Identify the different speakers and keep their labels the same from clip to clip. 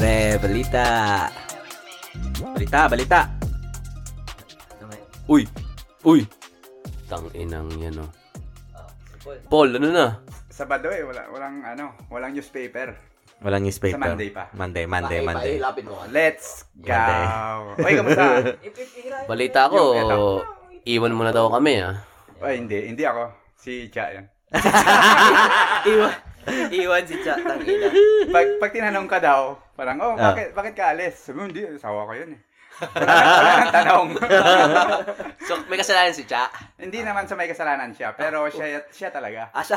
Speaker 1: may balita. Balita, balita.
Speaker 2: Uy! Uy! Tanginang yan, oh. Paul, ano na?
Speaker 3: Sabado eh, wala, walang ano, walang newspaper.
Speaker 1: Walang newspaper.
Speaker 3: Sa Monday pa.
Speaker 1: Monday, Monday, Monday.
Speaker 4: Lapit mo.
Speaker 3: Let's go!
Speaker 1: eh. Monday.
Speaker 3: Oy, kamusta?
Speaker 2: Balita
Speaker 3: Yung eto.
Speaker 2: ko, iwan mo na daw kami, ah.
Speaker 3: Oy, hindi, hindi ako. Si Cha yan.
Speaker 1: Iwan. Iwan si Cha. Tangina.
Speaker 3: Pag, pag tinanong ka daw, parang, oh,
Speaker 1: Ah.
Speaker 3: bakit, bakit ka alis? Sabi mo, hindi, sawa ko yun eh. Wala, nang- wala nang tanong.
Speaker 4: So, may kasalanan si Cha.
Speaker 3: hindi naman sa may kasalanan siya, pero siya, siya talaga.
Speaker 1: Ah,
Speaker 4: Asa?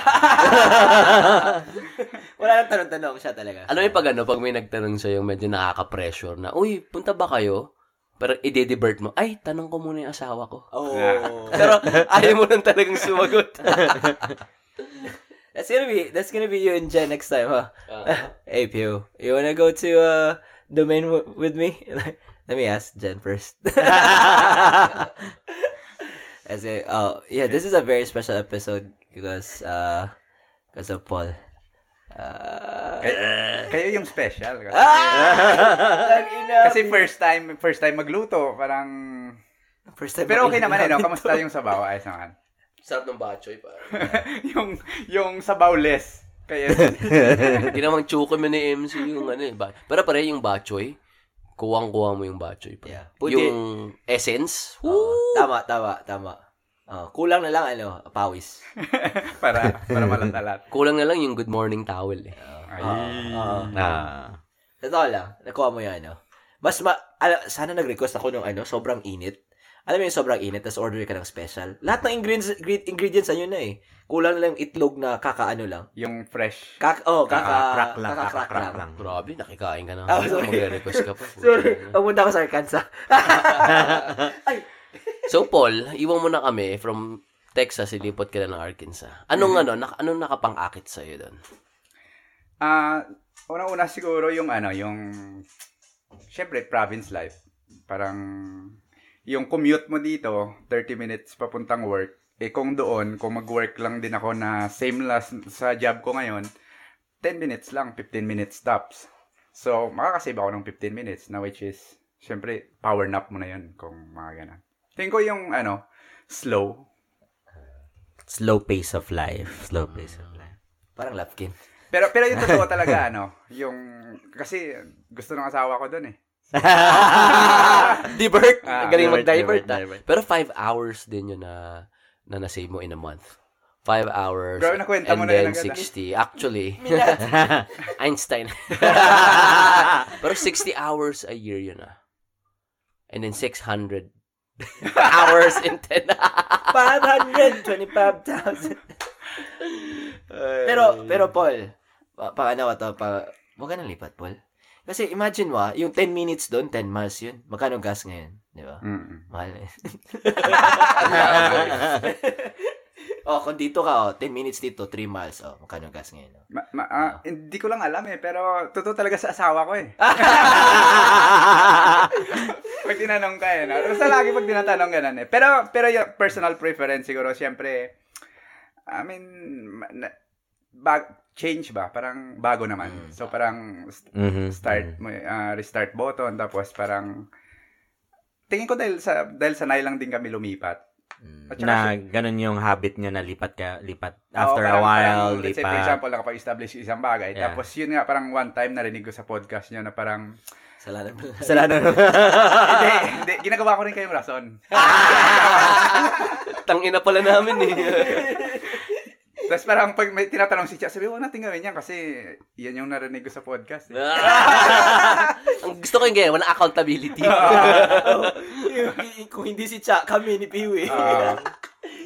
Speaker 4: Wala nang tanong-tanong siya talaga.
Speaker 2: Alam mo yung pag ano, pag may nagtanong sa'yo, medyo nakaka-pressure na, uy, punta ba kayo? Pero i-divert mo, ay, tanong ko muna yung asawa ko.
Speaker 4: Oh.
Speaker 2: Pero ayaw mo nang talagang sumagot.
Speaker 1: That's gonna be that's gonna be you and Jen next time, huh? hey Pew, you wanna go to uh domain w- with me? Let me ask Jen first. As a, oh yeah, this is a very special episode because uh because of Paul. Uh,
Speaker 3: Kayo yung special. Kasi,
Speaker 1: Ah! Tangina.
Speaker 3: kasi first time, first time magluto, parang...
Speaker 1: First time
Speaker 3: Pero okay
Speaker 1: ako-
Speaker 3: naman eh, no? Kamusta yung sabaw? Ayos naman.
Speaker 2: Sarap ng bachoy, pa.
Speaker 3: yung, yung sabawless. Kaya,
Speaker 2: Ginawang chuko mo ni MC yung ano eh. Ba- Pero pare yung bachoy, kuwang-kuwa mo yung bachoy. Pare.
Speaker 1: Yeah. Puti.
Speaker 2: Yung essence.
Speaker 1: Oo,
Speaker 2: Woo!
Speaker 1: tama, tama, tama. Oh, kulang na lang ano, pawis.
Speaker 3: para, para malatalat.
Speaker 2: Kulang na lang yung good morning towel eh.
Speaker 3: Ay.
Speaker 1: Oo.
Speaker 4: Ah.
Speaker 1: Totoo lang, nakuha mo yung ano. Mas ma... Ala, sana nag-request ako nung ano, sobrang init. Alam mo yung sobrang init, tapos order ka ng special. Lahat ng ingredients, ingre- ingredients ano na eh. Kulang lang yung itlog na kakaano lang.
Speaker 3: Yung fresh.
Speaker 1: Kaka, oh, kaka,
Speaker 4: Kaka-crack lang,
Speaker 1: kaka-crack
Speaker 4: kaka-crack
Speaker 1: lang.
Speaker 4: lang.
Speaker 2: Grabe, nakikain ka na.
Speaker 1: Ah, sorry.
Speaker 2: Magre-request ka pa.
Speaker 1: Sorry, pumunta ako sa Arkansas.
Speaker 2: So Paul, iwan mo na kami from Texas, ilipot ka na ng Arkansas. Anong
Speaker 3: Mm-hmm.
Speaker 2: ano, nak- anong nakapang-akit sa'yo doon?
Speaker 3: Ah, unang-una siguro yung ano, yung syempre province life. Parang yung commute mo dito, 30 minutes papuntang work. Eh kung doon, kung mag-work lang din ako na same last sa job ko ngayon, 10 minutes lang, 15 minutes stops. So, makakasave ako ng 15 minutes na which is, syempre, power nap mo na yun kung mga ganun. Tingin ko yung, ano, slow.
Speaker 1: Slow pace of life. Slow
Speaker 3: Mm-hmm.
Speaker 1: pace of life. Parang Lapkin.
Speaker 3: Pero, pero yung totoo talaga, ano, yung, kasi gusto ng asawa ko doon eh.
Speaker 2: divert.
Speaker 3: Ah,
Speaker 2: Galing
Speaker 3: divert,
Speaker 2: mag-divert.
Speaker 1: divert,
Speaker 2: ah.
Speaker 1: divert.
Speaker 2: Pero five hours din yun na na nasave mo in a month. Five hours.
Speaker 3: Grabe, nakwenta
Speaker 2: and
Speaker 3: mo na
Speaker 2: then
Speaker 3: yun agad, ah.
Speaker 2: 60. Actually, Einstein. Pero 60 hours a year yun ah. And then 600 hours in 10
Speaker 1: 525,000. pero, pero Paul, pa, pa ano to, pa, huwag ka nang lipat, Paul. Kasi imagine mo, ah, yung 10 minutes doon, 10 miles yun. Magkano gas ngayon? Di ba?
Speaker 3: Mm-mm.
Speaker 1: Mahal eh. oh, kung dito ka, oh, 10 minutes dito, 3 miles. Oh, magkano gas ngayon? Oh?
Speaker 3: Ma- ma- ah, hindi ko lang alam eh, pero totoo talaga sa asawa ko eh. pag tinanong ka eh, no? Basta lagi pag tinatanong ganun eh. Pero, pero yung personal preference siguro, siyempre, I mean, ma- na- bag, change ba? Parang bago naman. So parang st-
Speaker 1: Mm-hmm.
Speaker 3: start, mo, ah, restart button, tapos parang, tingin ko dahil sa, dahil sanay lang din kami lumipat. At saka
Speaker 4: Mm-hmm. Na
Speaker 3: Ah,
Speaker 4: ganun yung habit niya na lipat ka, lipat. After
Speaker 3: Oo,
Speaker 4: a
Speaker 3: parang-
Speaker 4: while,
Speaker 3: parang, let's say, for
Speaker 4: lipat.
Speaker 3: example, nakapag-establish yung isang bagay.
Speaker 4: Yeah.
Speaker 3: Tapos yun nga, parang one time narinig ko sa podcast niya na parang,
Speaker 1: Salamat.
Speaker 4: Salamat.
Speaker 3: hindi, hindi, ginagawa ko rin kayong rason.
Speaker 2: Tangina pala namin eh.
Speaker 3: Tapos parang pag may tinatanong si Chia, sabi, huwag natin gawin yan kasi yan yung narinig ko sa podcast.
Speaker 4: Ano
Speaker 3: Eh.
Speaker 2: Ah! Ang gusto ko yung ganyan, walang accountability.
Speaker 1: Kung hindi si Cha, kami ni Piwi.
Speaker 3: Ah,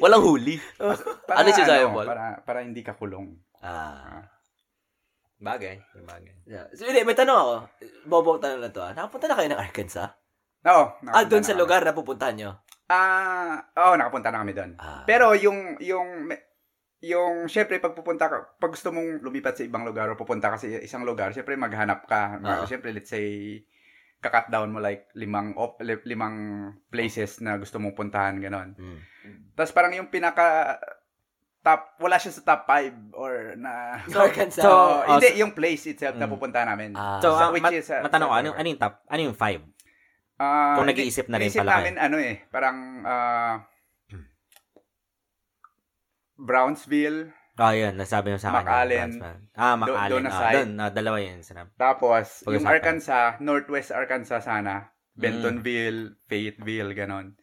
Speaker 2: walang huli.
Speaker 3: para,
Speaker 2: Ano si Zion Paul?
Speaker 3: Para, para hindi ka kulong.
Speaker 1: ah.
Speaker 4: Bagay. Bagay.
Speaker 1: Yeah. So, hindi, may tanong ako. Bobong tanong lang to. Ah. Nakapunta na kayo ng Arkansas?
Speaker 3: Oo.
Speaker 1: Ah,
Speaker 3: nakapunta
Speaker 1: doon
Speaker 3: na
Speaker 1: sa
Speaker 3: kami.
Speaker 1: lugar na pupuntahan nyo?
Speaker 3: Ah, oo, nakapunta na kami doon.
Speaker 1: Ah.
Speaker 3: Pero yung, yung, yung, syempre, pag pupunta ka, pag gusto mong lumipat sa ibang lugar o pupunta ka sa isang lugar, syempre, maghanap ka. Ma-
Speaker 1: Oo.
Speaker 3: Syempre, let's say, kakat down mo like limang op, li- limang places na gusto mong puntahan ganon.
Speaker 1: Mm.
Speaker 3: Tapos parang yung pinaka top, wala siya sa top 5 or na...
Speaker 1: So, Arkansas.
Speaker 3: So,
Speaker 4: So, oh,
Speaker 3: hindi, yung place itself na
Speaker 4: Mm.
Speaker 3: pupunta namin.
Speaker 1: Ah.
Speaker 4: So,
Speaker 3: Sa-
Speaker 4: ang
Speaker 3: which
Speaker 4: mat-
Speaker 3: is, uh,
Speaker 4: matanong ko,
Speaker 3: South
Speaker 4: ano,
Speaker 3: River.
Speaker 4: ano yung top? Ano yung five?
Speaker 3: Ah,
Speaker 4: Kung
Speaker 3: hindi,
Speaker 4: nag-iisip na rin
Speaker 3: iniisip
Speaker 4: pala kayo.
Speaker 3: namin ano eh, parang ah, Brownsville,
Speaker 4: Oh, yun. Nasabi mo sa akin.
Speaker 3: McAllen.
Speaker 4: Ah,
Speaker 3: Do-
Speaker 4: McAllen.
Speaker 3: doon na
Speaker 4: ah,
Speaker 3: side.
Speaker 4: doon, ah, dalawa yun. Sarap.
Speaker 3: tapos yung
Speaker 4: Pag-usapan.
Speaker 3: Arkansas, Northwest Arkansas sana, Bentonville, Fayetteville, ganon.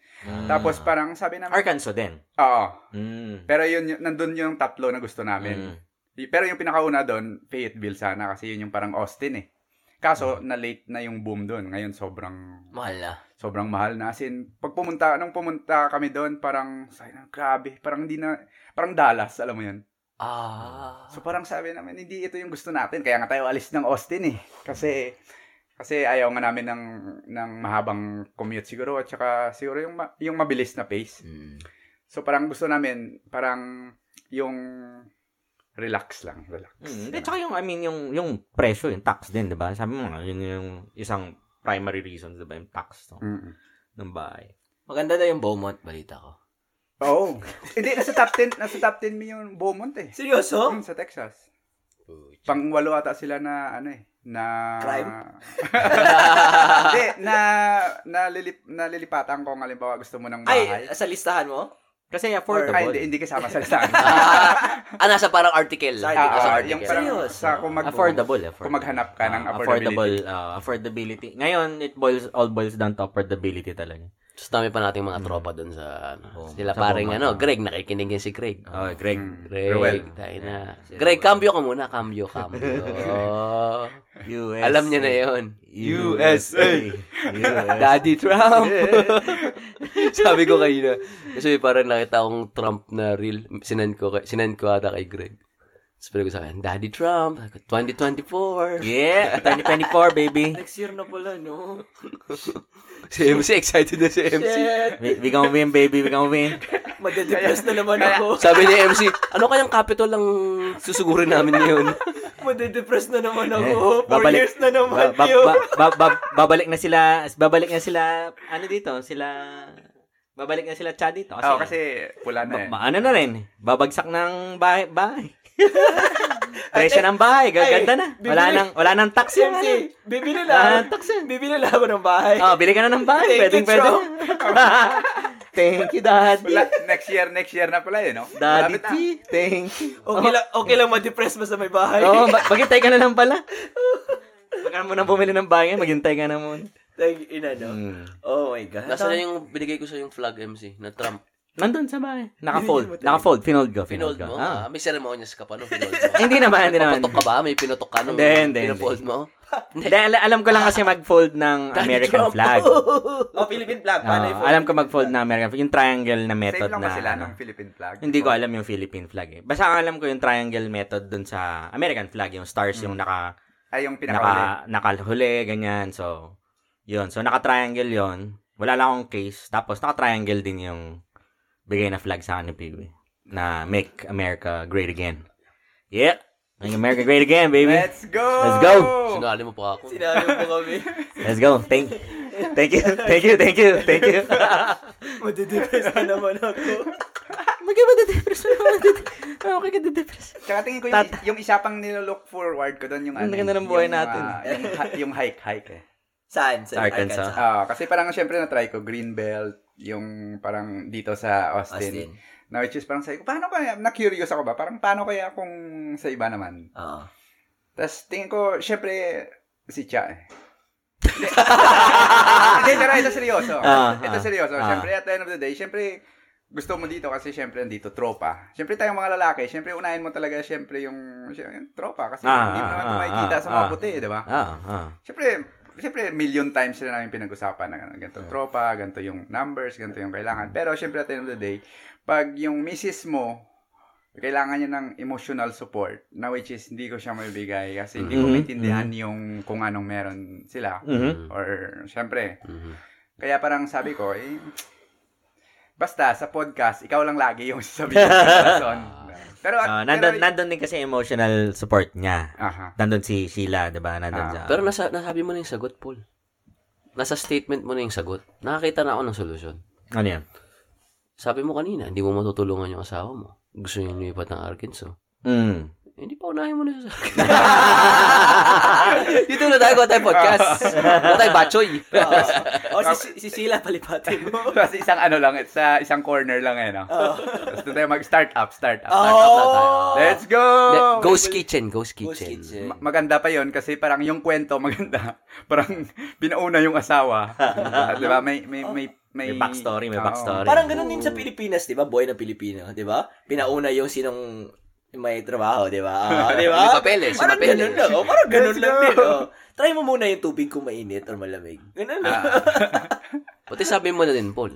Speaker 3: Tapos parang sabi namin,
Speaker 4: Mm. Arkansas din.
Speaker 3: oo,
Speaker 4: Mm.
Speaker 3: pero yun, yun- nandun yung tatlo na gusto
Speaker 4: Mm.
Speaker 3: namin. Y- Pero yung pinakauna doon, Fayetteville sana kasi yun yung parang Austin eh.
Speaker 4: Mm.
Speaker 3: Kaso, na late na yung boom doon. Ngayon, sobrang
Speaker 1: Mahal na.
Speaker 3: sobrang mahal na. As in, pag pumunta, nung pumunta kami doon, parang, sabi na, grabe, parang hindi na, parang Dallas, alam mo yun.
Speaker 1: Ah.
Speaker 3: So parang sabi namin, hindi ito yung gusto natin, kaya nga tayo alis ng Austin eh. Kasi, kasi ayaw nga namin ng, ng mahabang commute siguro, at saka siguro yung, ma- yung mabilis na pace.
Speaker 1: Mm.
Speaker 3: So parang gusto namin, parang yung relax lang, relax.
Speaker 4: Mm. At saka yung, I mean, yung, yung presyo, yung tax din, di ba? Sabi mo nga, yun yung isang primary reason, di ba? Yung tax no,
Speaker 3: Mm-mm. Mm.
Speaker 4: ng bahay.
Speaker 1: Maganda na yung Beaumont, balita ko.
Speaker 3: Oo. Hindi, nasa top 10, nasa top 10 mo yung Beaumont eh.
Speaker 1: Seryoso?
Speaker 3: Mm, sa Texas. Pangwalo ata sila na ano eh na
Speaker 1: Crime?
Speaker 3: Hindi, na nalilip nalilipatan ko halimbawa gusto mo ng
Speaker 1: Ay,
Speaker 3: bahay.
Speaker 1: sa listahan mo?
Speaker 4: Kasi
Speaker 3: Or,
Speaker 4: affordable.
Speaker 3: ay, hindi, hindi kasama sa listahan.
Speaker 2: ah, nasa parang article.
Speaker 1: Sa
Speaker 3: Ah,
Speaker 1: article.
Speaker 2: Nasa
Speaker 3: ah,
Speaker 2: article.
Speaker 3: yung parang
Speaker 1: Serious?
Speaker 3: sa kung mag-
Speaker 4: affordable, affordable.
Speaker 3: Kung maghanap ka ng
Speaker 4: Ah,
Speaker 3: affordability.
Speaker 4: affordable, ah, affordability. Ngayon, it boils, all boils down to affordability talaga.
Speaker 2: Tapos dami pa nating mga tropa doon sa, Ah. ano,
Speaker 4: Oo, sa
Speaker 2: sila paring,
Speaker 4: Beaumont,
Speaker 2: ano,
Speaker 4: oo.
Speaker 2: Greg, nakikinig niya si Greg.
Speaker 4: Oh, Greg.
Speaker 3: Mm.
Speaker 2: Greg,
Speaker 3: Ruel.
Speaker 2: tayo na.
Speaker 4: Yeah.
Speaker 2: Greg, cambio ka muna. Cambio, cambio. Oo.
Speaker 4: US.
Speaker 2: Alam niya na yun.
Speaker 4: USA. US.
Speaker 2: Daddy Trump. Sabi ko kanina. Kasi parang nakita akong Trump na reel. Sinan ko, kay- sinend ko ata kay Greg. Tapos pinag sa akin, Daddy Trump, 2024.
Speaker 4: Yeah, 2024, baby.
Speaker 1: Next year na pala, no?
Speaker 2: Si MC, excited na si MC.
Speaker 1: Shit!
Speaker 4: We, we gonna win, baby. We gonna win.
Speaker 1: Madedepress na naman ako.
Speaker 2: Sabi ni MC, ano kayang capital ang susugurin namin ngayon?
Speaker 1: Madedepress na naman
Speaker 4: Eh,
Speaker 1: ako. Four
Speaker 4: babalik-
Speaker 1: years na
Speaker 4: Ba-
Speaker 1: naman
Speaker 4: ba-
Speaker 1: yun.
Speaker 4: ba- ba- ba- babalik na sila, babalik na sila, ano dito, sila, babalik na sila cha dito. Kasi,
Speaker 3: Oo, kasi wala na
Speaker 4: ba-
Speaker 3: eh.
Speaker 4: ma- ano na rin, babagsak ng bahay, bahay. Presyo ng bahay, gaganda na. Wala
Speaker 1: bibili-
Speaker 4: nang, wala nang tax yung ano.
Speaker 1: MC, bibili
Speaker 4: Ah,
Speaker 1: na. Bibili na ako ng bahay.
Speaker 4: Oh, bili ka na ng bahay.
Speaker 1: Thank you,
Speaker 4: Pwedeng, pwede. Thank you, Daddy.
Speaker 3: Wala, next year, next year na pala eh, no?
Speaker 4: Daddy
Speaker 3: Malapit na.
Speaker 4: T, thank you.
Speaker 1: Okay lang, okay lang ma-depress basta may bahay.
Speaker 4: Oo, ah. oh, maghintay ka na lang pala. Huwag ka na muna bumili ng bahay, maghintay ka na muna.
Speaker 1: Thank ina, no?
Speaker 4: Hmm.
Speaker 1: Oh my God.
Speaker 2: Nasa na yung binigay ko sa yung flag MC na Trump.
Speaker 4: Nandun sa bahay.
Speaker 1: Binili mo
Speaker 4: Naka-fold.
Speaker 1: talaga.
Speaker 4: Naka-fold. Finold ko. Finold
Speaker 2: Pinold
Speaker 4: ko.
Speaker 2: mo?
Speaker 4: Ah.
Speaker 2: Ah, may ceremonies ka pa no? Pinold mo?
Speaker 4: Hindi naman, hindi naman.
Speaker 2: Paputok ka ba? May pinutok ka nung
Speaker 4: Hindi, hindi, hindi.
Speaker 2: pinofold mo?
Speaker 4: Hindi, al- alam ko lang kasi mag-fold ng
Speaker 2: Daddy
Speaker 4: American
Speaker 2: Trump.
Speaker 4: flag.
Speaker 1: Oh, Philippine flag. Paano
Speaker 4: Ah,
Speaker 1: yung
Speaker 4: alam ko mag-fold ng American flag. Yung triangle na method
Speaker 3: Save lang
Speaker 4: na.
Speaker 3: ba sila
Speaker 4: ano.
Speaker 3: ng Philippine flag?
Speaker 4: Hindi ko alam yung Philippine flag eh. Basta ang alam ko yung triangle method dun sa American flag. Yung stars yung naka,
Speaker 3: Ay, yung pinakauli.
Speaker 4: naka, nakahuli, ganyan. So, yun. So, naka-triangle yun. Wala lang akong case. Tapos, naka-triangle din yung bigay na flag sa akin ni Peewee. Na make America great again. Yeah. Make America great again, baby.
Speaker 3: Let's go!
Speaker 4: Let's go!
Speaker 2: Sinali mo pa ako.
Speaker 1: Sinabi mo kami.
Speaker 4: Let's go. Thank, thank you, thank you, thank you, thank you.
Speaker 1: Madedepress na naman ako.
Speaker 4: Magka-depress na naman dito. Okay ka depress.
Speaker 3: Tsaka tingin ko yung, yung isa pang nilolook forward ko doon yung
Speaker 4: Ang
Speaker 3: ano.
Speaker 4: ganda ng buhay
Speaker 3: yung,
Speaker 4: natin.
Speaker 3: ah, yung, hi- yung hike-hike eh.
Speaker 1: Saan? Sa
Speaker 4: Arkansas.
Speaker 1: Arkansas.
Speaker 3: Ah, kasi parang syempre na-try ko Greenbelt, yung parang dito sa Austin.
Speaker 1: Austin.
Speaker 3: Na which is parang sabi ko, paano kaya, na-curious ako ba? Parang paano kaya kung sa iba naman?
Speaker 1: Oo.
Speaker 3: Tapos tingin ko, syempre, si Cha eh. Hindi, pero ito seryoso.
Speaker 4: Ah,
Speaker 3: ito
Speaker 4: ah,
Speaker 3: seryoso.
Speaker 4: ah.
Speaker 3: Syempre, at the end of the day, syempre, gusto mo dito kasi syempre andito tropa. Syempre tayong mga lalaki, syempre unahin mo talaga syempre yung, yung tropa kasi
Speaker 4: Ah,
Speaker 3: hindi mo naman
Speaker 4: ah,
Speaker 3: ito makikita
Speaker 4: ah,
Speaker 3: sa mga
Speaker 4: ah.
Speaker 3: puti, di ba?
Speaker 4: Ah, ah.
Speaker 3: Siyempre, siyempre million times na namin pinag-usapan na gano'n, ganito tropa, ganito yung numbers, ganito yung kailangan. Pero siyempre at the end of the day, pag yung misis mo, kailangan niya ng emotional support na which is hindi ko siya maibigay kasi hindi
Speaker 4: Mhm.
Speaker 3: ko maintindihan yung kung anong meron sila.
Speaker 4: Mhm.
Speaker 3: Or siyempre,
Speaker 2: Mhm.
Speaker 3: kaya parang sabi ko, eh, basta sa podcast, ikaw lang lagi yung sasabihin ng rason. Pero,
Speaker 4: Ah, nandun, nandun din kasi emotional support niya.
Speaker 3: Aha.
Speaker 4: Nandun si Sheila, di ba? Nandun
Speaker 3: Ah.
Speaker 4: siya.
Speaker 2: Pero nasa, nasabi mo na yung sagot, Paul. Nasa statement mo na yung sagot. Nakakita na ako ng solusyon.
Speaker 4: ano yan?
Speaker 2: Sabi mo kanina, hindi mo matutulungan yung asawa mo. gusto niya lumipat ng Arkansas.
Speaker 4: Mm.
Speaker 2: Eh, Hindi pa unahin mo na siya sa akin. Dito na tayo kung tayo podcast. Kung tayo bachoy.
Speaker 1: O, Oh, si, si Sheila palipatin mo.
Speaker 3: Kasi isang ano lang, sa isang corner lang eh, no? Tapos doon tayo mag-start up, start up, start up lang tayo.
Speaker 1: Oh!
Speaker 3: Let's go!
Speaker 2: Oh, Ghost Kitchen, Ghost
Speaker 1: Ghost
Speaker 2: Kitchen.
Speaker 1: kitchen.
Speaker 3: Ma- maganda pa yon kasi parang yung kwento maganda. Parang pinauna yung asawa. di ba? May, may, may,
Speaker 4: May
Speaker 3: may,
Speaker 4: backstory, may
Speaker 3: Oo.
Speaker 4: backstory.
Speaker 1: Parang ganun din sa Pilipinas, di ba? Boy ng Pilipino, di ba? Pinauna yung sinong may trabaho, di ba? Ah, di ba?
Speaker 2: Yung papeles, yung
Speaker 1: parang
Speaker 2: papeles.
Speaker 1: ganun lang. Oh, parang ganun
Speaker 3: Let's
Speaker 1: lang
Speaker 3: go.
Speaker 1: din. Oh. Try mo muna yung tubig kung mainit or malamig. Ganun
Speaker 3: Ah.
Speaker 1: lang.
Speaker 2: Pati sabi mo na din, Paul,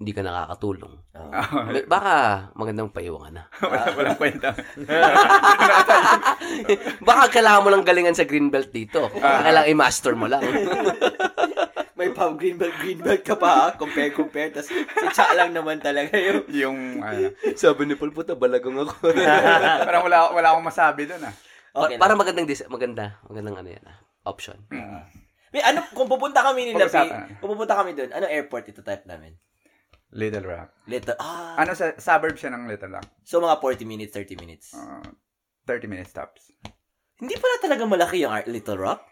Speaker 2: hindi ka nakakatulong.
Speaker 3: Oo.
Speaker 2: Ba- Baka magandang paiwa ka na.
Speaker 3: wala, walang kwenta.
Speaker 2: Baka kailangan mo lang galingan sa Greenbelt dito. Baka kailangan i-master mo lang.
Speaker 1: May pub green belt, green belt ka pa, ha? Compare, compare. Tapos si Cha lang naman talaga yung...
Speaker 3: yung, ano,
Speaker 2: sabi ni Paul, puta, balagong ako.
Speaker 3: parang wala, wala akong masabi doon ah.
Speaker 1: Okay
Speaker 2: para magandang, dis- maganda, magandang ano yan, ah, option.
Speaker 1: May ano, kung pupunta kami nila,
Speaker 3: Pag-usapan.
Speaker 1: P, kung pupunta kami doon, ano airport ito type namin?
Speaker 3: Little Rock.
Speaker 1: Little, ah,
Speaker 3: Ano, sa, suburb siya ng Little Rock.
Speaker 1: so mga 40 minutes, 30 minutes.
Speaker 3: Uh, 30 minutes tops.
Speaker 1: Hindi pala talaga malaki yung Ar- Little Rock?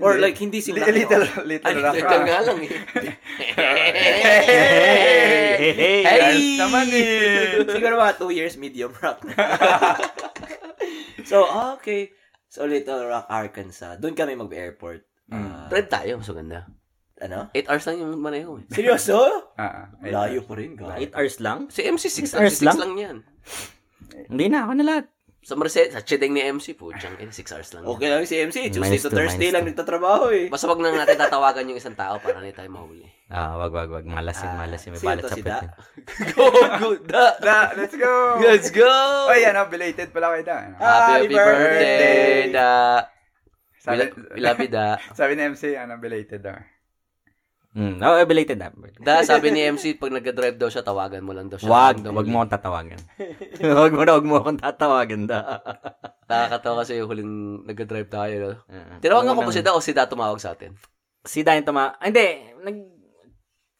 Speaker 1: Or
Speaker 3: Hindi.
Speaker 1: like, hindi sila...
Speaker 3: Li- little, little,
Speaker 2: Ay,
Speaker 3: Rock.
Speaker 2: lang nga lang eh.
Speaker 4: Hey! hey, hey.
Speaker 3: Ay, naman eh.
Speaker 1: Siguro mga 2 years medium rock. so, ah, okay. So, Little Rock, Arkansas. Doon kami mag-airport. Ah,
Speaker 2: Drive tayo, mas maganda.
Speaker 1: ano?
Speaker 2: 8 hours lang yung manayaw eh.
Speaker 1: Seryoso?
Speaker 3: Ah, ah.
Speaker 1: Layo pa rin, guys.
Speaker 4: 8 hours lang?
Speaker 2: Si MC6
Speaker 4: Six
Speaker 2: lang,
Speaker 4: hours
Speaker 2: si Six
Speaker 4: lang?
Speaker 2: lang yan.
Speaker 4: Hindi na, ako na lahat.
Speaker 2: Sa Merced, sa chideng ni MC po, tiyang 6 hours lang.
Speaker 1: Okay lang si MC. Tuesday
Speaker 4: Minus
Speaker 1: to
Speaker 4: two,
Speaker 1: Thursday
Speaker 4: minus
Speaker 1: lang
Speaker 4: two.
Speaker 1: nagtatrabaho eh.
Speaker 2: Basta wag na natin tatawagan yung isang tao para hindi tayo mahuli.
Speaker 4: Ah, wag, wag, wag. Malasin, malasin. May
Speaker 1: sino
Speaker 4: balat
Speaker 1: to,
Speaker 4: sa
Speaker 1: si
Speaker 4: putin.
Speaker 1: Da?
Speaker 2: go, go, da!
Speaker 3: Da, let's go!
Speaker 2: Let's go!
Speaker 3: Oy, ano, belated pala kayo da. Ano?
Speaker 4: Ah,
Speaker 1: Happy
Speaker 2: Happy, birthday,
Speaker 1: birthday!
Speaker 2: da! We,
Speaker 3: Sabi,
Speaker 2: lo- we love you, da.
Speaker 3: sabi ni MC, ano, belated daw.
Speaker 4: Mm, oh, belated na.
Speaker 2: Da, sabi ni MC, pag nag-drive daw siya, tawagan mo lang daw siya.
Speaker 4: Wag,
Speaker 2: Random.
Speaker 4: wag mo akong tatawagan. wag mo na, wag mo akong tatawagan da.
Speaker 2: Nakakatawa kasi yung huling nag-drive tayo. No? Tinawagan ko pa si Da o si Da tumawag sa atin.
Speaker 4: Si Dayan tama. Ah, hindi, nag...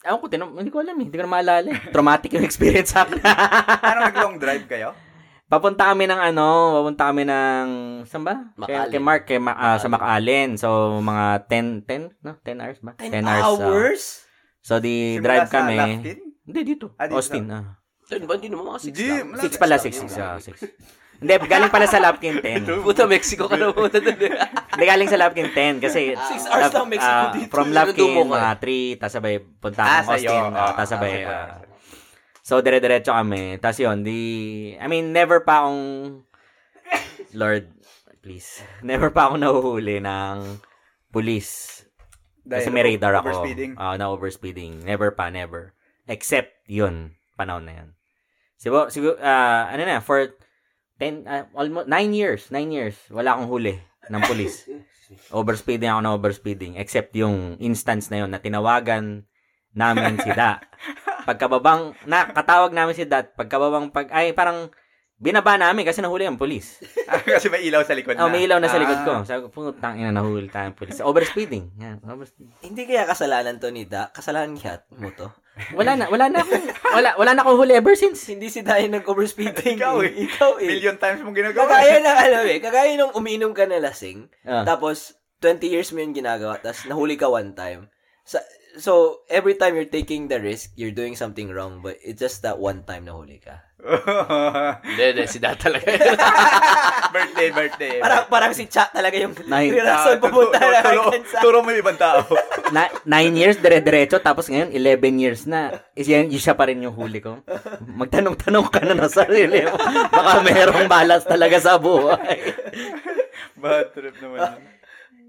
Speaker 4: Ewan ko, tinam- hindi ko alam eh. Hindi ko na maalala eh. Traumatic yung experience sa akin.
Speaker 3: Ano, nag-long drive kayo?
Speaker 4: papunta kami ng ano, papunta kami ng, saan ba? Kay,
Speaker 2: Macallen.
Speaker 4: kay Mark, kay Ma- ah, sa McAllen. So, mga 10, 10, no? 10 hours ba?
Speaker 1: 10
Speaker 4: ah.
Speaker 1: hours?
Speaker 4: so, di
Speaker 3: Simula
Speaker 4: drive
Speaker 3: sa
Speaker 4: kami.
Speaker 3: Laftin?
Speaker 4: Hindi, dito.
Speaker 3: Ah, dito.
Speaker 4: Austin. Ah.
Speaker 2: Ayun ba, hindi naman mga 6
Speaker 3: Hindi,
Speaker 2: lang.
Speaker 3: wala.
Speaker 4: Six pala,
Speaker 2: Six
Speaker 4: six.
Speaker 2: lang
Speaker 4: six,
Speaker 2: yun.
Speaker 4: ah, six. Hindi, galing pala sa Lapkin 10.
Speaker 2: Puta, Mexico ka na muna dun eh.
Speaker 4: Hindi, galing sa Lapkin 10 kasi...
Speaker 1: Six hours lang Mexico
Speaker 4: ah,
Speaker 1: dito.
Speaker 4: From Lapkin,
Speaker 2: Sinundo mo ko eh.
Speaker 4: mga 3, tapos sabay punta
Speaker 3: Ah,
Speaker 4: ah,
Speaker 3: sa'yo.
Speaker 4: Austin.
Speaker 3: Ah,
Speaker 4: ah, tapos sabay...
Speaker 3: ah,
Speaker 4: ah, so, dire-diretso kami. Tapos yun, di... I mean, never pa akong... Lord, please. Never pa akong nahuhuli ng pulis. Kasi
Speaker 3: Dahil
Speaker 4: may radar ako.
Speaker 3: overspeeding.
Speaker 4: Ah, na overspeeding. Never pa, never. Except yun, panahon na yun. Siguro, siguro ah, ano na, for 10, ah, almost, 9 years, 9 years, wala akong huli ng pulis. overspeeding ako na overspeeding. Except yung instance na yun na tinawagan namin si Da. Pagkababang, nakatawag namin si Da, at pagkababang, pag, ay parang, binaba namin kasi nahuli ang pulis.
Speaker 3: Ah, kasi may ilaw sa likod
Speaker 4: Oh, may ilaw na sa likod
Speaker 3: Ah,
Speaker 4: ko. Sabi ko, putang ina, nahuli tayong pulis. Overspeeding. Yan, overspeeding.
Speaker 1: Hindi kaya kasalanan to ni Da? Kasalanan niya mo to?
Speaker 4: Wala na, wala na akong, wala, wala na akong huli ever since.
Speaker 1: Hindi si Dayan nag-overspeeding.
Speaker 3: Ikaw eh.
Speaker 1: Ikaw eh.
Speaker 3: Million times mong ginagawa.
Speaker 1: Kagaya ng ano eh. Kagaya nung umiinom ka na lasing.
Speaker 4: Ah.
Speaker 1: Tapos, 20 years mo yun ginagawa. Tapos, nahuli ka one time. So, so, every time you're taking the risk, you're doing something wrong. But it's just that one time nahuli ka.
Speaker 2: Hindi, hindi, si Da talaga.
Speaker 3: birthday, birthday. Ah,
Speaker 1: Parang, parang si Cha talaga yung
Speaker 4: Eh, Nine. Ah,
Speaker 1: nirasol pupunta
Speaker 3: turo-
Speaker 1: na
Speaker 3: turo-
Speaker 1: Arkansas.
Speaker 3: Turo mo yung ibang tao.
Speaker 4: Na, nine years, dire-diretso, tapos ngayon, 11 years na. Is yan, siya pa rin yung huli ko. Magtanong-tanong ka na ng sarili mo. Baka merong balance talaga sa buhay.
Speaker 3: Bad trip naman. yun.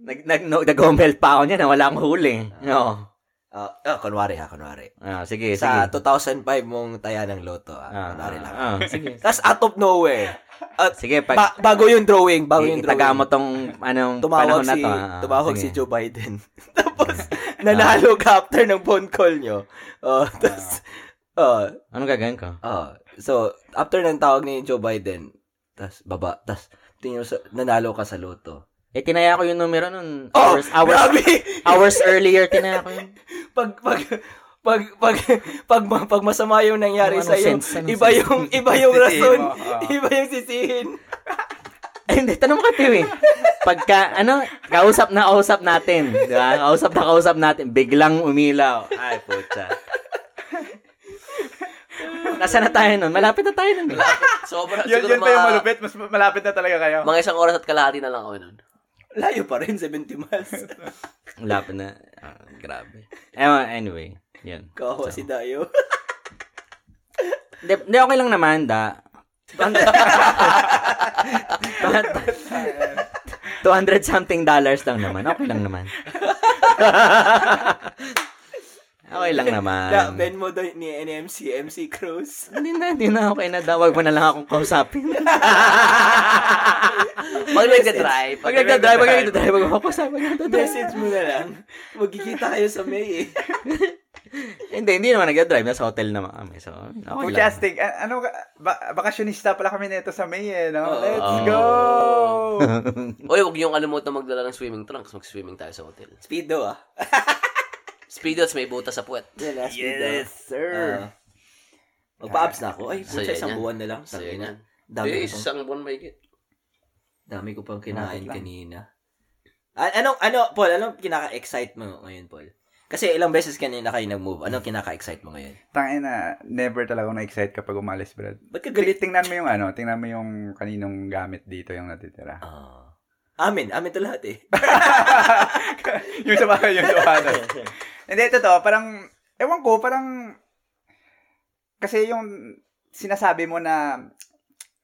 Speaker 4: Nag, nag, no, nag-humble pa ako niya na wala akong huli. No.
Speaker 1: Ah, ah, kunwari ha, kunwari.
Speaker 4: Ah, sige,
Speaker 1: Sa
Speaker 4: sige.
Speaker 1: 2005 mong taya ng loto. Ah,
Speaker 4: Ah,
Speaker 1: kunwari lang.
Speaker 4: ah, sige.
Speaker 1: Tapos, out of nowhere. At,
Speaker 4: Sige, pag
Speaker 1: ba- bago yung drawing, bago yung drawing.
Speaker 4: itaga mo tong anong
Speaker 1: tumawag
Speaker 4: panahon na
Speaker 1: si
Speaker 4: to. ah,
Speaker 1: tumawag
Speaker 4: sige.
Speaker 1: si Joe Biden. tapos nanalo ka after ng phone call nyo. Oh, tapos oh,
Speaker 4: Anong gagawin ko?
Speaker 1: oh. So, after ng tawag ni Joe Biden, tapos baba, tapos tingin mo sa, nanalo ka sa loto.
Speaker 4: Eh, tinaya ko yung numero nun.
Speaker 1: Oh,
Speaker 4: Hours, hours,
Speaker 1: grabe!
Speaker 4: hours earlier, tinaya ko yun.
Speaker 1: pag, pag, pag pag pag, ma- pag masama yung nangyari
Speaker 4: Anong
Speaker 1: sa iyo,
Speaker 4: ano, sense? Anong
Speaker 1: iba
Speaker 4: sense?
Speaker 1: yung iba yung
Speaker 3: Sisihin
Speaker 1: rason,
Speaker 3: mo, oo.
Speaker 1: iba yung sisihin.
Speaker 4: Ay, hindi. Tanong mo ka, Tiwi. Pagka, ano, kausap na kausap natin. Di ba? Kausap na kausap natin. Biglang umilaw. Ay, putya. Nasaan na tayo nun? Malapit na tayo nun. di ba?
Speaker 2: Sobra,
Speaker 3: Yan,
Speaker 2: siguro
Speaker 3: yan pa yung
Speaker 2: mga,
Speaker 3: malupit. Mas malapit na talaga kayo.
Speaker 2: mga isang oras at kalahati na lang ako nun.
Speaker 1: Layo pa rin 70 miles.
Speaker 4: Malapit na. Ah, grabe. Ewan, anyway. Yan.
Speaker 1: Kawawa si Dayo.
Speaker 4: Hindi, hindi, okay lang naman, da. 200 something dollars lang naman. Okay lang naman. okay lang naman.
Speaker 1: Na, ben mo daw ni NMC, MC Cruz.
Speaker 4: Hindi na, hindi na. Okay na daw. Huwag mo na lang akong kausapin.
Speaker 2: Pag nagka-drive,
Speaker 4: Pag nagdadrive, pag nagdadrive, huwag mo akong kausapin. Huwag nagdadrive.
Speaker 1: Message mo na lang. Magkikita kayo sa May eh.
Speaker 4: Hindi, hindi naman nagdadrive. Nasa hotel naman kami. So, okay lang.
Speaker 3: Fantastic. A- ano, ka- ba- bakasyonista pala kami nito sa May eh, no?
Speaker 1: Oo.
Speaker 3: Let's go!
Speaker 2: Uy, huwag niyong kalimutan magdala ng swimming trunks. Mag-swimming tayo sa hotel.
Speaker 1: Speedo ah.
Speaker 2: Speedos, may butas sa puwet.
Speaker 1: Yan ah, speedo.
Speaker 3: sir!
Speaker 1: Ah. Magpa-abs na ako. Ay,
Speaker 2: Sa'yo
Speaker 1: putya, isang
Speaker 2: yan.
Speaker 1: buwan na lang.
Speaker 2: Sa'yo
Speaker 1: Tangina.
Speaker 2: yan.
Speaker 1: Dami
Speaker 2: Eh,
Speaker 1: ko pang,
Speaker 2: isang buwan mahigit.
Speaker 1: dami ko pang kinain
Speaker 3: Malapit lang.
Speaker 1: kanina. A- anong, ano, Paul, anong kinaka-excite mo ngayon, Paul? Kasi ilang beses kanina kayo nag-move. Anong kinaka-excite mo ngayon?
Speaker 3: Tangin na, never talaga ako na-excite kapag umalis, Brad.
Speaker 1: Ba't ka galit?
Speaker 3: Galit. Tingnan mo yung ano, tingnan mo yung kaninong gamit dito yung natitira.
Speaker 1: Ah. amin. Amin to lahat eh.
Speaker 3: yung sa bahay, yung ano. sa bahay. Hindi, totoo, parang, ewan ko, parang, kasi yung sinasabi mo na,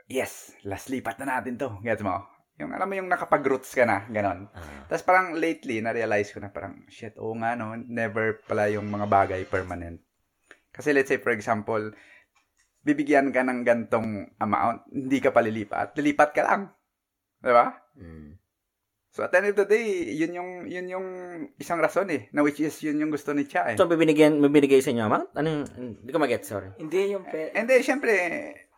Speaker 3: yes, last lipat na natin to. Gets mo? Yung alam mo yung nakapag-roots ka na, ganon.
Speaker 1: Ah.
Speaker 3: Tapos parang lately, na-realize ko na parang, shit, oo nga no, never pala yung mga bagay permanent. Kasi let's say, for example, bibigyan ka ng gantong amount, hindi ka palilipat, lilipat ka lang. Di ba?
Speaker 1: Mm.
Speaker 3: So at the end of the day, yun yung, yun yung isang rason eh, na which is yun yung gusto ni Cha eh.
Speaker 4: So, bibinigyan, bibinigay sa inyo amount? Anong, hindi ko mag-get, sorry.
Speaker 1: Hindi yung pe-
Speaker 3: And then, syempre,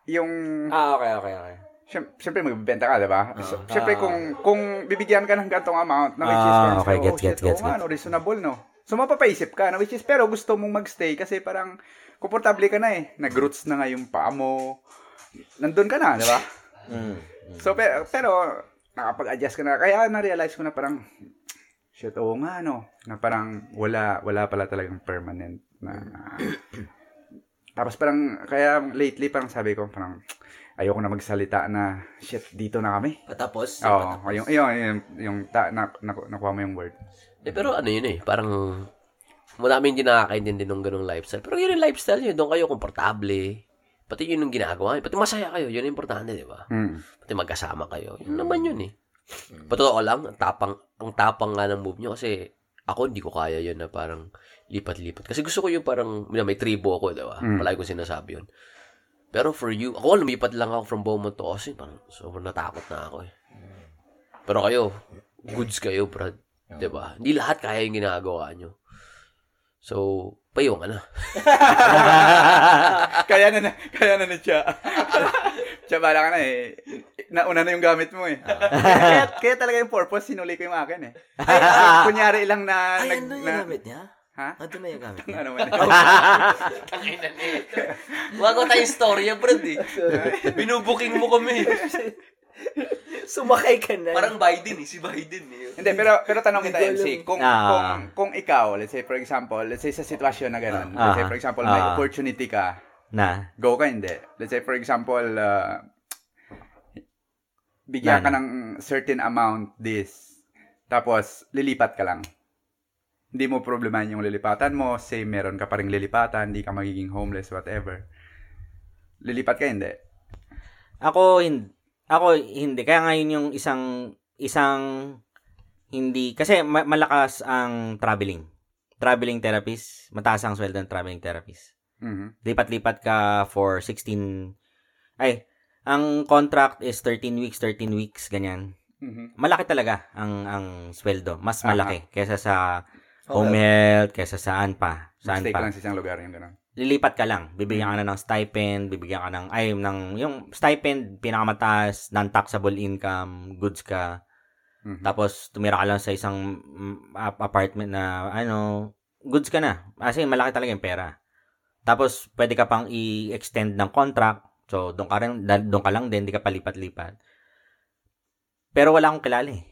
Speaker 3: yung,
Speaker 4: Ah, okay, okay, okay.
Speaker 3: syem- syempre magbibenta ka, di ba?
Speaker 1: Ah.
Speaker 3: So, syempre kung, kung bibigyan ka ng gantong amount, na which is,
Speaker 4: Ah,
Speaker 3: parang,
Speaker 4: okay,
Speaker 3: oh,
Speaker 4: get,
Speaker 3: shit,
Speaker 4: get, get,
Speaker 3: oo nga,
Speaker 4: get.
Speaker 3: no, reasonable, no? So, mapapaisip ka, na which is, pero gusto mong magstay kasi parang, komportable ka na eh. Nag-roots na nga yung paa mo. Nandun ka na, di ba?
Speaker 4: Mm.
Speaker 3: So, pero, pero nakapag-adjust ka na. Kaya na-realize ko na parang, shit, oo nga, no? Na parang wala, wala pala talagang permanent na... Tapos parang, kaya lately parang sabi ko, parang, ayoko na magsalita na, shit, dito na kami.
Speaker 1: patapos.
Speaker 3: Oo, oh, yung, yung, yung, yung ta, na, na, nakuha mo yung word.
Speaker 2: Eh, pero ano yun eh, parang marami hindi nakakaintindi ng ganong lifestyle. Pero yun yung lifestyle nyo, doon kayo komportable. Pati yun yung ginagawa nyo. Pati masaya kayo, yun yung importante, di ba?
Speaker 3: Mm.
Speaker 2: Pati magkasama kayo. Yun naman yun eh. Patotoo lang, ang tapang, ang tapang nga ng move nyo kasi ako hindi ko kaya yun na parang lipat-lipat. Kasi gusto ko yung parang, yun, may tribo ako, di ba?
Speaker 3: Mm.
Speaker 2: Palagi ko sinasabi yun. Pero for you, ako lumipat lang ako from Beaumont to Austin. Parang sobrang natakot na ako eh. Pero kayo, goods kayo, Brad. Di ba? Hindi lahat kaya yung ginagawa nyo. So, payong na.
Speaker 3: kaya na, na, kaya na ni Cha. Cha, bala ka na eh. Nauna na yung gamit mo eh. kaya, kaya talaga yung purpose, sinuli ko yung akin eh. Ay, kunyari lang na...
Speaker 1: Ay,
Speaker 3: nag-
Speaker 1: ano
Speaker 3: na-
Speaker 1: yung gamit niya?
Speaker 3: Ha?
Speaker 1: Ano na yung gamit niya?
Speaker 3: Ano man.
Speaker 2: Wag ko tayong storya, Brad eh. Binubuking mo kami.
Speaker 1: Sumakay ka na.
Speaker 2: Biden eh, si Biden eh.
Speaker 3: Hindi, pero pero tanong kita,
Speaker 1: Hindi ko
Speaker 3: MC,
Speaker 1: alam.
Speaker 3: kung,
Speaker 4: Ah.
Speaker 3: kung, kung ikaw, let's say for example, let's say sa sitwasyon na gano'n, let's say
Speaker 4: Ah.
Speaker 3: for example, may
Speaker 4: Ah.
Speaker 3: opportunity ka,
Speaker 4: Na.
Speaker 3: go ka hindi. Let's say for example, uh,
Speaker 4: Nan.
Speaker 3: bigyan ka ng certain amount this, tapos lilipat ka lang. Hindi mo problemahan yung lilipatan mo, say meron ka pa rin lilipatan, hindi ka magiging homeless, whatever. Lilipat ka hindi.
Speaker 4: Ako, hindi. Ako, hindi. Kaya ngayon yung isang, isang, hindi. Kasi ma- malakas ang traveling. Traveling therapist. Mataas ang sweldo ng traveling therapist.
Speaker 3: Mhm.
Speaker 4: Lipat-lipat ka for 16, ay, ang contract is 13 weeks, 13 weeks, ganyan.
Speaker 3: Mhm.
Speaker 4: Malaki talaga ang ang sweldo. Mas
Speaker 3: Aha.
Speaker 4: malaki kaysa sa
Speaker 1: Oh,
Speaker 4: home health, kaysa saan pa. Saan
Speaker 3: Stay
Speaker 4: pa.
Speaker 3: ka lang Hmm. sa isang lugar yung gano'n.
Speaker 4: lilipat ka lang. Bibigyan ka na ng stipend, bibigyan ka ng, ay, ng, yung stipend, pinakamataas, non-taxable income, goods ka.
Speaker 3: Mhm.
Speaker 4: Tapos, tumira ka lang sa isang mm, ap- apartment na, ano, goods ka na. As in, malaki talaga yung pera. Tapos, pwede ka pang i-extend ng contract. So, doon ka, rin, da- doon ka lang din, di ka palipat-lipat. Pero wala akong kilala eh.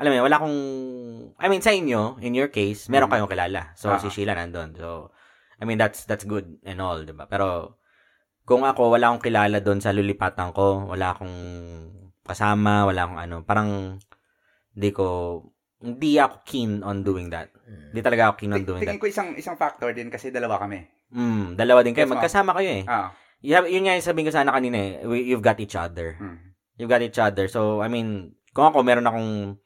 Speaker 4: Alam mo, yun, wala akong... I mean, sa inyo, in your case, meron kayong kilala. So,
Speaker 3: Ah.
Speaker 4: si Sheila nandun. So, I mean, that's that's good and all, di ba? Pero, kung ako, wala akong kilala doon sa lulipatan ko, wala akong kasama, wala akong ano, parang, di ko, hindi ako keen on doing that.
Speaker 3: Mm.
Speaker 4: Hindi talaga ako keen on doing that.
Speaker 3: Tingin ko isang isang factor din kasi dalawa kami.
Speaker 4: Mm, dalawa din kayo.
Speaker 3: Yes, ma'am.
Speaker 4: Magkasama kayo eh.
Speaker 3: Ah.
Speaker 4: You have, yun nga yung sabihin ko sana kanina eh. We- You've got each other.
Speaker 3: Mm.
Speaker 4: You've got each other. So, I mean, kung ako, meron akong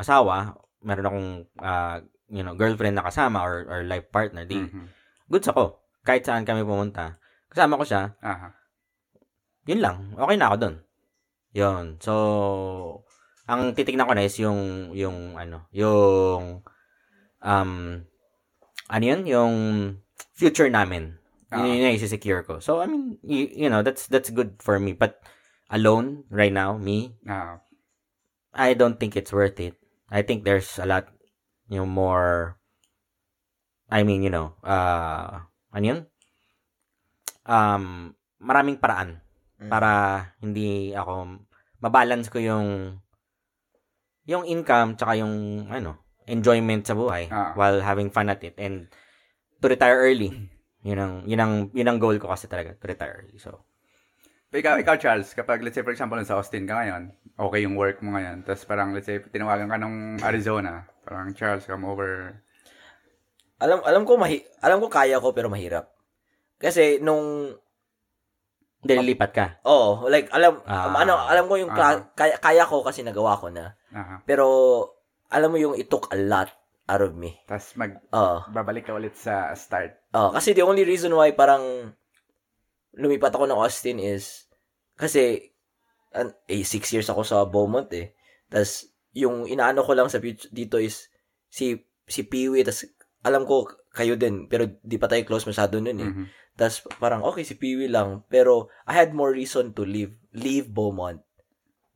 Speaker 4: asawa, meron akong, ah, you know, girlfriend na kasama or, or life partner, di,
Speaker 3: Mhm.
Speaker 4: goods ako. Kahit saan kami pumunta. Kasama ko siya,
Speaker 3: Aha.
Speaker 4: yun lang. Okay na ako doon. Yun. So, ang titignan ko na is yung, yung, ano, yung, um, ano yun? Yung future namin.
Speaker 3: Ah.
Speaker 4: Yun, yun yung secure ko. So, I mean, you, you know, that's, that's good for me. But, alone, right now, me,
Speaker 3: Ah.
Speaker 4: I don't think it's worth it. I think there's a lot, you know, more, I mean, you know, uh, ano yun? Um, maraming paraan para hindi ako mabalance ko yung yung income tsaka yung ano enjoyment sa buhay
Speaker 3: Ah.
Speaker 4: while having fun at it and to retire early yun ang yun ang yun ang goal ko kasi talaga to retire early so
Speaker 3: Pero ikaw, ikaw, Charles, kapag let's say for example sa Austin ka ngayon, okay yung work mo ngayon, tapos parang let's say tinawagan ka ng Arizona, parang Charles, come over.
Speaker 1: Alam alam ko mahi, alam ko kaya ko pero mahirap. Kasi nung
Speaker 4: hindi lilipat ka
Speaker 1: oh, like alam
Speaker 4: Ah.
Speaker 1: ano, alam ko yung kla- kaya, kaya ko kasi nagawa ko na.
Speaker 3: Aha.
Speaker 1: Pero alam mo yung it took a lot out of me.
Speaker 3: Tapos mag
Speaker 1: Oh.
Speaker 3: babalik ka ulit sa start.
Speaker 1: Oh, kasi the only reason why parang lumipat ako ng Austin is kasi an, eh, six years ako sa Beaumont eh. Tapos, yung inaano ko lang sa fut- dito is si si Peewee, tas alam ko kayo din, pero di pa tayo close masyado nun eh.
Speaker 3: Mhm.
Speaker 1: Tas parang, okay, si Peewee lang. Pero, I had more reason to leave, leave Beaumont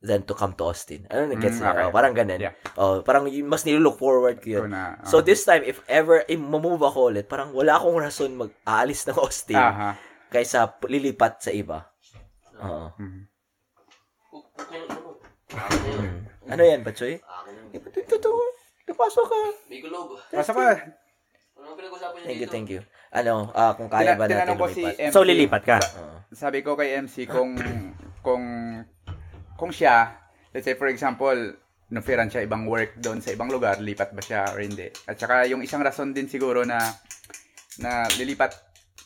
Speaker 1: than to come to Austin. Ano na, gets
Speaker 3: Mm,
Speaker 1: na?
Speaker 3: okay.
Speaker 1: Oh, parang ganun.
Speaker 3: Yeah.
Speaker 1: Oh, parang yun, mas nilook forward ko yun.
Speaker 3: Ikaw na, ah.
Speaker 1: So this time, if ever eh, mamove ako ulit, parang wala akong rason mag-aalis ng Austin
Speaker 3: Aha.
Speaker 1: kaysa p- lilipat sa iba. Oo.
Speaker 3: Mhm.
Speaker 1: Ano yan, Pachoy? Totoo. Napasok ka.
Speaker 3: Basta pa,
Speaker 2: Ano
Speaker 1: Thank you, thank you. Ano, ah, kung kaya
Speaker 3: Tina-
Speaker 1: ba natin
Speaker 3: tinanong ko si
Speaker 1: lumipat?
Speaker 3: MC.
Speaker 4: so lilipat ka
Speaker 1: Oo.
Speaker 3: sabi ko kay MC kung kung kung siya, let's say for example, nuferan siya ibang work doon sa ibang lugar, lipat ba siya or hindi. At saka yung isang rason din siguro na na lilipat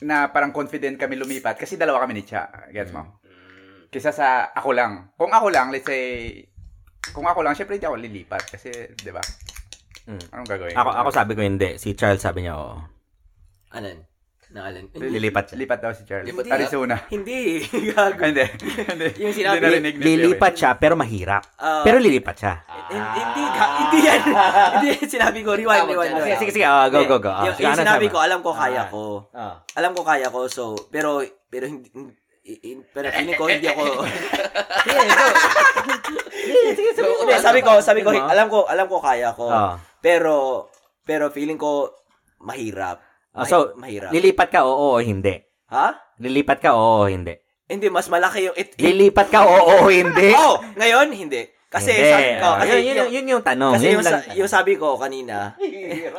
Speaker 3: na parang confident kami lumipat kasi dalawa kami ni Cha. Gets mo?
Speaker 4: Mm.
Speaker 3: Kisa sa ako lang. Kung ako lang, let's say kung ako lang, syempre hindi ako lilipat kasi, 'di ba?
Speaker 4: Mm.
Speaker 3: Anong gagawin?
Speaker 4: ako ako sabi ko hindi si Charles sabi niya oo
Speaker 1: Anan? Naalan?
Speaker 4: lilipat siya
Speaker 3: Lipat daw si Charles.
Speaker 1: Lipat-
Speaker 3: Arizona.
Speaker 1: Hindi. Gago.
Speaker 3: hindi. hindi.
Speaker 1: Yung sinabi-
Speaker 3: Hindi narinig ni Leo eh.
Speaker 4: lilipat siya pero mahirap
Speaker 1: Ah.
Speaker 4: pero lilipat siya
Speaker 1: Hin- Hindi, ga- hindi yan.
Speaker 4: Ah.
Speaker 1: Hindi yan sinabi ko. Rewind,
Speaker 2: Tama,
Speaker 1: rewind.
Speaker 2: tama.
Speaker 4: sige
Speaker 1: rewind.
Speaker 4: sige sige ah, go go go Ah,
Speaker 1: Ano, Yung,
Speaker 4: sige,
Speaker 1: yung
Speaker 4: ano
Speaker 1: sinabi
Speaker 4: sabi?
Speaker 1: ko, alam ko kaya
Speaker 4: Ah.
Speaker 1: ko.
Speaker 4: Ah.
Speaker 1: alam ko kaya ko so pero pero hindi i- i- pero feeling ko hindi ako yeah, so,
Speaker 4: sige, sabi mo.
Speaker 1: Hindi, sabi ko sabi ko alam ko alam ko kaya ko
Speaker 4: Ah.
Speaker 1: pero pero feeling ko mahirap
Speaker 4: Ah,
Speaker 1: Mahi-
Speaker 4: so,
Speaker 1: mahirap
Speaker 4: lilipat ka oo o hindi
Speaker 1: ha
Speaker 4: lilipat ka oo o hindi
Speaker 1: hindi mas malaki yung it,
Speaker 4: Lilipat ka, oo o hindi?
Speaker 1: oh ngayon hindi kasi
Speaker 4: Hindi.
Speaker 1: sabi ko
Speaker 4: Ah,
Speaker 1: kasi
Speaker 4: yun, yun, yun yung tanong.
Speaker 1: kasi
Speaker 4: yun Oh,
Speaker 1: yung,
Speaker 4: lang.
Speaker 1: sa- yung sabi ko kanina
Speaker 2: eh.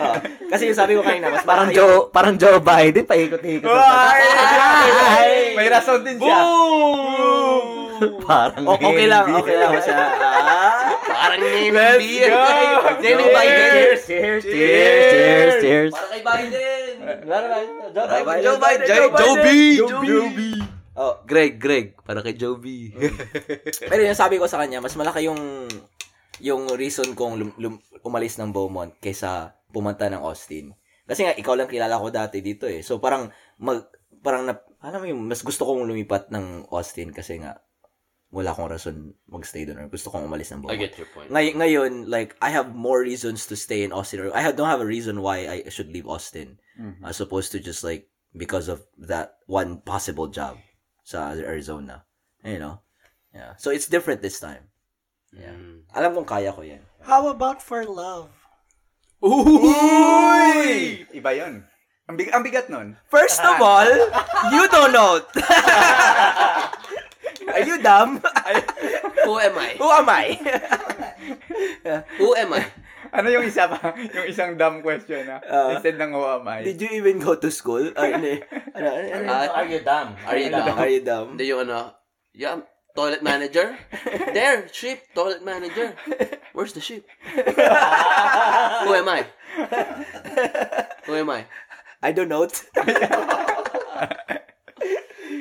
Speaker 1: Ah, kasi yung sabi ko kanina mas
Speaker 4: parang
Speaker 1: malaki
Speaker 4: Joe,
Speaker 1: yung-
Speaker 4: parang Joe Biden, paikot-ikot.
Speaker 3: Ay!
Speaker 4: Ay!
Speaker 3: May rason din siya.
Speaker 4: parang
Speaker 1: O- okay lang
Speaker 4: hindi.
Speaker 1: okay lang basta ah,
Speaker 2: Parang name
Speaker 3: Let's
Speaker 2: beer.
Speaker 3: go!
Speaker 2: Name Biden.
Speaker 4: Cheers, cheers, cheers, cheers, cheers.
Speaker 2: Parang kay Biden.
Speaker 1: Joe Biden. Joe
Speaker 2: Joe Biden.
Speaker 1: Biden.
Speaker 2: Joe B.
Speaker 3: Joe B.
Speaker 1: oh
Speaker 2: Greg, Greg. Para kay Joe B.
Speaker 1: Pero yung sabi ko sa kanya, mas malaki yung yung reason kong lum, lum- umalis ng Beaumont kaysa pumunta ng Austin. Kasi nga, ikaw lang kilala ko dati dito eh. So parang, mag, parang na, alam mo yung, mas gusto kong lumipat ng Austin kasi nga, wala akong rason magstay doon. or Gusto kong umalis ng Beaumont.
Speaker 2: your point.
Speaker 1: Ngay- ngayon, like, I have more reasons to stay in Austin. Or I have, don't have a reason why I should leave Austin.
Speaker 2: Mm-hmm.
Speaker 3: Mhm.
Speaker 1: As opposed to just like, because of that one possible job sa Arizona. You know? Yeah. So, it's
Speaker 2: Hmm.
Speaker 1: different this time. Yeah. Alam kong kaya ko yan.
Speaker 5: How about for love?
Speaker 1: Uy!
Speaker 3: eh. Iba yun. Ang, big, ang bigat nun.
Speaker 1: First of all, you don't know. Are you dumb?
Speaker 2: Who am I?
Speaker 1: Who am I?
Speaker 2: Who am I?
Speaker 3: Ano yung isa pa? yung isang dumb question, ha?
Speaker 1: Ah.
Speaker 3: Instead ng who am I?
Speaker 1: Did you even go to school? Ay, ano, eh. ano, ano, ano,
Speaker 2: Ah,
Speaker 4: Are you dumb?
Speaker 2: Are you dumb?
Speaker 1: Are you dumb?
Speaker 2: Hindi yung ano, yeah, I'm toilet manager. There, ship, toilet manager. Where's the ship? Who am I? Who am I?
Speaker 1: I don't know.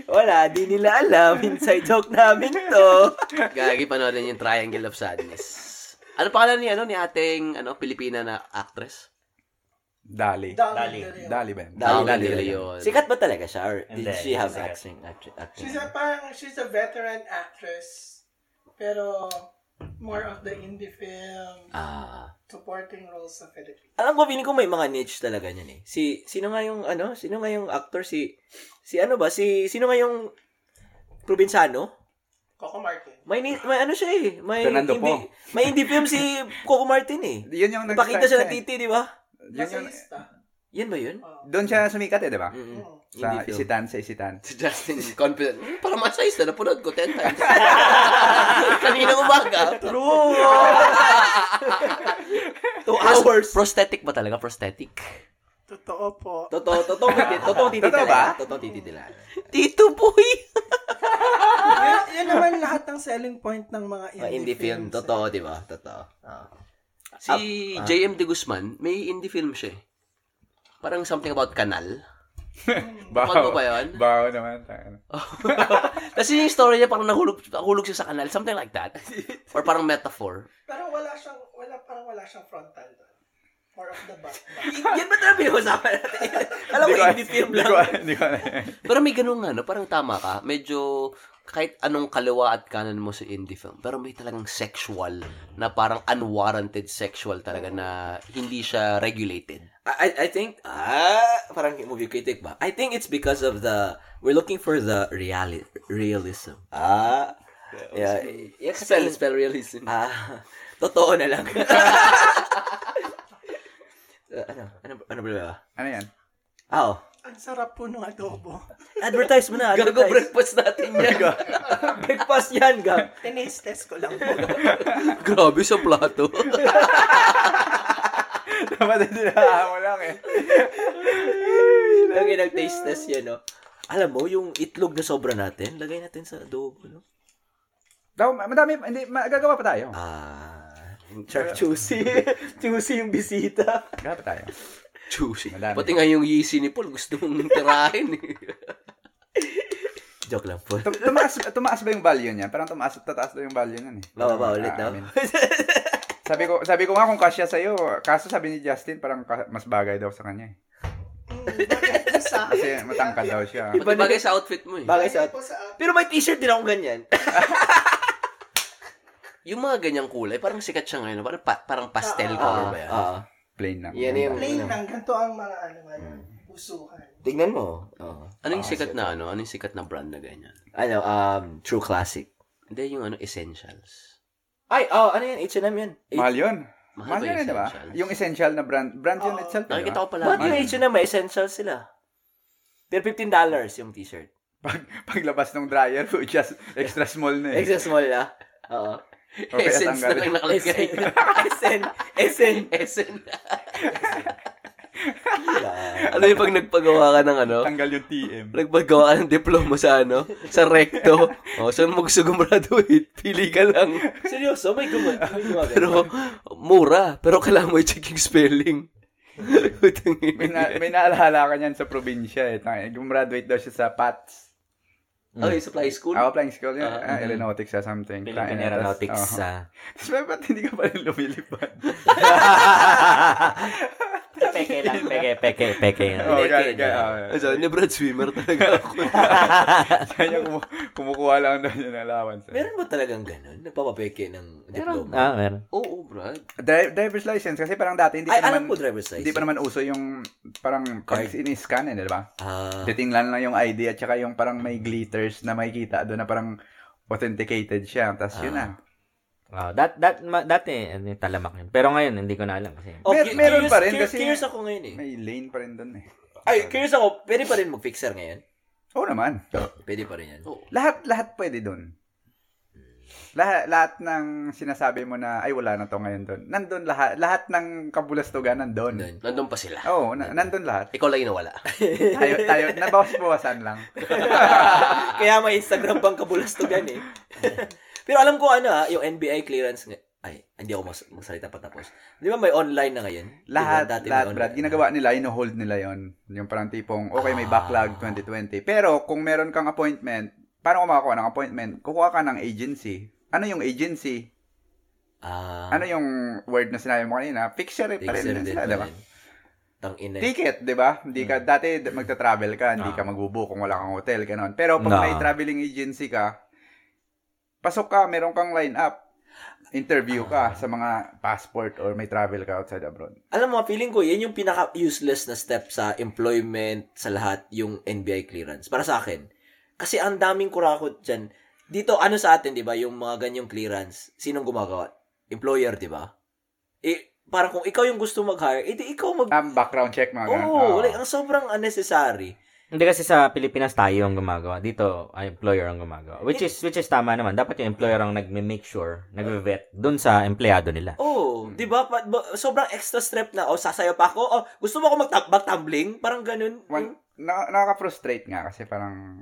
Speaker 1: Wala, di nila alam. Inside joke namin to.
Speaker 2: Gagi, panoorin yung Triangle of Sadness. Ano pangalan ni, ano, ni ating ano, Pilipina na actress?
Speaker 3: Dali.
Speaker 4: Dali.
Speaker 3: Dali ba yun?
Speaker 1: Dali, dali,
Speaker 2: Dali, Dali
Speaker 1: dali.
Speaker 2: yun.
Speaker 1: Sikat ba talaga siya? Or did
Speaker 4: Hindi,
Speaker 1: she have
Speaker 4: sikat.
Speaker 1: acting? acting, acting?
Speaker 5: She's a parang, she's a veteran actress. Pero, more of the indie film,
Speaker 1: Ah.
Speaker 5: supporting roles sa Philippines.
Speaker 1: Alam ko, feeling ko may mga niche talaga niyan eh. Si, sino nga yung, ano, sino nga yung actor? Si, si ano ba? Si, sino nga yung probinsano?
Speaker 5: Coco Martin.
Speaker 1: May, ni- may ano siya eh. May
Speaker 3: Fernando
Speaker 1: hindi,
Speaker 3: Po.
Speaker 1: may hindi film si Coco Martin eh.
Speaker 3: Yun yung
Speaker 1: Pakita siya ng
Speaker 3: eh.
Speaker 1: titi, di ba?
Speaker 3: Yun yung,
Speaker 5: Masayista.
Speaker 1: Yan ba yun?
Speaker 5: Oh.
Speaker 3: doon siya sumikat eh, di ba?
Speaker 1: Mm-mm.
Speaker 5: Mm.
Speaker 3: Sa
Speaker 1: Indie film.
Speaker 3: isitan, sa isitan.
Speaker 2: Si Justin, confident. "Hmm, Para ma-size na, napunod ko 10 times. Kanina umaga.
Speaker 1: True! Two hours.
Speaker 2: Prosthetic ba talaga? Prosthetic?
Speaker 5: Totoo po.
Speaker 1: Totoo, totoo, titi, totoo titi
Speaker 3: Totoo
Speaker 1: talaga.
Speaker 3: ba?
Speaker 1: Totoo titi talaga.
Speaker 2: Tito Boy!
Speaker 5: yun, yun naman lahat ng selling point ng mga
Speaker 1: Mga indie
Speaker 5: indie,
Speaker 1: film,
Speaker 5: films. eh.
Speaker 1: totoo, di ba? Totoo. Ah.
Speaker 2: Si JM De Guzman, may indie film siya eh. Parang something about kanal. Bago ba yun?
Speaker 3: Bago naman. tangina.
Speaker 2: Kasi yung story niya parang nahulog, nahulog siya sa kanal. Something like that. Or parang metaphor.
Speaker 5: Pero wala siyang, wala, parang wala siyang frontal doon. More of the back.
Speaker 1: Y- yan ba talaga pinag-usapan natin? Alam ko,
Speaker 3: Hindi ko-
Speaker 1: indie film
Speaker 3: hindi
Speaker 1: lang.
Speaker 3: ko- Hindi ko alam.
Speaker 2: Pero may ganun nga, no? Parang tama ka. Medyo kahit anong kaliwa at kanan mo sa indie film. Pero may talagang sexual na parang unwarranted sexual talaga na hindi siya regulated.
Speaker 1: I, I think, ah, parang movie critic ba? I think it's because of the, we're looking for the reality, realism. Ah, yeah. yeah kasi,
Speaker 2: spell realism.
Speaker 1: ah, totoo na lang. Uh, ano, ano, ano ba ba?
Speaker 3: Ano yan?
Speaker 1: Ah, oh.
Speaker 5: Ang sarap po ng adobo.
Speaker 1: Advertise mo na,
Speaker 2: Gago
Speaker 1: advertise.
Speaker 2: breakfast natin yan.
Speaker 1: Breakfast yan, gab.
Speaker 5: Tinaste test ko lang po.
Speaker 2: Grabe sa plato.
Speaker 3: Dapat hindi na mo lang eh.
Speaker 1: Lagi nag-taste test yan, no? Alam mo, yung itlog na sobra natin, lagay natin sa adobo, no?
Speaker 3: Daw, madami, hindi, magagawa pa tayo.
Speaker 1: Ah, char juicy. juicy yung bisita.
Speaker 3: Gagawa pa tayo.
Speaker 2: Juicy.
Speaker 3: Madami.
Speaker 2: Pati nga yung yeasy ni Paul, gusto mong tirahin eh.
Speaker 1: Joke lang po.
Speaker 3: Tum- tumaas, tumaas ba yung value niya? Parang tumaas, tataas daw yung value niyan eh.
Speaker 1: Bababa ulit daw.
Speaker 3: Ah, I mean, sabi ko, sabi ko nga kung kasya sa'yo, kaso sabi ni Justin, parang ka- mas bagay daw sa kanya eh.
Speaker 5: Mm, bagay po sa akin.
Speaker 3: Kasi matangkad daw siya.
Speaker 2: Pati bagay sa outfit mo eh.
Speaker 1: Bagay
Speaker 5: Bagay
Speaker 1: sa...
Speaker 5: po sa akin.
Speaker 1: Pero may t-shirt din akong ganyan.
Speaker 2: Yung mga ganyang kulay, parang sikat siya ngayon. Parang, pa- parang pastel
Speaker 1: Ah,
Speaker 2: color ba yan?
Speaker 1: ah.
Speaker 3: Plain lang.
Speaker 1: Yan yung...
Speaker 5: Plain lang, ganito ang mga ano ngayon.
Speaker 1: Mm.
Speaker 5: Usuhan.
Speaker 1: Tignan mo. Oo.
Speaker 2: Ano yung sikat na ano? Ano yung sikat na brand na ganyan?
Speaker 1: Ano, um, True Classic.
Speaker 2: Hindi, yung ano, essentials.
Speaker 1: Ay, oh, ano yan? H&M yan.
Speaker 3: Mahal yun.
Speaker 2: Mahal
Speaker 3: Mahal
Speaker 2: ba
Speaker 3: yun, eh, di ba?
Speaker 2: Ah, essentials?
Speaker 3: Yung essential na brand. Brand yun
Speaker 5: Oo.
Speaker 3: itself. eh, di
Speaker 2: Nakikita
Speaker 3: ba?
Speaker 2: ko pala.
Speaker 1: Ba't yung
Speaker 2: Mahal.
Speaker 1: H&M, may essentials sila. Pero $15 yung t-shirt.
Speaker 3: Pag, paglabas ng dryer, just extra small na eh.
Speaker 1: Extra small na. Oo.
Speaker 3: Okay,
Speaker 2: Essence na
Speaker 3: tanggalin.
Speaker 2: lang nakalagay.
Speaker 1: Essen. Essen. Essen.
Speaker 2: Essence.
Speaker 1: Yeah.
Speaker 2: ano yung pag nagpagawa ka ng ano?
Speaker 3: Tanggal yung TM.
Speaker 2: Nagpagawa ka ng diploma sa ano? Sa recto. Oh, O, saan mo gusto gumraduate? Pili ka lang.
Speaker 1: Seryoso, may gumawa. May gumawa.
Speaker 2: Pero, mura. Pero kailangan mo i-check yung spelling. Putang
Speaker 3: May,
Speaker 2: ina.
Speaker 3: na, may naalala ka niyan sa probinsya eh. Tangin, Gumraduate daw siya sa PATS.
Speaker 2: Okay, supply school.
Speaker 3: Ako flying school yun.
Speaker 2: Ah,
Speaker 3: ah, aeronautics or something.
Speaker 4: Philippine
Speaker 3: Tangin,
Speaker 4: Aeronautics.
Speaker 3: tas-
Speaker 4: ah.
Speaker 3: oo. Tas may ba't hindi ka pa rin lumilipad?
Speaker 4: peke lang, peke, peke, peke.
Speaker 3: Oo,
Speaker 1: Peke,
Speaker 3: gaya, gaya.
Speaker 2: Ano sa ni Brad Swimmer talaga ako.
Speaker 3: Kaya kumu- kumukuha lang daw yun ng allowance. eh.
Speaker 1: Meron ba talagang ganun? Nagpapapeke ng diploma?
Speaker 4: Ah, meron.
Speaker 2: Oo, Brad.
Speaker 3: Dri- driver's license kasi parang dati hindi
Speaker 1: Ay,
Speaker 3: pa
Speaker 1: alam
Speaker 3: naman
Speaker 1: ko driver's license.
Speaker 3: hindi pa naman uso yung parang pag
Speaker 1: Card.
Speaker 3: ini-scan eh, di ba?
Speaker 1: Ah,
Speaker 3: Titingnan lang yung ID at saka
Speaker 1: Ah,
Speaker 3: yung parang may glitters na makikita doon na parang authenticated siya. Tapos yun na.
Speaker 4: Oh, that that ma, dati ano yung talamak yun. Pero ngayon hindi ko na alam kasi.
Speaker 1: Oh, cu-
Speaker 3: Mer- meron
Speaker 1: curious-
Speaker 3: pa rin
Speaker 1: cur-
Speaker 3: kasi-
Speaker 1: Curious ako ngayon eh.
Speaker 3: May lane pa rin doon eh.
Speaker 1: Ay, curious ako, pwede pa rin mag-fixer ngayon?
Speaker 3: Oo naman.
Speaker 1: Pwede pa rin yan.
Speaker 3: Lahat, lahat pwede doon. Lahat, lahat ng sinasabi mo na, ay wala na to ngayon doon. Nandun lahat. Lahat ng kabulastugan nandun.
Speaker 1: Doon.
Speaker 2: Nandun pa sila.
Speaker 3: Oo, oh, na, nandun lahat.
Speaker 2: Ikaw lang yung nawala.
Speaker 3: Tayo, tayo, nabawas-bawasan lang.
Speaker 1: Kaya may Instagram bang kabulastogan eh. Pero alam ko ano ah, yung NBI clearance nga- ay, hindi ako mas, magsalita patapos. Di ba may online na ngayon? Di ba
Speaker 3: Lahat,
Speaker 1: dati may
Speaker 3: lahat,
Speaker 1: online
Speaker 3: Brad.
Speaker 1: na?
Speaker 3: Ginagawa nila, ino-hold nila yon Yung parang tipong, okay, may backlog 2020. Pero, kung meron kang appointment, paano ka makakuha ng appointment? Kukuha ka ng agency. Ano yung agency?
Speaker 1: Ah,
Speaker 3: Ano yung word na sinabi mo kanina? Fixture pa rin
Speaker 1: fixer
Speaker 3: na
Speaker 1: din
Speaker 3: sila,
Speaker 1: pa
Speaker 3: diba?
Speaker 1: rin. Tang ina.
Speaker 3: Ticket, di ba? Hindi ka, dati d- magta-travel ka, hindi
Speaker 4: Mm. Ah.
Speaker 3: ka magbubo kung wala kang hotel, ganon. Pero
Speaker 4: No.
Speaker 3: pag may traveling agency ka, pasok ka, meron kang line up, interview ka sa mga passport or may travel ka outside abroad.
Speaker 1: Alam mo, feeling ko, yan yung pinaka-useless na step sa employment, sa lahat, yung NBI clearance. Para sa akin. Kasi ang daming kurakot dyan. Dito, ano sa atin, di ba? Yung mga ganyang clearance, sinong gumagawa? Employer, di ba? Eh, parang kung ikaw yung gusto mag-hire, edi ikaw mag...
Speaker 3: Um, background check, mga ganon.
Speaker 1: Oo,
Speaker 3: Oo.
Speaker 1: like, ang sobrang unnecessary.
Speaker 4: Hindi kasi sa Pilipinas tayo ang gumagawa. Dito, ang employer ang gumagawa. Which is which is tama naman. Dapat yung employer ang nagme-make sure, nagve-vet doon sa empleyado nila.
Speaker 1: Oo, Oh,
Speaker 3: Hmm.
Speaker 1: di ba? Pa- ba- Sobrang extra step na, oh, sasayaw pa ako, oh, gusto mo ako magta- mag-tumbling? Parang ganun.
Speaker 3: Wan- na- nakaka-frustrate nga kasi parang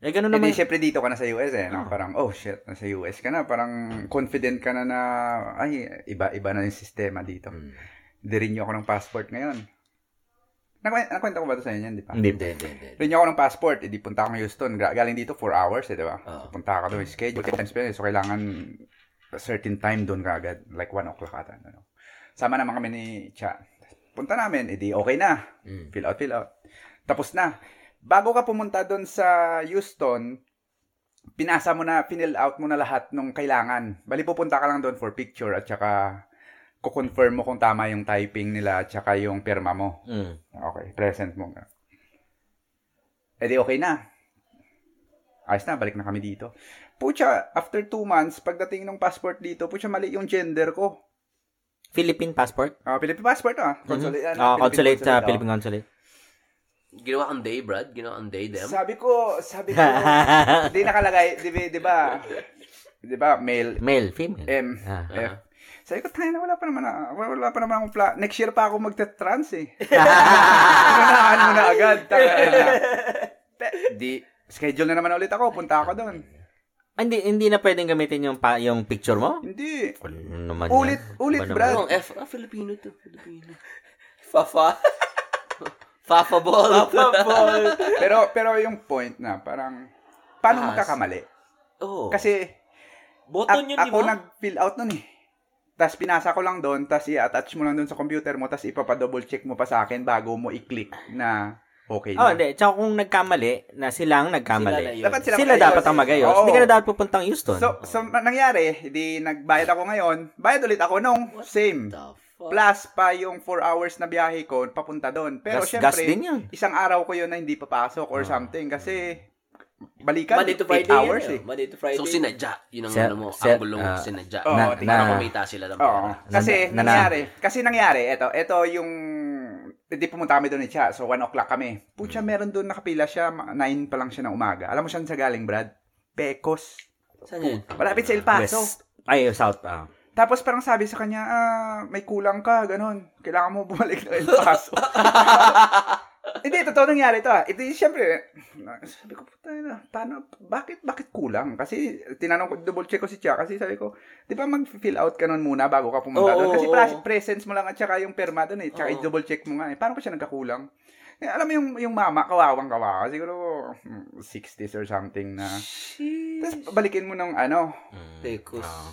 Speaker 4: Eh ganun
Speaker 3: hindi
Speaker 4: Ano naman. Ah.
Speaker 3: syempre dito ka na sa US eh no? parang oh shit nasa US ka na parang confident ka na na ay iba iba na yung sistema dito
Speaker 1: Hmm.
Speaker 3: Di-renew ako ng passport ngayon Nakwen- nakwenta ko ba to sa inyo yan, di pa?
Speaker 4: Hindi.
Speaker 1: Hindi, hindi, hindi.
Speaker 3: Renew ako ng passport, edi punta ako ng Houston. Gra- Galing dito 4 hours, eh, di ba?
Speaker 1: Oo.
Speaker 3: Punta ka doon, schedule, times pa yun, eh. so kailangan a certain time doon ka agad, like 1 o'clock ata. Ano. Sama naman kami ni Cha. Punta namin, edi okay na.
Speaker 1: Mm.
Speaker 3: Fill out, fill out. Tapos na. Bago ka pumunta doon sa Houston, pinasa mo na, fill out mo na lahat nung kailangan. Bali pupunta ka lang doon for picture at saka kukonfirm mo kung tama yung typing nila at saka yung pirma mo.
Speaker 4: Mm.
Speaker 3: Okay, present mo nga. E di okay na. Ayos na, balik na kami dito. Pucha, after two months, pagdating ng passport dito, pucha, mali yung gender ko.
Speaker 4: Philippine passport?
Speaker 3: Ah, Philippine passport ah. Consulate.
Speaker 4: Mhm. Ah,
Speaker 3: ano, Philippine
Speaker 4: consulate sa
Speaker 3: ah.
Speaker 4: Philippine consulate.
Speaker 2: Ginawa kang day, Brad. Ginawa kang day, them.
Speaker 3: Sabi ko, sabi ko, di nakalagay, di, ba- di ba, di ba, male,
Speaker 4: Male, female.
Speaker 3: M,
Speaker 4: Ah.
Speaker 3: F. Sabi ko, tayo na, wala pa naman, ah, wala, wala pa naman akong pla. Next year pa ako magta-trans eh. Unahan mo na agad. tayo na. Pe- di, schedule na naman ulit ako, punta ako doon.
Speaker 4: Ah, Hindi hindi na pwedeng gamitin yung pa, yung picture mo?
Speaker 3: Hindi.
Speaker 4: Wala naman.
Speaker 3: Ulit,
Speaker 4: yan.
Speaker 3: ulit,
Speaker 4: Iba naman.
Speaker 3: Brad.
Speaker 2: Ano ang F? Ah, Filipino to. Filipino.
Speaker 1: Fafa.
Speaker 2: Fafa ball.
Speaker 3: Pero, pero yung point na, parang, paano
Speaker 2: Ahas.
Speaker 3: magkakamali?
Speaker 1: Oo.
Speaker 3: Kasi,
Speaker 1: Button
Speaker 3: a-
Speaker 1: yun, di
Speaker 3: ako
Speaker 1: ba?
Speaker 3: nag-fill out nun eh. Tapos pinasa ko lang doon, tapos i-attach mo lang doon sa computer mo, tapos ipapa-double check mo pa sa akin bago mo i-click na okay
Speaker 4: Oh,
Speaker 3: na.
Speaker 4: hindi. Tsaka kung nagkamali, na sila ang nagkamali.
Speaker 1: Sila na yun.
Speaker 3: Dapat
Speaker 4: Sila,
Speaker 3: sila,
Speaker 4: dapat ang magayos.
Speaker 3: Oo.
Speaker 4: Hindi ka na dapat pupuntang Houston.
Speaker 3: So, so ma- nangyari, di nagbayad ako ngayon, bayad ulit ako nung same.
Speaker 1: The fuck?
Speaker 3: Plus pa yung 4 hours na biyahe ko papunta doon. Pero
Speaker 4: gas,
Speaker 3: syempre,
Speaker 4: gas din yun. Ah.
Speaker 3: isang araw ko yun na hindi papasok or something kasi balikan
Speaker 1: Monday to Friday.
Speaker 3: 8 hours
Speaker 1: yun,
Speaker 3: eh.
Speaker 1: Monday to Friday.
Speaker 2: So, sinadya. Yun ang
Speaker 4: Sir-
Speaker 2: ano mo.
Speaker 4: sir-
Speaker 2: angulo mo.
Speaker 4: ah,
Speaker 2: sinadya.
Speaker 3: oo,
Speaker 2: na,
Speaker 3: tingnan
Speaker 2: para
Speaker 4: mo.
Speaker 2: kumita sila ng
Speaker 3: Oo.
Speaker 2: pera.
Speaker 3: Kasi
Speaker 4: Nana-
Speaker 3: nangyari. Kasi nangyari. Ito, ito yung... Hindi pumunta kami doon ni Cha. So, 1 o'clock kami. Pucha,
Speaker 4: Hmm.
Speaker 3: meron doon nakapila siya. 9 pa lang siya ng umaga. Alam mo saan siya galing, Brad? Pecos.
Speaker 1: Saan yun?
Speaker 3: Malapit sa El Paso.
Speaker 4: West. Ay, South. ah.
Speaker 3: Tapos parang sabi sa kanya, ah, may kulang ka, ganun. Kailangan mo bumalik ng El Paso. Hindi, totoo nangyari ito ah. Ito, siyempre, sabi ko, puta na, paano, bakit, bakit kulang? Kasi, tinanong ko, double check ko si Chia, kasi sabi ko, di ba mag-fill out ka nun muna bago ka pumunta
Speaker 1: Oo,
Speaker 3: doon? Kasi
Speaker 1: oo,
Speaker 3: pra-
Speaker 1: oo.
Speaker 3: presence mo lang at saka yung perma doon eh, tsaka
Speaker 1: Oo.
Speaker 3: i-double check mo nga eh. Paano pa siya nagkakulang? Eh, alam mo yung, yung mama, kawawang kawawa, siguro, mm, 60s or something na. Tapos, balikin mo ng ano,
Speaker 4: Mm.
Speaker 1: Tekos.
Speaker 4: Ah.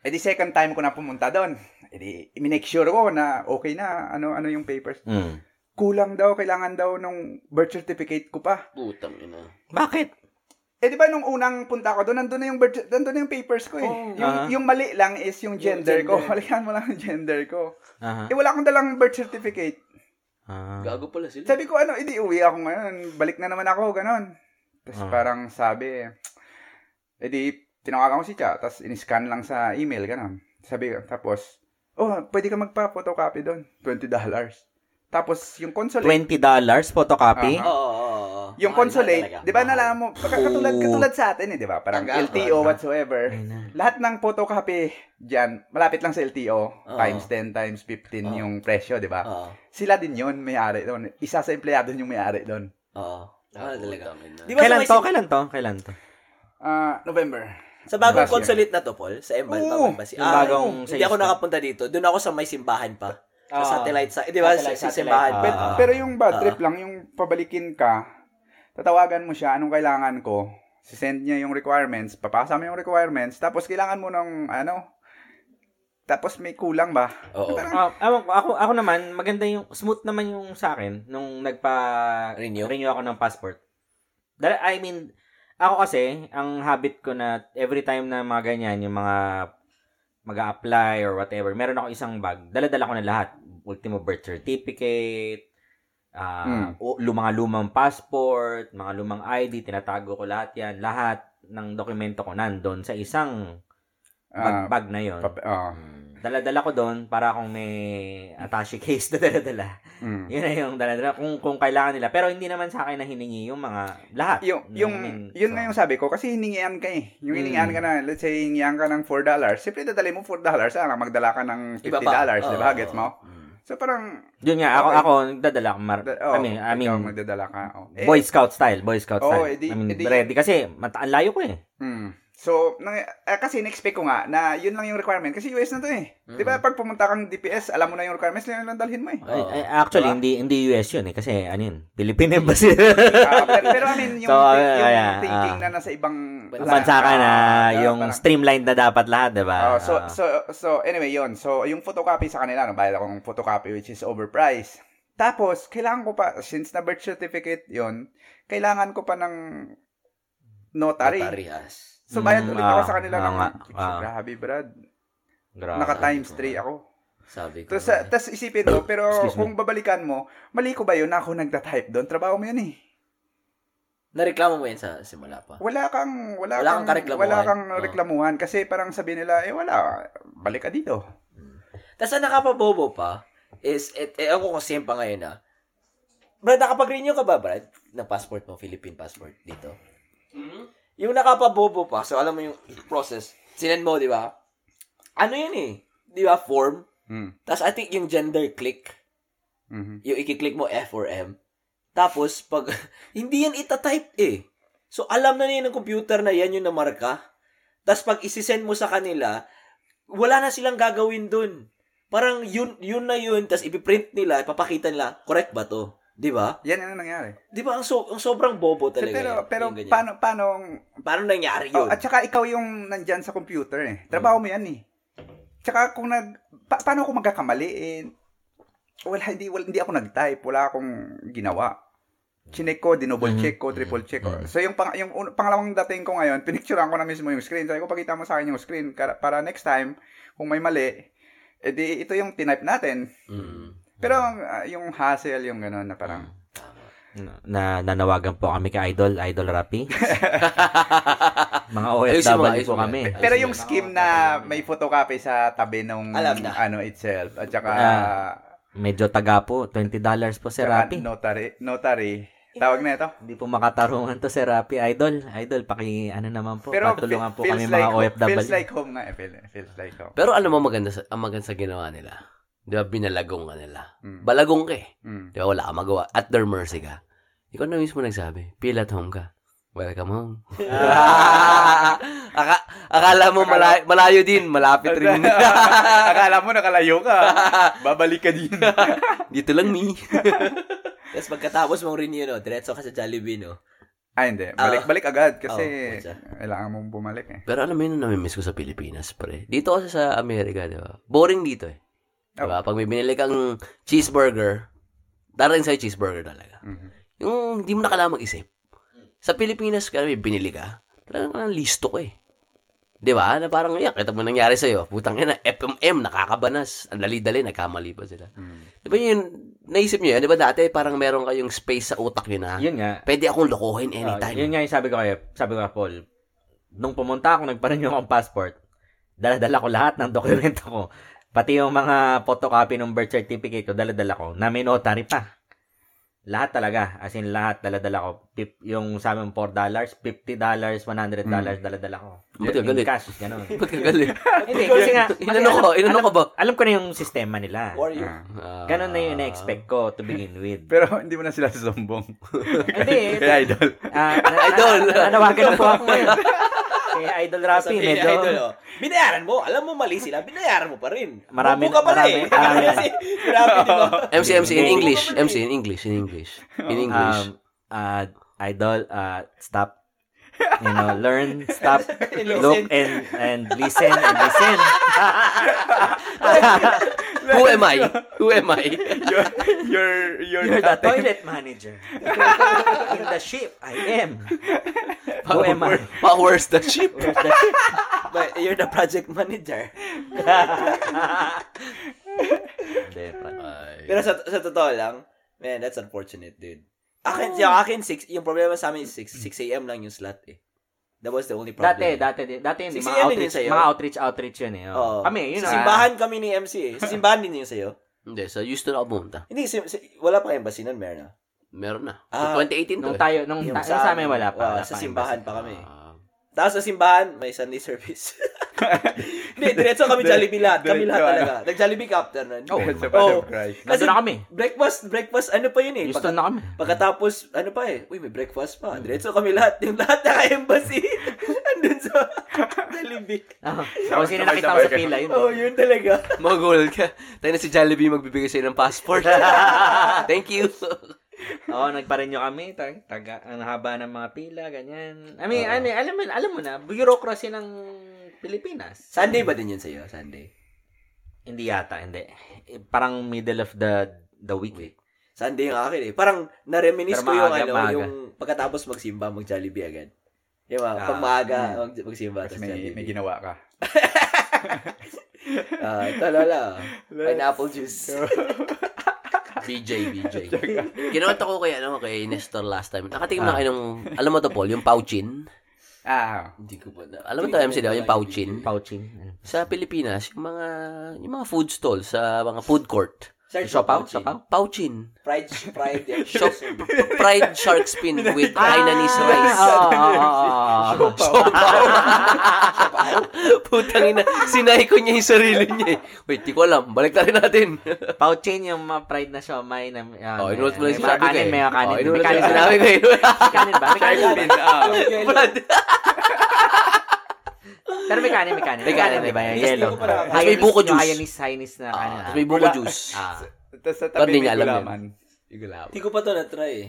Speaker 3: eh di second time ko na pumunta doon. Eh di, minake sure ko na okay na, ano, ano yung papers.
Speaker 4: Mm.
Speaker 3: Kulang daw, kailangan daw nung birth certificate ko pa.
Speaker 2: Putang ina.
Speaker 4: Bakit?
Speaker 3: Eh di ba nung unang punta ko doon, nandun na yung, birth, nandun na yung papers ko eh.
Speaker 1: Oo.
Speaker 3: yung,
Speaker 4: Aha.
Speaker 3: yung mali lang is yung gender,
Speaker 1: gender.
Speaker 3: ko. Balikan mo lang yung gender ko.
Speaker 4: Aha.
Speaker 3: Eh wala akong dalang birth certificate.
Speaker 4: Uh-huh. Ah.
Speaker 2: Gago pala sila.
Speaker 3: Sabi ko, ano, edi uwi ako ngayon. Balik na naman ako, ganon. Tapos
Speaker 4: Ah.
Speaker 3: parang sabi, edi tinawagan ko si Cha, tapos in-scan lang sa email, ganun. Sabi ko, tapos, oh, pwede ka magpa-photocopy doon, $20. Tapos, yung consulate,
Speaker 4: $20 photocopy?
Speaker 1: Oo, oo, oo. Mahal
Speaker 3: yung
Speaker 1: na
Speaker 3: consulate,
Speaker 1: Ah, talaga,
Speaker 3: di ba
Speaker 1: mahal.
Speaker 3: nalaman mo, baka katulad,
Speaker 4: Oo.
Speaker 3: katulad sa atin eh, di ba? Parang
Speaker 1: Ang
Speaker 3: LTO
Speaker 1: gawad,
Speaker 3: whatsoever.
Speaker 4: Ay, na.
Speaker 3: Lahat ng photocopy dyan, malapit lang sa LTO,
Speaker 1: Oo.
Speaker 3: times 10, times 15
Speaker 1: Oo.
Speaker 3: yung presyo, di ba?
Speaker 1: Oo,
Speaker 3: Sila din yun, may-ari doon. Isa sa empleyado yung may-ari doon.
Speaker 1: oo.
Speaker 2: Ah,
Speaker 1: Mahal Ah, talaga. Di ba
Speaker 4: Kailan
Speaker 1: sa,
Speaker 4: to? Kailan to? Kailan to?
Speaker 3: Ah, November.
Speaker 1: sa bagong
Speaker 3: Last year.
Speaker 1: consulate na to, Paul, sa Embal,
Speaker 3: Oo,
Speaker 1: bagong basi.
Speaker 4: yung
Speaker 1: Ah,
Speaker 4: bagong
Speaker 1: oo.
Speaker 4: sa
Speaker 1: hindi ako
Speaker 4: Houston.
Speaker 1: nakapunta dito. Doon ako sa may simbahan pa. Sa
Speaker 4: Ah.
Speaker 1: satellite sa, eh, di ba, sa,
Speaker 4: Satellite,
Speaker 1: sa
Speaker 4: satellite.
Speaker 1: simbahan.
Speaker 4: Ah.
Speaker 1: Pero,
Speaker 3: Pero,
Speaker 4: Ah.
Speaker 3: pero yung bad
Speaker 1: Ah.
Speaker 3: trip lang, yung pabalikin ka, tatawagan mo siya, anong kailangan ko, sisend niya yung requirements, papasa mo yung requirements, tapos kailangan mo ng, ano, tapos may kulang ba?
Speaker 1: oo.
Speaker 4: Ah, ewan ko, ako, ako naman, maganda yung, smooth naman yung sa akin nung nagpa-renew
Speaker 1: Renew?
Speaker 4: ako ng passport. Dahil, I mean, ako kasi, ang habit ko na every time na mga ganyan, yung mga mag apply or whatever, meron ako isang bag, dala-dala ko na lahat. Ultimo birth certificate, ah o- lu- mga lumang passport, mga lumang ID, tinatago ko lahat yan. Lahat ng dokumento ko nandun sa isang
Speaker 3: Ah,
Speaker 4: bag, bag na yon
Speaker 3: pap- ah,
Speaker 4: Daladala ko doon para kung may attache case na daladala.
Speaker 3: mm.
Speaker 4: Yun na yung daladala kung kung kailangan nila. Pero hindi naman sa akin na hiningi yung mga lahat.
Speaker 3: Yung, yung,
Speaker 4: Hmm.
Speaker 3: yun na yung sabi ko, kasi hiningian ka eh. Yung hiningian ka na, let's say, hiningian ka ng $4, siyempre dadali mo $4, sana magdala ka ng $50,
Speaker 1: Iba
Speaker 3: di
Speaker 1: pa.
Speaker 3: ba?
Speaker 1: Oo.
Speaker 3: Gets mo? So parang,
Speaker 4: Yun nga, ako,
Speaker 3: Okay.
Speaker 4: ako, nagdadala ako. Mar-
Speaker 3: da- oh,
Speaker 4: I mean, I mean,
Speaker 3: ikaw magdadala ka. oh. Eh,
Speaker 4: Boy Scout style, Boy Scout
Speaker 3: Oo,
Speaker 4: style.
Speaker 3: edi-
Speaker 4: I mean,
Speaker 3: edi-
Speaker 4: ready kasi, mata- ang layo ko eh.
Speaker 3: Mm. So, nang, eh, kasi in-expect ko nga na yun lang yung requirement. Kasi US na to eh. Di ba pag pumunta kang DPS, alam mo na yung requirements, yun lang dalhin mo eh.
Speaker 1: Oo.
Speaker 4: Ay- ay, actually,
Speaker 3: Diba?
Speaker 4: hindi hindi US yun eh. Kasi, ano yun, Philippine Embassy.
Speaker 3: Ah, pero, pero I mean, yung,
Speaker 4: So, ah,
Speaker 3: thi- yung
Speaker 4: yeah,
Speaker 3: thinking
Speaker 4: ah.
Speaker 3: na nasa ibang
Speaker 4: Bansa ka na,
Speaker 3: Ah,
Speaker 4: yung
Speaker 3: parang-
Speaker 4: streamlined na dapat lahat, diba?
Speaker 3: Oh, so, so, so, anyway, yon So, yung photocopy sa kanila, no, bayad akong photocopy which is overpriced. Tapos, kailangan ko pa, since na birth certificate yon kailangan ko pa ng notary. Hmm,
Speaker 1: Notarias.
Speaker 3: So, bayad
Speaker 4: Mm,
Speaker 3: ulit ako
Speaker 4: ah,
Speaker 3: sa kanila
Speaker 4: ah,
Speaker 3: ng...
Speaker 4: nga, ah.
Speaker 3: Grabe, Brad.
Speaker 4: Grabe.
Speaker 3: Naka-times 3 ako.
Speaker 1: Sabi ko.
Speaker 3: Tapos, sa- tas isipin mo, pero
Speaker 4: Excuse me.
Speaker 3: kung babalikan mo, mali ko ba yun na ako nagta-type doon? Trabaho mo yun eh.
Speaker 1: Nareklamo mo yan sa simula pa.
Speaker 3: Wala kang, wala,
Speaker 1: Wala
Speaker 3: kang,
Speaker 1: kang kareklamuhan.
Speaker 3: wala kang
Speaker 1: Oo.
Speaker 3: reklamuhan. Kasi parang sabi nila, eh wala, balik ka dito.
Speaker 1: Tapos ang nakapabobo pa is, et, eh, ako kung same pa ngayon ah. Brad, nakapag-renew ka ba, Brad? Ng passport mo, Philippine passport dito. Yung nakapabobo pa, so alam mo yung process, sinend mo, di ba? Ano yun eh? Di ba, form?
Speaker 3: Mm.
Speaker 1: Tapos I think yung gender click,
Speaker 3: Mhm.
Speaker 1: yung i-click mo F or M. Tapos, pag, hindi yan itatype eh. So, alam na niya ng computer na yan yung namarka. Tapos, pag isisend mo sa kanila, wala na silang gagawin dun. Parang yun, yun na yun, tapos ipiprint nila, papakita nila, correct ba to? Di ba?
Speaker 3: Yan ang nangyari.
Speaker 1: Di ba? Ang, so, ang sobrang bobo
Speaker 3: So,
Speaker 1: talaga.
Speaker 3: pero,
Speaker 1: yan,
Speaker 3: pero
Speaker 1: yung ganyan.
Speaker 3: paano, paano,
Speaker 1: Paano nangyari
Speaker 3: oh,
Speaker 1: yun? Hmm.
Speaker 3: at saka ikaw yung nandyan sa computer eh. Trabaho mo yan eh. Tsaka kung nag, pa- paano ako magkakamali eh? Wala, hindi, wala, hindi ako nag-type. Wala akong ginawa. Chinek ko, dinouble
Speaker 1: Mm-hmm.
Speaker 3: check ko, triple check ko. So yung, pang, yung un- pangalawang dating ko ngayon, pinicturean ko na mismo yung screen. Sabi ko, pakita mo sa akin yung screen kara- para next time, kung may mali, edi ito yung tinype natin.
Speaker 2: Hmm.
Speaker 1: Mm.
Speaker 3: Pero ah, yung hassle, yung gano'n na parang,
Speaker 4: na nanawagan po kami kay Idol, Idol Rapi. mga
Speaker 2: Ayusin mo,
Speaker 4: OFW
Speaker 2: ayusin
Speaker 4: po
Speaker 2: mo.
Speaker 4: kami.
Speaker 1: Mm-hmm.
Speaker 3: Pero yung scheme na may photocopy sa tabi ng
Speaker 1: Alam na.
Speaker 3: ano itself at saka
Speaker 4: Ah, Medyo taga po, $20 po si
Speaker 3: saka
Speaker 4: Rapi.
Speaker 3: notary notary tawag na ito.
Speaker 4: Hindi po makatarungan to si Rapi. Idol, Idol, paki ano naman po,
Speaker 3: Pero
Speaker 4: patulungan
Speaker 3: fe-
Speaker 4: po
Speaker 3: feels
Speaker 4: kami mga
Speaker 3: like home-
Speaker 4: OFW.
Speaker 3: Feels like home nga eh. Feel, feels like home.
Speaker 2: Pero alam mo maganda sa, ang maganda sa ginawa nila. Di ba, binalagong ka nila.
Speaker 3: Mm.
Speaker 2: Balagong ka eh.
Speaker 3: Mm.
Speaker 2: Di ba, wala ka magawa. At their mercy ka. Ikaw na mismo nagsabi, feel at home ka. Welcome home. Aka- akala mo malayo, malayo din, malapit rin.
Speaker 3: Akala mo nakalayo ka. Babalik ka din.
Speaker 2: Dito lang me.
Speaker 1: Tapos pagkatapos mong renew, no, diretso ka sa Jollibee, no?
Speaker 3: ah, hindi. Balik-balik agad kasi
Speaker 1: Oh, putya.
Speaker 3: kailangan mong bumalik eh.
Speaker 2: Pero alam mo yun, ang namimiss ko sa Pilipinas, pre. Dito kasi sa Amerika, di ba? Boring dito eh.
Speaker 4: Oh.
Speaker 2: Di ba? Pag may binili kang cheeseburger, darating sa'yo cheeseburger talaga.
Speaker 4: Mm-hmm.
Speaker 2: Yung hindi mo na kailangan mag-isip. Sa Pilipinas, kaya may binili ka, talagang parang listo ko eh. Di ba? Na parang, yan, kita mo nangyari sa'yo. Putang ina, FMM, nakakabanas. Ang dali-dali, nagkamali pa sila.
Speaker 3: Mm.
Speaker 2: Di ba yun, naisip nyo yan, di ba dati parang meron kayong space sa utak nyo na,
Speaker 4: Yun nga.
Speaker 2: pwede akong lokohin
Speaker 4: Oh,
Speaker 2: anytime.
Speaker 4: yun nga yung sabi ko kayo, sabi ko kay Paul. nung pumunta ako, nagpa-renew akong passport, daladala ko lahat ng dokumento ko. Pati yung mga photocopy ng birth certificate ko, daladala ko, na may notary pa. Lahat talaga. As in, lahat daladala ko. Pip- yung sabi mo, $4, $50, $100, daladala ko.
Speaker 2: Ba't ka
Speaker 4: In
Speaker 2: galit?
Speaker 4: cash, ganun.
Speaker 2: Ba't ka galit?
Speaker 4: Hindi, kasi nga, kasi
Speaker 2: eh. Inano
Speaker 4: alam-
Speaker 2: ko? Inano
Speaker 4: alam-
Speaker 2: ko ba?
Speaker 4: Alam ko na yung sistema nila.
Speaker 1: Warrior.
Speaker 3: Ah.
Speaker 4: Ganun na yung na-expect ko to begin with.
Speaker 3: Pero hindi mo na sila sombong.
Speaker 4: Hindi, ito-
Speaker 3: Kaya idol.
Speaker 4: Ah, na-
Speaker 2: Idol.
Speaker 4: na- Nanawagan na po ako ngayon. Kay Idol Rafi,
Speaker 1: Sabihin
Speaker 4: medyo...
Speaker 1: niya, idol, oh, binayaran mo. Alam mo, mali sila. Binayaran mo pa rin.
Speaker 4: Marami-
Speaker 1: Bobo ka pala
Speaker 4: marami-
Speaker 1: eh. Marami,
Speaker 4: marami.
Speaker 1: marami, di ba?
Speaker 2: MC, MC, in
Speaker 4: Hindi.
Speaker 2: English. MC, in English, in English. In English.
Speaker 4: Um, uh, idol, uh, stop. You know, learn, stop,
Speaker 1: Listen.
Speaker 4: look, and, and listen, and listen.
Speaker 2: Who am I? Who am I?
Speaker 3: You're, you're, you're,
Speaker 4: You're the
Speaker 3: ate.
Speaker 4: toilet manager. In the ship, I am. Who am I?
Speaker 2: Powers the ship.
Speaker 4: Where's the ship?
Speaker 1: But you're the project manager.
Speaker 4: Hindi, pa-
Speaker 1: Pero sa, sa totoo lang, man, that's unfortunate, dude. Akin,
Speaker 4: Oh.
Speaker 1: yung akin, six, yung problema sa amin, 6, 6 a.m. lang yung slot eh. That was the only problem.
Speaker 4: Dati, dati, di- dati hindi. Mga
Speaker 1: 6 a.m. yun
Speaker 4: outreach,
Speaker 1: sa'yo?
Speaker 4: mga outreach, outreach yun eh.
Speaker 1: Oo.
Speaker 4: Oh. Kami, yun
Speaker 1: Sa
Speaker 4: ah.
Speaker 1: simbahan kami ni MC eh. Sa simbahan din yun sa'yo.
Speaker 2: Hindi, sa Houston ako pumunta.
Speaker 1: Hindi, si, si- wala pa embassy nun, meron na.
Speaker 2: Meron na.
Speaker 1: Ah,
Speaker 2: 2018 to.
Speaker 4: Nung
Speaker 2: eh.
Speaker 4: tayo, nung, ta- Mm, sa, amin wala pa.
Speaker 1: Oo,
Speaker 4: wala pa.
Speaker 1: sa simbahan pa kami.
Speaker 2: Ah,
Speaker 1: Tapos sa simbahan, may Sunday service. Hindi, diretso kami Jollibee lahat. Kami lahat
Speaker 3: Diretso,
Speaker 1: talaga. Nag-Jollibee ka after nun.
Speaker 4: Oh.
Speaker 3: Sa Passion
Speaker 1: Oh.
Speaker 3: of Christ.
Speaker 1: Kasi-
Speaker 4: Nandun na kami.
Speaker 1: Breakfast, breakfast, ano pa yun eh.
Speaker 4: Houston
Speaker 1: Pagka-
Speaker 4: na kami.
Speaker 1: Pagkatapos, ano pa eh, uy, may breakfast pa. Diretso kami lahat. Yung lahat na embassy. Andun sa Jollibee.
Speaker 4: Ah, Kung sino nakita ko sa pila, yun.
Speaker 1: Oo, oh, yun talaga.
Speaker 2: Magol ka. Tayo na si Jollibee magbibigay sa'yo ng passport. Thank you.
Speaker 4: Oo, nagpa-renew kami. Tag, taga, ang haba ng mga pila, ganyan. I mean, ano, alam, mo, alam mo na, bureaucracy ng Pilipinas.
Speaker 1: Sunday ba din yun sa'yo? Sunday.
Speaker 4: Hindi yata, hindi. Eh, Parang middle of the the week. eh.
Speaker 1: Sunday yung akin eh. Parang nareminis
Speaker 4: Pero
Speaker 1: ko yung
Speaker 4: maaga,
Speaker 1: ano,
Speaker 4: maaga.
Speaker 1: yung pagkatapos magsimba, mag-Jollibee agad. Yung mga,
Speaker 4: Ah.
Speaker 1: pag maaga, mag- magsimba,
Speaker 3: Tapos
Speaker 1: tapos
Speaker 3: may, may
Speaker 1: Jollibee.
Speaker 3: ginawa ka.
Speaker 1: Ah, ito lola. Pineapple juice.
Speaker 2: BJ, BJ. Kinuwento ko kay, ano, kay Nestor last time. Nakatingin na kayo ng, alam mo to, Paul, yung pauchin.
Speaker 3: Ah,
Speaker 1: Hindi ko pa na.
Speaker 2: Alam mo to, MC, di ba? Yung pauchin.
Speaker 4: Pouching.
Speaker 2: Sa Pilipinas, yung mga, yung mga food stall, sa mga food court.
Speaker 1: Search
Speaker 4: Sopaw?
Speaker 1: Pauchin.
Speaker 4: Sopaw?
Speaker 2: Pauchin.
Speaker 1: Fried, fried. eh. yeah.
Speaker 2: Shop, fried shark fin with Hainanese rice.
Speaker 4: Oo, oo, oo.
Speaker 2: Putang ina, sinay ko niya yung sarili niya eh. Wait, di ko alam. Balik na rin natin.
Speaker 4: Pouching yung mga pride na siomay na... ah, may-
Speaker 2: oh, inulat mo lang
Speaker 4: may mga
Speaker 2: yung sinabi ko
Speaker 4: kanin,
Speaker 2: eh.
Speaker 4: May mga kanin.
Speaker 2: Oh,
Speaker 4: May kanin
Speaker 2: inulat mo lang yung sinabi
Speaker 4: sinabi
Speaker 2: ko eh.
Speaker 4: May kanin ba? May kanin.
Speaker 3: Charmin. Ah.
Speaker 2: Brad.
Speaker 4: Pero may kanin, may kanin. May kanin, di ba?
Speaker 2: Yes,
Speaker 4: Yellow.
Speaker 1: hindi ko pa nakakain.
Speaker 2: May buko
Speaker 4: Hyannis-
Speaker 2: juice.
Speaker 4: Hyannis, hyannis na kanin.
Speaker 2: Ah,
Speaker 4: ah.
Speaker 2: Tapos may buko
Speaker 3: Wala.
Speaker 2: juice.
Speaker 4: Ah.
Speaker 3: Tapos sa
Speaker 2: Pero
Speaker 3: tabi
Speaker 2: hindi
Speaker 3: may
Speaker 2: niya alam
Speaker 3: gulaman.
Speaker 2: Igulaw.
Speaker 1: Hindi ko pa to na-try eh.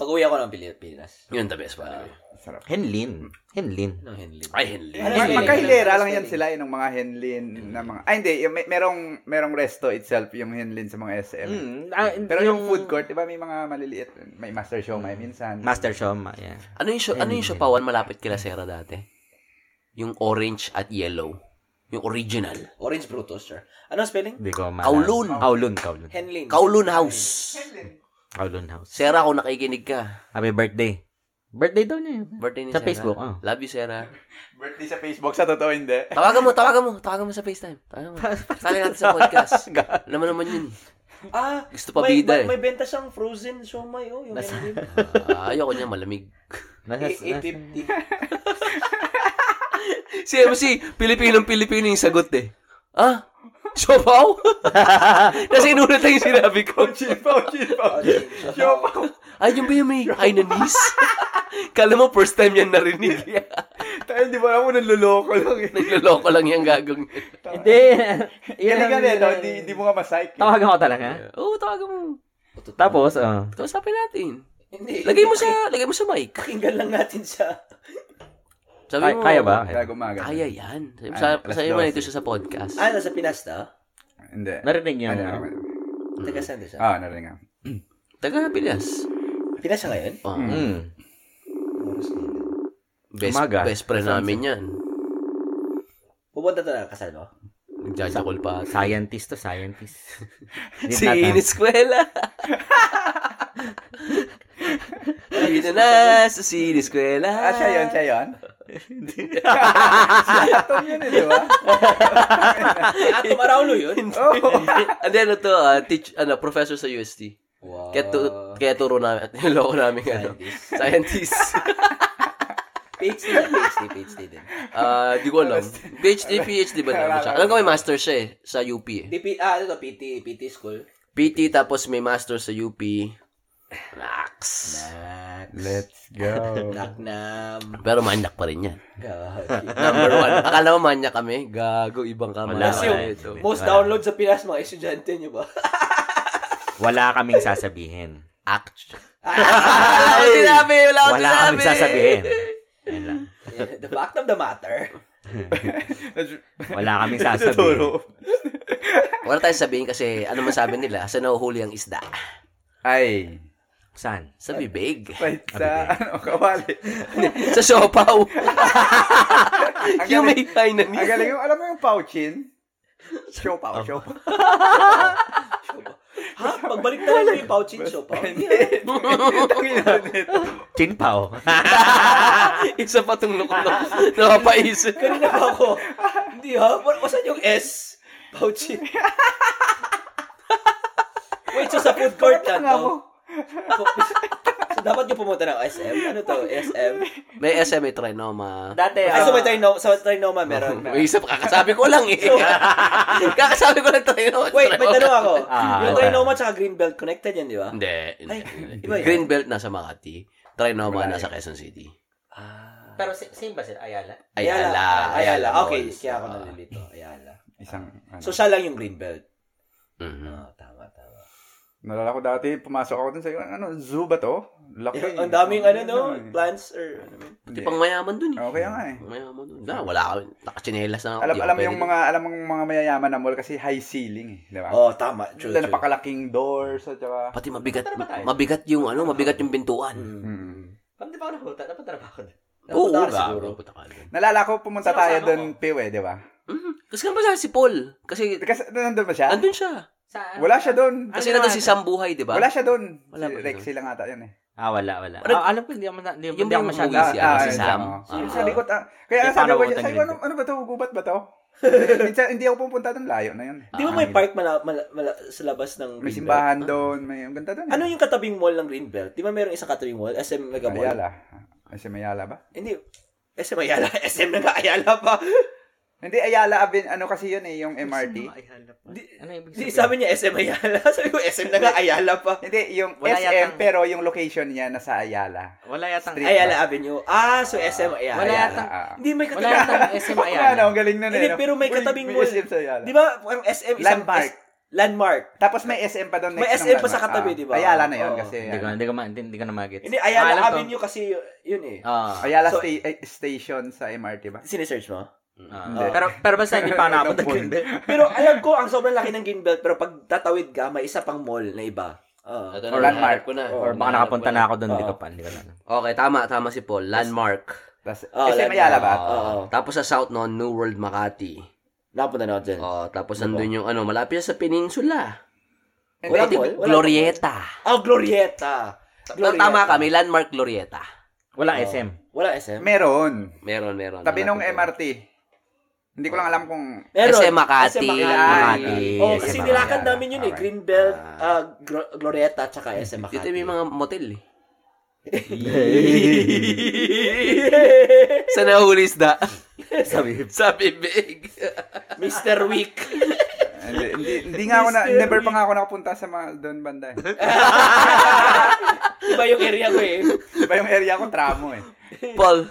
Speaker 1: Pag uwi ako ng Pilipinas.
Speaker 2: Yun the best pa.
Speaker 3: Sarap.
Speaker 4: Henlin. Henlin.
Speaker 1: Anong Henley?
Speaker 2: Ay, Henley.
Speaker 1: Ano
Speaker 3: Mag-
Speaker 1: yun?
Speaker 3: magkahilera lang yan sila, yun, ng mga Henlin na mga... Ay, hindi. Yung, may, merong, merong resto itself yung Henlin sa mga SM.
Speaker 4: Mm, ah,
Speaker 3: Pero yung, food court, di ba may mga maliliit, may master show may minsan.
Speaker 4: Master Shoma, yeah.
Speaker 2: Ano yung, sho- ano yung Shopawan malapit kila Sera dati? Yung orange at yellow. Yung original.
Speaker 1: Orange Brutus, sir. Anong spelling?
Speaker 4: Hindi ko maalala.
Speaker 2: Kowloon.
Speaker 4: Kowloon, Kowloon.
Speaker 1: Henlin.
Speaker 2: Kowloon House.
Speaker 4: Kowloon House.
Speaker 2: Sera, kung nakikinig ka.
Speaker 4: Happy birthday. Birthday daw niya. yun.
Speaker 2: Birthday ni
Speaker 4: Sa
Speaker 2: Sera.
Speaker 4: Facebook, ah.
Speaker 2: Love you, Sera.
Speaker 3: Birthday sa Facebook, sa totoo hindi.
Speaker 2: Tawagan mo, tawagan mo. Tawagan mo sa FaceTime. Tawagan mo. Sali natin sa podcast. Alam mo naman yun.
Speaker 1: Ah,
Speaker 2: Gusto pa
Speaker 1: may,
Speaker 2: bida eh.
Speaker 1: may, may benta siyang frozen siomay, oh, yung Henlin.
Speaker 2: Ah, ayoko niya malamig.
Speaker 4: Nasa, nasa,
Speaker 1: 850.
Speaker 2: Si MC, Pilipinong-Pilipino yung sagot eh. Ah? Siopaw? Kasi inulit lang yung sinabi ko.
Speaker 3: Chipaw, chipaw. Chipaw.
Speaker 2: Ay, yung ba yung may Hainanese? Kala mo first time yan narinig.
Speaker 3: Tayo, di ba ako naluloko lang eh.
Speaker 2: Nagloloko lang yung gagawin.
Speaker 4: Hindi. Yun ang-
Speaker 3: Galing ka
Speaker 4: yun
Speaker 3: nito,
Speaker 4: ang-
Speaker 3: di, di mo ka masike. eh.
Speaker 4: Tawagan ko talaga.
Speaker 2: Oo, tawagan mo.
Speaker 4: Tapos, oh.
Speaker 2: Kausapin natin.
Speaker 1: Hindi.
Speaker 2: Lagay mo sa, lagay mo sa mic.
Speaker 1: Pakinggan lang natin siya.
Speaker 2: Sabi
Speaker 4: Ay-
Speaker 2: mo,
Speaker 4: kaya ba? Ah,
Speaker 3: Kaya gumaga.
Speaker 2: Kaya yan. Sabi mo,
Speaker 3: Ay,
Speaker 2: sa,
Speaker 3: alas
Speaker 2: sabi mo
Speaker 3: 12.
Speaker 2: nito siya sa podcast.
Speaker 1: Ah, nasa Pinas na?
Speaker 3: Hindi.
Speaker 4: Narinig niyo.
Speaker 3: Ano?
Speaker 1: Taga saan na siya?
Speaker 3: Ah, narinig nga.
Speaker 2: Taga Pinas.
Speaker 1: Pinas siya ngayon?
Speaker 2: Oh,
Speaker 4: Mm.
Speaker 1: Oras na yun.
Speaker 2: best,
Speaker 4: Umaga.
Speaker 2: best friend namin yan.
Speaker 1: Pupunta to na kasal mo?
Speaker 2: Nagjajakol pa.
Speaker 4: Scientist to scientist. Did
Speaker 2: Si
Speaker 4: not, ah.
Speaker 2: Iniskwela. Hindi na na sa siniskwela.
Speaker 6: Ah,
Speaker 3: Ah, siya yun, siya yun. Atom yun eh, di ba?
Speaker 6: Ato Maraulo yun.
Speaker 3: Oh.
Speaker 2: And then, ano to, ah, teach, ano, professor sa UST.
Speaker 1: Wow.
Speaker 2: Kaya, tu- kaya turo namin, at niloko namin, ano, scientist.
Speaker 1: PhD din, PhD, PhD din.
Speaker 2: Ah, di ko alam. PhD, PhD ba naman siya? Alam ko may master siya eh, sa UP eh.
Speaker 1: Di, P- ah, ano to, PT, PT school.
Speaker 2: PT, tapos may master sa UP. Relax.
Speaker 1: Max.
Speaker 3: Let's go.
Speaker 1: Naknam.
Speaker 2: Pero manyak pa rin yan.
Speaker 1: God.
Speaker 2: Number one. Akala mo manyak kami? Gago, ibang kama.
Speaker 4: Wala,
Speaker 2: Kasi
Speaker 1: wala
Speaker 2: yung-
Speaker 4: ito.
Speaker 1: Most download sa Pinas, mga estudyante nyo ba?
Speaker 4: Wala kaming sasabihin.
Speaker 2: Act. Wala akong sinabi, wala akong
Speaker 4: Wala kaming sasabihin. Yan lang.
Speaker 1: the fact of the matter.
Speaker 4: Wala kaming sasabihin.
Speaker 2: Wala tayong sabihin kasi ano man sabi nila, sa nahuhuli ang isda.
Speaker 3: Ay.
Speaker 4: Saan?
Speaker 2: Sa bibig.
Speaker 3: Wait, sa ano, kawali.
Speaker 2: sa sopaw.
Speaker 3: Ang
Speaker 2: yung may
Speaker 3: galing,
Speaker 2: kainan
Speaker 3: ang galing yung, alam mo yung pouchin? Show pao, show pao.
Speaker 1: Ha? Pagbalik na lang yung pouchin shop, ha?
Speaker 3: Tangin na nito.
Speaker 4: Chinpao.
Speaker 2: Isa pa tong lukok-lukok. Napapaisip.
Speaker 1: Kanina pa ako. Hindi ha? Pa- Asan yung S? Pouchin. Wait, so sa food court na
Speaker 3: Tanga
Speaker 1: to.
Speaker 3: mo.
Speaker 1: So dapat nyo pumunta ng SM? Ano to? SM?
Speaker 2: May SMA trinoma.
Speaker 1: Dati, ah, so may trinoma, sa trinoma meron.
Speaker 2: May isa pa, kakasabi ko lang eh. kakasabi ko lang trinoma.
Speaker 1: Wait, may tanong ako.
Speaker 4: Ah,
Speaker 1: yung
Speaker 4: okay.
Speaker 1: Trinoma tsaka Greenbelt connected yan, di ba?
Speaker 2: Hindi. hindi.
Speaker 1: Ay, iba yun.
Speaker 2: Greenbelt nasa Makati. Trinoma nasa Quezon City.
Speaker 6: Pero si- same ba sila? Ayala?
Speaker 2: Ayala. Ayala.
Speaker 1: Ayala. Okay,
Speaker 2: Malls.
Speaker 1: kaya ako
Speaker 2: Ah.
Speaker 1: nalilito. Ayala.
Speaker 3: Isang, ano.
Speaker 1: So, siya lang yung Greenbelt.
Speaker 2: Mhm.
Speaker 1: Ah, tama, tama.
Speaker 3: Nalala ko dati, pumasok ako dun sa, ano, zoo ba to? Laki.
Speaker 1: Yung- Ang daming, ano, no?
Speaker 3: eh.
Speaker 1: Plants or, ano, man.
Speaker 2: Di pang mayaman dun eh.
Speaker 3: Oo, kaya nga eh.
Speaker 2: Mayaman dun. Na, wala kami. Nakachinelas na ako.
Speaker 3: Alam,
Speaker 2: Di ako
Speaker 3: alam
Speaker 2: pwede
Speaker 3: yung
Speaker 2: dun.
Speaker 3: mga, alam ang mga mayayaman na mall kasi high ceiling eh. Di ba?
Speaker 1: Oh, tama. True,
Speaker 3: Dahil
Speaker 1: true.
Speaker 3: napakalaking doors at saka...
Speaker 2: Pati mabigat, mabigat yung ano, mabigat yung bintuan.
Speaker 1: Hmm.
Speaker 3: Mm.
Speaker 6: Parang di ba ako napunta? Napunta na ba ako?
Speaker 2: Oo,
Speaker 1: Napunta ka na
Speaker 2: ga-
Speaker 1: siguro.
Speaker 2: napunta ka na dun.
Speaker 3: Nalala ko pumunta
Speaker 6: Sinasama
Speaker 3: tayo
Speaker 6: ko.
Speaker 3: doon, Piw eh, di ba?
Speaker 2: Mhm. Kasi kaya pa si Paul. Kasi,
Speaker 3: Kasi nandun ba siya?
Speaker 2: andun siya.
Speaker 6: Saan?
Speaker 3: Wala siya doon.
Speaker 2: Kasi nandun si Sambuhay, di Ah, ba?
Speaker 3: Wala siya doon.
Speaker 2: Wala
Speaker 3: si
Speaker 2: ba
Speaker 3: Rex
Speaker 2: doon?
Speaker 3: sila nga ata yun eh.
Speaker 4: ah, wala, wala.
Speaker 2: Parang-
Speaker 4: Ah, alam ko, hindi ako, na, hindi,
Speaker 2: Yung
Speaker 4: hindi ako
Speaker 2: mga
Speaker 4: masyado.
Speaker 2: movies Si, yan. ano,
Speaker 3: Ah,
Speaker 2: si
Speaker 3: yun,
Speaker 2: Sam.
Speaker 3: oo.
Speaker 2: Ah.
Speaker 3: Sa likod. ah. Kaya
Speaker 4: Hindi,
Speaker 3: sabi
Speaker 4: paano
Speaker 3: ko,
Speaker 4: pupunta
Speaker 3: sabi ko,
Speaker 4: dito?
Speaker 3: ano, ano ba to? Gubat ba to? Minsan, hindi ako pupunta doon. Layo na yun.
Speaker 1: Di ba may park mala, mala, mala, sa labas ng
Speaker 3: May
Speaker 1: Greenbelt?
Speaker 3: simbahan doon. May ang ganda doon. eh.
Speaker 1: Ano yung katabing mall ng Greenbelt? Di ba merong isang katabing mall? SM Mega Mall?
Speaker 3: Ayala. Ay, si Mayala ba?
Speaker 1: Hindi. SM Ayala. SM Mega Ayala pa.
Speaker 3: Hindi, Ayala Aven, ano kasi yun eh, yung MRT.
Speaker 1: Di,
Speaker 4: Ano ibig
Speaker 1: di sabi niya SM Ayala. Sabi ko, SM na nga Ayala pa.
Speaker 3: Hindi, yung
Speaker 4: Wala
Speaker 3: SM,
Speaker 4: yatang-
Speaker 3: pero yung location niya nasa Ayala.
Speaker 4: Wala yatang...
Speaker 3: Street.
Speaker 1: Ayala Avenue. Ah, so SM Ayala.
Speaker 4: Wala
Speaker 3: Ah,
Speaker 4: yata.
Speaker 3: ah.
Speaker 1: Hindi, may
Speaker 4: Wala
Speaker 1: katabing.
Speaker 4: yatang SM
Speaker 3: Wala na,
Speaker 4: Ayala.
Speaker 3: ang galing nun eh.
Speaker 1: Hindi,
Speaker 3: no?
Speaker 1: pero may
Speaker 3: Uy,
Speaker 1: katabing
Speaker 3: may
Speaker 1: mall.
Speaker 3: SM sa Ayala.
Speaker 1: Di ba, ang SM isang...
Speaker 3: Landmark.
Speaker 1: landmark.
Speaker 3: Tapos may SM pa doon next.
Speaker 1: May
Speaker 3: ng
Speaker 1: SM pa sa
Speaker 3: landmark.
Speaker 1: katabi,
Speaker 3: Ah,
Speaker 1: di ba?
Speaker 3: Ayala na yun
Speaker 1: Oo.
Speaker 3: kasi.
Speaker 4: Hindi ko,
Speaker 3: ano,
Speaker 4: hindi ko, ma- hindi, hindi ko na magets.
Speaker 1: Hindi,
Speaker 4: Ah, alam
Speaker 1: Ayala
Speaker 4: ko.
Speaker 1: Avenue kasi yun eh.
Speaker 4: Ah.
Speaker 3: Ayala
Speaker 1: So-
Speaker 3: sta- eh, Station sa MRT ba?
Speaker 1: Sinesearch mo?
Speaker 4: Ah.
Speaker 3: Hindi.
Speaker 4: pero, pero basta hindi pa ako nakapunta.
Speaker 3: Alam mo.
Speaker 1: Pero alam ko, ang sobrang laki ng Greenbelt, pero pag tatawid ka, may isa pang mall na iba. Ah. Oo.
Speaker 2: Ito na,
Speaker 3: Or landmark.
Speaker 2: nahanap Ah, ko na.
Speaker 4: Or baka nakapunta na ako doon, hindi
Speaker 2: Ah.
Speaker 4: ko pa, hindi ko na. ano. alam.
Speaker 2: Okay, tama, tama si Paul. Landmark.
Speaker 3: Tas,
Speaker 1: Oh,
Speaker 3: SM
Speaker 1: Landmark.
Speaker 3: Ayala ba?
Speaker 2: Oo.
Speaker 1: Oo.
Speaker 2: Tapos sa South noon, New World Makati.
Speaker 1: Napunta na ako dyan.
Speaker 2: Oh, tapos nandun yung ano, malapit siya sa peninsula.
Speaker 1: Wala
Speaker 2: Pati
Speaker 1: mall? Wala
Speaker 2: Glorieta.
Speaker 1: Oh, Glorieta.
Speaker 2: Tama Tama ka, may landmark Glorieta.
Speaker 4: Wala
Speaker 2: Ah.
Speaker 4: SM.
Speaker 1: Wala SM.
Speaker 3: Meron.
Speaker 2: Meron, meron.
Speaker 3: Tabi nung
Speaker 2: Hanapin ko.
Speaker 3: MRT. Hindi ko lang alam kung...
Speaker 2: SM Makati.
Speaker 4: Makati.
Speaker 1: Oh,
Speaker 4: SM
Speaker 1: kasi
Speaker 4: Makati.
Speaker 1: nilakan namin yun eh.
Speaker 3: Okay.
Speaker 1: Greenbelt, ah, Gro- Glorieta, tsaka SM Makati.
Speaker 2: Dito may mga motel eh. sa nahuli isda. Sabi Sabi big.
Speaker 1: Mr. Week.
Speaker 3: Hindi, hindi, hindi nga ako na...
Speaker 1: Mystery.
Speaker 3: Never pa nga ako nakapunta sa mga doon banda. eh.
Speaker 1: Iba yung area ko eh.
Speaker 3: Iba yung area ko, tramo eh.
Speaker 2: Paul,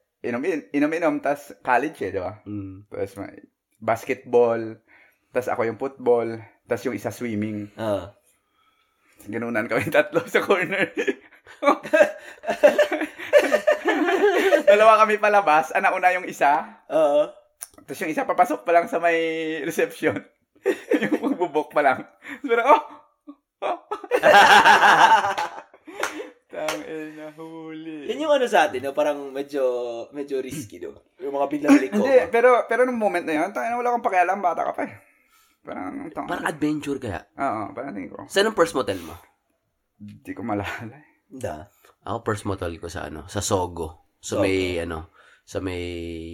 Speaker 3: inom, inom, inom, tapos college eh, di ba?
Speaker 2: Mm.
Speaker 3: Tapos may basketball, tapos ako yung football, tapos yung isa swimming.
Speaker 1: Ah.
Speaker 3: Ganunan kami tatlo sa corner. Dalawa kami palabas. Ana una yung isa.
Speaker 1: Oo.
Speaker 3: Tapos yung isa papasok pa lang sa may reception. yung magbubok pa lang. Tapos parang, oh! Tang na huli.
Speaker 1: Yan yung ano sa atin, no? parang medyo medyo risky, no? Yung mga biglang liko.
Speaker 3: Hindi, pero pero nung moment na yun, tangina wala akong pakialam, bata ka pa eh. Parang, tang,
Speaker 2: Parang adventure kaya.
Speaker 3: oo, parang tingin ko,
Speaker 2: Saan ang first motel mo?
Speaker 3: hindi ko malala.
Speaker 1: Da.
Speaker 2: Ako first motel ko sa ano, sa Sogo. So may ano, sa may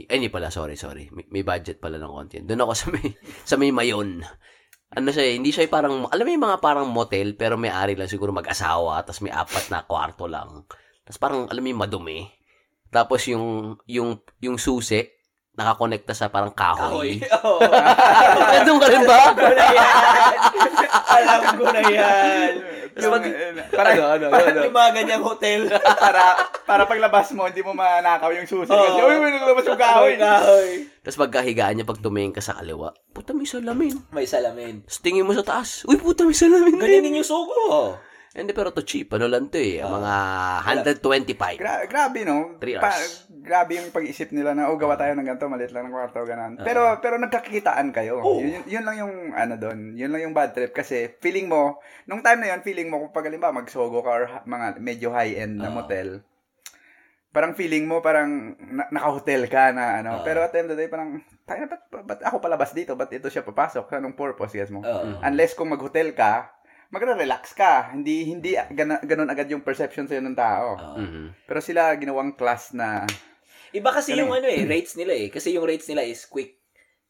Speaker 2: eh, hindi pala, sorry, sorry. May, may budget pala ng konti. Doon ako sa may sa may Mayon. Ano siya, eh, hindi siya eh parang alam mo yung mga parang motel pero may ari lang siguro mag-asawa tapos may apat na kwarto lang. Tapos parang alam mo yung madumi. Tapos yung yung yung susi nakakonekta sa parang kahoy.
Speaker 1: Ahoy. Oo.
Speaker 2: Nandun ka rin ba?
Speaker 1: Alam ko na
Speaker 3: Ano
Speaker 1: yan.
Speaker 3: Yung
Speaker 1: mag-
Speaker 3: para, ano, ano, ano,
Speaker 1: Yung mga ganyang hotel.
Speaker 3: para, para paglabas mo, hindi mo manakaw yung susi.
Speaker 1: Oo.
Speaker 3: Kasi, uy, may naglabas yung kahoy.
Speaker 1: Kahoy.
Speaker 2: Tapos pagkahigaan niya pag tumingin ka sa kaliwa, puta may salamin.
Speaker 1: May salamin.
Speaker 2: Tapos tingin mo sa taas, uy puta may salamin din.
Speaker 1: Ganyan din yung sugo. oh.
Speaker 2: Hindi, pero to cheap. Ano lang to eh. Mga 125.
Speaker 3: Gra- grabe, no?
Speaker 2: Three
Speaker 3: Pa-
Speaker 2: hours. Ah.
Speaker 3: grabe yung pag-isip nila na, oh, gawa tayo ng ganito, maliit lang ng kwarto, ganun. Pero, pero nagkakitaan kayo.
Speaker 2: Oh.
Speaker 1: Oo.
Speaker 3: Yun, yun lang yung, ano doon, yun lang yung bad trip. Kasi, feeling mo, nung time na yun, feeling mo, kung pag halimbawa, magsogo ka or ha- mga medyo high-end
Speaker 2: Ah.
Speaker 3: na
Speaker 1: Oo.
Speaker 3: motel, parang feeling mo, parang na- naka-hotel ka na, ano.
Speaker 2: Ah.
Speaker 1: Oo.
Speaker 3: Pero at the end of the day, parang, tayo na, ba't, ba't ako palabas dito? Ba't ito siya papasok? Anong purpose, guys mo?
Speaker 2: Ah.
Speaker 1: Oo.
Speaker 3: Unless kung mag-hotel ka, magre-relax ka. Hindi hindi gana, ganun agad yung perception sa'yo ng tao.
Speaker 1: Oo.
Speaker 2: Mhm.
Speaker 3: Pero sila ginawang class na
Speaker 1: Iba kasi
Speaker 3: Ganun.
Speaker 1: yung ano eh, rates nila eh. Kasi yung rates nila is quick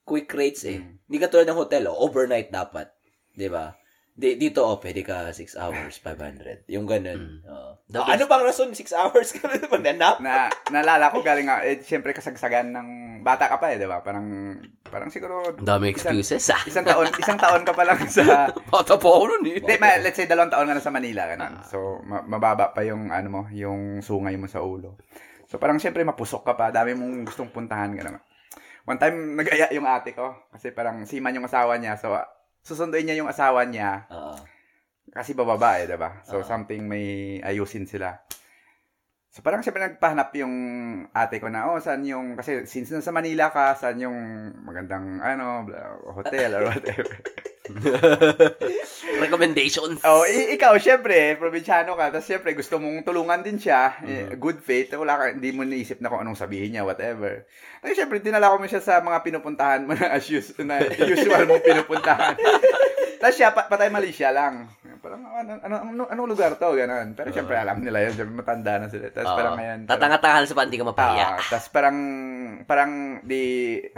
Speaker 1: quick rates eh. Hindi ka tulad ng hotel, oh, overnight dapat. 'Di ba? Di, dito, oh, pwede ka 6 hours, 500. Yung ganun. Oo.
Speaker 2: That
Speaker 1: Ah, ano bang rason? 6 hours ka na naman, nanap?
Speaker 3: na nalala ko galing nga eh syempre kasagsagan ng bata ka pa eh, 'di ba? Parang parang siguro
Speaker 2: Ang dami excuses ah.
Speaker 3: isang taon isang taon ka pa lang sa
Speaker 2: Bata pa ako nun eh.
Speaker 3: Hindi, ma- let's say dalawang taon ka na sa Manila ganun. So ma- mababa pa yung ano mo, yung sungay mo sa ulo. So parang syempre mapusok ka pa, dami mong gustong puntahan ganun. One time nagaya yung ate ko kasi parang siman yung asawa niya. So ah, susunduin niya yung asawa niya
Speaker 1: Oo.
Speaker 3: kasi bababa eh, 'di ba? So
Speaker 1: Oo.
Speaker 3: something may ayusin sila. So parang siyempre nagpahanap yung ate ko na, oh, saan yung, kasi since nasa Manila ka, saan yung magandang, ano, bla- hotel or whatever.
Speaker 2: Recommendations.
Speaker 3: oh, i- ikaw, syempre, probinsyano ka, tapos syempre, gusto mong tulungan din siya, eh, good faith, wala ka, hindi mo naisip na kung anong sabihin niya, whatever. Ay, syempre, dinala ko mo siya sa mga pinupuntahan mo na, as us- na usual mong pinupuntahan. Tapos siya, pa- patay mali siya lang. Parang, ano, ano, ano, anong lugar to? Ganun. Pero syempre, alam nila yun. Syempre, matanda na sila. Tapos
Speaker 2: Oo.
Speaker 3: parang ngayon. parang-
Speaker 2: Tatanga-tanga lang Ah, sa panty ka mapahiya.
Speaker 3: Ah, tas parang, parang di,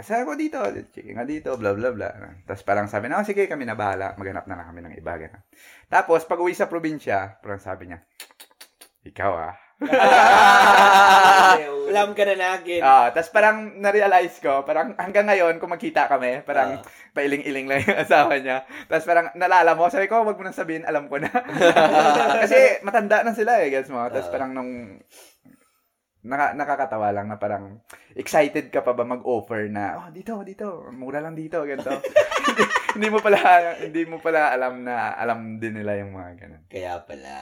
Speaker 3: sabi ko dito, sige nga dito, bla bla bla. Tapos parang sabi na, oh, sige kami na bahala, maghanap na lang kami ng iba. Ganun. Tapos pag uwi sa probinsya, parang sabi niya, ikaw ah.
Speaker 1: Alam ka na lagi.
Speaker 3: Ah, tas parang na-realize ko, parang hanggang ngayon kung magkita
Speaker 1: Ah.
Speaker 3: kami, parang pailing-iling lang yung asawa niya. Tapos parang nalala mo, sabi ko, wag mo nang sabihin, alam ko na. Kasi matanda na sila eh, guys mo. Tapos
Speaker 1: Ah.
Speaker 3: parang nung naka, nakakatawa lang na parang excited ka pa ba mag-offer na, oh, dito, dito, mura lang dito, ganito. hindi, hindi mo pala, hindi mo pala alam na, alam din nila yung mga ganun.
Speaker 1: Kaya pala.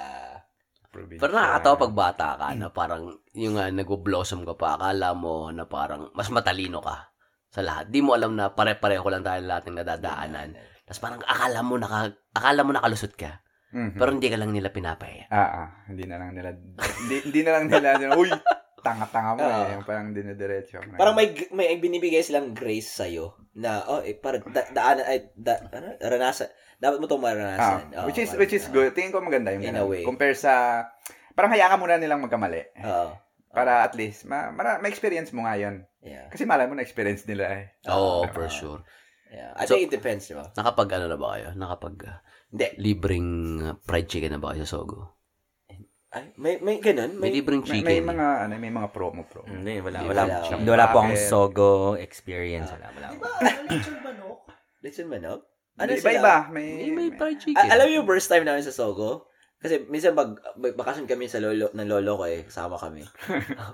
Speaker 3: Probinsya.
Speaker 2: Pero nakakatawa pag bata ka na parang yung nga nag-blossom ka pa, akala mo na parang mas matalino ka sa lahat. Di mo alam na pare-pareho lang tayo lahat ng nadadaanan. Tapos parang akala mo, naka, akala mo nakalusot ka.
Speaker 3: Mhm.
Speaker 2: Pero hindi ka lang nila pinapahiya.
Speaker 3: Ah, ah, hindi na lang nila, hindi, hindi na lang nila, uy, tanga-tanga mo eh, yung parang dinediretso. mo na.
Speaker 1: Parang may may binibigay silang grace sa na oh, eh, para da, daanan ay da, ano, ranasan. Dapat mo 'tong
Speaker 3: Ah,
Speaker 1: maranasan. Oo,
Speaker 3: which is
Speaker 1: parang-
Speaker 3: which is good. Tingin ko maganda yung
Speaker 1: In a
Speaker 3: ganun.
Speaker 1: way.
Speaker 3: Compare sa parang hayaan ka muna nilang magkamali
Speaker 1: Oo.
Speaker 3: para at least ma, mara, ma-experience mo nga yun.
Speaker 1: Yeah.
Speaker 3: Kasi malay mo na experience nila eh.
Speaker 2: Oo, oh,
Speaker 1: Ah,
Speaker 2: for
Speaker 1: ah.
Speaker 2: sure.
Speaker 1: yeah. I
Speaker 2: So-
Speaker 1: think it depends, di ba?
Speaker 2: Nakapag ano na ba kayo? Nakapag ah,
Speaker 1: Hindi.
Speaker 2: libreng ah, fried chicken na ba kayo sa Sogo?
Speaker 1: Ay, may may ganun,
Speaker 2: May,
Speaker 1: may
Speaker 2: libreng
Speaker 3: May,
Speaker 2: chicken.
Speaker 3: may mga ano, may mga promo pro.
Speaker 4: Hindi, wala.
Speaker 1: Hindi,
Speaker 4: Wala,
Speaker 1: wala.
Speaker 4: wala, wala po akong Sogo experience. Wala, wala.
Speaker 5: Di
Speaker 4: po.
Speaker 5: ba, ano lechon manok?
Speaker 1: lechon manok. Ano
Speaker 3: Ano iba,
Speaker 1: sila?
Speaker 3: iba, may,
Speaker 2: Eh, may fried chicken.
Speaker 1: A- alam mo yung first time namin sa Sogo? Kasi minsan pag pag bakasyon kami sa lolo ng lolo ko eh, kasama kami.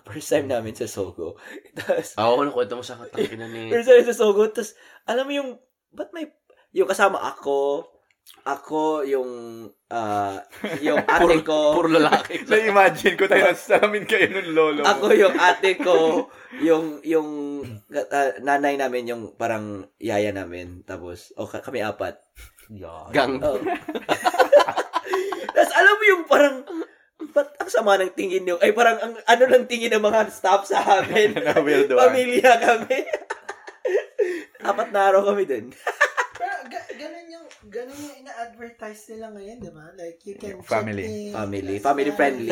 Speaker 1: first time namin sa Sogo. Tapos
Speaker 2: Oo, ano kwento mo sa katakinan ni...
Speaker 1: first time sa Sogo, tapos alam mo yung ba't may yung kasama ako, Ako yung ah, yung ate ko.
Speaker 2: Puro lalaki.
Speaker 3: Na-imagine ko tayo nasasalamin kayo nung lolo. mo.
Speaker 1: Ako yung ate ko, yung yung ah, nanay namin yung parang yaya namin tapos oh, ka- kami apat.
Speaker 2: Gang.
Speaker 1: Oh. Tapos alam mo yung parang Ba't ang sama ng tingin nyo? Ay, parang ang, ano ng tingin ng mga staff sa amin?
Speaker 3: Na weirdoan.
Speaker 1: Pamilya kami. Apat na araw kami dun.
Speaker 5: Pero ga- ganun yung, ganun yung ina-advertise nila ngayon, di ba? Like, you can
Speaker 3: Yung family.
Speaker 5: check in.
Speaker 1: Family.
Speaker 5: Yes,
Speaker 1: Family
Speaker 5: yeah.
Speaker 1: friendly.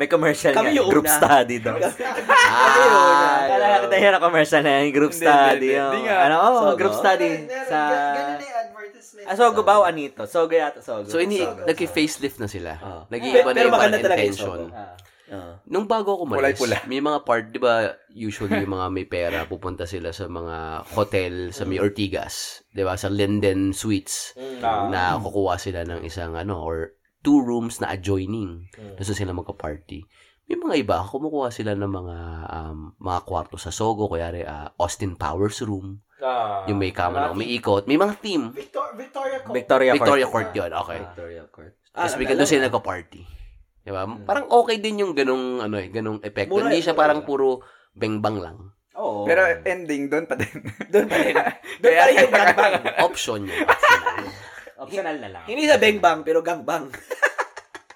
Speaker 4: May commercial
Speaker 1: Kami
Speaker 4: Kami
Speaker 1: yung
Speaker 4: Group
Speaker 1: una.
Speaker 4: study daw. Ah,
Speaker 1: Kami yung una.
Speaker 4: Kala ko tayo na commercial na yan. Group
Speaker 3: Hindi,
Speaker 4: study.
Speaker 3: hindi,
Speaker 4: oh.
Speaker 3: hindi nga.
Speaker 4: Ano? oh,
Speaker 1: Sogo.
Speaker 4: group study.
Speaker 5: Meron- meron.
Speaker 4: Sa...
Speaker 5: Ga- Ganun na yung advertisement.
Speaker 4: Ah, Sogo ba o Anito? Sogo yata, Sogo.
Speaker 2: So, ini,
Speaker 5: Sogo.
Speaker 2: nag-facelift na sila.
Speaker 1: Ah.
Speaker 2: Nag-iiba
Speaker 1: Pero-
Speaker 2: na
Speaker 1: pero
Speaker 2: yung parang
Speaker 1: maganda talaga yung
Speaker 2: intention.
Speaker 1: sogo. Ah. Oo.
Speaker 2: Nung bago ako umalis,
Speaker 3: Kulay-pula.
Speaker 2: may mga part, di ba, usually yung mga may pera, pupunta sila sa mga hotel sa may Ortigas, di ba, sa Linden Suites,
Speaker 4: Ah.
Speaker 1: Ah,
Speaker 2: na kukuha sila ng isang, ano, or two rooms na adjoining.
Speaker 4: Hmm.
Speaker 2: Doon sa sila magka-party. May mga iba, kumukuha sila ng mga um, mga kwarto sa Sogo, kuyari ah, Austin Powers Room,
Speaker 1: ah.
Speaker 2: yung may kama na umiikot. May mga theme.
Speaker 5: Victor- Victoria Court.
Speaker 4: Ah. Victoria,
Speaker 2: Victoria
Speaker 4: Court.
Speaker 2: Court yun, okay.
Speaker 4: Victoria Court.
Speaker 1: Ah,
Speaker 2: Tapos bigla
Speaker 1: alam
Speaker 2: doon sila
Speaker 1: mo.
Speaker 2: nagpa-party. Diba? Parang okay din yung ganong, ano eh, ganong epekto.
Speaker 1: Mura-
Speaker 2: Hindi siya parang puro bengbang lang.
Speaker 1: Oo.
Speaker 3: Pero ending doon pa din.
Speaker 1: doon pa rin. Doon pa rin yung gangbang.
Speaker 2: Option yun. optional.
Speaker 4: Ah, Optional na lang.
Speaker 1: Hindi sa bengbang, pero gangbang.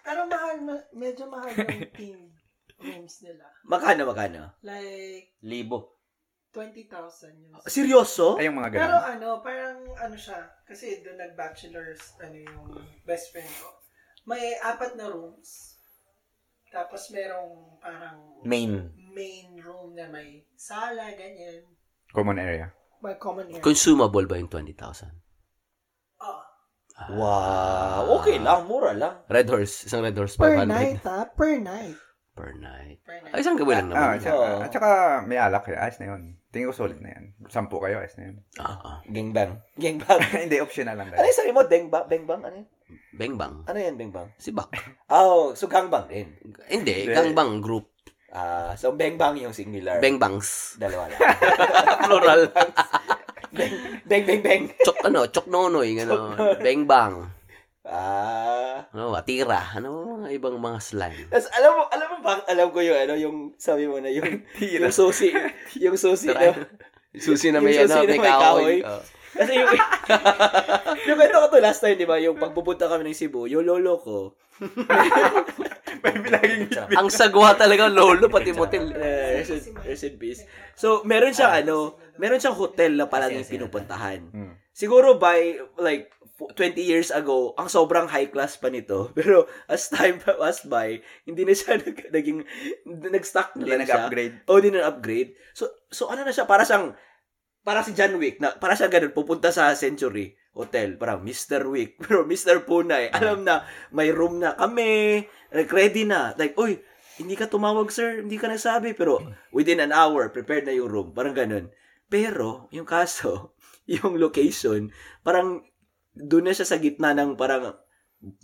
Speaker 5: Pero mahal, ma- medyo mahal yung team rooms nila.
Speaker 1: Magkano, magkano?
Speaker 5: Like,
Speaker 4: Libo.
Speaker 1: Oh,
Speaker 5: 20,000 yun.
Speaker 1: Seryoso?
Speaker 3: Ay, yung mga
Speaker 5: Pero
Speaker 3: ganun.
Speaker 5: ano, parang ano siya, kasi doon nag-bachelor's, ano yung best friend ko. May apat na rooms. Tapos merong parang
Speaker 4: Main.
Speaker 5: main room na may sala, ganyan.
Speaker 3: Common area.
Speaker 5: May common area.
Speaker 2: Consumable ba yung 20,000?
Speaker 5: Oo.
Speaker 1: Wow. Ah, Okay lang, mura lang.
Speaker 2: Red horse. Isang red horse.
Speaker 5: per
Speaker 2: 500
Speaker 5: night, ha? Per night.
Speaker 2: Per night.
Speaker 5: Per
Speaker 2: Ay,
Speaker 5: night.
Speaker 2: isang gabi lang
Speaker 3: Ah,
Speaker 2: naman.
Speaker 3: tsaka, at saka may alak. eh. Ayos na yun. Tingin ko solid na yan. Sampu kayo, ayos na yun.
Speaker 2: Ah, ah.
Speaker 1: Gangbang. Gangbang.
Speaker 3: Hindi, optional lang.
Speaker 1: ano
Speaker 3: dahil.
Speaker 1: yung sabi mo? Dengbang? Bengbang? Ano yun?
Speaker 2: Bengbang.
Speaker 1: Ano yan, bengbang?
Speaker 2: Si Bak.
Speaker 1: Oh, so gangbang din.
Speaker 2: Hindi.
Speaker 3: Hindi.
Speaker 2: Gangbang group.
Speaker 1: Ah, so bengbang yung singular.
Speaker 2: Bengbangs.
Speaker 1: Dalawa lang.
Speaker 2: Plural.
Speaker 1: beng, beng, beng.
Speaker 2: Chok, ano, chok nonoy. Ano, bengbang.
Speaker 1: Ah.
Speaker 2: Ano, atira. Ano, mga ibang mga slang.
Speaker 1: Tapos alam mo, alam mo bang, alam ko yung ano, yung sabi mo na yung, yung susi, yung susi na,
Speaker 2: Susi
Speaker 1: Yung
Speaker 2: na may,
Speaker 1: susi
Speaker 2: ano,
Speaker 1: na may
Speaker 2: may kahoy.
Speaker 1: kahoy.
Speaker 2: Ah.
Speaker 1: Kasi yung, yung kwento ko to last time, di ba? Yung pagpupunta kami ng Cebu, yung lolo ko,
Speaker 3: May laging bitbit.
Speaker 2: Ang sagwa talaga, lolo, pati motel.
Speaker 1: eh, rest, in, rest in peace. So, meron siyang ano, meron siyang hotel na palaging pinupuntahan.
Speaker 3: Hmm.
Speaker 1: Siguro by like fu- 20 years ago, ang sobrang high class pa nito. Pero as time passed by, hindi na siya nag, naging, nag-stuck na
Speaker 3: Hindi
Speaker 1: lang siya.
Speaker 3: nag-upgrade.
Speaker 1: O, hindi na upgrade. So, so ano na siya? Para siyang, para si John Wick, na, para siya ganun, pupunta sa Century Hotel. Parang Mr. Wick, pero Mr. Punay, alam na, may room na kami, like, ready na. Like, uy, hindi ka tumawag, sir, hindi ka nagsabi, pero within an hour, prepared na yung room. Parang ganun. Pero, yung kaso, yung location, parang, doon na siya sa gitna ng parang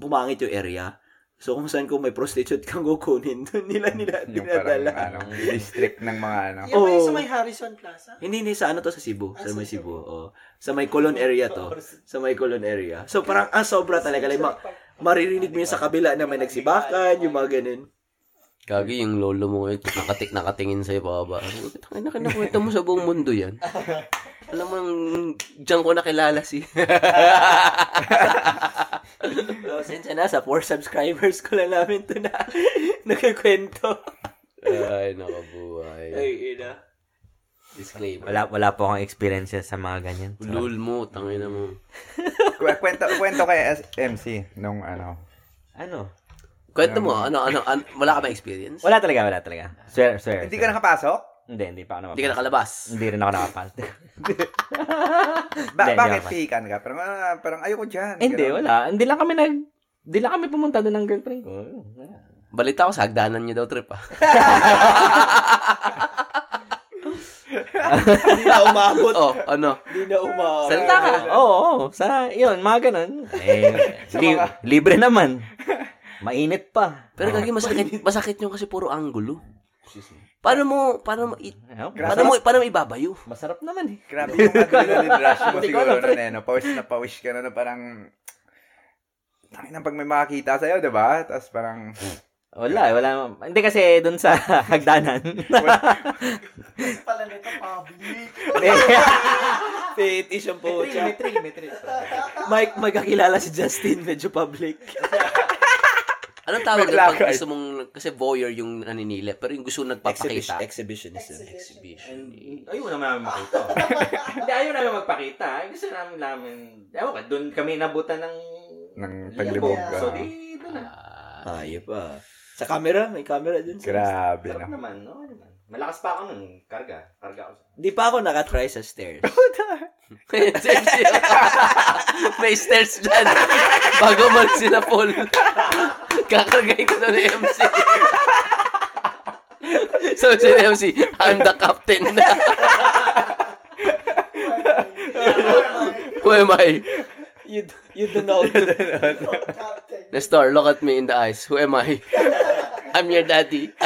Speaker 1: pumangit yung area. So, kung saan kung may prostitute kang kukunin, doon nila nila
Speaker 3: Yung parang,
Speaker 1: dinadala.
Speaker 3: ano, district ng mga, ano.
Speaker 5: Yung may
Speaker 1: Oo.
Speaker 5: sa may Harrison Plaza.
Speaker 1: Hindi, hindi. Sa ano to? Sa Cebu.
Speaker 5: Ah,
Speaker 1: sa
Speaker 5: sa
Speaker 1: may Cebu.
Speaker 5: Cebu.
Speaker 1: oo. Sa may Colon area to. Sa may Colon area. So, parang ang sobra talaga. Like, ma- maririnig mo yun sa kabila na may nagsibakan, yung mga ganun.
Speaker 2: Gagi, yung lolo mo ngayon, nakatik, nakatingin sa'yo pababa. Ang na kinakwento mo sa buong mundo yan. Alam mo, yung- diyan ko nakilala si...
Speaker 1: So, Oh, sensya na. Sa 4 subscribers ko lang namin to na nagkikwento.
Speaker 2: Ay, nakabuhay.
Speaker 1: Ay, ina.
Speaker 2: Disclaimer.
Speaker 4: Wala, wala po akong experience sa mga ganyan.
Speaker 2: Lul mo, tangin na mo.
Speaker 3: Kwe- Kwento, kwento kay SMC nung, ano.
Speaker 4: Ano?
Speaker 2: Kwento mo, ano, ano, an- wala ka ba experience?
Speaker 4: Wala talaga, wala talaga. Swear, swear.
Speaker 3: Hindi
Speaker 4: swear.
Speaker 3: ka nakapasok?
Speaker 4: Hindi, hindi pa ako
Speaker 2: Hindi ka
Speaker 4: napapas.
Speaker 2: nakalabas.
Speaker 4: Hindi rin ako nakapas.
Speaker 3: Ba-
Speaker 4: Hindi,
Speaker 3: bakit
Speaker 4: hindi
Speaker 3: pihikan ka? Parang, ah, parang ayoko dyan.
Speaker 4: Hindi,
Speaker 3: Ganun.
Speaker 4: wala. Hindi lang kami nag... Hindi lang kami pumunta doon ng girlfriend ko. Wala.
Speaker 2: Balita ko, sa hagdanan niya daw trip, ah.
Speaker 1: Hindi na umabot.
Speaker 2: Oh, ano?
Speaker 1: Hindi na umabot.
Speaker 2: Salita ka.
Speaker 4: Oo, oo. Sa, yun, mga ganun. Eh, li- libre naman. Mainit pa.
Speaker 2: Pero gagi, masakit, masakit yung kasi puro angulo. Paano mo, paano mo, i-
Speaker 4: Ayun,
Speaker 2: paano mo, paano mo ibabayo?
Speaker 4: Masarap naman eh.
Speaker 3: Grabe yung adrenaline rush mo
Speaker 4: Hindi ko
Speaker 3: siguro eh,
Speaker 4: alam, pre.
Speaker 3: na neno. Pawis na pawis ka na, na parang tangin na pag may makakita sa'yo, di ba? Tapos parang,
Speaker 4: Wala, eh, wala. naman. Hindi kasi dun sa hagdanan.
Speaker 5: Kasi pala nito, public.
Speaker 1: Fetish ang
Speaker 6: May
Speaker 1: pocha.
Speaker 6: trig, may trig, may trig.
Speaker 1: Mike, magkakilala si Justin. Medyo public.
Speaker 2: Anong tawag
Speaker 3: May
Speaker 2: na pag
Speaker 3: lakad.
Speaker 2: gusto mong, kasi voyeur yung naninili, pero yung gusto nagpapakita.
Speaker 1: Exhibitionism.
Speaker 2: Exhibition.
Speaker 4: Ayun naman namin makita. Hindi, ayaw namin magpakita. Gusto namin namin, ewan ka, dun kami nabutan ng
Speaker 3: Ng
Speaker 4: libo.
Speaker 3: taglibog,
Speaker 5: ah.
Speaker 4: So, di, dun na.
Speaker 2: Ah,
Speaker 1: Ayop ah. Sa camera, may camera dun.
Speaker 3: grabe
Speaker 4: Sarap
Speaker 3: na.
Speaker 4: naman, no? Ano naman. Malakas pa ako nun. Karga. Karga ako.
Speaker 1: Di pa ako nakatry sa stairs.
Speaker 2: May stairs dyan. Bago mag sila Paul. Kakargay ko na ng MC. so, si MC, I'm the captain na. Who am I?
Speaker 1: You, you don't know.
Speaker 5: Captain.
Speaker 2: Nestor, look at me in the eyes. Who am I? I'm your daddy.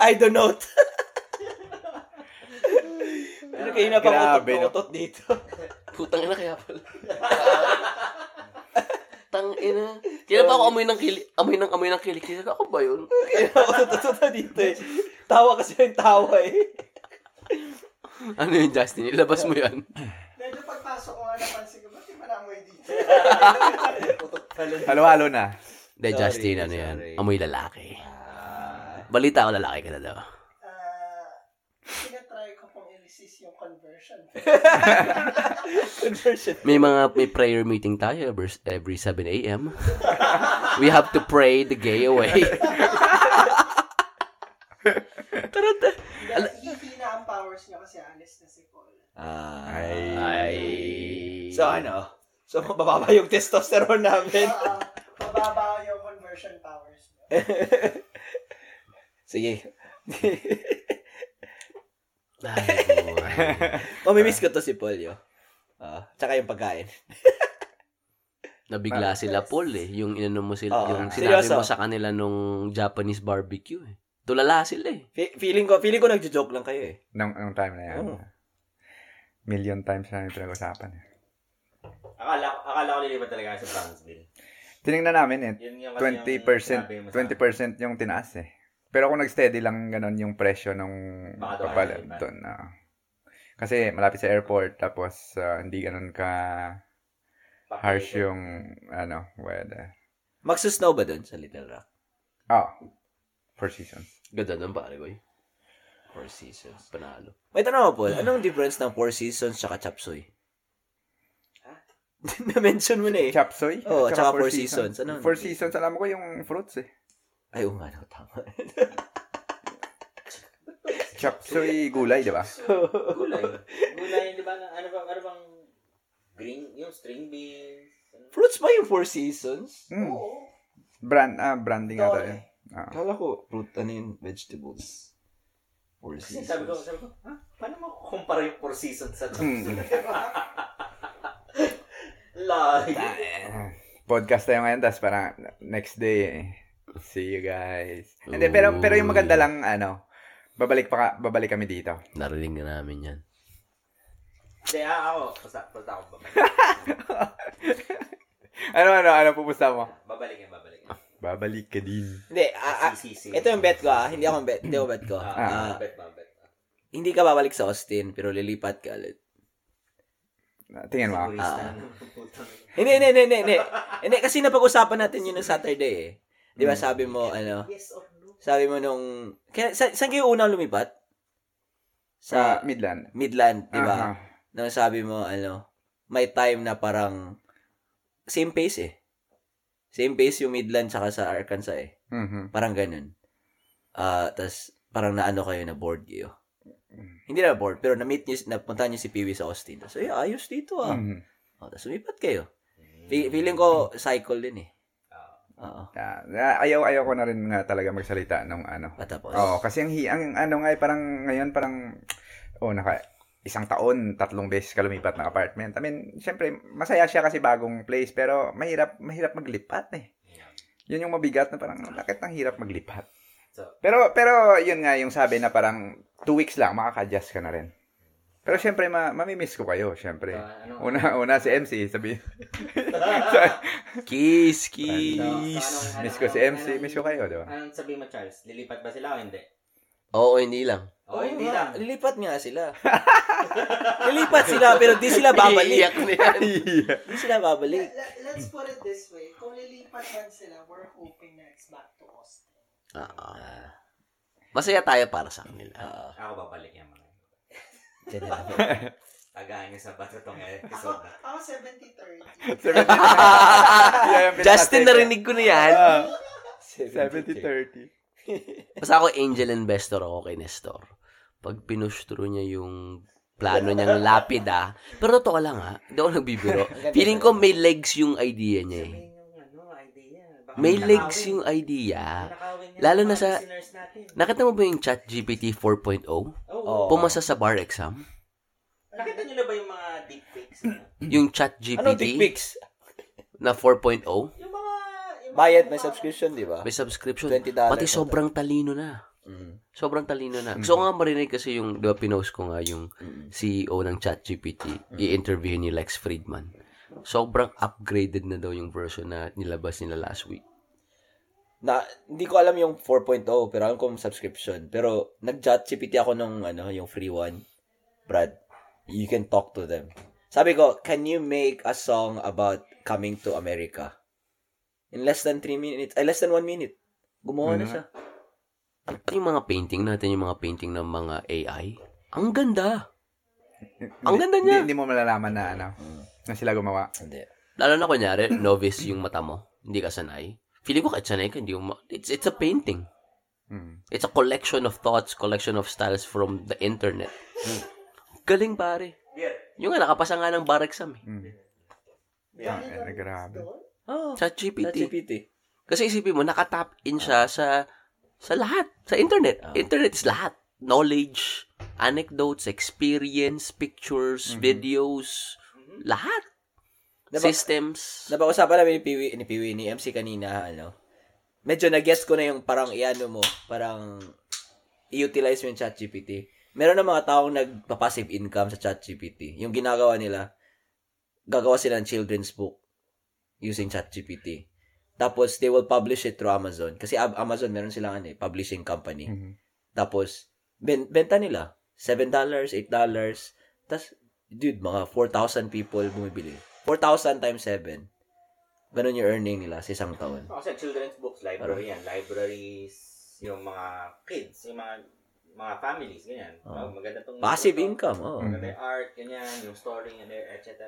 Speaker 1: I don't know. Ano kayo na pang
Speaker 3: Grabe, no?
Speaker 1: utot dito?
Speaker 2: Putang ina kaya pala. Tang ina. Kailan pa ako amoy ng kili, amoy ng amoy ng kilik. Kaya ako ba yun?
Speaker 1: Kaya utot na dito eh. Tawa kasi yung tawa eh.
Speaker 2: Ano yun, Justin? Ilabas mo yan.
Speaker 5: Medyo pagpasok ko nga napansin ko, ba't iba na amoy dito?
Speaker 3: Halo-halo na.
Speaker 2: Hindi,
Speaker 1: Sorry,
Speaker 2: Justin, ano yan?
Speaker 1: sorry.
Speaker 2: Amoy lalaki. Balita ko lalaki ka na daw.
Speaker 5: Ah, Sinatry ko pong i-resist yung conversion.
Speaker 1: Conversion.
Speaker 2: May mga may prayer meeting tayo every, every 7 a.m. We have to pray the gay away.
Speaker 5: Dahil hihina ang powers niya kasi alis na si Paul.
Speaker 1: Ay.
Speaker 2: Ay.
Speaker 1: So ano? So mababa yung testosterone namin.
Speaker 5: Oo, Ah, mababa yung conversion powers niya.
Speaker 1: Sige.
Speaker 2: Ay, boy.
Speaker 1: Mamimiss ko to si Paul, yo. Ah, tsaka yung pagkain.
Speaker 2: Nabigla sila Paul eh. Yung inano mo sila,
Speaker 1: Oo.
Speaker 2: yung sinabi
Speaker 1: Seryoso.
Speaker 2: mo sa kanila nung Japanese barbecue eh. Tulala sila eh.
Speaker 1: Fe- feeling ko, feeling ko nagjo-joke lang kayo eh.
Speaker 3: Nung, nung time na yan.
Speaker 1: Oo.
Speaker 4: Oh.
Speaker 3: Million times na namin pinag-usapan. eh.
Speaker 4: Akala, akala ko lilipat talaga ako sa Brownsville.
Speaker 3: Tinignan namin eh.
Speaker 4: Yun yung kasi yung
Speaker 3: 20%, 20% yung tinaas eh. Pero kung nag-steady lang ganon yung presyo nung
Speaker 4: Baka doon
Speaker 3: papala
Speaker 4: ka-
Speaker 3: doon na. Kasi malapit sa airport tapos ah, hindi ganon ka harsh yung ano, weather.
Speaker 1: Magsusnow ba dun sa Little Rock?
Speaker 3: Oh, four seasons.
Speaker 2: Ganda ng pare boy. Four seasons. Panalo.
Speaker 1: May tanong ako, Paul. Anong difference ng Four Seasons tsaka Chapsoy? Na-mention mo na eh.
Speaker 3: Chapsoy?
Speaker 1: Oo, tsaka Four Seasons. Ano?
Speaker 3: Four seasons, alam ko yung fruits eh.
Speaker 1: Ay, oo nga, no, tama.
Speaker 3: Chapsoy gulay, di ba?
Speaker 4: Gulay. Gulay, di ba? Ano bang, ano bang green, yung string beans.
Speaker 1: Fruits ba yung Four Seasons?
Speaker 3: Mm.
Speaker 5: Oo.
Speaker 3: Brand, ah, branding ata
Speaker 5: Tore.
Speaker 3: yun.
Speaker 1: eh.
Speaker 3: Ah.
Speaker 1: Kala ko, fruit, ano yun, vegetables. Four
Speaker 4: Kasi sabi ko, sabi ko, ha? Paano mo kumpara yung four seasons sa
Speaker 3: Mm.
Speaker 4: Lagi.
Speaker 3: podcast tayo ngayon, tapos parang next day, eh. see you guys. Hindi, pero, pero yung maganda lang, ano, babalik, pa, ka- babalik kami dito.
Speaker 2: Narinig na namin yan.
Speaker 4: Hindi, ah, ako. Basta, basta ako. babalik.
Speaker 3: Ano, ano, ano, pupusta mo?
Speaker 4: Babalik yan, babalik yan.
Speaker 3: Babalik ka din.
Speaker 1: Hindi, ah, ah,
Speaker 4: Sisisi.
Speaker 1: ito yung bet ko ah. Hindi ako ang bet, hindi ako bet ko. Ah,
Speaker 4: Ah, bet, ba, bet.
Speaker 1: hindi ka babalik sa Austin, pero lilipat ka ulit.
Speaker 3: Tingin mo. ah.
Speaker 4: Purista.
Speaker 1: Hindi, hindi, hindi, hindi, hindi. Hindi, kasi napag-usapan natin yun ng Saturday eh. Di
Speaker 4: Hmm.
Speaker 1: ba sabi mo, ano,
Speaker 5: Yes or no?
Speaker 1: sabi mo nung, kaya, sa, saan kayo unang lumipat? Sa
Speaker 3: Sa Diba? Midland.
Speaker 1: Midland, di ba?
Speaker 3: Aha.
Speaker 1: Nung sabi mo, ano, may time na parang same pace eh. Same pace yung Midland tsaka sa Arkansas eh.
Speaker 3: Mhm.
Speaker 1: Parang ganun. Ah, tas parang naano kayo na bored kayo. Hindi na bored, pero na-meet niyo, napunta niyo si Peewee sa Austin. Tapos, ay, ayos dito ah.
Speaker 2: Hmm.
Speaker 3: Mhm.
Speaker 1: Oh, tapos umipat kayo. Fe- feeling ko, cycle din eh. Oo.
Speaker 3: Ah, ayaw, ayaw ko na rin nga talaga magsalita nung ano.
Speaker 1: Patapos.
Speaker 2: Oh,
Speaker 3: Oo, kasi ang, hi- ang ano nga, eh, parang ngayon, parang, oh, naka, isang taon, tatlong beses ka lumipat ng apartment. I mean, syempre, masaya siya kasi bagong place, pero mahirap, mahirap maglipat eh. Yun yung mabigat na parang, bakit ang hirap maglipat?
Speaker 4: So-
Speaker 3: Pero, pero, yun nga yung sabi na parang, two weeks lang, makaka-adjust ka na rin. Pero syempre, ma- mamimiss ko kayo, syempre.
Speaker 6: Ah, ano?
Speaker 3: Una, una si MC, sabi.
Speaker 2: Kiss,
Speaker 6: So, ano,
Speaker 2: kiss.
Speaker 6: anong-
Speaker 3: miss ko si
Speaker 6: anong-
Speaker 3: MC,
Speaker 6: anong-
Speaker 3: miss ko kayo, di ba?
Speaker 6: ano, Anong sabi mo, Charles? Lilipat ba sila o hindi?
Speaker 2: Oo, hindi lang.
Speaker 6: Oo, Oh, hindi
Speaker 1: nga.
Speaker 6: lang.
Speaker 1: Lilipat nga sila. Lilipat sila, pero di sila babalik.
Speaker 2: Iiyak na yan.
Speaker 1: Di sila babalik.
Speaker 5: Let- let- Let's put it this way. Kung lilipat man sila, we're hoping na it's back to Austin.
Speaker 2: Oo. Ah. Masaya tayo para sa kanila.
Speaker 1: Oo.
Speaker 6: Ako babalik yan mga.
Speaker 1: Diyan na.
Speaker 6: Tagaan niyo sa bato tong
Speaker 5: Ako,
Speaker 6: episode na.
Speaker 5: ako
Speaker 3: Yan
Speaker 5: 70-30.
Speaker 3: ang
Speaker 2: Justin,
Speaker 3: pinaka-take.
Speaker 2: narinig ko na yan.
Speaker 3: Ah, 70-30.
Speaker 2: Basta ako angel investor ako kay Nestor. Pag pinush through niya yung plano niyang lapida. Pero totoo lang ha, hindi ako nagbibiro. Feeling ko may legs yung idea niya eh.
Speaker 6: Sabihin yung ano, idea. Baka
Speaker 2: May
Speaker 6: nakawin.
Speaker 2: legs yung idea.
Speaker 6: Nakawin niya
Speaker 2: Lalo
Speaker 6: yung
Speaker 2: na
Speaker 6: mga
Speaker 2: sa-
Speaker 6: listeners natin.
Speaker 2: Nakita mo ba yung chat GPT 4.0?
Speaker 5: Oh.
Speaker 6: Oo.
Speaker 2: oh? Pumasa sa bar exam?
Speaker 6: Nakita niyo na ba yung mga dick pics? na-
Speaker 2: Yung chat
Speaker 1: Ano dick
Speaker 2: GPT
Speaker 1: pics?
Speaker 2: na 4.0,
Speaker 6: Yung mga... Yung mga-
Speaker 1: Bayad may subscription, di ba?
Speaker 2: may subscription.
Speaker 1: $20
Speaker 2: Pati
Speaker 1: na to.
Speaker 2: sobrang talino na.
Speaker 1: Mm.
Speaker 2: Sobrang talino na. Gusto ko nga marinig kasi yung, di ba, pinost ko nga yung CEO E ng
Speaker 1: Mm-hmm.
Speaker 2: ChatGPT, i-interview ni Lex Friedman. Sobrang upgraded na daw yung version na nilabas nila last week.
Speaker 1: Na, hindi ko alam yung 4.0, pero alam ko yung subscription. Pero, nag-chat GPT ako nung, ano, yung free one. Brad, you can talk to them. Sabi ko, can you make a song about coming to America? In less than 3 minutes, ay, less than 1 minute. Gumawa na siya.
Speaker 2: Mm-hmm. Yung mga painting natin, yung mga painting ng mga AI, ang ganda. Ang ganda niya.
Speaker 3: Hindi, hindi mo malalaman na ano, na sila gumawa.
Speaker 1: Hindi.
Speaker 2: Lalo na kunyari, novice yung mata mo, hindi ka sanay. Feeling ko kahit sanay ka, hindi mo ma- it's, it's a painting.
Speaker 3: Mm.
Speaker 2: It's a collection of thoughts, collection of styles from the internet. Galing pare.
Speaker 6: Beer.
Speaker 2: Yung nga, nakapasa nga ng bar exam eh.
Speaker 3: Mm.
Speaker 5: Yeah,
Speaker 3: eh, grabe.
Speaker 1: Oh,
Speaker 2: Sa GPT.
Speaker 1: GPT.
Speaker 2: Kasi isipin mo, nakatap in siya sa sa lahat. Sa internet. Internet is lahat. Knowledge, anecdotes, experience, pictures, videos, lahat.
Speaker 1: Diba-
Speaker 2: Systems.
Speaker 1: Napag-usapan namin ni Piwi, ni Piwi, ni MC kanina, ano, medyo na-guess ko na yung parang iano mo, parang i-utilize mo yung ChatGPT. Meron na mga taong nagpa-passive income sa ChatGPT. Yung ginagawa nila, gagawa sila ng children's book using ChatGPT. Tapos, they will publish it through Amazon. Kasi Ab- Amazon, meron silang ano, eh, publishing company.
Speaker 3: Mhm.
Speaker 1: Tapos, ben- benta nila. $7, $8. Tapos, dude, mga 4,000 people bumibili. 4,000 times 7. Ganun yung earning nila sa isang taon.
Speaker 6: Oh, Kasi children's books, library yan. Libraries, yung mga kids, yung mga mga families, ganyan.
Speaker 1: Oo.
Speaker 6: Mag- Maganda tong...
Speaker 1: Ah. Passive
Speaker 6: tong-
Speaker 1: income, oh.
Speaker 3: mm,
Speaker 6: Maganda yung art, ganyan, yung story, and etc.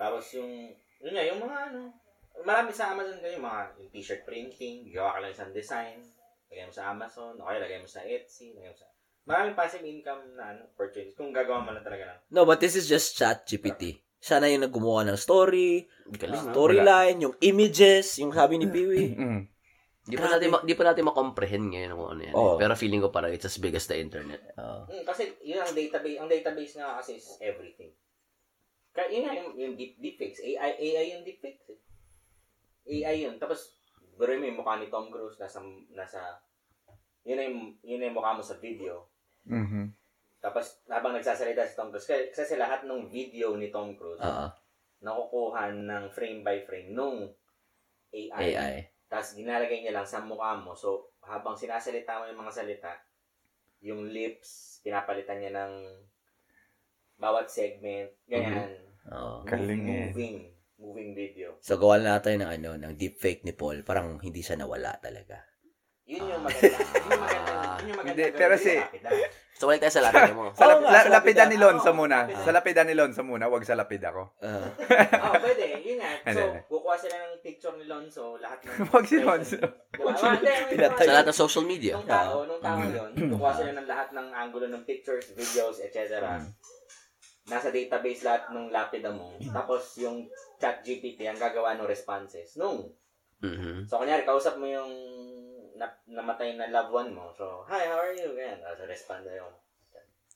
Speaker 6: Tapos yung, yun nga, yung mga ano, marami sa Amazon kayo, yung mga yung t-shirt printing, gawa ka lang isang design, lagay mo sa Amazon, o kaya lagay mo sa Etsy, lagay mo sa... Maraming passive income na ano, purchase, kung gagawa mo lang talaga ng...
Speaker 1: No, but this is just chat GPT. Siya na yung naggumawa ng story,
Speaker 2: Galing.
Speaker 1: storyline, yung images, yung sabi ni Piwi.
Speaker 3: Mm.
Speaker 2: Di pa natin ma- di pa natin ma-comprehend ngayon kung ano yan. eh.
Speaker 1: Oo.
Speaker 2: Pero feeling ko parang it's as big as the internet.
Speaker 6: Mm, kasi yun ang database, ang database nga kasi is everything. Kaya yun nga, yung, yung deep, deepfakes, AI, AI yung deepfakes. eh. AI yun. Tapos, bro, may mukha ni Tom Cruise, nasa, nasa, yun na yung, yun na yung mukha mo sa video.
Speaker 3: Mhm.
Speaker 6: Tapos, habang nagsasalita si Tom Cruise, kasi, kasi lahat ng video ni Tom Cruise,
Speaker 4: Ah.
Speaker 1: Oo,
Speaker 6: nakukuha ng frame by frame nung AI.
Speaker 1: AI.
Speaker 6: Tapos, ginalagay niya lang sa mukha mo. So, habang sinasalita mo yung mga salita, yung lips, pinapalitan niya ng bawat segment, ganyan.
Speaker 1: Oo.
Speaker 3: Galing eh.
Speaker 6: Moving, moving video.
Speaker 1: So, gawa na natin ng, ano, ng deepfake ni Paul. Parang hindi siya nawala talaga.
Speaker 6: Yun yung maganda. yun yung maganda. Yun yung maganda.
Speaker 3: Hindi, pero si-
Speaker 2: So, balik tayo sa lapid mo.
Speaker 3: Sa
Speaker 1: Oo
Speaker 3: lap-
Speaker 1: nga,
Speaker 3: la-
Speaker 1: sa
Speaker 3: lapidan
Speaker 1: lapidan.
Speaker 3: ni Lonza muna.
Speaker 6: Oo,
Speaker 3: Sa lapidan ni Lonza muna, wag sa lapid ako.
Speaker 1: Ah.
Speaker 6: oh, pwede. Yun nga.
Speaker 3: Hindi,
Speaker 6: So,
Speaker 3: hindi.
Speaker 6: kukuha sila ng picture ni Lonzo. Lahat ng...
Speaker 3: Wag Ano si Lonzo.
Speaker 6: Diba? Ah, hindi, hindi,
Speaker 1: Pinatay.
Speaker 2: Sa lahat ng social media.
Speaker 6: Nung
Speaker 1: Ah.
Speaker 6: tao, nung tao yun, kukuha sila ng lahat ng angulo ng pictures, videos, etc. Nasa database lahat ng lapida mo. Tapos yung chat GPT ang gagawa ng responses. Nung,
Speaker 2: Mhm.
Speaker 6: so kunyari, kausap mo yung na- namatay na loved one mo. So, hi, how are you? Ganyan. Tapos respond na yun.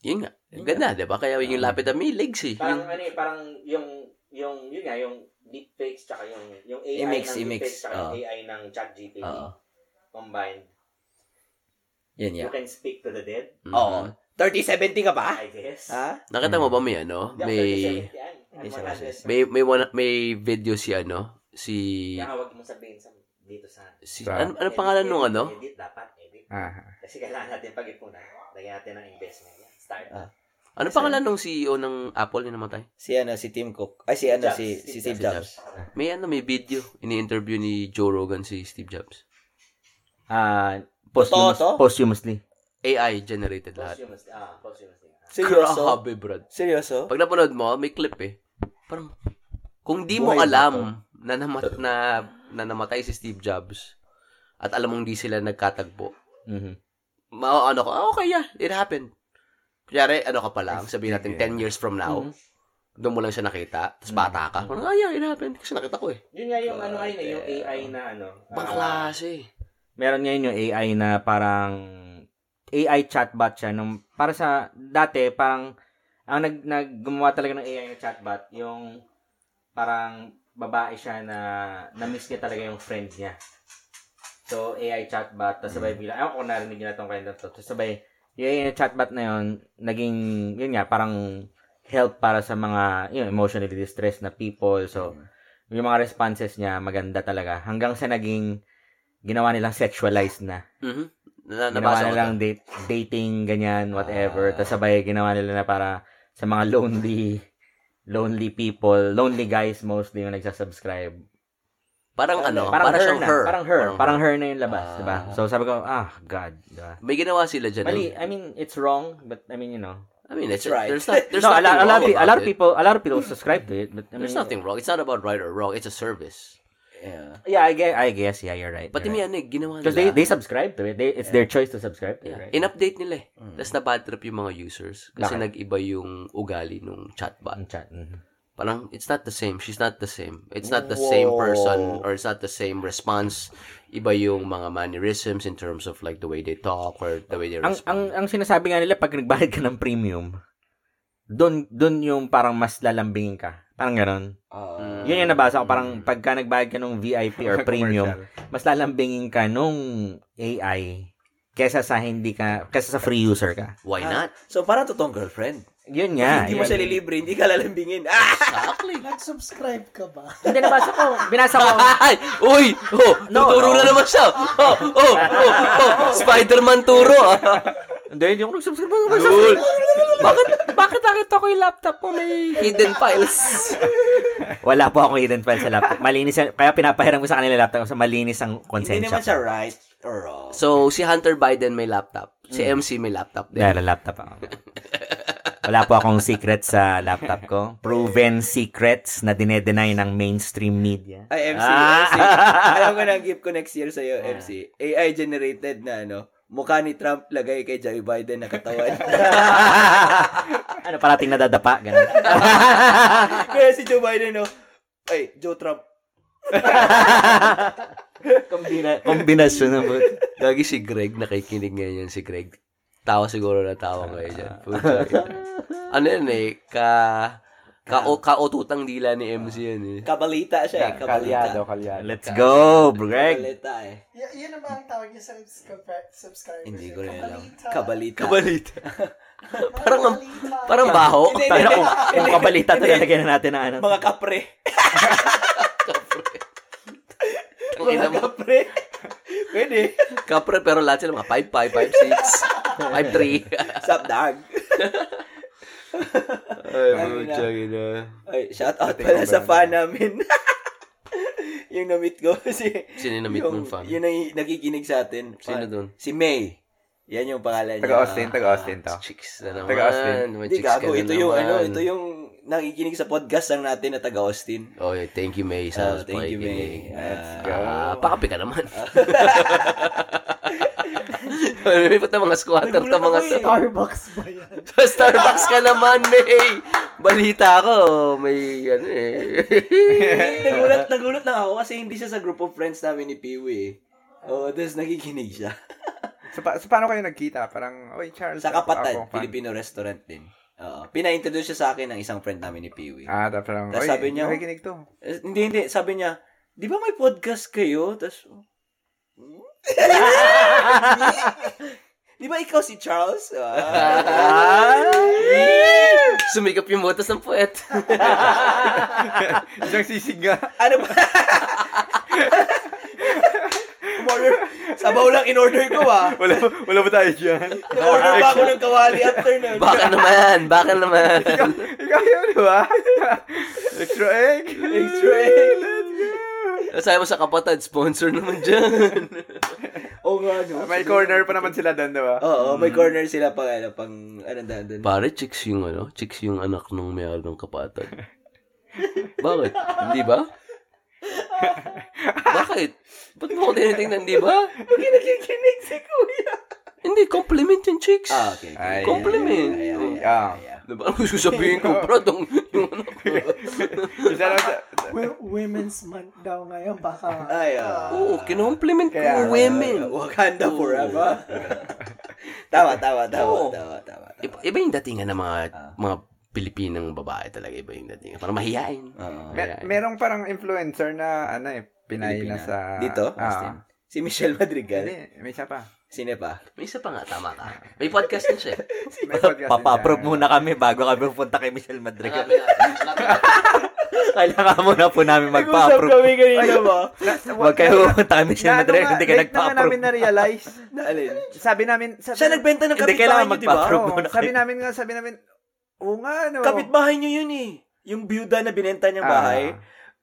Speaker 2: Yun nga. Ang ganda, di ba? Kaya yung lapid na may legs eh.
Speaker 6: Parang
Speaker 1: Mm.
Speaker 6: ano eh, parang yung, yung, yun nga, yung deepfakes tsaka yung, yung AI
Speaker 1: I-mix,
Speaker 6: ng
Speaker 1: i-mix. ah.
Speaker 6: deepfakes tsaka yung
Speaker 1: Oo.
Speaker 6: AI ng chat GPT
Speaker 1: Oo.
Speaker 6: combined.
Speaker 1: Yun
Speaker 6: You
Speaker 1: yan.
Speaker 6: can speak to the dead.
Speaker 2: Mhm.
Speaker 1: Oo. 3070 ka ba?
Speaker 4: I guess.
Speaker 1: Ha?
Speaker 2: Nakita mo ba may ano?
Speaker 4: Hindi ako
Speaker 2: May
Speaker 4: 37 yan.
Speaker 1: May
Speaker 4: Ano,
Speaker 1: sarap
Speaker 4: 100.
Speaker 2: may may one, may video si ano? Si
Speaker 4: Kaya nga huwag mong sabihin sa dito sa...
Speaker 2: si
Speaker 3: Sa-
Speaker 2: ano, ano
Speaker 4: Edit,
Speaker 2: pangalan nung
Speaker 4: edit,
Speaker 2: ano?
Speaker 4: Edit, dapat edit.
Speaker 3: Ah,
Speaker 4: Kasi kailangan natin pag-ipunan. Lagyan natin ng investment yan. Start.
Speaker 1: Ah.
Speaker 2: Ano pangalan nung CEO ng Apple na namatay?
Speaker 1: Si ano, si Tim Cook. Ay, si ano,
Speaker 4: Jobs.
Speaker 1: si, si
Speaker 4: Steve
Speaker 1: Steve
Speaker 2: Jobs.
Speaker 1: Jobs.
Speaker 2: May ano, may video. Ini-interview ni Joe Rogan si Steve Jobs.
Speaker 6: Ah, posthumous,
Speaker 1: Totoo to?
Speaker 6: posthumously.
Speaker 2: AI generated lahat.
Speaker 4: Posthumous. Ah, posthumous. Ah.
Speaker 1: Seryoso?
Speaker 2: Grabe, brad.
Speaker 1: Seryoso?
Speaker 2: Pag napanood mo, may clip eh. Parang, kung di mo
Speaker 1: Buhay ba
Speaker 2: alam na, namat, na, na namatay si Steve Jobs at alam mong di sila nagkatagpo,
Speaker 6: Mhm.
Speaker 2: ma ano ka, "Ah, okay yeah, it happened. Kunyari, ano ka pa lang, sabihin natin 10 years from now, doon mo lang siya nakita, tapos bata ka. Parang, ah, yeah, it happened. Kasi nakita ko eh.
Speaker 4: Yun nga yung ano ay na,
Speaker 2: Goddamn.
Speaker 4: yung AI na ano.
Speaker 2: Ibang
Speaker 4: ah,
Speaker 2: klase.
Speaker 6: eh. Meron ngayon yung AI na parang AI chatbot siya nung para sa dati parang ang nag, nag gumawa talaga ng AI na chatbot yung parang babae siya na na-miss niya talaga yung friend niya. So AI chatbot tapos sabay bilang ayaw ko kung narinig niyo na tong kwento to. Tapos sabay yung AI na chatbot na yun naging yun nga parang help para sa mga yun, emotionally distressed na people. So yung mga responses niya maganda talaga hanggang sa naging ginawa nilang sexualized na.
Speaker 2: Mhm. Na,
Speaker 6: Ginawa
Speaker 2: nabasa ko. Ah.
Speaker 6: nilang date, dating, ganyan, whatever. Tapos sabay ginawa nila na para sa mga lonely lonely people, lonely guys mostly yung nagsasubscribe.
Speaker 2: to. Parang ano,
Speaker 6: parang,
Speaker 2: parang,
Speaker 6: her
Speaker 2: siyang
Speaker 6: na,
Speaker 2: her.
Speaker 6: parang her, parang,
Speaker 2: Parang
Speaker 6: her na yung labas,
Speaker 2: Ah.
Speaker 6: 'di ba? So sabi ko, ah, god, 'di ba?
Speaker 2: May ginawa sila dyan.
Speaker 6: Mali,
Speaker 2: eh.
Speaker 6: I mean, it's wrong, but I mean, you know.
Speaker 2: I mean, it's,
Speaker 1: That's right.
Speaker 2: there's, not, there's
Speaker 6: no, a
Speaker 2: nothing
Speaker 6: lot, a lot,
Speaker 2: wrong
Speaker 6: of, pe- a
Speaker 2: about
Speaker 6: lot of
Speaker 2: it.
Speaker 6: people, a lot of people subscribe to it, but I mean,
Speaker 2: There's nothing wrong. It's not about right or wrong. It's a service.
Speaker 1: Yeah.
Speaker 6: Yeah, I guess, I guess, yeah, you're right.
Speaker 2: Pati
Speaker 6: you're
Speaker 2: may
Speaker 6: right.
Speaker 2: ano eh, ginawa
Speaker 6: Because they,
Speaker 2: nila.
Speaker 6: they subscribe to it. They, it's their choice to subscribe to it,
Speaker 2: Yeah.
Speaker 6: right? Mm.
Speaker 2: In-update nila eh. Tapos na-bad trip yung mga users. Kasi
Speaker 6: Bakit?
Speaker 2: nag-iba yung ugali nung chatbot.
Speaker 6: Ang chat. mhm.
Speaker 2: Parang, it's not the same. She's not the same. It's not the same person or it's not the same response. Iba yung mga mannerisms in terms of like the way they talk or the way they
Speaker 6: ang ang
Speaker 2: respond.
Speaker 6: ang sinasabi nga nila pag nagbayad ka ng premium, doon doon yung parang mas lalambingin ka. Parang gano'n.
Speaker 1: Uh,
Speaker 6: Yun yung nabasa ko parang pagka nagbayad ka ng VIP or
Speaker 3: Commercial.
Speaker 6: premium, mas lalambingin ka nung AI kesa sa hindi ka kesa sa free user ka.
Speaker 2: Why not?
Speaker 1: so, parang totoong girlfriend.
Speaker 6: Yun nga.
Speaker 1: hindi mo
Speaker 6: yun.
Speaker 1: siya lilibre, hindi ka lalambingin. Ah!
Speaker 2: Exactly.
Speaker 5: Nag-subscribe ka ba?
Speaker 6: Hindi nabasa ko. Binasa ko.
Speaker 2: Ay! Uy! Oh! tuturo na naman siya! Oh! Oh! Oh! oh, Spider-Man turo! ah.
Speaker 6: Hindi, hindi ako nag-subscribe. Ako
Speaker 2: Lul!
Speaker 6: bakit, bakit nakita ko yung laptop ko may...
Speaker 2: Hidden files!
Speaker 6: Wala po akong hidden file sa laptop. Malinis yan. Kaya pinapahiram ko sa kanila yung laptop kasi malinis
Speaker 1: Hindi
Speaker 6: ang konsensya.
Speaker 1: naman siya right or wrong.
Speaker 2: So, si Hunter Biden may laptop. Si
Speaker 6: Hmm.
Speaker 2: MC may laptop din.
Speaker 6: Meron laptop ako. Wala po akong secret sa laptop ko. Proven secrets na dinedenay ng mainstream media.
Speaker 1: Ay, MC,
Speaker 6: Ah!
Speaker 1: MC. Alam ko na ang gift ko next year sa'yo, MC. AI-generated na ano, mukha ni Trump lagay kay Joe Biden na katawan.
Speaker 6: ano, parating nadadapa? Ganun.
Speaker 1: Kaya si Joe Biden, no? Ay, Joe Trump.
Speaker 6: Kombina- kombinasyon ng both.
Speaker 2: Lagi si Greg, nakikinig ngayon yan si Greg. Tawa siguro na tawa
Speaker 6: Ah.
Speaker 2: ngayon dyan. Puta. ano yan eh, ka... Ka,
Speaker 6: Ah.
Speaker 2: kaututang dila ni MC yan eh.
Speaker 1: Kabalita siya eh, kabalita.
Speaker 3: kalyado, kalyado.
Speaker 6: Let's go, Greg.
Speaker 1: Kabalita eh.
Speaker 5: Y- yun ang mga tawag niya sa subscri- subscriber.
Speaker 1: Hindi ko rin alam.
Speaker 5: Kabalita.
Speaker 1: Kabalita.
Speaker 2: Parang, ang-
Speaker 5: Kabalita.
Speaker 2: parang baho.
Speaker 1: Hindi, hindi,
Speaker 6: Tayo
Speaker 1: hindi.
Speaker 6: kung, kung oh, kabalita to, lalagyan na natin na ano.
Speaker 1: Mga kapre.
Speaker 2: Ang ina mo.
Speaker 1: kapre. Pwede.
Speaker 2: Kapre, pero lahat sila mga 5'5", 5'6", 5'3".
Speaker 1: Sup, dog?
Speaker 2: Ay,
Speaker 1: Ano na?
Speaker 2: putya, ina.
Speaker 1: Ay, shout out pala sa
Speaker 3: ano.
Speaker 1: fan namin. yung na-meet ko. Si,
Speaker 2: Sino yung na-meet mong fan?
Speaker 1: Yun ang nakikinig sa atin.
Speaker 2: Sino
Speaker 1: Fan.
Speaker 2: dun?
Speaker 1: Si May. Yan yung pangalan niya.
Speaker 3: Taga-Austin, taga-Austin to.
Speaker 2: Chicks na
Speaker 3: Taga Austin.
Speaker 2: naman. May
Speaker 1: Hindi,
Speaker 2: chicks ka
Speaker 1: gago.
Speaker 2: na
Speaker 1: Ito yung, ano,
Speaker 2: naman.
Speaker 1: ito yung nakikinig sa podcast lang natin na taga-Austin.
Speaker 2: Oh, yeah, thank you, May, sa
Speaker 1: Oh, thank you, May. Let's go.
Speaker 2: Ah, pakapi ka naman. May puta mga squatter ta Ah, mga
Speaker 1: eh.
Speaker 2: to.
Speaker 5: Starbucks ba yan?
Speaker 2: Sa Starbucks ka naman, May. Balita ako, may ano eh.
Speaker 1: nagulat, nagulat lang ako kasi hindi siya sa group of friends namin ni Peewee. eh. Oo, oh, tapos nakikinig siya.
Speaker 3: So, pa- so, paano kayo nagkita? Parang, oy Charles,
Speaker 1: sa
Speaker 3: ako-
Speaker 1: Kapatid,
Speaker 3: ako, fan."
Speaker 1: Filipino restaurant din. Oo. Pina-introduce siya sa akin ng isang friend namin ni Peewee.
Speaker 3: Ah, tapos parang,
Speaker 1: Tapos
Speaker 3: oy,
Speaker 1: sabi niya,
Speaker 3: nakikinig to.
Speaker 1: Eh, hindi, hindi. Sabi niya, di ba may podcast kayo? Tapos, Di ba ikaw si Charles? Ah.
Speaker 2: Sumikap yung botas ng puwet.
Speaker 3: Isang sisig nga.
Speaker 1: ano ba? Umorder. Sabaw lang in-order ko ah.
Speaker 3: Wala, wala ba tayo dyan?
Speaker 1: In-order pa ako ng kawali after nun.
Speaker 2: Baka naman, baka naman.
Speaker 3: Ikaw yun, di ba? Extra egg.
Speaker 1: Extra egg.
Speaker 3: Let's go.
Speaker 2: Sabi mo sa kapatid, sponsor naman dyan.
Speaker 1: Oo nga, no?
Speaker 3: May corner pa naman sila doon, di ba?
Speaker 4: Oh,
Speaker 1: Oo, may corner sila pang, ano, pang, ano, daan dun.
Speaker 2: Pare, chicks yung ano, chicks yung anak nung mayroon ng kapatid. Bakit? Hindi ba? Bakit? Ba't mo ko tinitingnan, di ba?
Speaker 1: Hindi nakikinig si Kuya.
Speaker 2: Hindi, compliment yung chicks.
Speaker 1: Ah, okay.
Speaker 3: Ay,
Speaker 2: Compliment.
Speaker 1: Ay, ay, ay, ay,
Speaker 3: Ah.
Speaker 1: ay, ay.
Speaker 2: Diba? Ano gusto sabihin ko, bro? Tong, yung ano ko.
Speaker 3: Isa lang sa...
Speaker 5: Wo- Women's Month daw ngayon, baka.
Speaker 1: Ay, ah.
Speaker 2: Oo, kinompliment ko
Speaker 3: Kaya,
Speaker 2: yung women.
Speaker 1: Uh, Wakanda forever. tama, tama, tama,
Speaker 2: Oo.
Speaker 1: tama, tama. tama.
Speaker 2: Iba, iba yung datingan ng mga,
Speaker 1: Ah.
Speaker 2: mga Pilipinang babae talaga. Iba yung datingan. Parang mahihain.
Speaker 4: Oh,
Speaker 1: Oo.
Speaker 3: Me- merong parang influencer na, ano eh, Pinay
Speaker 1: Pilipina.
Speaker 3: na sa...
Speaker 1: Dito? Austin?
Speaker 3: Ah.
Speaker 1: Si Michelle Madrigal.
Speaker 3: Hindi, may isa pa.
Speaker 1: Sino pa?
Speaker 2: May isa pa nga, tama ka. May podcast na siya.
Speaker 3: May podcast din
Speaker 4: Papaprove
Speaker 3: siya.
Speaker 4: muna kami bago kami pupunta kay Michelle Madrigal.
Speaker 2: Hanapin natin, hanapin natin.
Speaker 4: Kailangan muna po namin
Speaker 1: Nag-usap
Speaker 4: magpa-approve.
Speaker 1: kami kanina ba?
Speaker 3: Na- na-
Speaker 4: Huwag kayo pupunta kay Michelle
Speaker 3: Naano
Speaker 4: Madrigal. Hindi
Speaker 3: nga,
Speaker 4: ka
Speaker 3: late na nga
Speaker 4: nagpa-approve.
Speaker 3: namin na-realize.
Speaker 1: Na, alin?
Speaker 3: Sabi namin... Sabi,
Speaker 1: Siya nagbenta ng
Speaker 4: Hindi, kailangan
Speaker 1: kapitbahay niyo, di ba?
Speaker 4: magpa-approve.
Speaker 3: Oo,
Speaker 4: muna kayo.
Speaker 3: sabi namin nga, sabi namin... Oo nga, ano.
Speaker 1: Kapitbahay niyo yun eh. Yung byuda na binenta niyang
Speaker 3: Ah.
Speaker 1: bahay.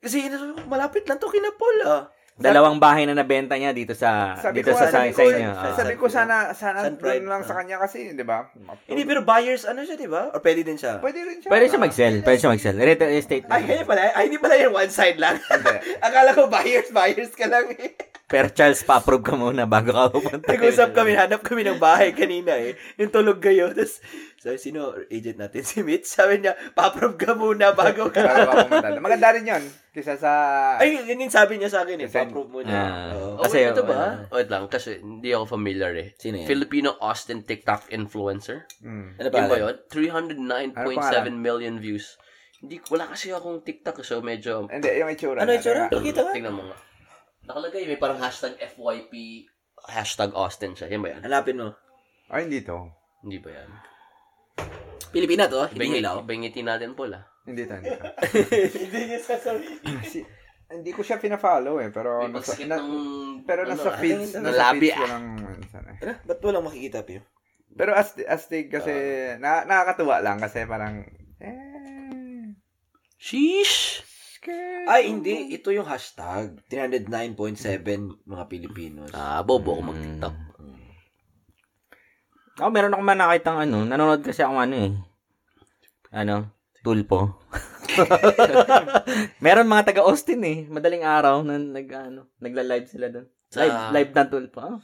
Speaker 1: Kasi ina- malapit lang to kina Paul ah.
Speaker 4: Dalawang bahay na nabenta niya dito sa
Speaker 3: Ah,
Speaker 4: Ah,
Speaker 3: Sabi
Speaker 4: dito
Speaker 3: ko,
Speaker 4: sa sa,
Speaker 3: sabi ko,
Speaker 4: sa inyo. Ah.
Speaker 1: sabi-
Speaker 3: sabi ko sana, sana
Speaker 1: San Pride,
Speaker 3: doon lang
Speaker 1: ah.
Speaker 3: sa kanya kasi, di ba?
Speaker 1: Hindi, pero buyers ano siya, di ba? Or pwede din siya.
Speaker 3: Pwede rin siya.
Speaker 4: Pwede siya mag-sell. Pwede siya mag-sell. Retail estate. na.
Speaker 1: Ay, kaya pala. Ay, hindi pala yung one side lang.
Speaker 3: Hindi.
Speaker 1: Akala ko buyers, buyers ka lang eh.
Speaker 4: Pero Charles, pa-approve ka muna bago ka pupunta.
Speaker 1: Nag-usap kami, hanap kami ng bahay kanina eh. Yung tulog kayo. Tapos, sabi, sino agent natin? Si Mitch. Sabi niya, paprove ka muna bago
Speaker 3: Para
Speaker 1: ka.
Speaker 3: ba pumunta doon? Maganda rin yun. Kisa sa...
Speaker 1: Ay, yun yung sabi niya sa akin eh.
Speaker 3: Kasi-
Speaker 1: Paprove muna.
Speaker 4: Ah.
Speaker 1: Oo.
Speaker 2: Oh,
Speaker 4: Kasi,
Speaker 2: wait, ito ba?
Speaker 4: ano?
Speaker 2: Wait lang, kasi hindi ako familiar eh.
Speaker 1: Sino yan?
Speaker 2: Filipino Austin TikTok influencer.
Speaker 3: Mm.
Speaker 1: Ano
Speaker 2: Yun ba
Speaker 1: yun?
Speaker 2: yun? 309.7
Speaker 3: Ano pangalan?
Speaker 2: million views. Hindi, wala kasi akong TikTok, so medyo...
Speaker 3: Hindi, yung itsura.
Speaker 1: Ano yung tsura?
Speaker 3: natin,
Speaker 1: Pakita ka.
Speaker 2: Tingnan mo nga. Nakalagay, may parang hashtag FYP, hashtag Austin siya. Yan ba yan?
Speaker 1: Hanapin mo.
Speaker 3: ah. Ay, hindi to.
Speaker 2: Hindi ba yan?
Speaker 1: Pilipina to,
Speaker 2: Iba yung-
Speaker 1: hindi hilaw.
Speaker 2: iba yung ngiti natin ah. po la.
Speaker 3: Hindi to, hindi to.
Speaker 5: Hindi niya sasabihin.
Speaker 3: Kasi, hindi ko siya pina-follow eh, pero
Speaker 2: May
Speaker 3: nasa,
Speaker 2: pagskip
Speaker 3: na,
Speaker 2: ng...
Speaker 3: pero
Speaker 2: ano,
Speaker 3: nasa
Speaker 2: ah,
Speaker 3: feeds,
Speaker 1: ano,
Speaker 3: nasa
Speaker 2: labi,
Speaker 3: feeds ko
Speaker 2: ah.
Speaker 3: lang minsan eh.
Speaker 1: Ano? Ba't walang makikita, Pio?
Speaker 3: Pero as astig kasi
Speaker 2: Ah.
Speaker 3: na, nakakatuwa lang kasi parang eh
Speaker 2: Sheesh!
Speaker 1: Ay, hindi. Ito yung hashtag. 309.7 mga Pilipinos.
Speaker 2: Ah, bobo ako mag-TikTok.
Speaker 4: Oh, meron akong manakitang ano. Nanonood kasi ako ano eh. Ano? Tulpo. meron mga taga Austin eh. Madaling araw na nag ano, nagla-live sila doon.
Speaker 2: Sa-
Speaker 4: Live, live ng Tulpo. Oh.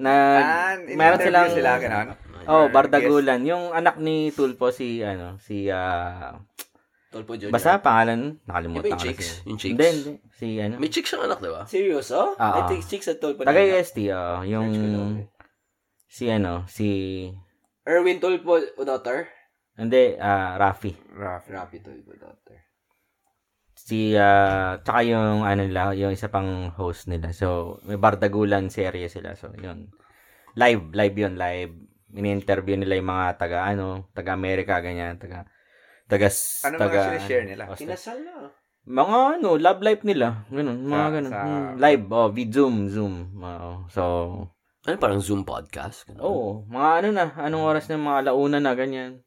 Speaker 4: Na
Speaker 3: ah,
Speaker 4: meron silang
Speaker 3: sila ganon.
Speaker 4: Oh,
Speaker 3: Or
Speaker 4: Bardagulan. Yung anak ni Tulpo si ano, si ah
Speaker 1: Tolpo Junior.
Speaker 4: basta pangalan
Speaker 2: Iba
Speaker 4: nakalimutan ko.
Speaker 2: yung
Speaker 4: na
Speaker 2: chicks.
Speaker 4: siya.
Speaker 2: Yung chicks.
Speaker 4: Hindi, hindi. Si ano.
Speaker 2: May chicks ang anak, di ba?
Speaker 1: Seryoso?
Speaker 4: Oo.
Speaker 1: I think chicks at Tolpo.
Speaker 4: Taga
Speaker 1: na-
Speaker 4: UST, oh, yung
Speaker 1: Search ko lang, eh.
Speaker 4: si ano, si
Speaker 1: Erwin Tolpo, daughter.
Speaker 4: hindi ah Rafi.
Speaker 3: Rough.
Speaker 1: Rapi Tolpo, daughter.
Speaker 4: si ah tsaka yung ano nila, yung isa pang host nila. So, may bardagulan serye sila. So, yun. Live, live yun, live. Ini-interview nila yung mga taga ano, taga Amerika ganyan, taga taga s-
Speaker 3: Ano mga
Speaker 4: taga
Speaker 3: sinishare nila?
Speaker 4: Austin.
Speaker 1: Kinasal na.
Speaker 4: mga ano, love life nila. Ganun, mga
Speaker 3: Sa-
Speaker 4: ganun.
Speaker 3: sa-
Speaker 4: Mm, live, oh, vid Zoom, Zoom. Oo. So,
Speaker 2: Ano parang Zoom podcast? Ganun.
Speaker 4: oh, mga ano na, anong oras na mga launa na ganyan.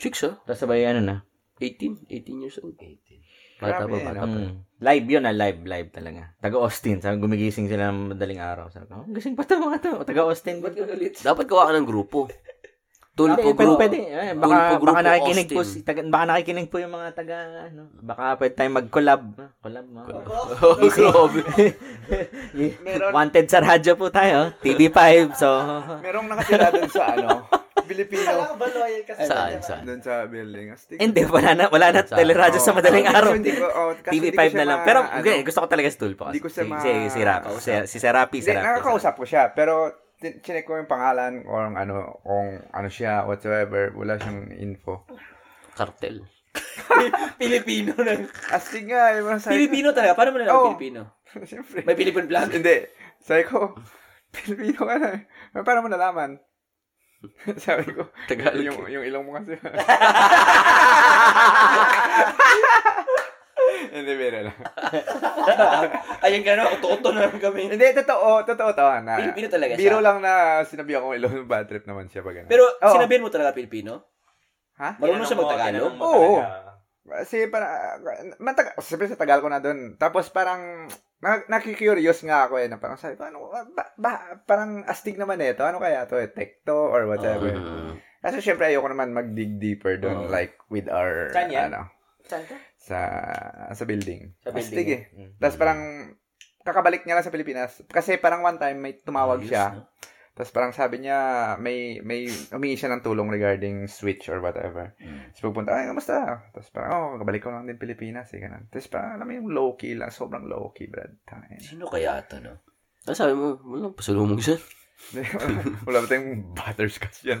Speaker 2: Chicks ah.
Speaker 4: Tapos sabay ano na.
Speaker 2: 18. 18 years old. 18.
Speaker 3: Grabe,
Speaker 2: Bata pa, bata pa.
Speaker 4: Mm. Live yun ah, live, live talaga. Taga Austin, sabi gumigising sila ng madaling araw. Sabi ko, oh, gising pa ito mga to. Taga Austin.
Speaker 1: Ba't
Speaker 4: Ba't
Speaker 1: ka galit?
Speaker 2: Dapat gawa ka ng grupo.
Speaker 4: Hindi,
Speaker 2: Tulpo
Speaker 4: pwede,
Speaker 2: group.
Speaker 4: pwede. Eh, baka,
Speaker 2: Tulpo Grupo
Speaker 4: baka nakikinig po,
Speaker 2: Austin.
Speaker 4: si, taga, baka nakikinig po yung mga taga, ano, baka pwede tayong mag-collab. Ah, Collab, mga.
Speaker 2: Oh, grabe.
Speaker 3: Meron
Speaker 4: Wanted sa radyo po tayo, TV5, so...
Speaker 3: merong nakatira doon sa ano, Filipino
Speaker 5: Kala ko ba loyal ka sa
Speaker 2: Saan,
Speaker 5: kanya?
Speaker 2: saan?
Speaker 3: doon sa building. Astig.
Speaker 4: Hindi, wala na, wala na
Speaker 2: Sa-
Speaker 4: teleradyo sa
Speaker 3: Oo.
Speaker 4: madaling
Speaker 3: Kasi
Speaker 4: araw.
Speaker 3: hindi ko- oo,
Speaker 4: TV5
Speaker 3: kasi hindi ko siya
Speaker 4: na lang.
Speaker 3: ma-
Speaker 4: Pero
Speaker 3: ano,
Speaker 4: okay, gusto ko talaga si Tulpo.
Speaker 3: Hindi ko siya
Speaker 4: si,
Speaker 3: ma-
Speaker 4: si, si, Rap, si, si Serapi,
Speaker 3: Hindi,
Speaker 4: Serapi.
Speaker 3: nakakausap ko siya, pero tin- chinek ko yung pangalan kung ano, kung ano siya, whatsoever. Wala siyang info.
Speaker 2: Cartel.
Speaker 1: Pilipino na.
Speaker 3: Astig nga, yung mga sabi ko-
Speaker 1: Pilipino talaga. Paano mo nalaman
Speaker 3: Oo.
Speaker 1: Pilipino?
Speaker 3: Siyempre.
Speaker 1: May Philippine vlog?
Speaker 3: Hindi. Sabi ko, Pilipino ka na. eh. Paano mo nalaman? Sabi ko,
Speaker 2: Tagalog.
Speaker 3: yung,
Speaker 4: eh.
Speaker 3: yung ilong mo kasi. Hindi, biro lang.
Speaker 1: Ayun ka na, uto-uto na lang kami.
Speaker 3: Hindi, totoo, totoo to. Na,
Speaker 1: Pilipino talaga siya.
Speaker 3: Biro lang na sinabi ako ilong bad trip naman siya pag ganun.
Speaker 1: Pero
Speaker 3: Oo.
Speaker 1: sinabihan mo talaga Pilipino?
Speaker 3: Ha?
Speaker 4: Ano
Speaker 1: Marunong siya mag-Tagalog?
Speaker 3: Oo. Kasi para matagal, siyempre sa tagal ko na doon. Tapos parang na, nakikurious nga ako eh na parang sabi ko, ano, ba, ba- parang astig naman eh to. Ano kaya to eh? Tech to or whatever.
Speaker 2: Mm.
Speaker 3: Kasi syempre ayoko naman mag-dig deeper doon like with our
Speaker 6: Saan yan?
Speaker 3: ano
Speaker 6: Saan ka?
Speaker 3: sa sa building.
Speaker 6: Sa building. Mm.
Speaker 3: Astig eh. Tapos parang kakabalik niya lang sa Pilipinas kasi parang one time may tumawag
Speaker 1: Ayos,
Speaker 3: siya.
Speaker 1: no?
Speaker 3: Tapos parang sabi niya, may, may humingi siya ng tulong regarding switch or whatever. Tapos pupunta, ay, kamusta? Tapos parang, oh, kabalik ko lang din Pilipinas, eh, ganun. Tapos parang, alam mo yung low-key lang, sobrang low-key, Brad. Tangin.
Speaker 1: Sino kaya ito, no?
Speaker 2: Ah, sabi mo, wala, pasulong mo siya.
Speaker 3: Wala ba tayong butterscotch yan?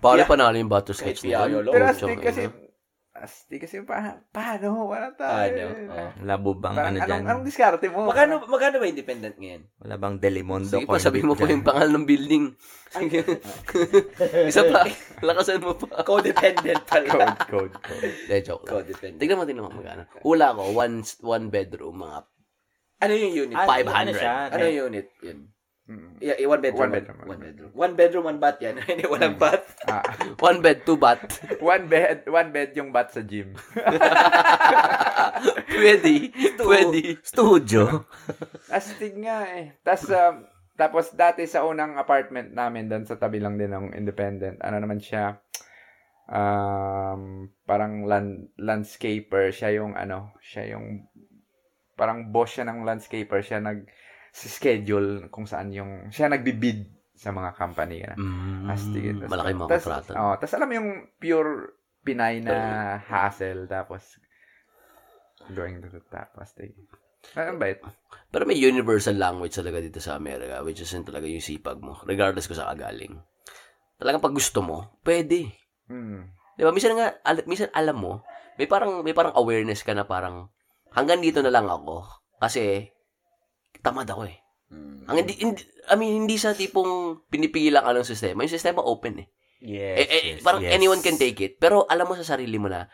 Speaker 2: Paano panalo yung butterscotch
Speaker 1: Kahit
Speaker 2: na yun? ah.
Speaker 1: piyayolo.
Speaker 3: Pero
Speaker 2: Puchang
Speaker 3: astig
Speaker 2: ina.
Speaker 3: kasi, astig kasi, pa, paano? Wala tayo.
Speaker 1: Paano? Oo.
Speaker 4: Labo bang
Speaker 3: Parang,
Speaker 4: ano
Speaker 3: anong,
Speaker 4: dyan?
Speaker 3: anong diskarte mo?
Speaker 1: Magkano, magkano ba independent ngayon?
Speaker 4: Wala bang Delimondo?
Speaker 2: Sige pa, sabi mo pa yung pangal ng building. Sige. Isa pa. Lakasan mo pa.
Speaker 1: Codependent pala.
Speaker 3: Code, code, code.
Speaker 2: De, joke lang.
Speaker 1: Codependent.
Speaker 2: Tignan mo, tignan mo magkano. Wala ko, one, one bedroom, mga
Speaker 1: Ano yung unit?
Speaker 4: Ano,
Speaker 1: Five.
Speaker 4: ano siya?
Speaker 1: Ano yung unit? Yun.
Speaker 3: Mm.
Speaker 1: Yeah, yeah, one bedroom.
Speaker 3: One bedroom,
Speaker 1: One bedroom. One bedroom, one bath yan. Hindi, walang bath.
Speaker 3: Ah,
Speaker 2: one bed, two bath.
Speaker 3: one bed, one bed yung bat sa gym.
Speaker 2: Pwede. Pwede.
Speaker 4: Studio.
Speaker 3: Astig nga eh. Tapos, um, tapos dati sa unang apartment namin, doon sa tabi lang din ng independent, ano naman siya, um, parang land, landscaper, siya yung ano, siya yung, parang boss siya ng landscaper, siya nag, schedule kung saan yung, siya nagbibid sa mga company. Ganun.
Speaker 2: Mm,
Speaker 3: Astig. Ah, Tas-
Speaker 2: malaki mga
Speaker 3: tas-
Speaker 2: kontrata.
Speaker 3: Oo, tas alam mo yung pure Pinay na hassle, tapos going to the top. Astig. Ano ba ito?
Speaker 2: Pero may universal language talaga dito sa Amerika, which is yun talaga yung sipag mo, regardless kung saan ka galing. Talagang pag gusto mo, pwede.
Speaker 3: Mm.
Speaker 2: Di ba? Diba? Minsan nga, al- minsan alam mo, may parang, may parang awareness ka na parang, hanggang dito na lang ako, kasi, tamad ako eh.
Speaker 4: Hmm.
Speaker 2: Ang hindi, hindi, I mean, hindi sa tipong pinipilang ka ng sistema. Yung sistema open eh.
Speaker 4: Yes,
Speaker 2: Eh, eh, parang anyone can take it. Pero alam mo sa sarili mo na,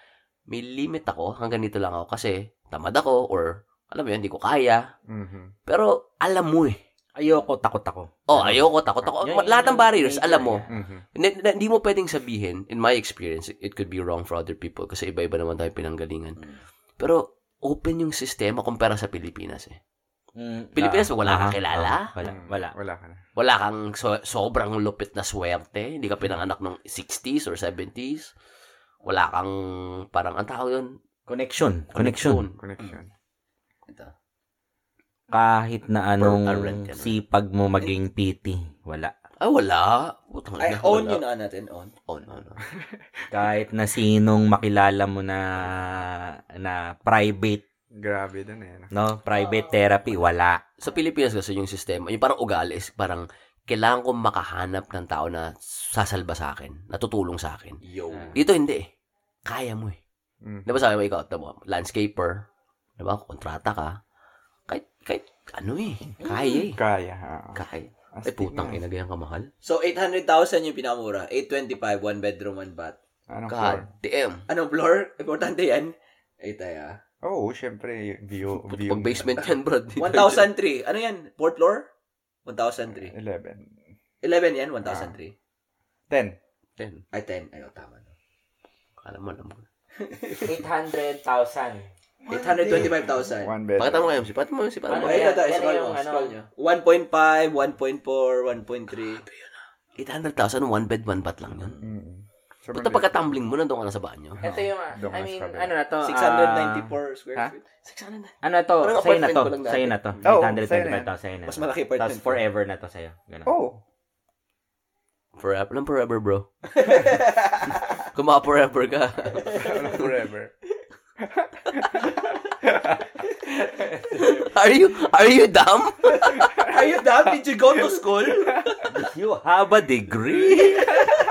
Speaker 2: may limit ako, hanggang dito lang ako kasi tamad ako or alam mo yun, hindi ko kaya.
Speaker 3: Mhm.
Speaker 2: Pero alam mo eh.
Speaker 4: Ayoko, takot ako.
Speaker 2: Oh, ayoko, takot ako.
Speaker 4: Yeah, yeah,
Speaker 2: Lahat ng
Speaker 4: yeah,
Speaker 2: barriers,
Speaker 4: yeah,
Speaker 2: alam mo.
Speaker 4: yeah.
Speaker 3: Mhm.
Speaker 2: Hindi na- hindi mo pwedeng sabihin, in my experience, it could be wrong for other people kasi iba-iba naman tayo pinanggalingan.
Speaker 1: Mm.
Speaker 2: Pero open yung sistema kumpara sa Pilipinas eh. Pilipinas, wala
Speaker 4: Mm, Ah,
Speaker 2: kang kilala.
Speaker 4: ah, wala,
Speaker 3: Mm.
Speaker 4: wala.
Speaker 3: Mm-hmm. Wala ka na.
Speaker 2: Wala kang so- sobrang lupit na swerte. Hindi ka pinanganak ng 60s or 70s. Wala kang parang ang tawag yun.
Speaker 4: Connection. Connection.
Speaker 2: Mm-hmm.
Speaker 3: Connection.
Speaker 1: Ito.
Speaker 4: Kahit na anong
Speaker 1: Or rent, ano.
Speaker 4: sipag mo maging PT, wala.
Speaker 2: Ay, Ah, wala. Putang
Speaker 1: Ay,
Speaker 2: ina,
Speaker 1: own
Speaker 2: wala.
Speaker 1: yun na natin, own.
Speaker 2: Own, own, own.
Speaker 4: Kahit na sinong makilala mo na na private,
Speaker 3: Grabe dun eh. no?
Speaker 4: no? Private therapy, wala.
Speaker 2: Sa Pilipinas kasi yung sistema, yung parang ugali is parang kailangan kong makahanap ng tao na sasalba sa akin, natutulong sa akin.
Speaker 1: Yo.
Speaker 2: Dito hindi eh. Kaya mo eh.
Speaker 3: Mm.
Speaker 2: Diba sabi mo ikaw, tama, landscaper, diba, kontrata ka, kahit, kahit ano eh, kaya eh.
Speaker 3: Kaya. ah.
Speaker 2: Kaya. Eh,
Speaker 3: Astig
Speaker 2: putang
Speaker 3: nga.
Speaker 2: ina, ganyan kamahal.
Speaker 1: So, 800,000 yung pinamura. 825, one bedroom, one bath.
Speaker 3: Anong floor?
Speaker 2: God damn.
Speaker 1: Anong floor? Importante yan. Ay, tayo.
Speaker 3: Oo, oh, syempre. View.
Speaker 2: Puto
Speaker 3: view
Speaker 2: pag basement yan, bro. Dito
Speaker 1: 1,003. Ano yan? Fourth floor? 1,003.
Speaker 3: 11.
Speaker 1: 11 yan, 1,003.
Speaker 3: 10.
Speaker 2: yan.
Speaker 1: Ay, 10. Ayaw, tama. No?
Speaker 2: Alam mo, alam mo.
Speaker 6: 800,000.
Speaker 1: 825,000.
Speaker 3: One bed.
Speaker 2: Pakita mo kayo, sipat mo, sipat mo.
Speaker 6: Ano yan?
Speaker 1: Ay, ito, ito.
Speaker 6: Yan
Speaker 1: eh, Scroll
Speaker 6: yung
Speaker 1: mo,
Speaker 6: ano.
Speaker 1: scroll nyo. 1.5, 1.4, 1.3.
Speaker 2: 800,000, one bed, one bath lang yun.
Speaker 3: Mm. Sobrang
Speaker 2: Puta pagka-tumbling mo, nandun ka na sa banyo.
Speaker 6: Ito yung,
Speaker 3: Doon
Speaker 6: I
Speaker 3: mas
Speaker 6: mean,
Speaker 3: sabi.
Speaker 6: ano na to? ah,
Speaker 1: 694 square
Speaker 3: ha?
Speaker 1: feet.
Speaker 2: 600 na.
Speaker 4: Ano to? Sa'yo
Speaker 1: Parang
Speaker 4: na
Speaker 1: apartment
Speaker 4: to.
Speaker 1: ko lang dati.
Speaker 4: Sa'yo na to.
Speaker 3: Oo,
Speaker 4: 825 to. Sa'yo na.
Speaker 1: Mas malaki apartment
Speaker 4: Tapos
Speaker 1: ko.
Speaker 4: forever na to sa'yo. Ganun.
Speaker 3: Oh.
Speaker 2: Forever, lang forever, bro. Kung maka-forever ka.
Speaker 3: Walang ano, forever.
Speaker 2: Are you, are you dumb?
Speaker 1: Are you dumb? Did you go to school?
Speaker 4: You have a degree.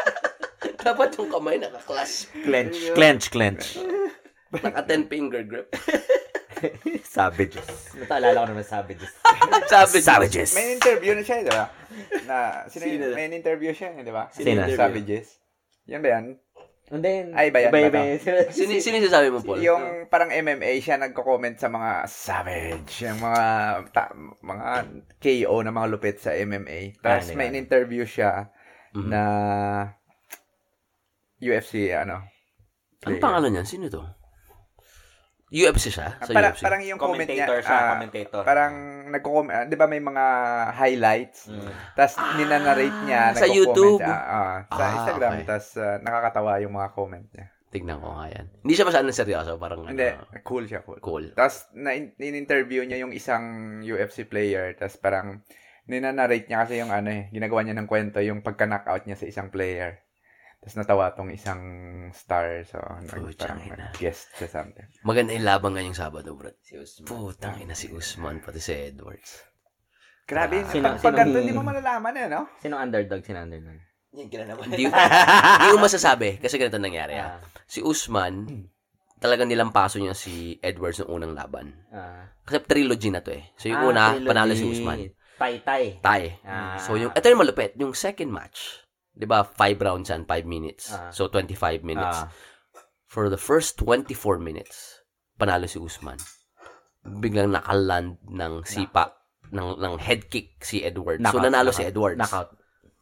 Speaker 2: Dapat yung kamay naka-clutch.
Speaker 4: clench, clench, clench.
Speaker 2: Naka 10 finger grip.
Speaker 4: Savages. Nataalala ko naman Savages.
Speaker 2: Savages.
Speaker 4: Savages.
Speaker 3: May interview na siya, eh, di ba? Na, sino,
Speaker 1: Sino?
Speaker 3: may interview siya, eh, di ba?
Speaker 4: Sino
Speaker 3: Sino?
Speaker 4: interview?
Speaker 3: Savages. Yan ba yan?
Speaker 4: And then,
Speaker 3: Ay, ba yan?
Speaker 4: iba-
Speaker 3: Ba
Speaker 4: iba-
Speaker 2: Sino, sino yung sasabi mo, Paul?
Speaker 3: Yung parang MMA siya nagko-comment sa mga savage, yung mga ta- mga KO na mga lupit sa MMA. Tapos
Speaker 4: Ano
Speaker 3: may
Speaker 4: yan?
Speaker 3: interview siya
Speaker 2: Mhm.
Speaker 3: na UFC
Speaker 2: Ano
Speaker 3: ano. player.
Speaker 2: pangalan niyan? Sino to? UFC siya?
Speaker 3: Ah,
Speaker 2: Sa
Speaker 3: para-
Speaker 2: UFC?
Speaker 3: parang yung comment niya,
Speaker 4: Commentator siya,
Speaker 3: ah,
Speaker 4: commentator.
Speaker 3: parang nagko-comment, ah, 'di ba may mga highlights? Tapos ninanarrate niya,
Speaker 2: Mm. sa
Speaker 3: nagko-comment,
Speaker 2: YouTube.
Speaker 3: ah, ah, sa
Speaker 2: Ah,
Speaker 3: Instagram,
Speaker 2: okay.
Speaker 3: tapos ah, nakakatawa yung mga comment niya.
Speaker 2: Tignan ko nga yan. Hindi siya masyadong seryoso. Parang
Speaker 3: Hindi,
Speaker 2: ano,
Speaker 3: cool siya, cool.
Speaker 2: cool.
Speaker 3: Tapos, na-interview niya yung isang UFC player. Tapos, parang, ninanarrate niya kasi yung ano eh, ginagawa niya ng kwento, yung pagka-knockout niya sa isang player. Tapos, natawa tong isang star. So, nag,
Speaker 2: Putang
Speaker 3: parang
Speaker 2: ina.
Speaker 3: guest sa something.
Speaker 2: Maganda yung labang ngayong Sabado, bro.
Speaker 6: Si Usman.
Speaker 2: Putang ina si Usman, pati si Edwards.
Speaker 4: Ah,
Speaker 3: Grabe,
Speaker 4: Sino-
Speaker 3: pag,
Speaker 4: sino-
Speaker 3: pag ganito, hindi mo malalaman eh, no?
Speaker 4: Sino underdog? Sino underdog?
Speaker 1: Yan, kinalaman.
Speaker 2: Hindi, hindi ko masasabi kasi ganito nangyari.
Speaker 4: Ah,
Speaker 2: ah. Si Usman, talagang nilampaso niya si Edwards noong unang laban.
Speaker 4: ah.
Speaker 2: Kasi trilogy na to eh. So yung
Speaker 4: Ah,
Speaker 2: una,
Speaker 4: trilogy.
Speaker 2: panalo si Usman.
Speaker 4: Tay-tay.
Speaker 2: Tay.
Speaker 4: Ah.
Speaker 2: So yung, ito yung malupit, yung second match. 'Di ba five rounds and five minutes.
Speaker 4: Ah.
Speaker 2: So 25
Speaker 4: Ah.
Speaker 2: minutes. For the first 24 minutes, panalo si Usman. Biglang nakaland ng sipa, ng, ng head kick si Edwards. so
Speaker 4: Knockout,
Speaker 2: nanalo si
Speaker 4: knockout,
Speaker 2: Edwards.
Speaker 4: Knockout.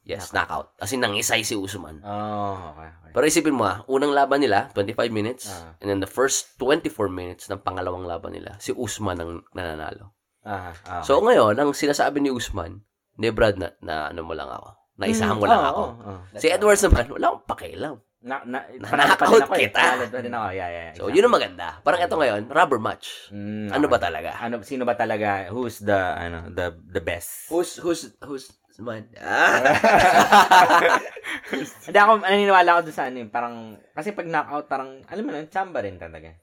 Speaker 2: Yes, knockout. As in, nangisay si Usman.
Speaker 4: Oh, okay. okay.
Speaker 2: Pero isipin mo ah, unang laban nila, 25 minutes.
Speaker 4: Ah.
Speaker 2: And then the first 24 minutes ng pangalawang laban nila, si Usman ang nananalo.
Speaker 4: Ah, ah.
Speaker 2: So ngayon, ang sinasabi ni Usman, ni Brad, na, na ano mo lang ako. Naisahan mo
Speaker 4: Mm,
Speaker 2: lang
Speaker 4: oo,
Speaker 2: ako.
Speaker 4: oo, oo.
Speaker 2: Si Edwards naman, wala akong pakialam.
Speaker 4: Na, na,
Speaker 2: Nanakaw
Speaker 4: panalo pa rin ako eh.
Speaker 2: kita.
Speaker 4: Panalo pa rin ako. Yeah, yeah.
Speaker 2: So, yun ang maganda. Parang ito ngayon, rubber match.
Speaker 4: Mm,
Speaker 2: Ano ba
Speaker 4: okay.
Speaker 2: talaga?
Speaker 4: Ano, sino ba talaga? Who's the, ano, the, the best?
Speaker 1: Who's, who's, who's, man? Ah!
Speaker 4: Hindi ako, naniniwala ako doon sa ano yun, parang, kasi pag knockout, parang, alam mo na, chamba rin talaga.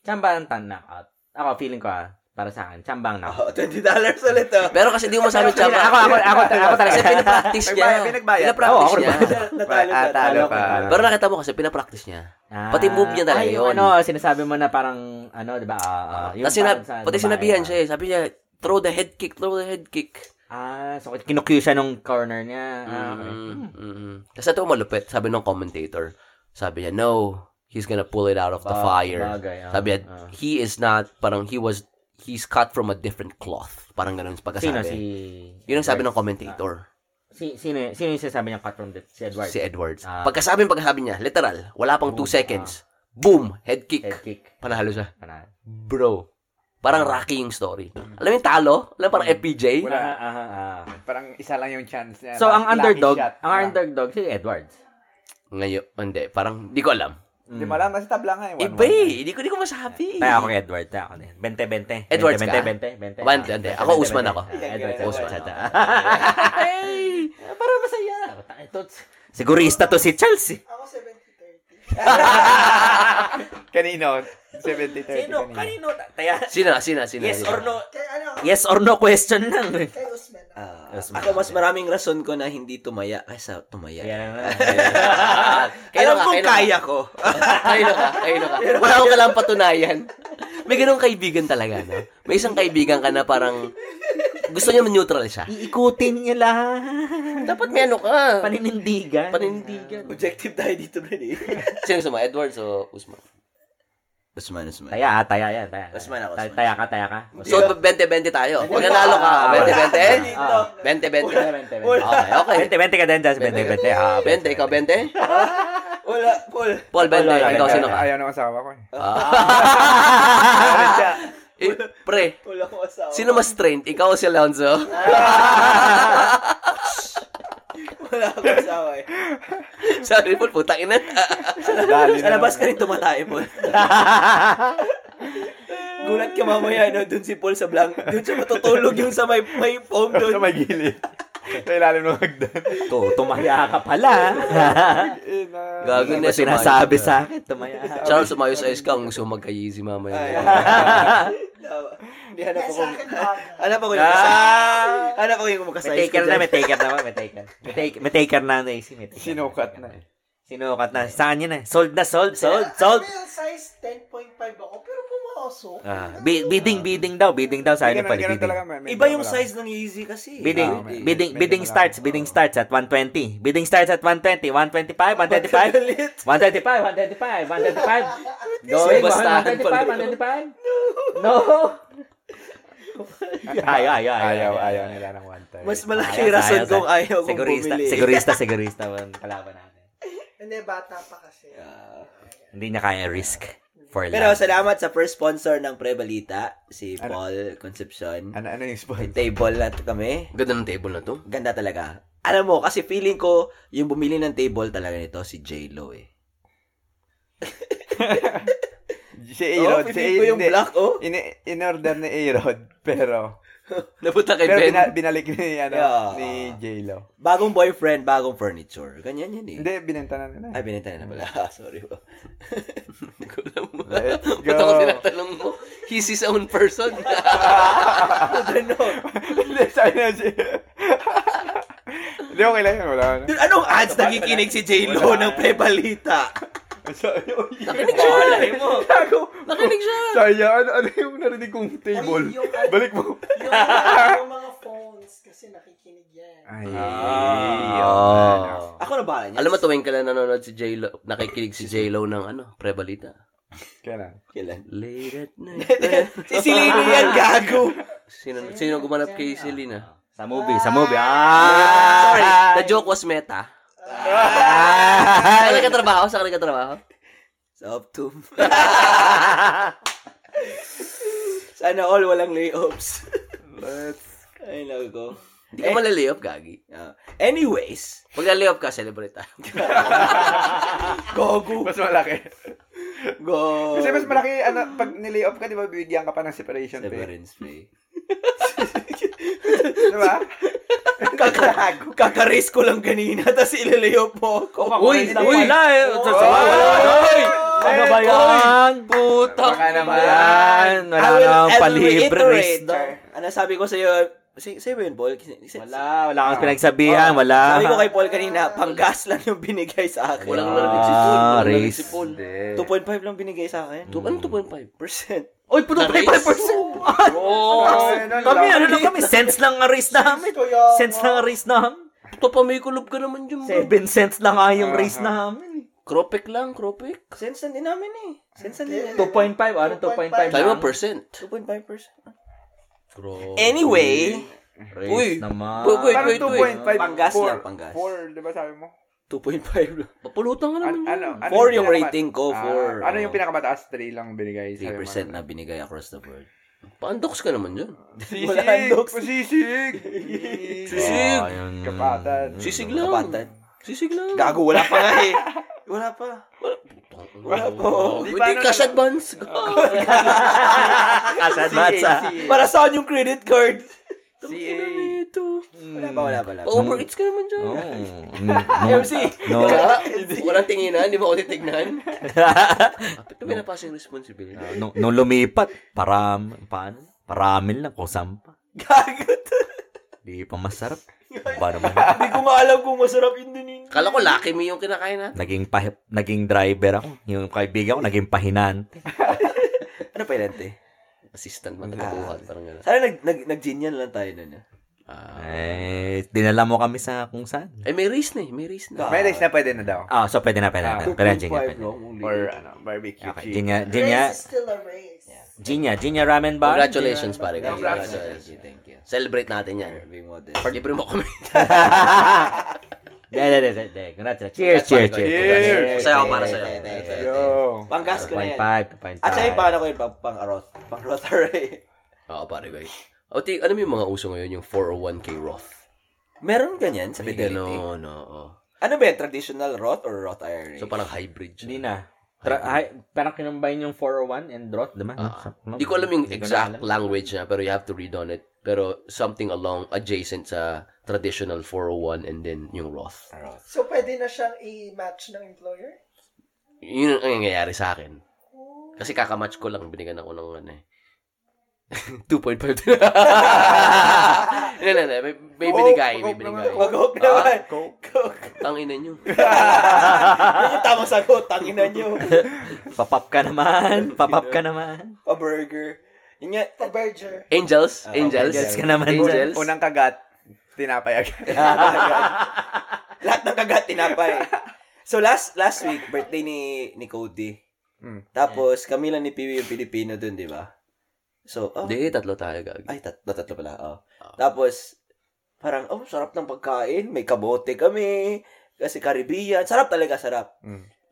Speaker 4: Chamba ang tan knockout. Ako, feeling ko ah, para sa akin, chamba ang knockout.
Speaker 1: Oh, $20 ulit, oh.
Speaker 2: Pero kasi di mo
Speaker 4: Ako,
Speaker 2: masabi, Chamba.
Speaker 4: ako, ako, ako, ako talaga.
Speaker 2: Kasi pinapractice niya.
Speaker 3: Nagbayad, pinagbayad.
Speaker 2: Pinapractice
Speaker 4: Oo, ako
Speaker 2: niya.
Speaker 1: Natalo
Speaker 3: Ah,
Speaker 1: siya.
Speaker 3: talo pa.
Speaker 2: Pero nakita mo kasi, pinapractice niya.
Speaker 4: Ah,
Speaker 2: Pati move niya talaga
Speaker 4: ay, yung
Speaker 2: yun.
Speaker 4: Ano, sinasabi mo na parang, ano, di ba? ah, ah, yung
Speaker 2: Tapos sinab-
Speaker 4: parang sa
Speaker 2: pati
Speaker 4: babae,
Speaker 2: sinabihan
Speaker 4: ah.
Speaker 2: siya eh. Sabi niya, throw the head kick, throw the head kick.
Speaker 4: Ah, so kinukue siya nung corner niya. Ah, okay.
Speaker 2: Mm, mm. Tapos ito malupit, sabi ng commentator. Sabi niya, no, he's gonna pull it out of the
Speaker 4: Ba-
Speaker 2: fire.
Speaker 4: bagay, ah,
Speaker 2: sabi niya,
Speaker 4: ah.
Speaker 2: he is not, parang he was, he's cut from a different cloth. Parang ganun yung pagkasabi.
Speaker 4: Sino si... Ah,
Speaker 2: Yun ang sabi ng commentator,
Speaker 4: Si, sino, sino yung sinasabi niya cut from the, si Edward?
Speaker 2: si Edwards.
Speaker 4: Ah.
Speaker 2: Pagkasabi, pagkasabi niya, literal, wala pang two
Speaker 4: Boom, ah.
Speaker 2: seconds. Boom! Head kick.
Speaker 4: Head kick. Ano? Ah.
Speaker 2: Panalo siya.
Speaker 4: Panalo.
Speaker 2: Bro. Parang Rocky yung story. Alam mo yung talo? Alam mo parang FPJ?
Speaker 3: Wala.
Speaker 4: Ah, ah, ah.
Speaker 3: Parang isa lang yung chance niya.
Speaker 4: So, ang
Speaker 3: Lucky
Speaker 4: underdog,
Speaker 3: shot.
Speaker 4: ang
Speaker 3: Ah,
Speaker 4: underdog, si Edwards.
Speaker 2: Ngayon, hindi. Parang, di ko alam.
Speaker 3: Hindi mo alam, kasi tabla nga eh. one-one.
Speaker 2: Iba eh. Hindi ko, di ko masabi.
Speaker 4: Tayo ako kay Edward. Tayo ako din. 20-20.
Speaker 2: Edwards ka?
Speaker 4: 20-20. 20-20.
Speaker 2: Bante, bante. Ako, Usman ako.
Speaker 4: Ah, Edwards.
Speaker 1: Usman.
Speaker 4: Usman. Hey! Para masaya. Ito- Sigurista to si Charles eh.
Speaker 5: Ako 70-30.
Speaker 3: Kanino?
Speaker 4: Sino?
Speaker 3: 70-30 kanino.
Speaker 4: Eh, Kanino? Taya.
Speaker 2: Sina, sina, sina.
Speaker 4: Yes
Speaker 2: sina.
Speaker 4: or no?
Speaker 5: Kaya ano ako?
Speaker 4: Yes or no question lang. eh.
Speaker 5: Kay Usman. ako.
Speaker 1: Ah,
Speaker 4: Mas
Speaker 1: ako mas maraming rason ko na hindi tumaya kaysa tumaya.
Speaker 4: Yan na.
Speaker 1: Alam
Speaker 2: ka,
Speaker 1: kong
Speaker 2: ka.
Speaker 1: kaya ko.
Speaker 2: Kailo ka, kailo ka. Wala akong kailangang patunayan. May ganung kaibigan talaga, no? May isang kaibigan ka na parang gusto niya neutral siya.
Speaker 4: Iikutin niya lahat.
Speaker 2: Dapat may ano ka.
Speaker 4: Paninindigan.
Speaker 2: Panindigan.
Speaker 1: Objective tayo dito, Brad eh.
Speaker 2: Sino gusto mo? Edwards o Usman?
Speaker 1: Usman, Usman.
Speaker 4: Taya ah, taya yan. Taya.
Speaker 1: Usman ako,
Speaker 4: Tay-
Speaker 1: Usman.
Speaker 4: Taya ka, taya ka.
Speaker 2: So, 20-20 tayo. Pag nanalo ka,
Speaker 4: Ah, ah.
Speaker 2: 20-20? 20-20?
Speaker 4: 20-20.
Speaker 2: Okay, okay.
Speaker 4: 20-20 ka din, Charles. 20-20. Ah,
Speaker 2: 20, ikaw 20?
Speaker 1: Wala, Paul.
Speaker 2: Paul, 20. Ikaw, sino ka?
Speaker 3: Ayaw ng asawa ko eh.
Speaker 2: Eh, pre,
Speaker 1: Wala ko asawa.
Speaker 2: sino mas trained? Ikaw o si Alonzo?
Speaker 1: Wala ko asawa eh.
Speaker 2: Sabi Paul, putang ina.
Speaker 1: Sa labas ka rin tumatay, Paul. Gulat ka mamaya, no? Doon si Paul sa blank. Doon siya matutulog yung sa may, may foam doon.
Speaker 3: Sa may gilid. Sa ilalim ng hagdan.
Speaker 4: To, Oh, tumaya ka pala.
Speaker 3: Eh, na-
Speaker 2: Gago
Speaker 4: Ano
Speaker 2: na
Speaker 4: ba
Speaker 2: si
Speaker 4: sinasabi sa akin? Tumaya ka.
Speaker 2: Charles, umayos ayos ka. Ang gusto mo magka-easy mamaya.
Speaker 1: Ay, Tama. Hindi, hanap
Speaker 5: Kaya
Speaker 1: ako.
Speaker 5: sa akin bago.
Speaker 1: Hanap ako yung kasama. Hanap ako yung
Speaker 4: Ah. May
Speaker 1: makasize
Speaker 4: taker na, may taker na ba? May taker. May, take, may taker na na isi.
Speaker 3: Sinukat na.
Speaker 4: Sinukat na. Sa kanya na. Sold na, sold, sold, sold.
Speaker 5: Alam mo yung size 10.5 ako, pero pumakas Tusok?
Speaker 4: Ah, bi- bidding, bidding daw. Bidding daw. Sabi ni
Speaker 3: Ganun-
Speaker 4: Palit,
Speaker 3: ganun
Speaker 4: bidding.
Speaker 3: talaga, may- may
Speaker 1: Iba yung
Speaker 3: ganun
Speaker 1: size ng Yeezy kasi. eh.
Speaker 4: Bidding,
Speaker 3: Ah, may-
Speaker 4: bidding,
Speaker 3: may
Speaker 4: bidding
Speaker 3: ganun
Speaker 4: starts,
Speaker 3: lang.
Speaker 4: bidding starts at 120. Bidding starts at 120, 125, 135.
Speaker 1: Ulit.
Speaker 4: 135, 135, 135. Going,
Speaker 2: Bastahan
Speaker 4: 135,
Speaker 2: pala yun.
Speaker 4: 135. No. Ayaw, ayaw,
Speaker 3: lang. Ayaw, ayaw nila ng one time.
Speaker 1: Mas malaki rason kung ayaw kong
Speaker 4: sigurista,
Speaker 1: bumili.
Speaker 4: Sigurista, sigurista, man. Kalaban natin.
Speaker 5: Hindi, bata pa kasi.
Speaker 4: Hindi niya kaya risk for love.
Speaker 1: Pero salamat sa first sponsor ng Prebalita, si Paul Concepcion.
Speaker 3: Ano, ano yung
Speaker 1: May
Speaker 3: sport?
Speaker 1: table na kami.
Speaker 2: Ang Ganda ng table na to.
Speaker 1: Ganda talaga. Alam mo, kasi feeling ko, yung bumili ng table talaga nito, si J-Lo eh.
Speaker 3: Si
Speaker 1: Oh,
Speaker 3: A-Rod. si
Speaker 1: feeling ko yung
Speaker 3: hindi.
Speaker 1: black, oh.
Speaker 3: In, in order ni A-Rod, pero...
Speaker 2: Napunta kay
Speaker 3: Pero
Speaker 2: Ben.
Speaker 3: bina, binalik ni, ano,
Speaker 1: Yeah.
Speaker 3: ni J-Lo.
Speaker 1: Bagong boyfriend, bagong furniture. Ganyan yan eh.
Speaker 3: Hindi, binenta na nila.
Speaker 1: Ay, binenta na pala. Sorry po.
Speaker 2: Hindi ko alam.
Speaker 3: Let's go.
Speaker 2: Ba't ako tinatanong mo? He's his own person.
Speaker 3: Hindi, sabi na si... Hindi, okay lang yun. Wala na.
Speaker 1: Dude, anong ads nagikinig si J-Lo ng Prebalita?
Speaker 2: Nakinig siya. mo. Nakinig siya.
Speaker 3: Sayang, ano, ano yung narinig kong table?
Speaker 5: Ay, yung-
Speaker 3: Balik mo.
Speaker 5: Yung, yung mga phones, kasi nakikinig yan.
Speaker 1: Ah.
Speaker 3: Ay,
Speaker 4: Ah,
Speaker 3: ano. Ah.
Speaker 4: Oh.
Speaker 1: Ako na bahala niya.
Speaker 2: Alam mo, tuwing ka lang nanonood si J-Lo, nakikinig si J-Lo ng ano, prebalita.
Speaker 3: Kaya na.
Speaker 1: Kailan?
Speaker 2: Late at night.
Speaker 1: si Silino yan, gago.
Speaker 2: sino, sino gumanap kay Selena?
Speaker 4: Sa movie, sa movie. Ah!
Speaker 2: Sorry, the joke was meta.
Speaker 1: Ah.
Speaker 2: Saan ka trabaho? Saan ka trabaho?
Speaker 1: Sa Optum. Sana all walang layoffs.
Speaker 3: Let's...
Speaker 1: Ay, nago.
Speaker 2: Hindi ka pala layoff, Gagi.
Speaker 1: Ah. anyways,
Speaker 2: Pag na-layoff ka, celebrate
Speaker 4: ah.
Speaker 2: tayo.
Speaker 1: gogo.
Speaker 3: Mas malaki.
Speaker 1: Go.
Speaker 3: Kasi mas malaki, ano, pag nilay off ka, di ba, bibigyan ka pa ng separation pay.
Speaker 1: Severance pay.
Speaker 3: Di ba?
Speaker 1: Kaka, kakarace ko lang kanina, tapos ililayoff mo ako.
Speaker 4: Uy, uy! Wala eh. Sa- sa-
Speaker 3: Oy!
Speaker 4: Ano ba yan? Puta.
Speaker 3: Baka naman.
Speaker 4: Wala nang palibre. race daw.
Speaker 1: Ano sabi ko sa'yo, sa sa'yo ba yun, Paul? Kasi- kasi-
Speaker 4: Wala,
Speaker 3: Ah,
Speaker 4: wala kang pinagsabihan. Wala.
Speaker 1: Sabi ko kay Paul kanina, panggas lang yung binigay sa akin.
Speaker 2: Walang narinig si
Speaker 1: Ah,
Speaker 2: Paul. Walang narinig si
Speaker 4: race.
Speaker 2: Paul.
Speaker 1: 2.5 lang binigay sa akin.
Speaker 2: Ano 2.5?
Speaker 1: Percent.
Speaker 4: Uy, puto
Speaker 2: Race?
Speaker 4: 5%!
Speaker 2: Oh!
Speaker 4: Kami, ano lang kami? Cents lang ang race namin.
Speaker 5: Ko yung,
Speaker 4: Cents lang ang race namin.
Speaker 2: Papamikulob ka naman dyan, bro.
Speaker 4: 7 cents lang nga
Speaker 1: Ah,
Speaker 4: yung race namin.
Speaker 2: Kropek lang, kropek.
Speaker 1: Sense din namin eh. Sense din namin.
Speaker 4: 2.5, ano 2.5
Speaker 2: Sabi mo,
Speaker 4: lang?
Speaker 2: percent.
Speaker 1: 2.5%. Anyway,
Speaker 4: Race
Speaker 2: Uy.
Speaker 4: naman.
Speaker 2: Wait, wait,
Speaker 3: Parang
Speaker 2: wait, wait.
Speaker 3: 2.5.
Speaker 1: Panggas
Speaker 3: four-
Speaker 1: lang, panggas.
Speaker 3: Four, di ba sabi mo?
Speaker 1: 2.5 lang.
Speaker 2: Papulutan ka naman
Speaker 3: An-
Speaker 2: dyan.
Speaker 3: ano, ano
Speaker 1: 4 yung
Speaker 3: pinakama-
Speaker 1: rating ko,
Speaker 3: Ah,
Speaker 1: 4.
Speaker 3: ano yung pinakamataas? 3 lang binigay. sabi mo.
Speaker 1: 3% na binigay across the board.
Speaker 2: Paandoks ka naman dyan.
Speaker 3: Sisig!
Speaker 1: Wala ang dogs.
Speaker 3: Pasisig!
Speaker 2: Sisig!
Speaker 3: Kapatan.
Speaker 2: Sisig lang.
Speaker 1: Kapatan.
Speaker 2: Sisig lang.
Speaker 1: Gago, wala pa nga eh. Wala pa. Wala pa.
Speaker 2: Oh,
Speaker 3: Di
Speaker 2: Hindi,
Speaker 3: ba ano-
Speaker 2: cash advance.
Speaker 4: Kasad matsa.
Speaker 1: Para saan yung credit card?
Speaker 3: CA.
Speaker 2: Ito.
Speaker 1: Wala pa, wala pa. Wala pa.
Speaker 2: Pa-overeats ka naman dyan.
Speaker 1: MC.
Speaker 4: No.
Speaker 2: Wala, walang tinginan, hindi mo ako titignan. Kapit na pinapasa yung responsibility.
Speaker 4: Nung, nung lumipat, param, paano? Paramil lang, kusam pa.
Speaker 1: Gago to.
Speaker 4: Di pa masarap. Paano mo?
Speaker 1: Hindi ko nga alam kung masarap yun dun yun.
Speaker 2: Kala ko Lucky Me yung kinakain natin.
Speaker 4: Naging, pa, naging driver ako. Yung kaibigan ko, naging pahinante.
Speaker 1: Ano pa yun, ate?
Speaker 2: Assistant mo nakukuha. Parang gano'n.
Speaker 1: Sana nag, nag, nag-gin yan lang tayo nun. ah.
Speaker 2: Ah.
Speaker 4: Eh, dinala mo kami sa kung saan.
Speaker 2: Eh, may race na eh. May race na.
Speaker 3: May race na pwede na daw.
Speaker 4: Ah, so pwede na, pwede na. pwede na. Pwede na, Jinya.
Speaker 1: 2.5
Speaker 4: Pwede.
Speaker 1: lang, only.
Speaker 3: Or ano, barbecue
Speaker 4: Okay,
Speaker 3: cheese.
Speaker 4: Jinya, Jinya,
Speaker 5: race is still a race.
Speaker 4: Jinya, Jinya Ramen Bar.
Speaker 2: Congratulations, pare.
Speaker 1: Thank
Speaker 2: Congratulations.
Speaker 1: you, thank you.
Speaker 2: Celebrate natin yan.
Speaker 1: Being modest.
Speaker 2: Libre mo kami.
Speaker 4: De, de, de, de, de. Congratulations. Cheers, cheers, cheers.
Speaker 3: Cheers!
Speaker 2: Masaya ako para sa'yo.
Speaker 3: Yo!
Speaker 1: Panggas ko na yan.
Speaker 4: 2.5, 2.5.
Speaker 1: At sa'yo, paano ko yun? Pang, pang aros. Pang rotary.
Speaker 2: Oo, pare, guys. O, ti, alam mo yung mga uso ngayon, yung 401k Roth.
Speaker 1: Meron ganyan sa
Speaker 2: May
Speaker 1: fidelity?
Speaker 2: gano'n, oo.
Speaker 1: Ano ba yan? Traditional Roth or Roth IRA?
Speaker 2: So, parang hybrid siya.
Speaker 4: Hindi na. Tra- hi- parang kinumbine yung 401 and Roth, di ba?
Speaker 2: Ah,
Speaker 4: Sa-
Speaker 2: Hindi ko alam yung
Speaker 4: Hindi ko na
Speaker 2: exact
Speaker 4: alam.
Speaker 2: language niya, pero you have to read on it. Pero something along adjacent sa traditional 401 and then yung Roth.
Speaker 5: So, pwede na siyang i-match ng employer?
Speaker 2: Yun ang nangyayari sa akin. Kasi kakamatch ko lang, binigyan ako ng ano eh. 2.5. Hindi, hindi, hindi. May, may binigay, may binigay. Ah,
Speaker 1: Mag-hook naman. Coke.
Speaker 2: Tangina nyo.
Speaker 1: Yun yung tamang sagot. Tangina nyo.
Speaker 4: Papap ka naman. Papap ka naman.
Speaker 1: Pa-burger. Yun nga.
Speaker 5: Pa-burger.
Speaker 2: Angels,
Speaker 1: Ah,
Speaker 2: angels.
Speaker 1: angels
Speaker 4: ka naman
Speaker 2: Angels.
Speaker 3: Unang kagat, tinapay agad.
Speaker 1: Lahat ng kagat tinapay. So last last week, birthday ni ni Cody.
Speaker 3: Mm.
Speaker 1: Tapos kami lang ni Piwi yung Pilipino dun, di ba? So, oh,
Speaker 2: Hindi, tatlo tayo gag.
Speaker 1: ay, tat tatlo pala. Oh.
Speaker 2: Ah.
Speaker 1: Tapos, parang, oh, sarap ng pagkain. May kabote kami. Kasi Caribbean. Sarap talaga, sarap.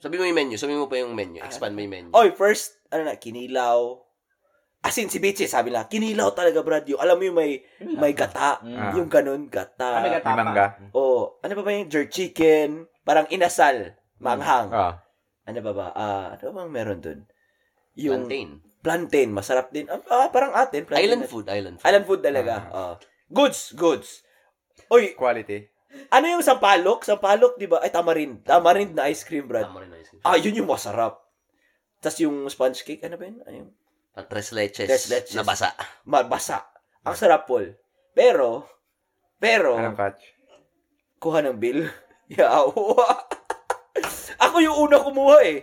Speaker 2: Sabi mo yung menu, sabi mo pa yung menu. Expand mo yung menu.
Speaker 1: Oy, first, ano na, kinilaw. As in, si Bitches, sabi lang, kinilaw talaga, Brad. Yung, alam mo yung may, may gata.
Speaker 3: Ah.
Speaker 1: Yung ganun, gata.
Speaker 6: Ah, may gata.
Speaker 3: May mangga.
Speaker 1: Oh, ano pa ba yung jerk chicken? Parang inasal, manghang.
Speaker 3: Ah.
Speaker 1: Ano ba ba? Ah, ano bang meron dun? Yung plantain.
Speaker 2: Plantain.
Speaker 1: masarap din. Ah, ah, parang atin. Plantain
Speaker 2: Island
Speaker 1: at-
Speaker 2: food, island food.
Speaker 1: Island food talaga. Ah. Goods, goods. Oy,
Speaker 3: Quality.
Speaker 1: ano yung sampalok? Sampalok, di ba? Ay, tamarind. Tamarind na ice cream, Brad.
Speaker 2: Tama rin na yun.
Speaker 1: Ah, yun yung masarap. Tapos yung sponge cake, ano ba yun? Ay, yung
Speaker 2: Ah, Tres leches.
Speaker 1: Tres leches.
Speaker 2: Nabasa.
Speaker 1: mabasa. Ang sarap, Paul. Pero, pero,
Speaker 3: Anong catch?
Speaker 1: kuha ng bill. Yawa. ako yung una kumuha eh.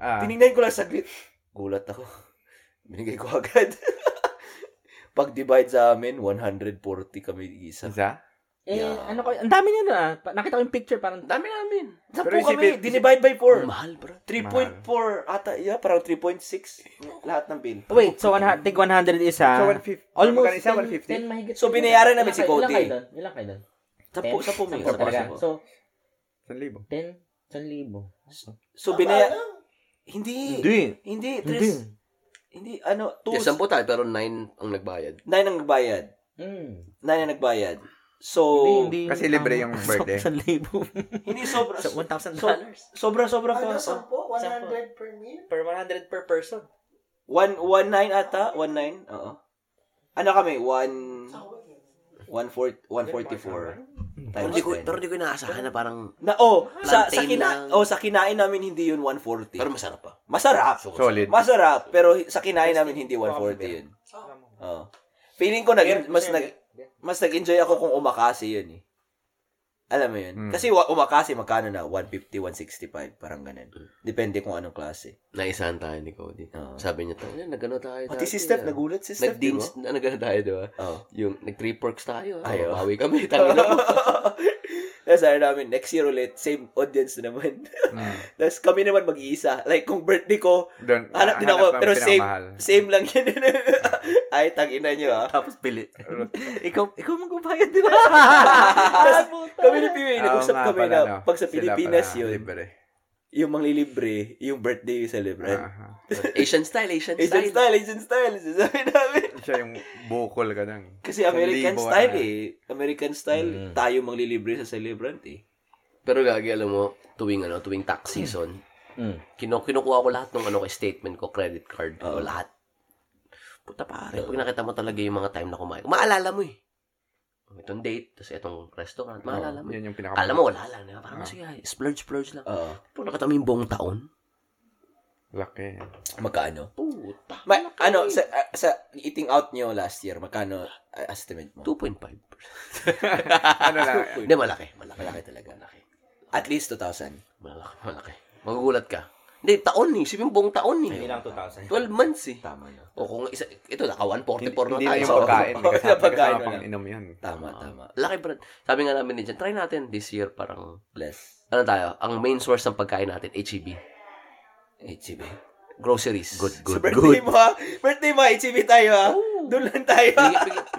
Speaker 3: Ah.
Speaker 1: Tinignan ko lang saglit. Gulat ako. Binigay ko agad. Pag-divide sa amin, 140 kami isa.
Speaker 3: Isa?
Speaker 4: Eh,
Speaker 1: Yeah.
Speaker 4: ano ko, ang dami niya na. Pa- Nakita ko yung picture, parang
Speaker 2: Dami namin.
Speaker 1: Sampu
Speaker 3: Pero
Speaker 1: kami,
Speaker 3: isipin-
Speaker 1: dinivide by
Speaker 2: Ang
Speaker 1: 4.
Speaker 2: Mahal, bro.
Speaker 1: 3.4 ata, yeah, parang 3.6 lahat ng bill.
Speaker 4: Wait, so one, ah, tig 100 isa.
Speaker 3: So, 150.
Speaker 4: Almost
Speaker 3: Magkano isa?
Speaker 4: 10,
Speaker 3: 150?
Speaker 4: mahigit.
Speaker 1: So, binayaran namin si
Speaker 4: Ilang kayo
Speaker 1: Cody.
Speaker 4: doon? Ilang kayo doon?
Speaker 1: Sampu,
Speaker 4: Ten?
Speaker 1: sampu may
Speaker 4: Sampu talaga. So,
Speaker 3: 1,000.
Speaker 4: 10, 1,000.
Speaker 1: So, binaya... Hindi.
Speaker 4: Hindi.
Speaker 1: Hindi.
Speaker 4: Hindi.
Speaker 1: Tres. Hindi. Ano? Two.
Speaker 2: Yes, sampu tayo, pero nine ang nagbayad.
Speaker 1: Nine ang nagbayad.
Speaker 4: Mm.
Speaker 2: Hmm.
Speaker 1: Nine ang nagbayad. So, hindi,
Speaker 3: Kasi libre yung birthday.
Speaker 4: 1,000.
Speaker 1: sobra.
Speaker 4: So, $1,000.
Speaker 1: So, sobra, sobra
Speaker 5: Ano,
Speaker 1: ka.
Speaker 5: 10? 100 per meal?
Speaker 4: per 100 per person.
Speaker 1: One, one nine ata? One nine? Oo. Ano kami? One... One four, one forty-four.
Speaker 2: Pero
Speaker 1: Times
Speaker 2: di ko,
Speaker 1: ten.
Speaker 2: pero di ko inaasahan na parang,
Speaker 1: Na, oh, sa, sa,
Speaker 2: Plantain
Speaker 1: kina,
Speaker 2: lang.
Speaker 1: oh, sa kinain namin hindi yun 140.
Speaker 2: pero masarap pa.
Speaker 1: masarap.
Speaker 3: Solid.
Speaker 1: Masarap, pero hi- sa kinain namin hindi 140 yun. Oo. Feeling ko nag, mas, nag, mas nag-enjoy ako kung umakasi yun eh. Alam mo yun?
Speaker 3: Mm.
Speaker 1: Kasi wa- umakasi, magkano na? 150, 165, parang ganun. Depende kung anong klase.
Speaker 2: Naisahan tayo ni Cody.
Speaker 1: Oo.
Speaker 2: Sabi niya tayo, "Yan, nagano tayo.
Speaker 1: Pati
Speaker 2: dati,
Speaker 1: si Steph,
Speaker 2: ah."
Speaker 1: nagulat si Steph, di
Speaker 2: Nag-dean,
Speaker 1: ba?
Speaker 2: na nagano tayo, di ba?
Speaker 1: Oo.
Speaker 2: Yung nag-three perks tayo.
Speaker 1: Ay,
Speaker 2: Ay,
Speaker 1: oh.
Speaker 2: bawi kami. Tangin ako.
Speaker 1: Tapos sabi namin, next year ulit, same audience na naman. Tapos kami naman mag-iisa. Like, kung birthday ko,
Speaker 3: Mm. Doon.
Speaker 1: hanap din ako,
Speaker 3: Ah, ng
Speaker 1: pero same,
Speaker 3: pinakamahal.
Speaker 1: same lang yun. Ay, tangina nyo ah.
Speaker 4: Tapos pili. ikaw, ikaw magbabayad din.
Speaker 1: Kami ni Piwi,
Speaker 3: Oo
Speaker 1: nag-usap
Speaker 3: Ah, nga
Speaker 1: kami
Speaker 3: pala,
Speaker 1: na
Speaker 3: no.
Speaker 1: pag sa
Speaker 3: Sila
Speaker 1: Pilipinas
Speaker 3: pala,
Speaker 1: yun,
Speaker 3: Libre.
Speaker 1: yung manglilibre, yung birthday yung celebrant.
Speaker 3: Ah,
Speaker 2: Asian style, Asian,
Speaker 1: Asian
Speaker 2: style.
Speaker 1: style, Asian style. Sabi namin.
Speaker 3: siya yung bukol ka nang.
Speaker 1: Kasi American
Speaker 3: Libo, Mm.
Speaker 1: style
Speaker 3: ano.
Speaker 1: eh. American style, tayo manglilibre sa celebrant eh.
Speaker 2: Pero gagi, alam mo, tuwing ano, tuwing tax season,
Speaker 4: Mm.
Speaker 2: kinu kinukuha ko lahat ng ano, ko, statement ko, credit card ko,
Speaker 1: Oo.
Speaker 2: lahat. Puta pare, pag nakita mo talaga yung mga time na kumain, maalala mo eh. Itong date, tapos itong restaurant, maalala mo. eh.
Speaker 3: Yun yung pinaka
Speaker 2: Akala mo, wala lang. di ba? Parang
Speaker 1: Ah.
Speaker 2: sige, ay, splurge, splurge lang.
Speaker 1: Oo.
Speaker 2: Puro nakita mo yung buong taon.
Speaker 3: Laki.
Speaker 1: Magkano?
Speaker 2: Puta.
Speaker 1: Ma- ano, sa, ah, sa eating out nyo last year, magkano ah, estimate mo?
Speaker 2: 2.5%.
Speaker 3: Ano lang.
Speaker 2: Hindi, malaki. Malaki.
Speaker 1: Malaki talaga.
Speaker 2: Malaki.
Speaker 1: At least 2,000.
Speaker 2: Malaki. malaki. Magugulat ka. Hindi, taon eh. Isipin mo buong taon eh.
Speaker 6: Hindi lang 2,000.
Speaker 2: 12 months eh.
Speaker 1: Tama na.
Speaker 2: O kung isa, ito, naka 144 na
Speaker 3: Hindi na
Speaker 2: tayo.
Speaker 3: yung
Speaker 2: So,
Speaker 3: pagkain.
Speaker 1: Oo,
Speaker 3: Kasama,
Speaker 1: yung pagkain
Speaker 3: kasama
Speaker 1: na
Speaker 3: pang
Speaker 1: lang.
Speaker 3: inom yun.
Speaker 1: Tama, tama.
Speaker 2: Laki pa. Sabi nga namin din dyan, try natin this year parang,
Speaker 1: Bless.
Speaker 2: ano tayo, ang main source ng pagkain natin, HEB.
Speaker 1: HEB.
Speaker 2: Groceries. Good,
Speaker 1: Sa birthday mo ha? Birthday mo ha? HEB tayo ha? Doon lang tayo ha?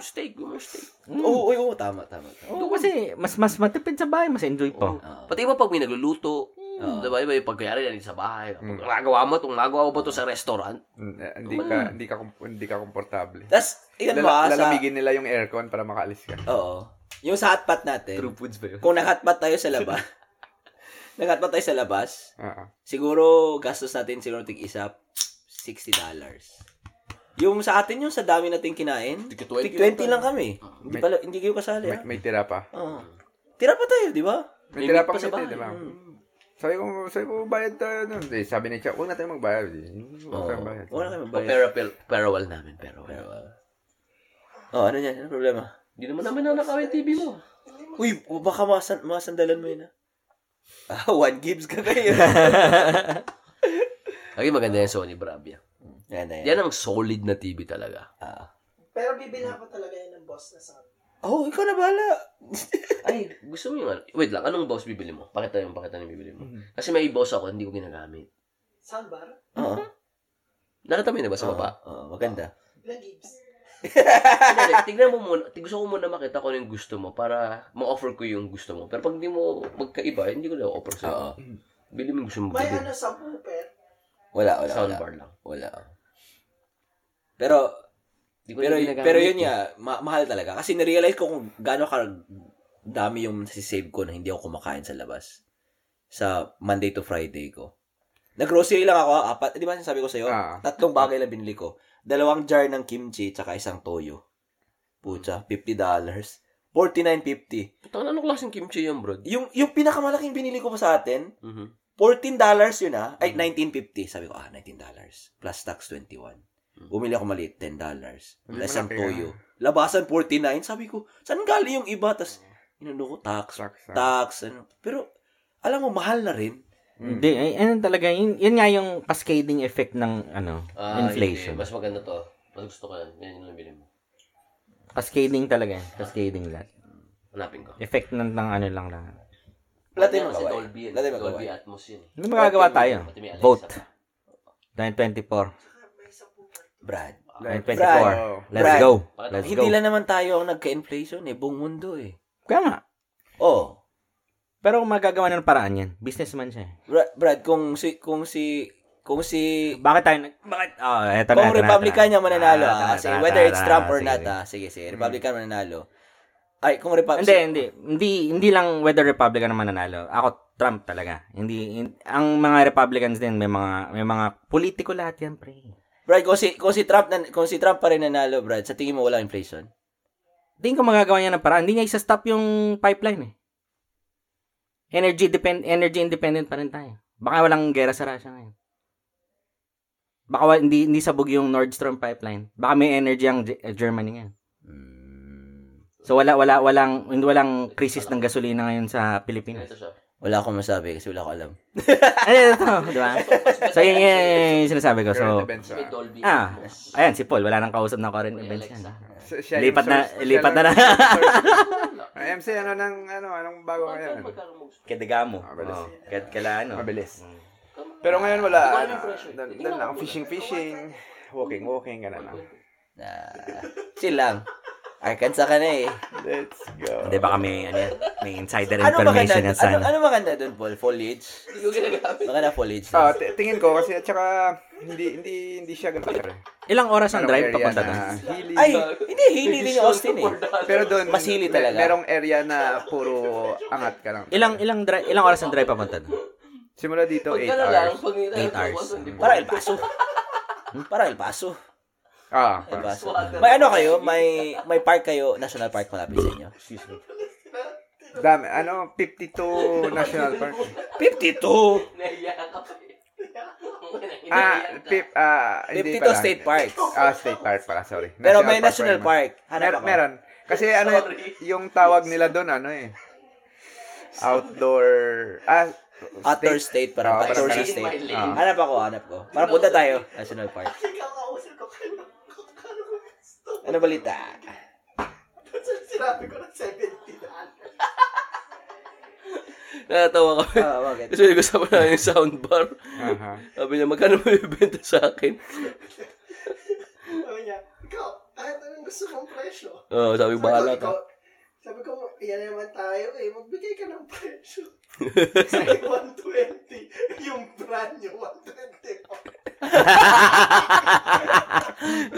Speaker 2: steak, yung steak.
Speaker 1: Oo, oo, oo. Tama, tama. tama.
Speaker 4: Oo, kasi mas mas matipid sa bahay, mas enjoy
Speaker 3: Oh.
Speaker 4: pa.
Speaker 1: Oo.
Speaker 2: Pati iba pag may nagluluto, diba, iba yung pagkayari yan sa bahay.
Speaker 5: Hmm.
Speaker 2: Pag nagawa mo, kung nagawa mo ba ito sa restaurant,
Speaker 3: Mm, eh, Hindi ka, hindi ka, kom- hindi ka komportable.
Speaker 1: Tapos, yun mo ha?
Speaker 3: Lala-
Speaker 1: Sa,
Speaker 3: lalamigin nila yung aircon para makaalis ka.
Speaker 1: oo. Yung sa hotpot natin,
Speaker 2: true foods ba yun?
Speaker 1: kung nakatpat tayo sa labas, nakatpat tayo sa labas,
Speaker 3: Oo.
Speaker 1: siguro gastos natin siguro tig isa, $60. Yung sa atin, yung sa dami nating kinain,
Speaker 2: Tig- ah.
Speaker 1: tig
Speaker 2: 20
Speaker 1: 20, lang kami. Hindi,
Speaker 3: May-
Speaker 1: pala, hindi kayo kasali.
Speaker 3: May,
Speaker 1: ha?
Speaker 3: may tira pa.
Speaker 1: Oo. Tira pa tayo, di ba?
Speaker 3: May tira pang
Speaker 2: pa sa
Speaker 3: dito,
Speaker 2: bahay. Mm.
Speaker 3: di ba? Sabi ko, sabi ko, bayad tayo nun. Eh, sabi niya siya, huwag na tayo magbayad. Eh, Huwag
Speaker 1: Oo.
Speaker 3: tayong bayad.
Speaker 1: Wala kami
Speaker 2: Pero, pero, pero, well namin, pero, well.
Speaker 1: Pero, ah, Oh, ano yan? Ano problema? Hindi naman namin na nakawin TV mo. Uy, oh, baka masan masandalan mo yun ah. Ah, one gigs ka kayo.
Speaker 2: Lagi maganda yung Sony Bravia.
Speaker 1: yan na yan.
Speaker 2: Yan ang solid na TV talaga.
Speaker 5: Pero bibila ko talaga yun ng boss na sa
Speaker 1: Oh, ikaw na bahala.
Speaker 2: Ay, gusto mo yung ano? Wait lang, anong boss bibili mo? Pakita yung pakita yung bibili
Speaker 5: Hmm.
Speaker 2: mo. Kasi may boss ako, hindi ko ginagamit.
Speaker 5: soundbar.
Speaker 1: Oo.
Speaker 2: Nakita mo yun, di ba sa baba?
Speaker 1: Oo, maganda.
Speaker 5: Ilang gigs?
Speaker 2: Hindi, tignan mo muna, tig- gusto ko muna makita kung ano yung gusto mo para ma-offer ko yung gusto mo. Pero pag hindi mo magkaiba, hindi ko na offer sa'yo.
Speaker 1: Oo.
Speaker 2: Bili mo yung gusto mo.
Speaker 5: May
Speaker 2: bili.
Speaker 5: ano sa pupet.
Speaker 1: Wala, wala, wala.
Speaker 2: Soundbar lang.
Speaker 1: Wala. Pero,
Speaker 2: Hindi ko na
Speaker 1: pero,
Speaker 2: ginagamit
Speaker 1: pero yun
Speaker 2: eh.
Speaker 1: nga, ma- mahal talaga. Kasi narealize ko kung gaano ka dami yung nasisave ko na hindi ako kumakain sa labas. Sa Monday to Friday ko. Nag-grocery lang ako, apat, di ba sinasabi ko sa'yo?
Speaker 3: Ah.
Speaker 1: Tatlong bagay lang binili ko. Dalawang jar ng kimchi, tsaka isang toyo. Pucha, $50. $49.50.
Speaker 2: Putang ano klaseng kimchi yan, bro?
Speaker 1: Yung, yung pinakamalaking binili ko pa sa atin,
Speaker 2: Mhm.
Speaker 1: $14 yun ah. Ay,
Speaker 4: Mm.
Speaker 1: $19.50. Sabi ko, ah, $19. Plus tax,
Speaker 4: Mm.
Speaker 1: $21. Bumili ako maliit, $10.
Speaker 3: Hindi
Speaker 1: Plus ang
Speaker 3: malaki,
Speaker 1: toyo. Labasan, $49. Sabi ko, saan galing yung iba? Tapos,
Speaker 4: Mm.
Speaker 1: inano ko, tax,
Speaker 3: Tax, ah.
Speaker 1: tax, ano. Pero, alam mo, mahal na rin.
Speaker 3: Mm.
Speaker 4: Hindi, ay, ano talaga, yun, yun nga yung cascading effect ng ano,
Speaker 2: Ah,
Speaker 4: inflation.
Speaker 2: hindi. Mas maganda to. Mas gusto ko yan. Yan yung nabili mo.
Speaker 4: Cascading talaga, cascading lahat.
Speaker 2: Hanapin ko.
Speaker 4: Effect ng, ng ano lang lang.
Speaker 1: Wala tayong
Speaker 2: Yan kasi
Speaker 1: magawa.
Speaker 2: Dolby yan.
Speaker 1: Wala tayong magawa.
Speaker 2: Dolby Atmos yun.
Speaker 4: Ano magagawa tayo?
Speaker 2: Pati may Alexa
Speaker 4: Vote.
Speaker 2: pa.
Speaker 4: 924.
Speaker 1: Brad.
Speaker 3: Brad.
Speaker 4: 924. Let's
Speaker 1: Brad.
Speaker 4: go.
Speaker 2: Bakit
Speaker 4: Let's go.
Speaker 1: Hindi lang naman tayo ang nagka-inflation eh. Buong mundo eh.
Speaker 4: Kaya nga.
Speaker 1: Oh,
Speaker 4: Pero kung magagawa ng paraan yan, businessman siya. eh.
Speaker 1: Brad, Brad kung si, kung si, kung si,
Speaker 4: Bakit tayo nag... Bakit? Oh, eto na,
Speaker 1: kung
Speaker 4: eto na,
Speaker 1: Republican
Speaker 4: eto na.
Speaker 1: yung mananalo,
Speaker 4: Ah,
Speaker 1: ah,
Speaker 4: eto na,
Speaker 1: sige,
Speaker 4: eto na,
Speaker 1: whether
Speaker 4: eto
Speaker 1: it's
Speaker 4: na,
Speaker 1: Trump or
Speaker 4: sige,
Speaker 1: not,
Speaker 4: sige.
Speaker 1: ah, sige, sige, Republican mananalo. Ay, kung Republican,
Speaker 4: Hindi, hindi. Hindi, hindi lang whether Republican ang mananalo. Ako, Trump talaga. Hindi, hin- ang mga Republicans din, may mga, may mga politiko lahat yan, pre.
Speaker 1: Brad, kung si, kung si Trump, nan, kung si Trump pa rin nanalo, Brad, sa tingin mo wala inflation?
Speaker 4: Tingin ko magagawa niya ng paraan. Hindi niya isa-stop yung pipeline eh. Energy, depend, energy independent pa rin tayo. Baka walang gera sa Russia ngayon. Baka wa- hindi, hindi sabog yung Nord Stream pipeline. Baka may energy ang Ge- eh, Germany ngayon.
Speaker 1: Hmm.
Speaker 4: So wala wala walang hindi walang crisis ng gasolina ngayon sa
Speaker 2: yun?
Speaker 4: Pilipinas.
Speaker 2: Ito siya.
Speaker 1: Wala akong masabi kasi wala akong alam.
Speaker 4: Ay, ito, di ba? So yun, yun, yun yung sinasabi ko. So
Speaker 3: Current events,
Speaker 2: May
Speaker 3: ah.
Speaker 2: Dolby
Speaker 4: ah,
Speaker 2: Atmos.
Speaker 4: ayan si Paul, wala nang kausap na current
Speaker 2: May
Speaker 4: events yan.
Speaker 2: Alexa.
Speaker 3: Siya- siya yung
Speaker 4: Lipat na-
Speaker 3: source- siya
Speaker 4: lipat na
Speaker 3: lang
Speaker 4: na.
Speaker 3: yung source. Ah, MC, ano nang, ano, anong bago
Speaker 2: Magkano
Speaker 3: ngayon?
Speaker 2: magkano mo gusto?
Speaker 4: Kediga mo.
Speaker 3: Mabilis.
Speaker 4: Oh, kad- kala ano.
Speaker 3: Mabilis. Pero ngayon wala.
Speaker 2: Hindi ko alam
Speaker 3: ano,
Speaker 2: yung pressure.
Speaker 3: dun-
Speaker 2: Tingnan
Speaker 3: Dun
Speaker 2: ko
Speaker 3: lang,
Speaker 2: muna.
Speaker 3: fishing, fishing. Walking, walking, ganun lang.
Speaker 1: Ah, chill lang. Arkansas ka na eh.
Speaker 3: Let's go.
Speaker 4: Hindi baka may ano yan, may insider
Speaker 1: Ano
Speaker 4: information yan
Speaker 1: maganda, ano,
Speaker 4: sana.
Speaker 1: ano maganda dun, Paul? Foliage?
Speaker 2: Hindi ko ginagamit.
Speaker 1: Maganda foliage.
Speaker 3: Ah, ti- tingin ko kasi at saka hindi hindi hindi siya ganun.
Speaker 4: Ilang oras ang
Speaker 3: Merong
Speaker 4: drive
Speaker 3: area
Speaker 4: papunta
Speaker 3: na
Speaker 4: doon?
Speaker 3: hilly.
Speaker 1: Ay, hindi, hindi din yung Austin eh.
Speaker 3: pero doon
Speaker 1: mas hilly talaga.
Speaker 3: Merong area na puro angat ka lang.
Speaker 4: Ilang ilang dri- ilang oras ang drive papunta doon?
Speaker 3: Simula dito 8
Speaker 2: Magkano lang,
Speaker 3: hours.
Speaker 2: pag nila-
Speaker 4: Eight hours.
Speaker 2: Hindi po.
Speaker 1: Para El Paso. Hmm, Para El Paso.
Speaker 3: Ah,
Speaker 1: El
Speaker 3: parang-
Speaker 1: Paso. May ano kayo? May may park kayo, national park malapit sa inyo.
Speaker 3: dami. Ano, 52 national park.
Speaker 1: 52!
Speaker 2: Nahiya ka pa eh.
Speaker 3: Ah, pip, ah, hindi
Speaker 1: 52
Speaker 3: pala.
Speaker 1: state parks.
Speaker 3: Ah, state park pala, sorry.
Speaker 1: Pero
Speaker 3: National
Speaker 1: may national
Speaker 3: pa rin.
Speaker 1: park. Hanap
Speaker 3: Mer-
Speaker 1: ako.
Speaker 3: meron. Kasi ano, yung tawag nila doon, ano eh. Outdoor, ah,
Speaker 1: Outer state, parang
Speaker 3: Ah,
Speaker 1: outdoor
Speaker 3: parang
Speaker 1: state.
Speaker 2: ganun.
Speaker 1: Ah. Hanap ako, hanap ko. Para punta tayo, national park.
Speaker 5: Kakausap ko kayo ng kakano ko gusto.
Speaker 1: Ano balita?
Speaker 5: Sinabi ko ng 70 na.
Speaker 2: Natatawa ka.
Speaker 1: Ah, bakit?
Speaker 2: Kasi nag-usapan na yung soundbar.
Speaker 3: Aha.
Speaker 2: Sabi niya, magkano mo ibibenta sa akin?
Speaker 5: Sabi niya, ikaw, kahit anong gusto mong presyo.
Speaker 2: Oo, Oh, sabi
Speaker 5: Sabi
Speaker 2: ko,
Speaker 5: ko,
Speaker 2: bahala ka.
Speaker 5: ikaw, Sabi ko, yan naman tayo eh, magbigay ka ng presyo. Sabi 120, yung brand nyo, 120.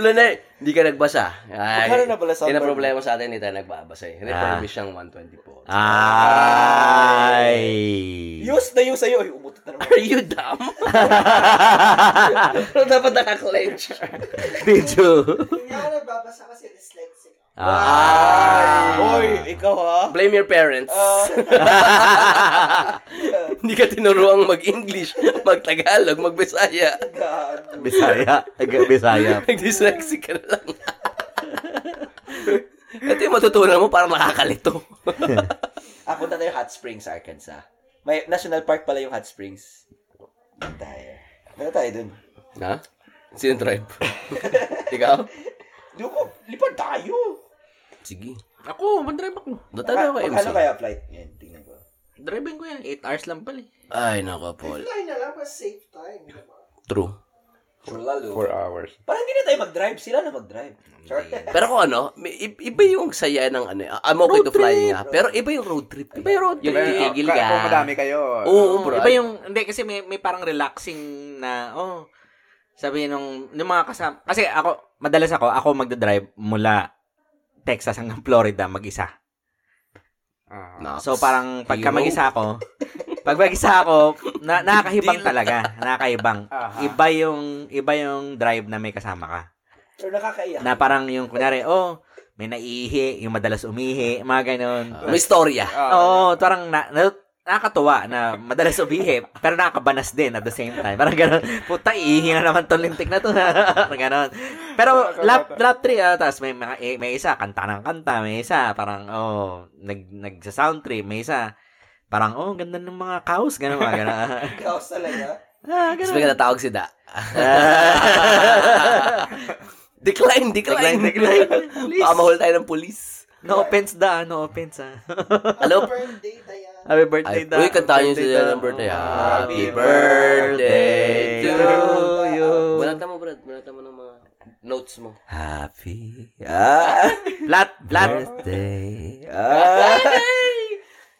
Speaker 2: Wala na, eh. hindi ka nagbasa. Ay,
Speaker 1: Magkano na pala soundbar
Speaker 2: Yan ang
Speaker 1: mo?
Speaker 2: problema sa atin, hindi tayo nagbabasa eh. Refurbish siyang 124.
Speaker 4: Ay.
Speaker 1: Use na use sa'yo. Ay, umutot na naman.
Speaker 2: Are you dumb? Pero dapat naka-clench.
Speaker 4: Video.
Speaker 5: Hindi ako nagbabasa kasi dyslexic ako.
Speaker 4: Ay.
Speaker 1: Hoy,
Speaker 2: ah.
Speaker 1: ikaw ha?
Speaker 2: Blame your parents. Hindi ka tinuruang mag-English, mag-Tagalog, mag-Bisaya.
Speaker 1: Gaano.
Speaker 4: Bisaya. Aga- Bisaya.
Speaker 2: Nag-dyslexic ka na lang. Ito yung matutunan mo, parang nakakalito.
Speaker 1: Ah, punta tayo Hot Springs, Arkansas. May national park pala yung Hot Springs. Doon tayo. Meron tayo dun.
Speaker 2: Na? Sino tribe? Ikaw?
Speaker 1: Duko, lipad tayo.
Speaker 2: Sige. Ako, mandrive ako. Datado ako, MC.
Speaker 1: Ano kaya flight ngayon? Tingnan ko.
Speaker 4: Driving ko yan. 8 hours lang pala eh.
Speaker 2: Ay, nako, Paul.
Speaker 5: Fly na lang, mas safe time. Diba?
Speaker 2: True.
Speaker 1: Chulalo.
Speaker 3: Four hours.
Speaker 1: Parang hindi na tayo mag-drive. Sila na mag-drive. Sure.
Speaker 2: Pero kung ano, may- i- iba yung saya ng ano. eh. I'm okay to fly nga. Pero iba yung road trip. Iba yung road
Speaker 4: Yung
Speaker 3: Pero,
Speaker 4: titigil
Speaker 3: ka-
Speaker 4: ka.
Speaker 3: Kung madami kayo.
Speaker 2: Oo,
Speaker 4: Oo,
Speaker 2: bro.
Speaker 4: iba yung, hindi kasi may, may parang relaxing na, oh, sabi nung, nung mga kasama, kasi ako, madalas ako, ako magdadrive mula Texas hanggang Florida mag-isa.
Speaker 3: Ah.
Speaker 2: Nox.
Speaker 4: So parang pagka
Speaker 2: Hero.
Speaker 4: mag-isa ako, pag mag-isa ako, na, nakakahibang talaga, nakakahibang.
Speaker 3: Aha.
Speaker 4: Iba yung iba yung drive na may kasama ka.
Speaker 1: Pero nakakaiyak.
Speaker 4: Na parang yung kunyari, oh, may naiihi, yung madalas umihi, mga ganun.
Speaker 2: May storya.
Speaker 3: Ah.
Speaker 4: Oo, parang na, na, nakakatuwa na madalas umihi, pero nakakabanas din at the same time. Parang ganun, puta, iihi na naman tong lintik na to. parang ganun. Pero lap, lap 3, ah, tapos may, mga- eh, may isa, kanta ng kanta, may isa, parang, oh, nag, nagsa-sound trip, may isa, parang, oh, ganda ng mga cows, ganun, mga ganun.
Speaker 1: Kaos talaga.
Speaker 4: ah,
Speaker 2: Tapos
Speaker 4: ganun.
Speaker 2: bigla natawag si Da.
Speaker 4: Ah.
Speaker 2: Decline, decline.
Speaker 4: Decline, decline. Please.
Speaker 2: Baka mahul tayo ng polis.
Speaker 4: no offense da, no offense ah.
Speaker 2: Hello?
Speaker 5: Birthday, Dayan.
Speaker 4: Happy birthday
Speaker 2: Ay,
Speaker 4: da.
Speaker 2: uy, kantahan niyo
Speaker 4: Birthday
Speaker 2: sila
Speaker 4: da.
Speaker 2: ng birthday.
Speaker 4: Happy
Speaker 2: Happy
Speaker 4: birthday
Speaker 2: birthday
Speaker 4: to
Speaker 2: to
Speaker 4: you.
Speaker 2: Balata mo, Brad. Balata mo ng mga notes mo.
Speaker 1: Happy. Ah.
Speaker 4: Flat, flat.
Speaker 1: Birthday. Ah.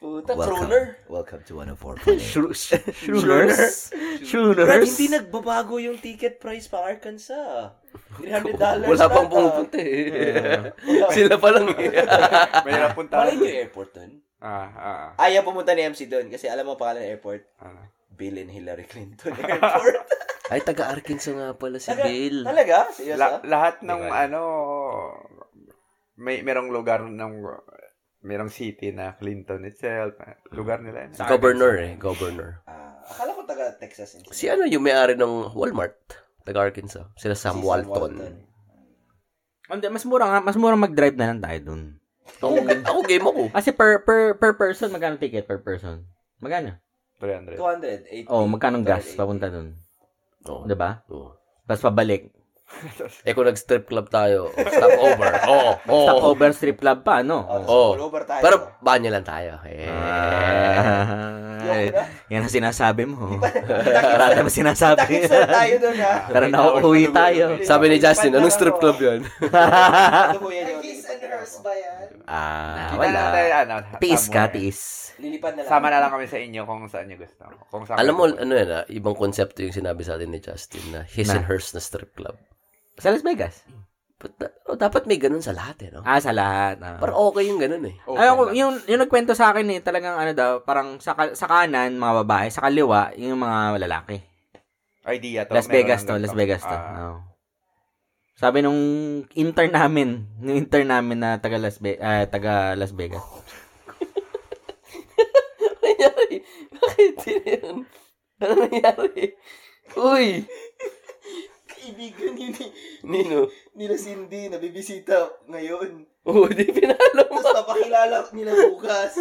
Speaker 1: Puta, Welcome. Welcome to
Speaker 4: Shooters.
Speaker 1: 104.8. Brad,
Speaker 4: Shooters.
Speaker 1: hindi nagbabago yung ticket price pa Arkansas. $300
Speaker 2: Wala pang
Speaker 1: ata.
Speaker 2: pumupunta eh. Sila pa lang eh.
Speaker 3: May napunta.
Speaker 1: Malay eh. niyo yung airport dun.
Speaker 3: Ah, ah,
Speaker 1: Ayaw pumunta ni MC dun kasi alam mo ang pangalan ng airport.
Speaker 3: ah.
Speaker 1: Bill and Hillary Clinton Airport.
Speaker 2: Ay, taga-Arkansas nga pala si
Speaker 1: Taga-
Speaker 2: Bill.
Speaker 1: Talaga? Serious
Speaker 3: La-
Speaker 1: ah?
Speaker 3: lahat ng
Speaker 4: Diba?
Speaker 3: ano may merong lugar ng merong city na Clinton itself, ah, lugar nila. yun.
Speaker 2: Governor eh, governor.
Speaker 1: Ah, akala ko taga Texas. yun.
Speaker 2: Si ano yung may-ari ng Walmart, taga-Arkansas. Sila
Speaker 1: Si
Speaker 2: Sam, Walton.
Speaker 4: Hindi, mas mura nga, mas mura mag-drive na lang tayo dun.
Speaker 2: Ako, ako game ako.
Speaker 4: Kasi per per per person magkano ticket per person? Magkano?
Speaker 3: 300.
Speaker 1: 280.
Speaker 4: Oh, magkano gas papunta dun?
Speaker 2: Oo.
Speaker 4: 'Di ba?
Speaker 2: Oo.
Speaker 4: Tapos pabalik.
Speaker 2: Oh, Eh kung nag-strip club tayo, stop over. Oo, oo.
Speaker 4: Stop over strip club pa, ano? no?
Speaker 1: Oh, all over tayo.
Speaker 2: Pero banyo lang tayo. Eh.
Speaker 4: Ah,
Speaker 1: Yung-
Speaker 4: yan ang sinasabi mo. Wala naman sinasabi.
Speaker 1: Takip sir tayo dun ah. ha.
Speaker 4: Pero nauuwi tayo.
Speaker 2: Sabi ni Justin, anong strip club yun?
Speaker 1: Lubuyan Ano yung
Speaker 5: Kiss and hers ba yan?
Speaker 4: Ah,
Speaker 3: Kita na tayo,
Speaker 4: wala.
Speaker 3: ano,
Speaker 4: Tiis ka,
Speaker 3: somewhere.
Speaker 4: tiis.
Speaker 1: Lilipad na lang.
Speaker 3: Sama na lang kami sa inyo kung saan niyo gusto. Kung saan
Speaker 2: Alam mo,
Speaker 3: kayo
Speaker 2: ano yan ah, ibang konsepto yung sinabi sa atin ni Justin na his
Speaker 4: Na?
Speaker 2: and hers na strip club.
Speaker 4: Sa Las Vegas?
Speaker 2: But, da- oh, dapat may ganun sa lahat eh, no?
Speaker 4: Ah, sa lahat. ah.
Speaker 2: Parang okay yung ganun eh.
Speaker 3: pupunta.
Speaker 4: Ayoko,
Speaker 3: Open Oh, lang.
Speaker 4: yung, yung nagkwento sa akin eh, talagang ano daw, parang sa, ka- sa kanan, mga babae, sa kaliwa, yung mga lalaki.
Speaker 3: idea to.
Speaker 4: Las
Speaker 3: Oh, meron
Speaker 4: Vegas
Speaker 3: ng
Speaker 4: to,
Speaker 3: ganito.
Speaker 4: Las Vegas to.
Speaker 3: Ah,
Speaker 4: Oo. Sabi nung intern namin, yung intern namin na taga Las, Ve- ah, taga Las Vegas.
Speaker 2: Ano nangyari? Bakit yun? Ano nangyari? Uy!
Speaker 1: Kaibigan yun eh.
Speaker 2: Nino?
Speaker 1: Nila Cindy, nabibisita ngayon.
Speaker 2: Oo, di pinalo mo.
Speaker 1: Tapos papakilala nila bukas.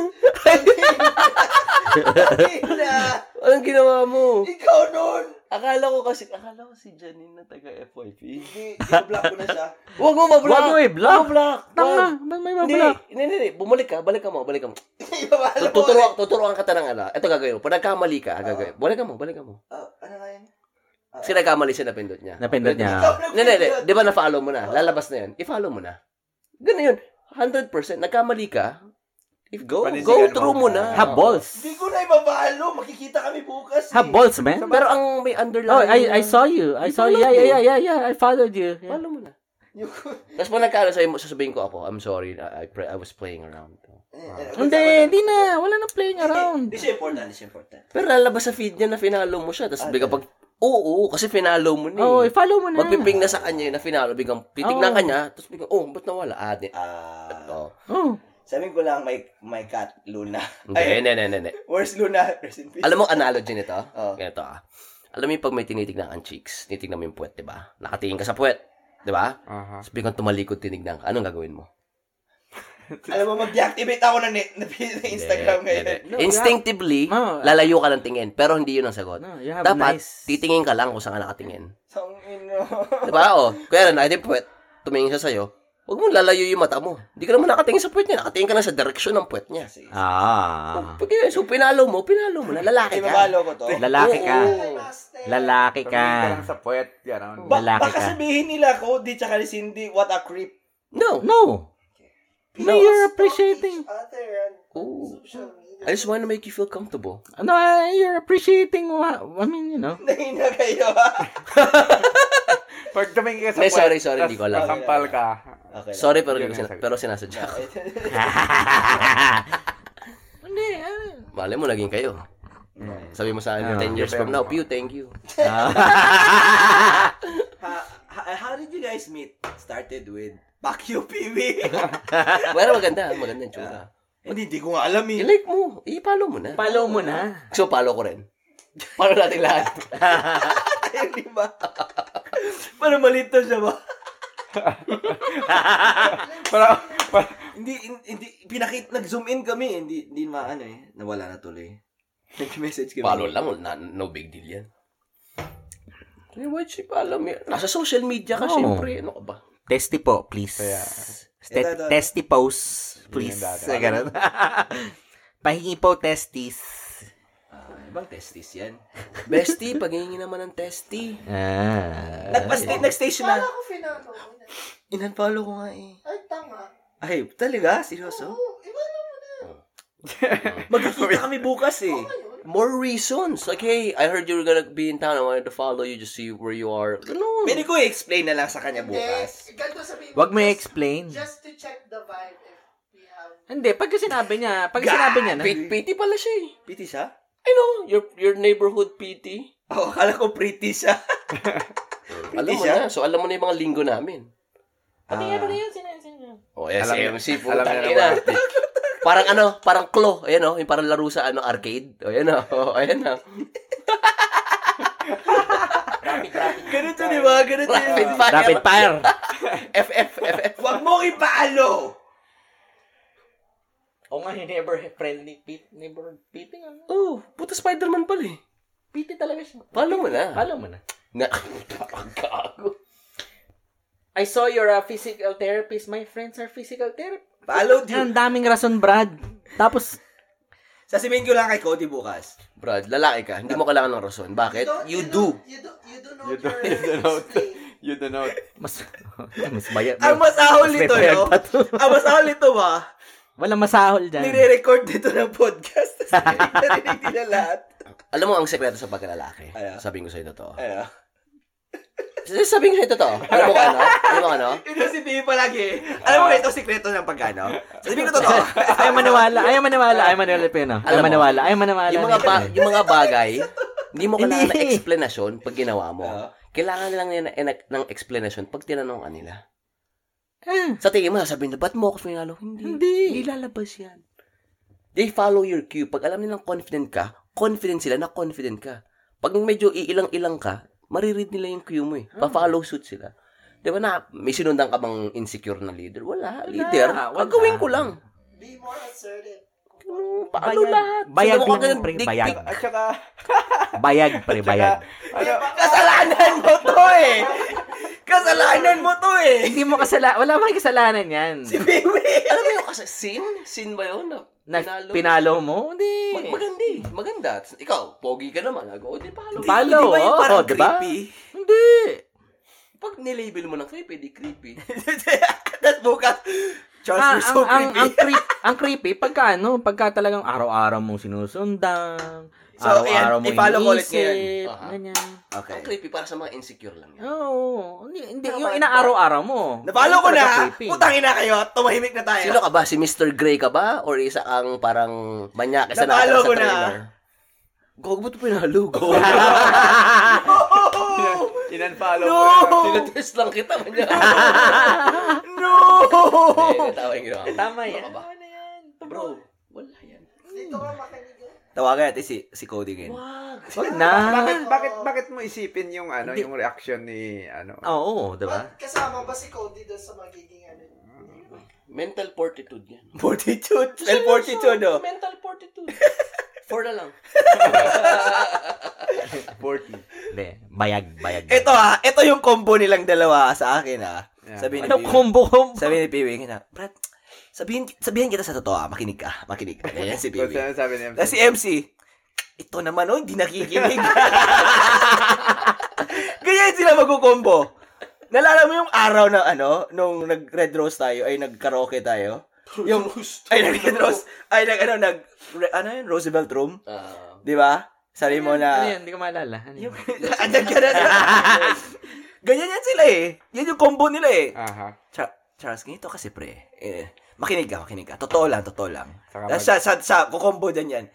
Speaker 1: Tangin na!
Speaker 2: Anong ginawa mo?
Speaker 1: Ikaw nun!
Speaker 2: Akala ko kasi, akala ko si Janine na taga FYP.
Speaker 1: Hindi, i-block ko na siya.
Speaker 2: Huwag mo mablock!
Speaker 4: Huwag mo i-block!
Speaker 2: Huwag mo block!
Speaker 4: Tanga,
Speaker 2: Huwag.
Speaker 4: ba't may
Speaker 2: Hindi,
Speaker 4: mablock?
Speaker 2: hindi, hindi, hindi. Bumalik ka, balik ka mo, balik ka mo.
Speaker 1: Ibabala mo.
Speaker 4: eh.
Speaker 2: Tuturuan, tuturuan ka ng ano. Ito gagawin mo. Pag nagkamali ka, gagawin. Balik ka mo, balik ka mo.
Speaker 1: Ah, ano nga yun?
Speaker 2: Kasi nagkamali siya, napindot niya.
Speaker 4: Napindot niya.
Speaker 1: Ikaw
Speaker 2: Hindi, hindi, hindi.
Speaker 1: nagpindot.
Speaker 2: Di ba na-follow mo na? Lalabas na yan. I-follow mo na. Ganun yun. 100%. Nagkamali ka, if go,
Speaker 3: Panisigan
Speaker 2: go
Speaker 3: mo.
Speaker 2: through mo na.
Speaker 4: Have balls.
Speaker 1: Hindi ko na ibabalo. Makikita kami bukas.
Speaker 4: Have
Speaker 1: eh.
Speaker 4: balls, man.
Speaker 2: Pero ang may underlying...
Speaker 4: Oh, I I saw you. I
Speaker 2: You
Speaker 4: saw you. Yeah,
Speaker 2: followed me.
Speaker 4: yeah, yeah, yeah, yeah. I followed you. Yeah.
Speaker 2: Follow mo na.
Speaker 1: Yung-
Speaker 2: Tapos pag nagkaroon sa'yo, sasabihin ko ako, I'm sorry, I, I, pre- I was playing around. Ah.
Speaker 1: Eh, eh,
Speaker 4: Hindi, hindi na. Wala na playing around.
Speaker 1: Hindi siya important. Hindi siya important. Ah,
Speaker 2: Pero lalabas sa feed niya na finalo mo siya. Tapos bigla pag, oo, oo, kasi finalo mo na eh.
Speaker 4: Oh, i-follow mo na.
Speaker 2: Magpiping na sa kanya yun na finalo. Biglang titignan
Speaker 4: Oo.
Speaker 2: ka niya. Tapos biglang, oh, ba't nawala? Ah, di, ah.
Speaker 1: Ah,
Speaker 2: Oh.
Speaker 4: Oh.
Speaker 1: sabihin ko lang, may, may cat, Luna.
Speaker 2: Hindi,
Speaker 1: Ay,
Speaker 2: hindi, hindi, hindi.
Speaker 1: where's Luna? Rest in peace.
Speaker 2: Alam mo ang analogy nito?
Speaker 1: Oo.
Speaker 2: Ganito ah. Alam mo yung pag may tinitignan ang cheeks, tinitignan mo yung puwet, di ba? Nakatingin ka sa puwet, di ba?
Speaker 3: Aha.
Speaker 4: Ah.
Speaker 2: Tapos biglang tumalikod, tinignan ka. Anong gagawin mo?
Speaker 1: Alam mo, mag-deactivate ako ng, ni- ng Instagram ngayon.
Speaker 4: Hindi, hindi.
Speaker 2: Instinctively,
Speaker 4: No, uh,
Speaker 2: lalayo ka ng tingin, pero hindi yun ang sagot.
Speaker 4: No, you have
Speaker 2: Dapat,
Speaker 4: nice-
Speaker 2: titingin ka lang kung saan ka nakatingin.
Speaker 1: Sang ino.
Speaker 2: Diba? O, kaya na, edi puwet, tumingin siya sa'yo, huwag mo lalayo yung mata mo. Hindi ka naman nakatingin sa puwet niya, nakatingin ka lang sa direksyon ng puwet niya.
Speaker 4: Ah.
Speaker 2: Pag yun, so pinalo mo, pinalo mo na, lalaki ka.
Speaker 1: Ibabalo ko to.
Speaker 4: Lalaki ka.
Speaker 2: Oo.
Speaker 4: Lalaki ka.
Speaker 3: Tumingin ka lang sa puwet, ano. gano'n.
Speaker 1: Ba-
Speaker 4: Lalaki
Speaker 1: baka
Speaker 4: ka.
Speaker 1: sabihin nila ko, di tsaka ni Cindy, what a creep.
Speaker 2: No.
Speaker 4: No. No, you're appreciating.
Speaker 2: Oh. I just want to make you feel comfortable.
Speaker 4: No, Ano, ah, you're appreciating what, I mean, you know.
Speaker 1: Nahina kayo ha.
Speaker 3: Pag tumingin ka sa
Speaker 2: Hindi,
Speaker 3: puwet,
Speaker 2: sorry, sorry,
Speaker 3: tas
Speaker 2: hindi ko alam.
Speaker 3: Nakampal ka.
Speaker 1: Okay.
Speaker 2: Sorry, pero, hindi ko
Speaker 3: Yun ang
Speaker 2: sina-
Speaker 3: sagot.
Speaker 2: pero sinasadya ko.
Speaker 4: Hindi,
Speaker 2: Malay mo, naging kayo. Sabi mo sa akin, 10 years from now, Pew, thank you.
Speaker 1: Ha, ha- eh, how did you guys meet? Started with Pacquiao Piwi.
Speaker 2: Pero maganda, maganda yung tsura.
Speaker 1: Hindi, hindi ko nga alam eh.
Speaker 2: I-like mo, i-follow mo na.
Speaker 4: Follow mo na.
Speaker 2: So, follow ko rin. Follow natin lahat.
Speaker 1: Ayun, di ba? Parang maliit na siya ba?
Speaker 3: Parang, parang,
Speaker 1: hindi, hin- hindi, pinakit, nag-zoom in kami. Hindi, hindi
Speaker 2: ano
Speaker 1: maano eh. Nawala na tuloy. Nag-message kami.
Speaker 2: Follow lang, wala- no big deal yan. Eh, why she follow me? Nasa social media ka,
Speaker 4: Oo.
Speaker 2: syempre. Ano ka ba?
Speaker 4: Testy po, please.
Speaker 3: Kaya-
Speaker 4: Ste-
Speaker 1: Ito, ito.
Speaker 4: testy pose, please.
Speaker 3: Yun yung dati.
Speaker 4: Ay, ganun. Pahingi po testis.
Speaker 1: Ah, ibang testis yan.
Speaker 2: Bestie, paghingi naman ng testy.
Speaker 4: Ah.
Speaker 1: Nagpa-state, nag-station na.
Speaker 5: Ako finalo.
Speaker 1: In-unfollow ko nga eh.
Speaker 5: Ay, tanga.
Speaker 1: Ay, talaga? Seryoso?
Speaker 5: Oo, iba naman na.
Speaker 1: Magkikita kami bukas eh.
Speaker 2: More reasons. Like, hey, I heard you were gonna be in town. I wanted to follow you just see where you are. Ano, No.
Speaker 1: Pwede ko i-explain na lang sa
Speaker 2: Eh,
Speaker 1: kanya bukas.
Speaker 5: Hindi, ganito sabihin
Speaker 4: Wag mo
Speaker 5: just-
Speaker 4: i-explain.
Speaker 5: Just to check the vibe if we have...
Speaker 4: Hindi, pag sinabi niya, pag sinabi niya na,
Speaker 2: P- PT pala siya eh.
Speaker 1: Piti siya?
Speaker 2: I know, your your neighborhood PT.
Speaker 1: Oh, akala ko pretty siya.
Speaker 2: alam mo
Speaker 1: siya?
Speaker 2: na. So, alam mo na yung mga linggo namin.
Speaker 1: Ah,
Speaker 2: Oh, yes,
Speaker 3: Alam niya-
Speaker 2: MC po.
Speaker 3: alam niya
Speaker 2: tangin
Speaker 3: na
Speaker 2: na. parang ano, parang klo. Ayan o, yung parang laro sa ano, arcade. O, ayan o, oh, ayan o.
Speaker 1: ganito di ba? Ganito di
Speaker 2: Rapid
Speaker 1: ba?
Speaker 2: fire.
Speaker 4: rapid fire.
Speaker 2: FF, FF.
Speaker 1: Huwag mong ipaalo!
Speaker 4: Oh,
Speaker 6: Oo nga, yung neighbor friendly pit, neighbor pitting ano.
Speaker 2: Oh, puta Spider-Man pala eh.
Speaker 6: Piti talaga siya.
Speaker 2: Follow mo na.
Speaker 6: Alam mo na.
Speaker 2: Na, ang gago.
Speaker 6: I saw your uh, physical therapist. My friends are physical therapist.
Speaker 1: Paalo,
Speaker 4: Ang
Speaker 1: dude.
Speaker 4: daming rason, Brad. Tapos,
Speaker 1: Sasabihin ko lang kay Cody bukas.
Speaker 2: Brad, lalaki ka. Hindi mo kailangan ng rason. Bakit?
Speaker 5: Don't-
Speaker 1: you do.
Speaker 5: don't- You do. You do know
Speaker 3: You do-
Speaker 5: your
Speaker 3: you do know.
Speaker 5: explain.
Speaker 3: you don't know.
Speaker 4: mas, mas bayad.
Speaker 1: Ang masahol
Speaker 4: Mas may
Speaker 1: nito,
Speaker 4: bayad
Speaker 1: yo.
Speaker 4: pa to.
Speaker 1: Ang masahol nito ba?
Speaker 4: Walang masahol dyan.
Speaker 1: Nire-record dito ng podcast. Tapos narinig- narinig nila lahat.
Speaker 2: Alam mo ang sekreto sa pagkalalaki.
Speaker 1: Ano?
Speaker 2: Sabihin ko sa'yo totoo.
Speaker 1: Ano?
Speaker 2: Sabihin ko sa'yo totoo. Alam mo ano? Alam mo ano?
Speaker 1: Ito si Pipi palagi. Alam mo
Speaker 4: Ah.
Speaker 1: ba ito sikreto ng pagkano? Sabihin ko totoo.
Speaker 4: Ayaw maniwala, ayaw maniwala, ayaw maniwala, Pino. Ayaw
Speaker 2: Alam mo,
Speaker 4: maniwala, ayaw maniwala.
Speaker 2: Yung mga, ba- yung mga bagay, hindi mo kailangan
Speaker 4: Hindi.
Speaker 2: ng explanation pag ginawa mo.
Speaker 1: Oo.
Speaker 2: Kailangan lang nila ng- ng explanation pag tinanong ka nila. Sa tingin mo, sasabihin na, ba't mo ako finalo? Hindi.
Speaker 4: Hindi.
Speaker 2: Hindi lalabas yan. They follow your cue. Pag alam nilang confident ka, confident sila na confident ka. Pag medyo iilang-ilang ka, mariread nila yung cue mo eh. Pa-follow suit sila. Di ba na, may sinundan ka bang insecure na leader? Wala. Leader,
Speaker 4: wala.
Speaker 2: gagawin ko lang.
Speaker 5: Be more assertive.
Speaker 2: Ano, paano
Speaker 4: Bayad.
Speaker 2: lahat?
Speaker 4: Bayad
Speaker 2: Sino mo
Speaker 4: din,
Speaker 2: kagad
Speaker 4: pre,
Speaker 2: dikdik?
Speaker 4: bayad.
Speaker 3: At saka,
Speaker 4: Bayag, pre, bayag.
Speaker 3: ano,
Speaker 1: Kasalanan mo to eh. Kasalanan mo to eh.
Speaker 4: Hindi mo kasala, wala mo kasalanan yan.
Speaker 1: Si Pipi.
Speaker 2: Alam mo yung kasi, sin? Sin ba yun? Na,
Speaker 4: Na,
Speaker 2: pinalo?
Speaker 4: pinalo mo? Hindi.
Speaker 2: Mag- maganda eh. Maganda. Ikaw, pogi ka naman. Ako, di palo.
Speaker 4: Pa-
Speaker 1: Hindi ba yung
Speaker 4: oo,
Speaker 1: parang
Speaker 4: diba?
Speaker 1: creepy?
Speaker 4: Hindi.
Speaker 2: Pag nilabel mo ng creepy, di creepy.
Speaker 1: Tapos bukas, Charles,
Speaker 4: Ah,
Speaker 1: you're so
Speaker 4: ang, ang,
Speaker 1: creepy.
Speaker 4: ang, creep, ang creepy, pagka ano, pagka talagang araw-araw mong sinusundang,
Speaker 1: So,
Speaker 4: araw-araw
Speaker 1: ayan,
Speaker 4: mong
Speaker 1: i-follow ko ulit
Speaker 4: iniisip,
Speaker 2: ngayon. Aha.
Speaker 4: ganyan.
Speaker 2: Ang creepy para sa mga insecure lang yan.
Speaker 4: Oo, hindi, hindi, yung inaaraw-araw mo.
Speaker 1: Napalo ko
Speaker 4: Yun talaga
Speaker 1: na.
Speaker 4: creepy.
Speaker 1: Putangin na kayo. Tumahimik na tayo.
Speaker 2: Sino ka ba? Si Mr. Grey ka ba? Or isa kang parang manyak sa
Speaker 1: Napalo
Speaker 2: nakatira
Speaker 1: ko
Speaker 2: sa
Speaker 1: na.
Speaker 2: trailer? Gago ba't pinalo? Gago.
Speaker 3: in-unfollow
Speaker 1: No!
Speaker 3: mo yun.
Speaker 2: Tinatest lang kita, manyak.
Speaker 1: No!
Speaker 2: Eh, tawa yung ginawa.
Speaker 6: Tama
Speaker 2: Ano
Speaker 6: yan.
Speaker 2: ka ba?
Speaker 6: Ano yan?
Speaker 2: Bro, wala yan.
Speaker 5: Dito ka makinig. eh.
Speaker 1: Tawagan natin si, si Cody ngayon.
Speaker 4: Wag na.
Speaker 3: Bakit, bakit, bakit mo isipin yung, ano, yung reaction ni, ano,
Speaker 4: Ah, Oo, di ba?
Speaker 5: Ba't Kasama ba si Cody doon sa magiging ano?
Speaker 2: Mental fortitude yan.
Speaker 1: Fortitude. Well, fortitude, oh.
Speaker 2: Mental fortitude. Four na lang.
Speaker 3: 40.
Speaker 4: Hindi, bayag, bayag.
Speaker 1: Ito ah, ito yung combo nilang dalawa sa akin ah.
Speaker 3: Yeah.
Speaker 1: Sabihin ni
Speaker 4: Ano
Speaker 1: Piwing.
Speaker 4: combo combo?
Speaker 1: Sabihin ni Piwing na, Brad, sabihin, sabihin kita sa totoo ah, makinig ka, makinig ka. Ganyan si
Speaker 3: Tapos
Speaker 1: Piwing.
Speaker 3: ano sabi ni MC?
Speaker 1: Tapos si MC, ito naman oh, hindi nakikinig. Ganyan sila magkukombo. Nalala mo yung araw na ano, nung nag-red rose tayo, ay nag-karaoke tayo? Yung, ay nag-red rose, ay nag, ano, nag, re- ano yun, Roosevelt Room?
Speaker 2: Ah,
Speaker 1: Di ba? Sabi mo na,
Speaker 4: Ano yan? Hindi ko maalala. Ano yun?
Speaker 1: uh, yung, andyan ka na. Ganyan yan sila eh. Yan yung combo nila eh.
Speaker 3: Aha.
Speaker 1: Char- Charles, ganito kasi pre. Eh, makinig ka, makinig ka. Totoo lang, totoo lang.
Speaker 3: Saka
Speaker 1: Tapos sa, sa, sa, kukombo dyan yan.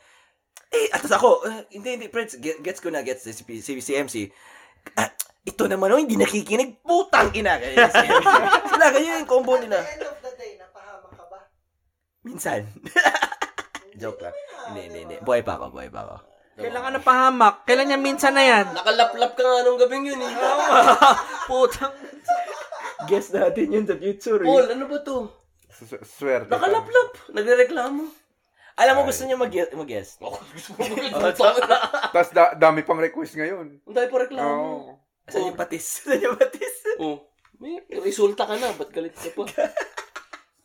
Speaker 1: Eh, atas ako. eh, hindi, hindi, friends. Get, gets ko na, gets this, si, si, si MC. Ah, ito naman oh, hindi nakikinig. Putang ina. Ganyan si MC. Sila, ganyan yung combo
Speaker 5: At the
Speaker 1: nila.
Speaker 5: end of the day, napahamak ka ba?
Speaker 1: Minsan.
Speaker 5: Hindi
Speaker 1: Joke lang.
Speaker 5: naman,
Speaker 1: Hindi,
Speaker 5: di
Speaker 1: hindi,
Speaker 5: ba?
Speaker 1: hindi. Buhay pa ako, buhay pa ako.
Speaker 4: Kailangan na pahamak. Kailan niya minsan na yan?
Speaker 2: Nakalaplap ka nga nung gabing yun eh.
Speaker 4: Putang.
Speaker 1: Guess natin yun sa future. eh.
Speaker 2: Paul, ano ba to?
Speaker 3: Su- Swerte. ka.
Speaker 2: Nakalaplap. Nagre-reklamo.
Speaker 1: Alam mo, gusto niyo mag- mag-guess.
Speaker 2: Ako gusto mo mag-reklamo.
Speaker 3: Tapos da- dami pang request ngayon.
Speaker 2: Oh, Ang dahil po reklamo.
Speaker 3: Oo.
Speaker 1: Saan yung patis? Saan yung patis?
Speaker 2: Oh. May resulta ka na. Ba't galit ka pa?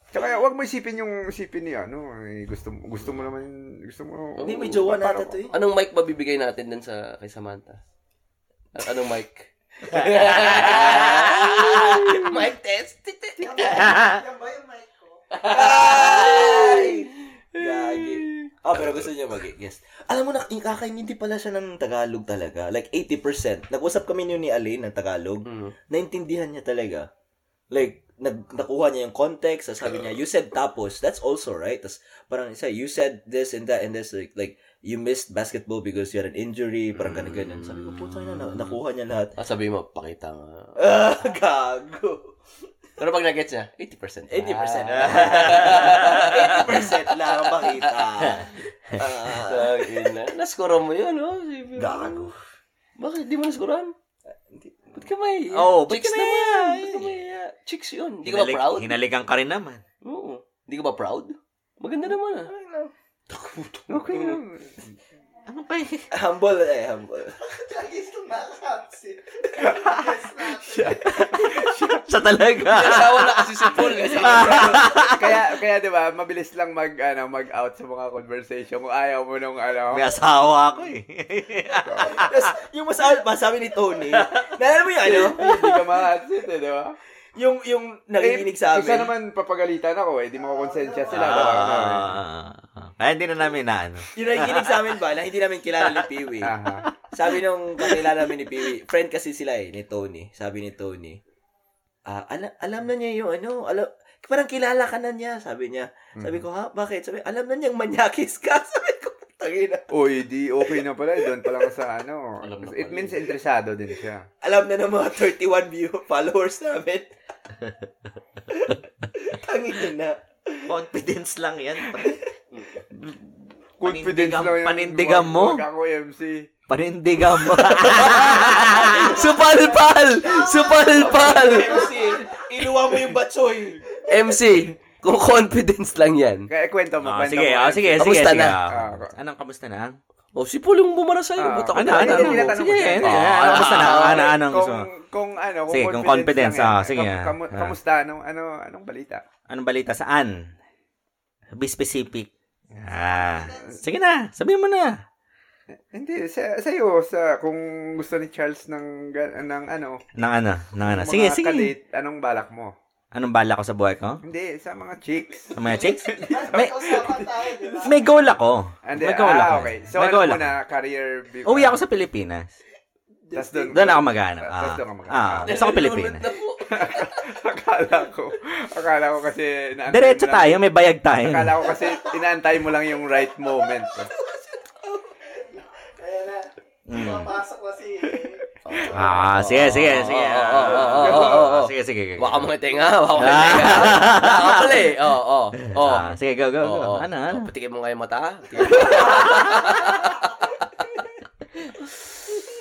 Speaker 3: Tsaka wag mo isipin yung isipin niya, no? Eh, gusto mo gusto mo naman gusto mo.
Speaker 1: Hindi, may jowa na
Speaker 3: Parang-
Speaker 1: ata to eh.
Speaker 2: Anong mic babibigay natin dun sa kay Samantha? A- Anong mic? mic test.
Speaker 5: Yan ba- Yan ba yung mic ko?
Speaker 1: Ay! Gagi. Ah, pero gusto niya mag-guess. Alam mo, na, yung kakainindi pala siya ng Tagalog talaga. Like, 80%. Nag-usap kami niyo ni Alain ng Tagalog.
Speaker 2: Mm.
Speaker 1: Naintindihan niya talaga. Like, nag nakuha niya yung context. Tapos sabi niya, you said tapos. That's also, right? Tapos parang isa, you said this and that and this. Like, like you missed basketball because you had an injury. Parang ganun-ganun. Sabi ko, puta na, na- nakuha niya lahat.
Speaker 2: Ah, sabi mo, pakita nga.
Speaker 1: Ah, gago.
Speaker 2: Pero pag nag-gets niya, 80%.
Speaker 1: 80%.
Speaker 2: Ah.
Speaker 1: 80% lang ang makita.
Speaker 2: so, yun na. Naskura mo yun, no? Sabi mo,
Speaker 1: Gago.
Speaker 2: Bakit? Di mo naskuran? Ba't ka may?
Speaker 1: Oo, ba't
Speaker 2: Chicks
Speaker 1: ka
Speaker 2: naman.
Speaker 1: naiya?
Speaker 2: Ba't ka may? uh, Chicks yun. Hindi ka ba proud?
Speaker 4: Hinalikan ka rin naman.
Speaker 2: Oo. Hindi ka ba proud? Maganda naman ah.
Speaker 3: Okay lang.
Speaker 4: Ano kayo?
Speaker 1: Humble eh, humble.
Speaker 5: Lagi itong nakakapsi. Yes natin.
Speaker 4: Siya talaga.
Speaker 2: Asawa na kasi si Paul. Kasi
Speaker 3: kaya kaya 'di ba, mabilis lang mag ano, mag-out sa mga conversation kung ayaw mo nung ano.
Speaker 4: May asawa ako eh.
Speaker 1: Tapos, yung mas alpa, sabi ni Tony, naalala mo yung ano?
Speaker 3: Hindi ka ma-outsit, eh, di ba?
Speaker 1: Yung, yung nakikinig
Speaker 3: Eh,
Speaker 1: sa
Speaker 3: Isa
Speaker 1: amin.
Speaker 3: naman papagalitan ako eh, di makukonsensya sila. di ba?
Speaker 4: Ah. Kaya hindi na namin na ano.
Speaker 1: Yung nakikinig sa amin ba, na hindi namin kilala ni Peewee.
Speaker 3: Aha.
Speaker 1: Sabi nung kakilala namin ni Peewee, friend kasi sila eh, ni Tony. Sabi ni Tony, ah, ala- alam na niya yung ano, alam, parang kilala ka na niya, sabi niya.
Speaker 4: Mm.
Speaker 1: Sabi ko, ha, bakit? Sabi, alam na niyang manyakis ka. Sabi ko, tangina.
Speaker 3: Uy, di okay na pala. eh. Doon pa lang sa ano.
Speaker 2: Alam na
Speaker 3: It
Speaker 2: pala.
Speaker 3: means interesado din siya.
Speaker 1: Alam na ng mga 31 view followers namin. Tangina na.
Speaker 4: Confidence lang yan.
Speaker 3: Confidence
Speaker 4: Panindigan-
Speaker 3: lang yung
Speaker 4: panindigan mo?
Speaker 3: wag ako MC.
Speaker 4: Panindigan mo. Ah, supalpal! Supalpal!
Speaker 1: MC, iluwa mo yung batsoy.
Speaker 2: MC, kung confidence lang yan.
Speaker 3: Kaya kwento mo.
Speaker 4: Ah,
Speaker 3: kwento
Speaker 4: sige,
Speaker 3: mo,
Speaker 4: ah,
Speaker 3: MC.
Speaker 4: sige, sige,
Speaker 2: Kamusta
Speaker 4: sige.
Speaker 2: na?
Speaker 4: Ah,
Speaker 3: Ah,
Speaker 4: Anong kamusta na?
Speaker 2: O, Oh, si Paul yung bumara sa'yo.
Speaker 3: Ah,
Speaker 2: Ba't ako
Speaker 3: ano,
Speaker 2: tatanong
Speaker 3: ano,
Speaker 2: mo?
Speaker 3: tinatanong ko
Speaker 2: Sige,
Speaker 3: siya.
Speaker 2: ano,
Speaker 4: Ah,
Speaker 2: ano,
Speaker 4: kamusta na? Ano, ano,
Speaker 3: kung,
Speaker 4: gusto mo?
Speaker 3: kung ano, kung
Speaker 4: Sige,
Speaker 3: confidence,
Speaker 4: kung confidence,
Speaker 3: lang yan.
Speaker 4: ah, sige,
Speaker 3: Kam- kam-
Speaker 4: ah.
Speaker 3: Kamusta? Anong, ano, anong balita?
Speaker 4: Anong balita? Saan? Be specific. Ah. Sige na, sabihin mo na.
Speaker 3: Hindi, sa, sa'yo, sa, kung gusto ni Charles ng, gan- ng ano,
Speaker 4: Nang ano, nang ano.
Speaker 3: mga
Speaker 4: Sige, sige.
Speaker 3: kadate, anong balak mo?
Speaker 4: Anong bala ko sa buhay ko?
Speaker 3: Hindi, sa mga chicks.
Speaker 4: Sa mga chicks?
Speaker 5: May
Speaker 4: May,
Speaker 5: usapan tayo, di ba?
Speaker 4: may goal ako.
Speaker 3: And
Speaker 4: may
Speaker 3: then,
Speaker 4: goal ako.
Speaker 3: ah, okay. So,
Speaker 4: may
Speaker 3: ano
Speaker 4: goal
Speaker 3: muna,
Speaker 4: ako.
Speaker 3: career before?
Speaker 4: Uwi ako sa Pilipinas.
Speaker 3: Tapos doon.
Speaker 4: Doon ako maghanap.
Speaker 3: Tapos
Speaker 4: Ah,
Speaker 3: doon ka maghanap.
Speaker 4: ah, gusto ko Pilipinas.
Speaker 3: akala ko, akala ko kasi, inaantay
Speaker 4: Diretso
Speaker 3: mo lang-
Speaker 4: tayo, may bayag tayo.
Speaker 3: Akala ko kasi, inaantay mo lang yung right moment.
Speaker 5: Kaya na,
Speaker 4: Hmm.
Speaker 5: papasok na si...
Speaker 4: Mm.
Speaker 5: eh,
Speaker 4: Ah, sige, sige, sige.
Speaker 2: oo, oo, oo, oo, oo, oo.
Speaker 4: Sige, sige. sige.
Speaker 2: Baka mga tenga, baka mga tenga. Baka pala eh. Oo, oo, oo.
Speaker 4: Ah, sige, go, go,
Speaker 2: Oo,
Speaker 4: go.
Speaker 2: oo.
Speaker 4: Ano, ano?
Speaker 2: Patikin mo nga yung mata.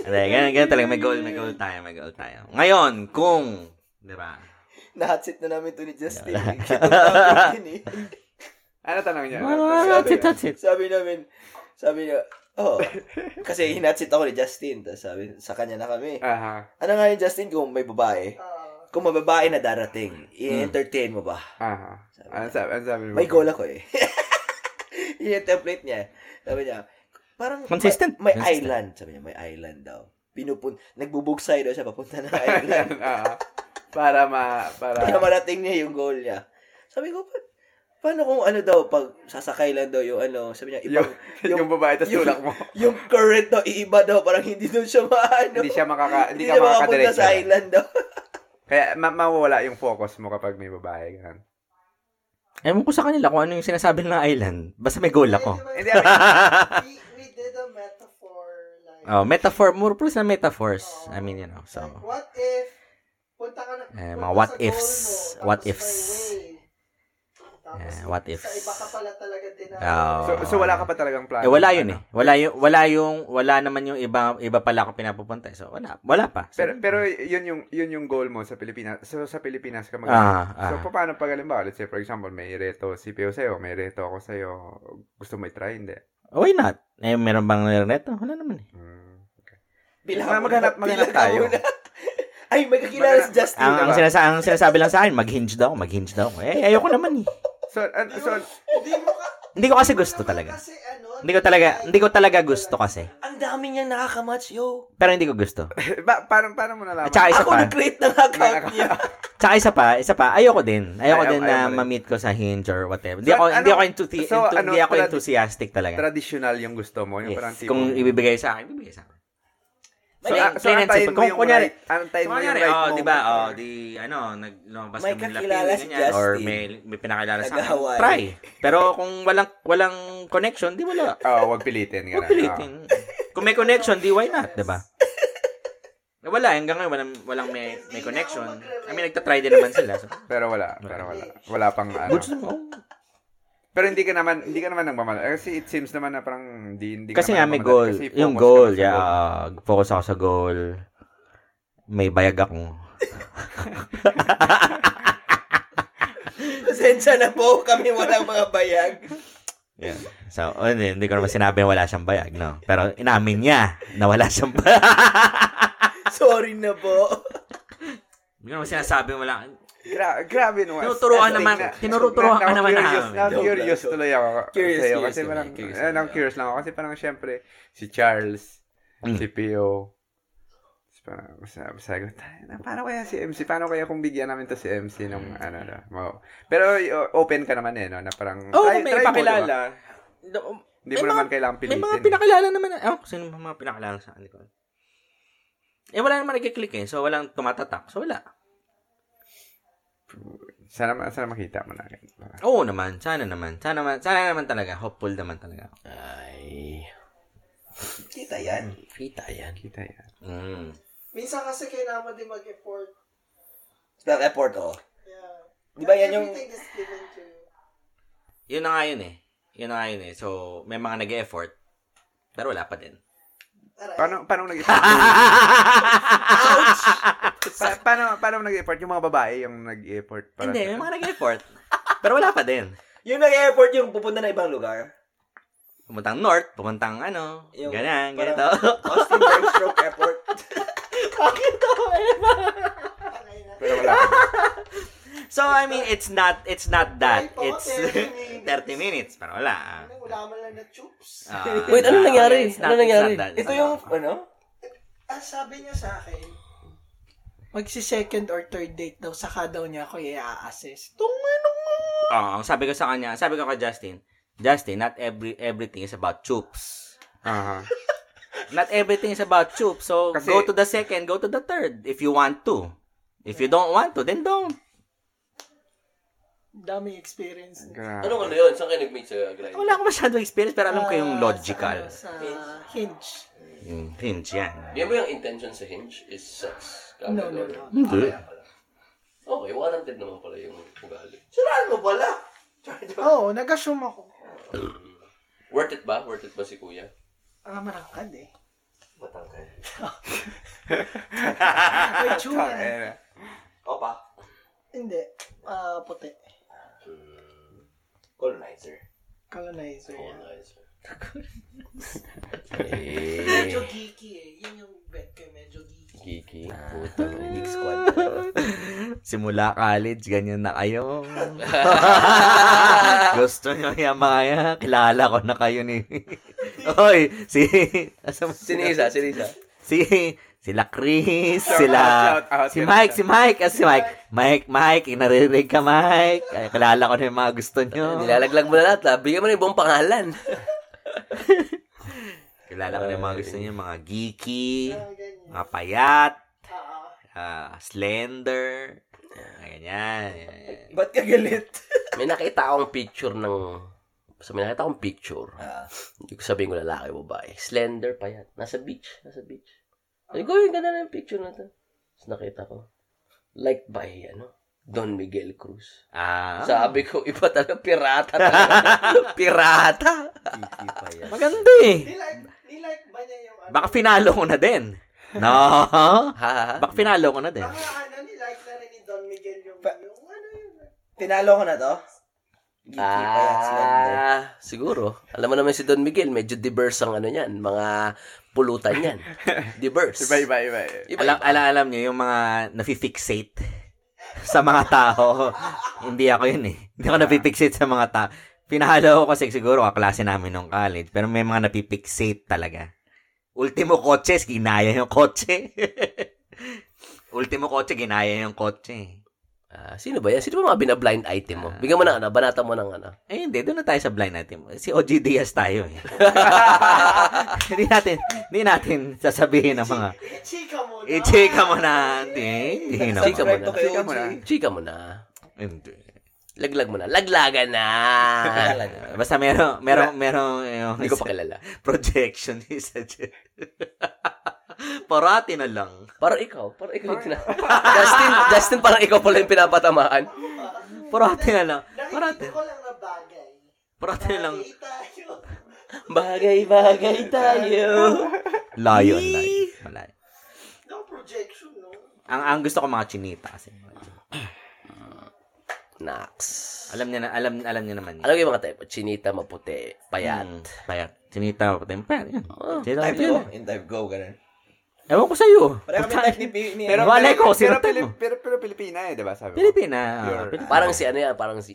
Speaker 4: Hindi, ganun, ganun talaga. May goal, may goal tayo, may goal tayo. Ngayon, kung, di ba?
Speaker 1: Na-hotseat na namin to ni Justin. Kitang-tawag yun eh.
Speaker 3: Ano tanong niya? Ano
Speaker 4: That's
Speaker 3: tanong
Speaker 4: it,
Speaker 3: niya?
Speaker 4: that's it.
Speaker 1: Sabi namin, sabi niya, oh, kasi hinatsit ako ni Justin. Tapos sabi, sa kanya na kami.
Speaker 3: Aha.
Speaker 1: Ano nga yun, Justin, kung may babae?
Speaker 5: Ah,
Speaker 1: Kung may babae na darating, i-entertain mo ba?
Speaker 3: Aha. Ano sabi, ano sabi mo?
Speaker 4: Hmm.
Speaker 1: May goal ako eh. yun yung template niya. Sabi niya, parang
Speaker 4: Consistent.
Speaker 1: may, may
Speaker 4: Consistent.
Speaker 1: island. Sabi niya, may island daw. Pinupun, nagbubugsay daw siya papunta ng island.
Speaker 3: Ayan, aha. Para ma... Para...
Speaker 1: Para marating niya yung goal niya. Sabi ko, "Pa- paano kung ano daw, pag sasakay lang daw yung ano, sabi niya,
Speaker 3: Yung,
Speaker 1: ibang,
Speaker 3: yung, babae, tas
Speaker 1: yung-
Speaker 3: tulak mo.
Speaker 1: yung current daw, iiba daw, parang hindi daw siya maano.
Speaker 3: Hindi siya makaka...
Speaker 1: Hindi
Speaker 3: Hindi ka
Speaker 1: na makapunta
Speaker 3: makakadiretso.
Speaker 1: sa island daw.
Speaker 3: Kaya ma- mawawala yung focus mo kapag may babae. Ganun.
Speaker 4: Ewan ko sa kanila kung ano yung sinasabi ng island. Basta may goal ako.
Speaker 5: Hindi, we, we did a metaphor like,
Speaker 4: oh, metaphor. More plus na metaphors. I mean, you know. So,
Speaker 5: like, what if, punta ka na,
Speaker 4: Eh,
Speaker 5: punta
Speaker 4: mga what
Speaker 5: sa goal
Speaker 4: ifs,
Speaker 5: mo,
Speaker 4: what
Speaker 5: tapos
Speaker 4: ifs.
Speaker 5: may way. Tapos
Speaker 4: Yeah, what
Speaker 5: Sa
Speaker 4: ifs.
Speaker 5: iba ka pala talaga din.
Speaker 4: Oh.
Speaker 3: So, so wala ka pa talagang plano.
Speaker 4: eh, wala yun eh. Wala yung, wala yung, wala naman yung iba, iba pala ako pinapupunta. eh. So, wala, wala pa. So,
Speaker 3: Pero, pero yun yung yun yung goal mo sa Pilipinas. So sa Pilipinas ka mag
Speaker 4: ah, ah.
Speaker 3: So paano pag halimbawa, let's say for example, may reto si Pio sa'yo, may reto ako sa'yo, gusto mo i-try, hindi.
Speaker 4: Why not? Eh, meron bang nireto? Wala naman eh.
Speaker 3: Hmm.
Speaker 1: Bilang
Speaker 3: Maghanap- maghanap tayo.
Speaker 1: Ay, may kakilala si
Speaker 3: Maghanap-
Speaker 1: Justin.
Speaker 4: Ang, ang,
Speaker 3: ba?
Speaker 4: sinasa- ang sinasabi lang sa akin, mag-hinge daw, mag-hinge daw. Eh, ayoko naman eh.
Speaker 3: So, an- so
Speaker 5: Hindi mo ka,
Speaker 4: Hindi ko kasi gusto
Speaker 5: naman
Speaker 4: talaga.
Speaker 5: Kasi, ano,
Speaker 4: Hindi ko talaga, hindi ko talaga gusto kasi.
Speaker 1: Ang dami niyang nakakamatch, yo.
Speaker 4: Pero hindi ko gusto.
Speaker 3: ba, paano, paano mo
Speaker 4: At
Speaker 3: nalaman?
Speaker 4: saka isa
Speaker 1: Ako
Speaker 4: pa,
Speaker 1: nag-create ng account niya.
Speaker 4: tsaka isa pa, isa pa, ayoko din. Ayoko
Speaker 3: Ayaw-
Speaker 4: din
Speaker 3: ayaw
Speaker 4: na
Speaker 3: mo rin.
Speaker 4: ma-meet ko sa hinge or whatever. Hindi
Speaker 3: So,
Speaker 4: ako, hindi
Speaker 3: ano-
Speaker 4: ako, enthusi-
Speaker 3: so,
Speaker 4: enthu-
Speaker 3: ano,
Speaker 4: hindi ako
Speaker 3: trad-
Speaker 4: enthusiastic talaga.
Speaker 3: Traditional yung gusto mo, yung parang
Speaker 4: Yes.
Speaker 3: tipo.
Speaker 4: Kung ibibigay sa akin, ibibigay sa akin.
Speaker 3: so,
Speaker 4: Mali,
Speaker 3: ah, so,
Speaker 4: plain and
Speaker 3: antayin
Speaker 4: simple.
Speaker 3: mo
Speaker 4: Kung
Speaker 3: yung
Speaker 4: kunyari-
Speaker 3: right, antayin
Speaker 4: So,
Speaker 3: mo yung
Speaker 4: kunyari,
Speaker 3: right
Speaker 4: oh,
Speaker 3: moment.
Speaker 4: di ba, oh, di, ano, nag, lumabas
Speaker 1: May
Speaker 4: kami nila
Speaker 1: kakilala
Speaker 4: feeling,
Speaker 1: si
Speaker 4: ganyan, or
Speaker 1: Justin.
Speaker 4: may, may pinakilala sa akin,
Speaker 1: Nag-away.
Speaker 4: try. Pero kung walang, walang connection, di wala.
Speaker 3: Oh, wag pilitin. ganun.
Speaker 4: Huwag pilitin.
Speaker 1: Ah.
Speaker 4: Kung may connection, di why not, di ba? Eh, Wala, hanggang ngayon, walang, walang may, may connection. I mean, nagtatry din naman sila. So,
Speaker 3: Oh, pero wala, pero wala. Wala pang ano.
Speaker 4: gusto mo.
Speaker 3: Pero hindi ka naman, hindi ka naman nagmamahal. Eh, Kasi it seems naman na parang hindi, hindi ka
Speaker 4: Kasi nga, may
Speaker 3: naman nagmamadali.
Speaker 4: goal.
Speaker 3: Kasi
Speaker 4: Yung
Speaker 3: focus ka
Speaker 4: goal,
Speaker 3: sa
Speaker 4: yeah. ah, focus ako sa goal. May bayag ako.
Speaker 1: Pasensya na po, kami walang mga bayag.
Speaker 4: Yeah. So, oh, hindi, hindi ko naman sinabi wala siyang bayag, no? Pero inamin niya na wala siyang bayag.
Speaker 1: Sorry na po.
Speaker 4: hindi ko naman sinasabi wala.
Speaker 3: Gra- grabe naman.
Speaker 4: Tinuturuan naman- tinuturuan ka naman
Speaker 3: curious,
Speaker 4: namin.
Speaker 3: Now
Speaker 1: Joke lang,
Speaker 3: curious
Speaker 1: joke.
Speaker 3: tuloy ako
Speaker 1: Curious,
Speaker 3: sa'yo.
Speaker 1: curious
Speaker 3: Kasi
Speaker 1: lang,
Speaker 3: parang,
Speaker 1: curious
Speaker 3: eh,
Speaker 1: lang.
Speaker 3: nang curious lang ako. Kasi parang syempre, si Charles,
Speaker 4: Mm.
Speaker 3: si Pio, tapos parang sabi sabi ko, "Tayo na, paano kaya si MC? Paano kaya kung bigyan namin to si MC
Speaker 4: Mm.
Speaker 3: ng ano na? mo- Pero y- open ka naman eh, no? Na parang,
Speaker 4: Oo,
Speaker 3: try-
Speaker 4: kung may
Speaker 3: try mo,
Speaker 4: ipakilala.
Speaker 3: diba?
Speaker 4: Do-
Speaker 3: Hindi
Speaker 4: May
Speaker 3: mo
Speaker 4: mga-
Speaker 3: naman kailangang
Speaker 4: May
Speaker 3: pilitin.
Speaker 4: mga pinakilala naman. na- Oh, sino mga pinakilala sa akin? Hindi ko alam. Eh, wala naman nagkiklik eh. So, walang tumatatak. So, wala.
Speaker 3: Sana, sana makita mo na.
Speaker 4: Oo naman. Sana naman. Sana naman, sana naman talaga. Hopeful naman talaga. ako.
Speaker 1: Ay. Kita yan. Kita yan.
Speaker 3: Kita yan.
Speaker 4: Mm.
Speaker 5: Minsan kasi kailangan mo din mag-effort.
Speaker 1: Sa effort, oh.
Speaker 5: Yeah.
Speaker 1: Di ba yan yung-
Speaker 5: Everything is given to you.
Speaker 4: Yun na nga yun eh. Yun na nga yun eh. So, may mga nag-effort. Pero wala pa din.
Speaker 5: Aray.
Speaker 3: Paano, paano mo nag-effort? Pa- paano, paano mo nag-effort? Yung mga babae yung nag-effort. para
Speaker 4: Hindi,
Speaker 3: sa-
Speaker 4: may mga nag-effort. Pero wala pa din.
Speaker 1: Yung nag-effort yung pupunta na ibang lugar.
Speaker 4: Pumuntang north, pumuntang ano,
Speaker 1: Yung
Speaker 4: ganyan,
Speaker 1: parang-
Speaker 4: ganito.
Speaker 1: Austin Bergstroke Airport.
Speaker 5: Aray na.
Speaker 3: Pero wala. pa.
Speaker 4: so, I mean, it's not, it's not that.
Speaker 5: Ay, pa,
Speaker 4: It's
Speaker 5: 30 minutes.
Speaker 4: 30 minutes, pero wala. ah.
Speaker 5: Ano, Wala man lang na chups.
Speaker 4: Ah,
Speaker 1: Wait, ano
Speaker 4: ah,
Speaker 1: nangyari?
Speaker 4: it's not- it's
Speaker 1: Ano nangyari?
Speaker 4: not that, it's
Speaker 1: Ito
Speaker 4: not
Speaker 1: yung,
Speaker 4: that.
Speaker 1: ano?
Speaker 5: Ah, sabi niya sa akin, magsi second or third date daw, saka daw niya ako i-assist. Tung ano mo?
Speaker 4: Oo, ang sabi ko sa kanya, sabi ko kay Justin, Justin, not every everything is about chups.
Speaker 3: Aha.
Speaker 4: Not everything is about chups. So,
Speaker 3: Kasi-
Speaker 4: go to the second, go to the third if you want to. If you don't want to, then don't.
Speaker 5: Daming experience.
Speaker 3: Grabe.
Speaker 2: Anong ano yun? Saan kayo nag-meet sa grind?
Speaker 4: Wala akong masyadong experience, pero alam ko yung
Speaker 5: Ah,
Speaker 4: logical.
Speaker 5: Sa, ano, sa hinge.
Speaker 4: Yung hinge yan.
Speaker 2: Di ba yung intention sa hinge is sex? Grabe,
Speaker 5: No, no, no.
Speaker 4: Hindi.
Speaker 2: Okay, warranted naman pala yung ugali.
Speaker 1: Siraan mo pala.
Speaker 5: Oo, oh, nag-assume ako.
Speaker 2: Worth it ba? Worth it ba si kuya?
Speaker 5: Ah, marangkad eh.
Speaker 2: Matangkad.
Speaker 5: May tsura.
Speaker 3: Eh,
Speaker 1: Opa.
Speaker 5: Hindi. Ah, puti.
Speaker 4: Hmm.
Speaker 6: Colonizer.
Speaker 5: Colonizer. yan.
Speaker 6: Colonizer.
Speaker 5: Medyo geeky eh. Yun yung bet ko. Medyo geeky.
Speaker 2: Kiki. Putang inig squad.
Speaker 4: Simula college, ganyan na kayo. Gusto nyo yung mga yan? Kilala ko na kayo ni... Hoy, si... Asa mo
Speaker 2: Sino isa? Sino isa?
Speaker 4: Si... Sila Chris,
Speaker 3: Shout
Speaker 4: sila...
Speaker 3: out, shout out,
Speaker 4: Ah, si
Speaker 3: shout
Speaker 4: Mike,
Speaker 3: out.
Speaker 4: si Mike, ah, si Mike. Mike, Mike, naririnig ka, Mike. Ay, kilala ko na yung mga gusto nyo.
Speaker 2: Nilalaglag mo na lahat ha. Bigyan mo na ibang pangalan.
Speaker 4: Kilala ko na yung mga gusto nyo, mga geeky,
Speaker 5: Ah, ganyan.
Speaker 4: mga payat,
Speaker 5: Ah, ah.
Speaker 4: ah, slender, ah, ganyan. ganyan.
Speaker 1: Ba't ka galit?
Speaker 2: May nakita akong picture ng... So, may nakita akong picture. Hindi ko sabihin ko lalaki o babae. Slender pa yan. Nasa beach. Nasa beach. Sabi ko, yung ganda na yung picture na to. Tapos nakita ko. Like by, ano, Don Miguel Cruz.
Speaker 4: Ah,
Speaker 2: Sabi ko, iba talaga, pirata talaga. pirata.
Speaker 4: maganda eh.
Speaker 5: Nilike, nilike ba niya yung ano?
Speaker 4: Baka finalo ko na din. No?
Speaker 2: Ha, ha, ha.
Speaker 4: Baka finalo ko na din.
Speaker 5: Baka ano, nilike na rin ni Don Miguel yung,
Speaker 1: Ba-
Speaker 5: yung ano yun.
Speaker 1: Tinalo ko na to. Geeky pa yan, slender.
Speaker 2: Ah, siguro. Alam mo naman si Don Miguel, medyo diverse ang ano niyan, mga pulutan niyan. Diverse.
Speaker 3: Iba, iba, iba.
Speaker 2: Iba,
Speaker 4: Alam, alam, alam niyo, yung mga nafi-fixate sa mga tao. Hindi ako yun eh. Hindi ako nafi-fixate sa mga tao. Pinahalo ko kasi siguro kaklase namin nung college. Pero may mga napi-fixate talaga. Ultimo kotse, ginaya yung kotse. Ultimo kotse, ginaya yung kotse.
Speaker 2: Ah, sino ba yan? Sino ba mga binablind item mo? Bigyan mo ng ano, banata mo ng ano.
Speaker 4: Eh, hindi. Doon na tayo sa blind natin. Si OG Diaz tayo eh. hindi natin, hindi natin sasabihin ng mga
Speaker 5: Ichika mo na.
Speaker 4: I-chika mo na. Hindi. Hindi naman.
Speaker 2: Chika mo na.
Speaker 1: Subscribe to kay
Speaker 3: Chika mo na.
Speaker 1: OG.
Speaker 2: Chika mo na.
Speaker 4: Hindi.
Speaker 2: Laglag mo na. Laglagan na.
Speaker 4: Basta meron, meron, meron, eh, yung
Speaker 2: Hindi ko pa kilala.
Speaker 4: projection isa dyan. Parati na lang.
Speaker 2: Parang ikaw. Parang ikaw yung tina- Justin, Justin, parang ikaw pala yung pinapatamaan.
Speaker 4: Parati na lang. Parati,
Speaker 5: Ano Nakikita ko lang na bagay.
Speaker 4: parati na lang.
Speaker 5: Bagay tayo.
Speaker 2: Bagay-bagay tayo.
Speaker 4: Layo, layo. Malayo.
Speaker 5: No projection, no?
Speaker 4: Ang, ang gusto ko mga chinita kasi.
Speaker 2: Nax.
Speaker 4: Alam niya na, alam, alam niya naman.
Speaker 2: Alam ko yung mga type. Chinita, maputi, payat.
Speaker 4: Yan. Hmm, Payat. Chinita, pati yung payat. Yan.
Speaker 2: Oh.
Speaker 4: Sila
Speaker 1: Type
Speaker 4: yun.
Speaker 1: go. In type go, ganun.
Speaker 4: Ewan ko sa'yo.
Speaker 1: Pareho kami type ni P- ni
Speaker 4: Pero- Wala ko, sino
Speaker 3: pero,
Speaker 4: type mo?
Speaker 3: Pilip- pero, pero Pilipina eh, di ba? Sabi mo.
Speaker 4: Pilipina.
Speaker 3: Pure.
Speaker 4: Pilipina.
Speaker 2: Parang si ano yan, parang si...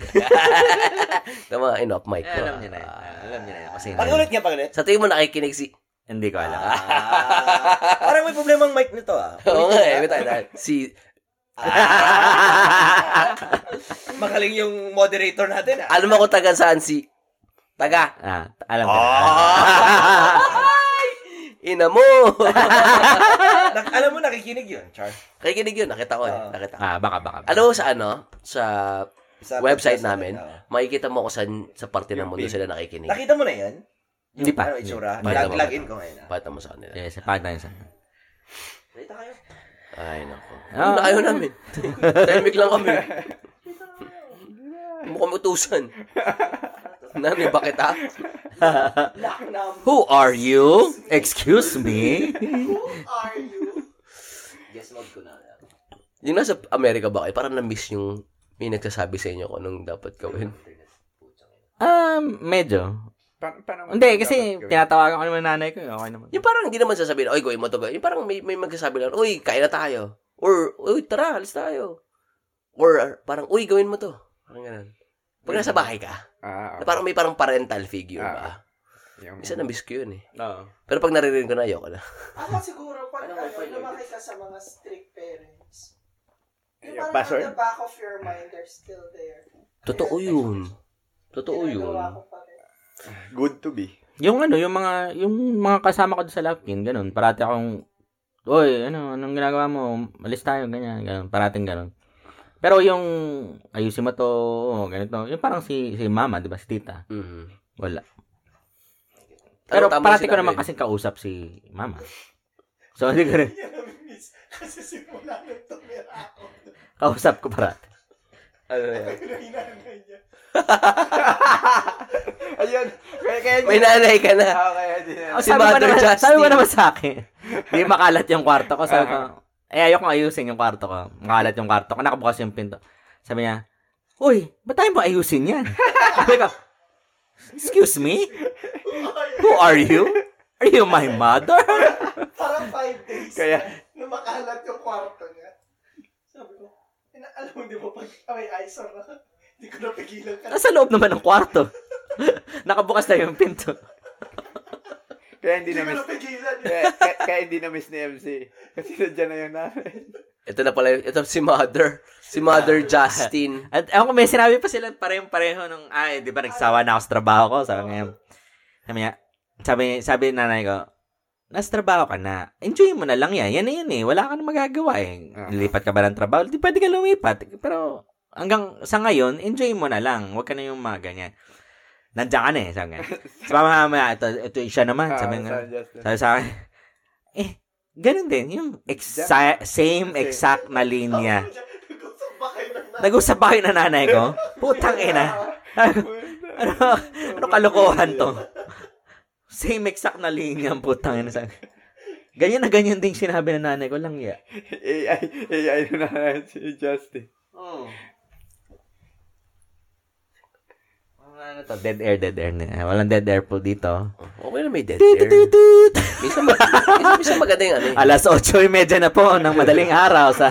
Speaker 2: Tama, enough mic.
Speaker 4: Eh, alam niya na yun. Ah, Alam niya na yun. Kasi
Speaker 1: Pagulit niya, pagulit.
Speaker 2: Sa tingin mo nakikinig si...
Speaker 4: hindi ko alam.
Speaker 2: Ah.
Speaker 1: Ah, parang may problema ang mic nito ah.
Speaker 2: Oo nga eh, may tayo tayo. Si...
Speaker 1: Magaling yung moderator natin ah.
Speaker 2: Alam mo kung taga saan si... Taga.
Speaker 4: ah, alam ko
Speaker 2: Ah.
Speaker 4: na.
Speaker 2: Ina mo!
Speaker 1: Nak- alam mo, nakikinig yun, Char.
Speaker 2: Nakikinig yun, nakita ko eh.
Speaker 1: Ah.
Speaker 2: Nakita ko.
Speaker 4: Ah, baka, baka. baka.
Speaker 2: Alam mo sa ano? Sa
Speaker 1: Sa
Speaker 2: website
Speaker 1: podcast
Speaker 2: namin,
Speaker 1: ah.
Speaker 2: makikita mo kung saan sa parte ng
Speaker 3: Yung
Speaker 2: mundo
Speaker 3: pin.
Speaker 2: sila nakikinig.
Speaker 1: Nakita mo na yan?
Speaker 4: Hindi pa.
Speaker 1: Ano itsura?
Speaker 2: Pakita
Speaker 1: Lag-login
Speaker 2: mo, pakita
Speaker 1: ko ngayon ah.
Speaker 2: Pakita mo sa kanila.
Speaker 4: Yes, pag tayo sa...
Speaker 1: Nakita kayo?
Speaker 2: Ay, naku.
Speaker 4: Ah.
Speaker 2: Ano na kayo namin? Timing lang kami. Mukhang utusan. Nani, bakit ha?
Speaker 5: Lock number.
Speaker 4: Who are you? Excuse me?
Speaker 5: Who are you?
Speaker 1: Yes, mode ko na.
Speaker 2: Yung nasa Amerika ba kayo, parang na-miss yung may nagsasabi sa inyo kung anong dapat gawin.
Speaker 4: um, medyo.
Speaker 3: Pa- paano-
Speaker 4: Hindi, kasi
Speaker 3: dapat gawin?
Speaker 4: tinatawagan ko naman nanay ko. eh. Okay naman.
Speaker 2: Yung parang hindi naman sasabihin, oy, gawin mo to, gawin. Yung parang may, may magsasabi lang, uy, kain na tayo. Or, uy, tara, alis tayo. Or parang, uy, gawin mo to. Parang ganun. Pag nasa bahay ka,
Speaker 3: Ah,
Speaker 2: na parang may parang parental figure ba?
Speaker 3: Ah. yung,
Speaker 2: Isa na-miss ko yun eh.
Speaker 4: Oo.
Speaker 2: Pero pag naririnig ko na, ayoko na.
Speaker 5: Ako siguro, pag ano, lumaki ka sa mga strict parents, yung
Speaker 3: Yung
Speaker 5: parang
Speaker 3: password?
Speaker 5: on the back of your mind, they're still there.
Speaker 2: Totoo yun. Totoo yun.
Speaker 5: Ginagawa ko pa rin.
Speaker 3: Good to be.
Speaker 4: Yung ano, yung mga, yung mga kasama ko doon sa Lapkin, ganun. Parati akong, Oy, ano, anong ginagawa mo? Alis tayo, ganyan, ganun. Parating ganun. Pero yung, ayusin mo to, oh, ganito. Yung parang si, si mama, di ba, si tita.
Speaker 2: Mhm.
Speaker 4: Wala. Pero
Speaker 2: Pero tama
Speaker 4: parati ko
Speaker 2: sinabi
Speaker 4: naman
Speaker 2: yun.
Speaker 4: kasing kausap si mama. So, hindi ko rin,
Speaker 5: Yan ang miss. Kasi simula nung tumira ako,
Speaker 4: kausap ko parati.
Speaker 5: pinanganay niya.
Speaker 3: Ayun. Kaya, kaya,
Speaker 2: May nanay ka na.
Speaker 3: Ah, kaya din.
Speaker 4: Oh,
Speaker 2: Si
Speaker 4: sabi, ba
Speaker 2: Mother
Speaker 4: naman,
Speaker 2: Justin. Ah,
Speaker 4: sabi ba naman sa akin? Hindi makalat yung kwarto ko. Sabi ko, Eh, ayoko ayusin yung kwarto ko. Makalat yung kwarto ko. Nakabukas yung pinto. Sabi niya, Uy, ba't tayo ba ayusin yan? Sabi ko, Excuse me? Who are you? Are you my mother?
Speaker 5: Parang five days
Speaker 3: Kaya-
Speaker 5: na makalat yung kwarto niya. Sabi ko, "Ina, alam mo, di ba, pag ah, may eyes na, hindi ko napigilan ka.
Speaker 4: Nasa loob naman ng kwarto. Nakabukas na yung pinto.
Speaker 3: Kaya hindi na
Speaker 5: Hindi ko
Speaker 3: miss.
Speaker 5: napigilan.
Speaker 3: kaya, kaya, kaya hindi na miss ni MC. Kasi nandiyan na yun namin.
Speaker 2: Ito na pala, ito si Mother. Si
Speaker 4: Ah.
Speaker 2: Mother Justin.
Speaker 4: At ako may sinabi pa sila parehong-pareho nung, ay, di ba nagsawa na ako sa trabaho ko? Sabi niya, sabi niya, sabi, sabi ni nanay ko, nasa trabaho ka na, enjoy mo na lang yan. Yan na yun eh, wala ka na magagawa eh.
Speaker 3: Ah.
Speaker 4: Lilipat ka ba ng trabaho? Di pwede ka lumipat. Pero hanggang sa ngayon, enjoy mo na lang. Huwag ka na yung mga ganyan. Nandiyan ka na eh, sabi niya. Sabi mamaya, ito, ito siya naman.
Speaker 3: Ah,
Speaker 4: Sabi niya,
Speaker 3: saan Justin?
Speaker 4: sabi sa akin, eh, ganun din, yung exa- same exact na linya.
Speaker 5: Gusto ba kayo ng
Speaker 4: Nag-usap ba kayo ng nanay ko? Putang ina. ano, ano kalokohan to? Same exact na linya ang putang ina sa Ganyan na ganyan din sinabi ng nanay ko lang ya.
Speaker 3: AI, AI na namin si Justin.
Speaker 5: Oh.
Speaker 6: Hmm.
Speaker 4: Ano to? Dead air, dead air. na. Walang dead air po dito.
Speaker 2: Okay na may dead
Speaker 4: Tut, tut,
Speaker 2: air.
Speaker 4: tut.
Speaker 2: Minsan, mag- minsan, minsan maganda yung ano eh.
Speaker 4: Alas 8.30 na po ng madaling araw sa...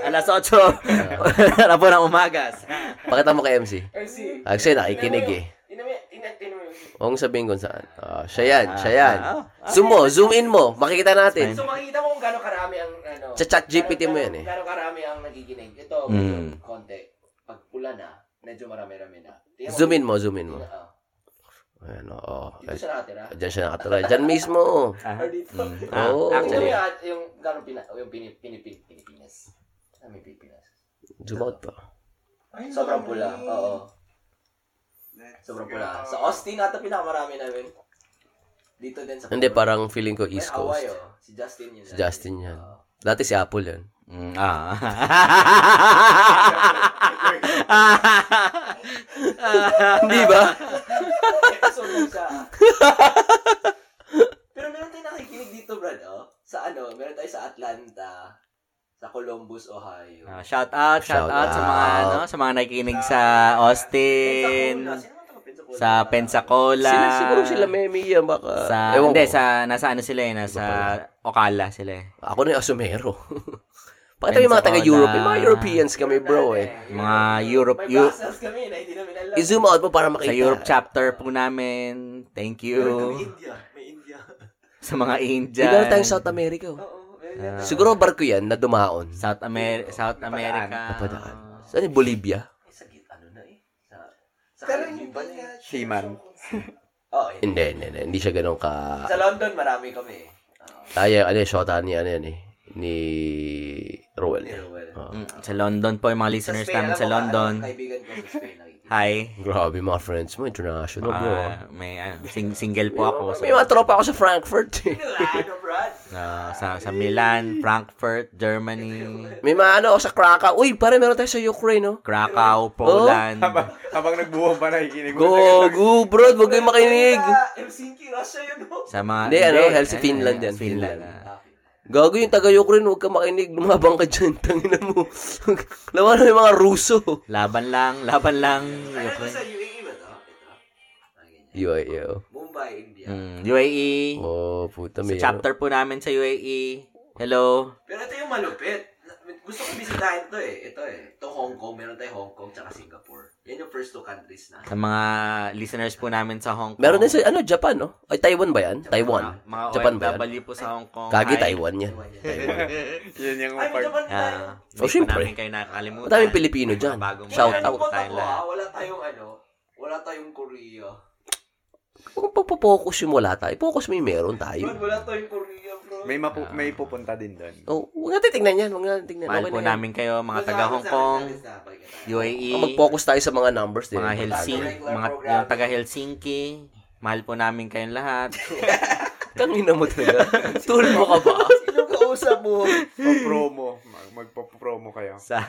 Speaker 4: Alas 8 na po ng umaga. sa-
Speaker 2: Pakita mo kay MC.
Speaker 5: MC?
Speaker 2: Actually, nakikinig eh.
Speaker 5: Inami, inactin mo yun.
Speaker 2: Huwag mong sabihin kung saan. Ah, siya yan, siya
Speaker 4: Ah,
Speaker 2: yan.
Speaker 4: ah,
Speaker 2: Zoom mo, zoom in mo. Makikita natin.
Speaker 6: So makikita ko kung gano'ng karami ang ano.
Speaker 2: Sa chat GPT mo yan eh.
Speaker 6: Gano'ng karami ang nagiginig. Ito,
Speaker 4: Mm.
Speaker 6: konti. Pag pula na, medyo marami-rami na. Tingnan
Speaker 2: Zoom in mo, zoom in mo.
Speaker 6: Oo.
Speaker 2: Ayan, oo.
Speaker 6: Dito ah. siya nakatira.
Speaker 2: Diyan siya nakatira. Diyan mismo.
Speaker 4: Ah,
Speaker 5: Or dito.
Speaker 4: mm, ah,
Speaker 2: Oo.
Speaker 6: Actually,
Speaker 2: Actually,
Speaker 6: yung, yung gano'ng pina, yung pinip, pinipin, pinipinas. Ano may Pilipinas?
Speaker 2: zoom out pa.
Speaker 5: Ay,
Speaker 6: Sobrang
Speaker 5: mami.
Speaker 6: pula, oo. Sobrang pula. Sa Austin, ata pinakamarami namin. Dito din sa...
Speaker 2: Hindi, parang feeling ko East
Speaker 6: Ay, Hawaii,
Speaker 2: Coast.
Speaker 6: oh. Si Justin yun.
Speaker 2: Si Justin yan. Dati si Apple yan.
Speaker 4: mm, ah.
Speaker 2: Hindi ba?
Speaker 6: Sunog siya. Pero meron tayong nakikinig dito, Brad, oh. Sa ano, meron tayo sa Atlanta, sa Columbus, Ohio.
Speaker 4: Ah, shout out, shout,
Speaker 2: Shout
Speaker 4: out, sa mga
Speaker 2: out.
Speaker 4: ano, sa mga nakikinig sa Austin,
Speaker 6: Pensacola. Sino man taga Pensacola?
Speaker 4: sa Pensacola.
Speaker 2: Sila, siguro sila Memi yan. Baka,
Speaker 4: Sa
Speaker 2: Ewan
Speaker 4: hindi
Speaker 2: ko.
Speaker 4: sa nasa ano sila eh, nasa Ocala sila eh.
Speaker 2: Ako na yung Asumero. Pakita mo yung mga taga-Europe. Yung mga Europeans kami, bro eh.
Speaker 4: Mga Europe,
Speaker 6: May
Speaker 4: Eu-
Speaker 6: Brussels kami na hindi namin alam.
Speaker 2: I-zoom out mo para makita.
Speaker 4: sa Europe chapter po namin. Thank
Speaker 6: Meron kami
Speaker 4: you
Speaker 6: India. May India.
Speaker 4: sa mga Indian.
Speaker 2: Bigla na tayong South America. oh.
Speaker 6: Oo, meron
Speaker 4: Ah.
Speaker 6: yan.
Speaker 2: Siguro barko yan na dumaon. Sa
Speaker 4: South America, South America.
Speaker 2: padaan. Saan yung Bolivia?
Speaker 6: Ay, sagit, ano na eh. Sa, sa
Speaker 5: Pero
Speaker 6: Caribbean
Speaker 5: hindi
Speaker 6: ba na eh?
Speaker 5: nga.
Speaker 3: She-Man.
Speaker 6: Oo, hindi.
Speaker 2: Hindi, hindi, hindi. Hindi siya ganun ka...
Speaker 6: Sa London, marami kami eh.
Speaker 2: Ay, ano yung shota ni, ano yan eh. Ni Ruel.
Speaker 6: Ni Ruel.
Speaker 2: Oo.
Speaker 4: Mm, sa London po yung mga listeners namin sa
Speaker 6: alam mo ba,
Speaker 4: London.
Speaker 6: ano, kaibigan ko sa Spain nakikita.
Speaker 4: Hi.
Speaker 2: Grabe mga friends mo, international bro. ah.
Speaker 4: Ah, may ah, sing- single po ako. So,
Speaker 2: May mga tropa ako sa Frankfurt. eh.
Speaker 6: Ano, Brad?
Speaker 4: ah, sa, sa Milan, Frankfurt, Germany,
Speaker 2: May mga ano ako sa Krakow. Uy, pare, meron tayo sa Ukraine, oh. no?
Speaker 4: Krakow, Poland.
Speaker 3: Habang, habang nagbuwang pa nakikinig
Speaker 2: Gogo, bro. Huwag kayong makinig.
Speaker 6: Ah, Helsinki, Russia yun, no?
Speaker 4: Sa mga, eh,
Speaker 2: Hindi, ano, Helsi, Finland yan,
Speaker 4: Finland.
Speaker 2: Finland.
Speaker 4: ah.
Speaker 2: Gago yung taga-Ukraine, huwag kang makinig. Lumabang ka dyan, tangina mo. Lawan na yung mga Ruso.
Speaker 4: Laban lang, laban lang.
Speaker 6: Ano to sa
Speaker 4: Ukraine.
Speaker 6: UAE ba to? Ito. Ah, ganyan.
Speaker 2: Yo, yo.
Speaker 6: Mumbai, India.
Speaker 4: Mm, UAE.
Speaker 2: Oh,
Speaker 4: Sa
Speaker 2: puta, may...
Speaker 4: chapter po namin sa UAE. Hello.
Speaker 6: Pero ito yung malupit. Gusto ko bisitahin to eh. Ito eh. Ito Hong Kong. Meron tayo Hong Kong tsaka Singapore. Yan yung first two countries na.
Speaker 4: Sa mga listeners po namin sa Hong Kong.
Speaker 2: Meron din sa, ano, Japan, no? Ay, Taiwan ba yan? Taiwan.
Speaker 4: Mga
Speaker 2: Japan ba yan?
Speaker 4: OFW po sa Hong Kong.
Speaker 2: Kagi,
Speaker 4: Hi.
Speaker 2: Taiwan yan.
Speaker 3: Yun yung
Speaker 6: Ay, may
Speaker 3: part.
Speaker 6: Japan tayo.
Speaker 4: Ah,
Speaker 2: Oh,
Speaker 4: hindi po
Speaker 2: syempre.
Speaker 4: namin kayo nakakalimutan.
Speaker 2: Madaming Pilipino dyan.
Speaker 4: Mga bagong-
Speaker 2: Shout
Speaker 6: Wala,
Speaker 2: out.
Speaker 6: ano ba
Speaker 4: tayo
Speaker 6: to,
Speaker 4: lahat.
Speaker 6: ah? Wala tayong ano. Wala tayong Korea.
Speaker 2: Huwag pagpo-focus yung wala tayo. Focus mo yung meron
Speaker 6: Bro,
Speaker 2: tayo.
Speaker 6: wala tayong Korea, bro.
Speaker 3: May, mapu- may pupunta din doon.
Speaker 2: Oh, huwag natin tingnan yan. Huwag natin tingnan.
Speaker 4: Mahal po
Speaker 2: na yan.
Speaker 4: namin kayo, mga
Speaker 6: Basta-
Speaker 4: taga Hong
Speaker 6: basta-
Speaker 4: Kong,
Speaker 6: basta- basta- basta-
Speaker 4: UAE.
Speaker 2: Ah, Mag-focus tayo sa mga numbers din.
Speaker 4: Mga Helsinki,
Speaker 6: Regular
Speaker 4: mga
Speaker 6: program.
Speaker 4: yung taga Helsinki, mahal po namin kayong lahat.
Speaker 2: Tangina mo talaga. Tool mo ka ba?
Speaker 6: Sino ka
Speaker 1: Usap mo.
Speaker 3: Pag-promo. Mag- Magpa-promo kayo.
Speaker 4: sa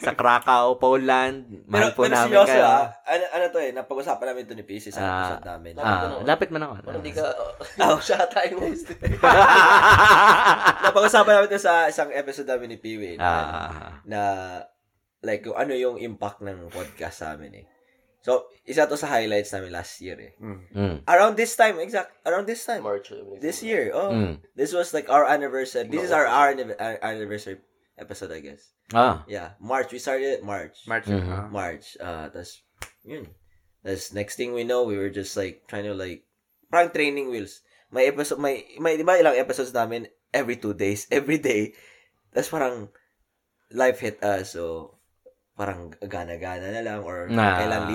Speaker 4: sa Krakow, Poland.
Speaker 1: Pero,
Speaker 4: Mahal po
Speaker 1: pero
Speaker 4: namin
Speaker 1: seryoso
Speaker 4: kayo.
Speaker 1: ah. Ano, ano to eh, napag-usapan namin ito ni PC sa
Speaker 4: Ah.
Speaker 1: episode namin.
Speaker 4: Ah,
Speaker 2: Ano?
Speaker 4: lapit mo naman.
Speaker 2: Parang di ka, oh, siya tayo yung host.
Speaker 1: napag-usapan namin ito sa isang episode namin ni Piwi. na-
Speaker 4: Ah.
Speaker 1: na like kung ano yung impact ng podcast sa amin eh. So, isa to sa highlights namin last year eh.
Speaker 3: Hmm.
Speaker 4: Mm.
Speaker 1: Around this time, exact. Around this time.
Speaker 2: March.
Speaker 1: This year. Oh.
Speaker 4: Mm.
Speaker 1: This was like our anniversary. This is our, our anniv- our anniversary episode, I guess.
Speaker 4: Ah.
Speaker 1: Yeah. March. We started it March.
Speaker 3: March.
Speaker 4: Mhm.
Speaker 3: ah.
Speaker 1: March. Uh, tas, yun. Tas, next thing we know, we were just like, trying to like, parang training wheels. May episode, may, may, di ba ilang episodes namin, every two days, every day. Tapos parang, life hit us, so, parang gana-gana na lang, or
Speaker 4: Na,
Speaker 1: kailan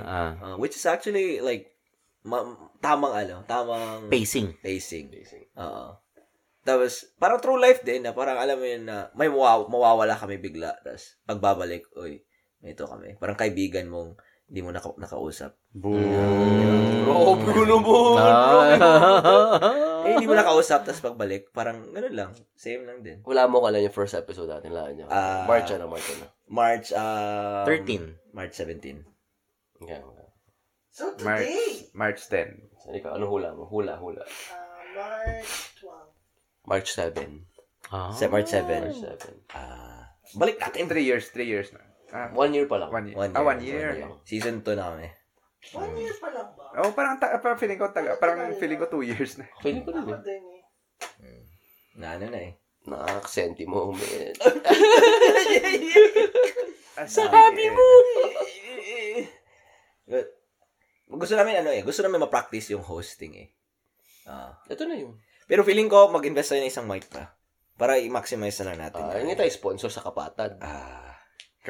Speaker 4: ah, ah.
Speaker 1: Uh, which is actually, like, ma- tamang ano, tamang
Speaker 4: Pacing.
Speaker 1: pacing. Oo. Tapos, parang true life din, na parang alam mo yun na may mawa- mawawala kami bigla. Tapos, pagbabalik, uy, nito kami. Parang kaibigan mong hindi mo naka- nakausap. oh,
Speaker 2: Bro, Bruno mo.
Speaker 1: Eh, hindi mo nakausap, tapos pagbalik, parang ganun lang. Same lang din.
Speaker 2: Wala mo kala yung first episode natin. Lahat niya.
Speaker 1: Ah.
Speaker 2: March, ano, March, ano.
Speaker 1: March, um,
Speaker 4: 13.
Speaker 1: March 17.
Speaker 2: Okay, okay.
Speaker 5: So
Speaker 3: March.
Speaker 5: today,
Speaker 3: March 10.
Speaker 2: So, ikaw, ano hula mo? Hula, hula.
Speaker 5: uh, March 12.
Speaker 2: March 7.
Speaker 4: Ah.
Speaker 1: Se- March 7.
Speaker 2: March 7.
Speaker 1: Ah, balik natin.
Speaker 3: 3 years, 3 years na. Ah,
Speaker 2: One year pa lang.
Speaker 3: one year.
Speaker 1: One
Speaker 3: Ah,
Speaker 1: year.
Speaker 3: one year.
Speaker 1: Season 2 na kami.
Speaker 5: One year pa lang ba?
Speaker 3: Oh, parang, ta- parang feeling ko, taga, parang feeling ko 2 years na.
Speaker 2: Feeling ko rin eh.
Speaker 5: Ako din eh.
Speaker 1: Na ano na eh.
Speaker 2: Nakakasenti mo, man.
Speaker 3: Sabi mo!
Speaker 1: Good. Gusto namin ano eh, gusto namin ma-practice yung hosting eh. Ah.
Speaker 2: Ito na yun.
Speaker 1: pero feeling ko, mag-invest tayo ng isang mic pa. Para i-maximize na lang natin.
Speaker 2: Ah, hindi tayo sponsor sa kapatad.
Speaker 1: Ah.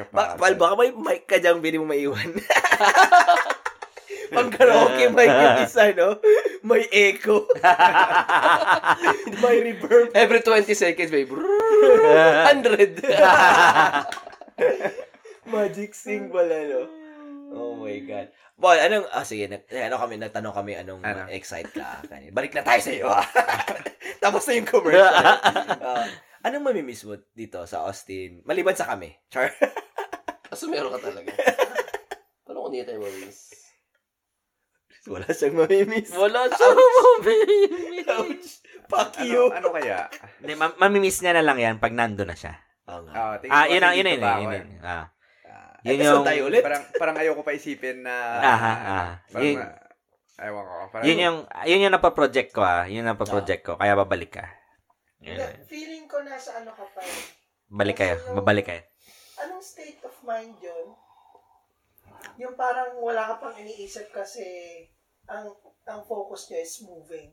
Speaker 1: Ba,
Speaker 3: Kapag.
Speaker 1: pal, baka may mic ka dyan, bili mo maiwan. Pang karaoke mic yung isa, no? May echo. may reverb.
Speaker 2: Every 20 seconds, babe. 100.
Speaker 1: Magic sing pala, no? Oh my God. Paul, anong, ah, sige, nag, eh, ano kami, nagtanong kami anong
Speaker 3: Ano?
Speaker 1: excite ka. ah, Kanina. Balik na tayo sa iyo, ah. Tapos na yung commercial. Ah, anong mamimiss mo dito sa Austin? Maliban sa kami. Char.
Speaker 2: Kaso meron ka talaga. Paano kung hindi tayo mamiss?
Speaker 1: Wala siyang mamimiss.
Speaker 2: Wala siya mamiss.
Speaker 1: Ouch. Fuck
Speaker 3: ano,
Speaker 1: you.
Speaker 3: ano kaya?
Speaker 4: Hindi, ma- mamimiss niya na lang yan pag nando na siya.
Speaker 1: Oo nga.
Speaker 3: Ah, tingin
Speaker 4: Ah,
Speaker 3: ko
Speaker 4: yun
Speaker 3: kasi
Speaker 4: ang, yun
Speaker 3: dito
Speaker 4: ang, yun
Speaker 3: ba ako eh.
Speaker 4: ang. Ah,
Speaker 1: Ah,
Speaker 4: Yun
Speaker 1: episode
Speaker 4: yung-
Speaker 1: tayo ulit.
Speaker 3: Parang, parang ayoko pa isipin na...
Speaker 4: Aha, ah.
Speaker 3: Parang,
Speaker 4: Yun-
Speaker 3: na- ewan ko. Parang,
Speaker 4: yun yung, yun yung napaproject ko ah. Yun yung napaproject ko. Kaya babalik ka.
Speaker 5: Na-
Speaker 4: Yeah.
Speaker 5: Feeling ko nasa ano ka pa eh.
Speaker 4: Balik kayo. Babalik kayo.
Speaker 5: Anong state of mind yun? Yung parang wala ka pang iniisip kasi ang ang focus nyo is moving.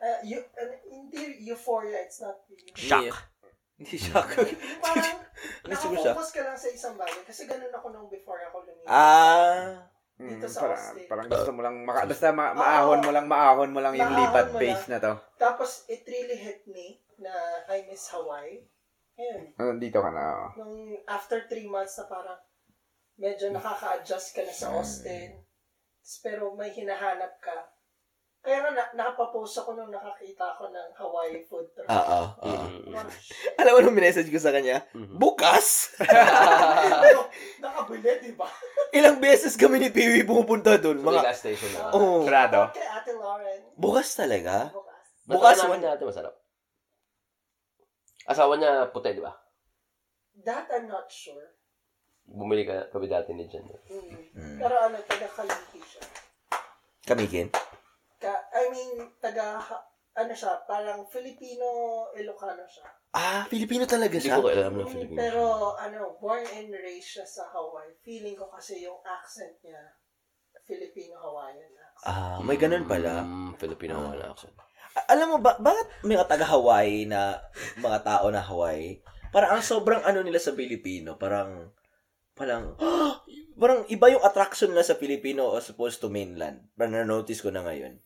Speaker 5: Uh, you, uh, hindi euphoria, it's not really.
Speaker 4: Shock.
Speaker 1: Hindi shock.
Speaker 5: Yung parang
Speaker 1: Nasa ko siya.
Speaker 5: nakafocus ka lang sa isang bagay. Kasi ganun ako nung before ako lumipat.
Speaker 1: Ah.
Speaker 3: mm,
Speaker 5: dito sa
Speaker 3: parang,
Speaker 5: Austin.
Speaker 3: parang gusto mo lang, maka, basta ma- maahon mo lang, maahon mo lang yung
Speaker 5: Maahon
Speaker 3: lipat
Speaker 5: mo lang.
Speaker 3: base na to.
Speaker 5: Tapos it really hit me na I miss Hawaii. Ayun.
Speaker 3: Ah, Dito ka na. oh.
Speaker 5: nung after three months na parang medyo nakaka-adjust ka na sa Austin. Tas Pero may hinahanap ka. Kaya nga, na, nakapapost ako nung nakakita ko ng Hawaii food truck.
Speaker 1: Oo. oo.
Speaker 5: Parang, shit,
Speaker 1: Alam mo nung minessage ko sa kanya,
Speaker 2: Mm-hmm.
Speaker 1: bukas,
Speaker 5: ano, nakabili, di ba?
Speaker 1: ilang beses kami ni Piwi pumupunta doon. Mga,
Speaker 2: Mga last station na.
Speaker 1: oh,
Speaker 3: Sarado.
Speaker 5: Kay Ate Lauren.
Speaker 1: bukas talaga?
Speaker 5: Bukas.
Speaker 1: Bukas
Speaker 2: Bukas naman
Speaker 1: one.
Speaker 2: natin masarap. Asawa niya puti, di ba?
Speaker 5: That I'm not sure.
Speaker 2: Bumili ka kami dati ni Jen.
Speaker 5: Mm. Pero ano, taga Kalimpi siya.
Speaker 1: Kamigin?
Speaker 5: Ka, I mean, taga, ano siya, parang Filipino Ilocano siya.
Speaker 1: Ah, Filipino talaga
Speaker 2: Hindi
Speaker 1: siya?
Speaker 2: ko kailangan ng
Speaker 5: Mm,
Speaker 2: Filipino.
Speaker 5: Pero ano, born and raised siya sa Hawaii. Feeling ko kasi yung accent niya, Filipino-Hawaiian accent.
Speaker 1: Ah, may ganun pala.
Speaker 2: Mm, Filipino wala action.
Speaker 1: A- Alam mo ba, bakit may mga taga-Hawaii na mga tao na Hawaii? Parang ang sobrang ano nila sa Pilipino, parang parang parang iba yung attraction nila sa Pilipino as opposed to mainland. Parang na-notice ko na ngayon.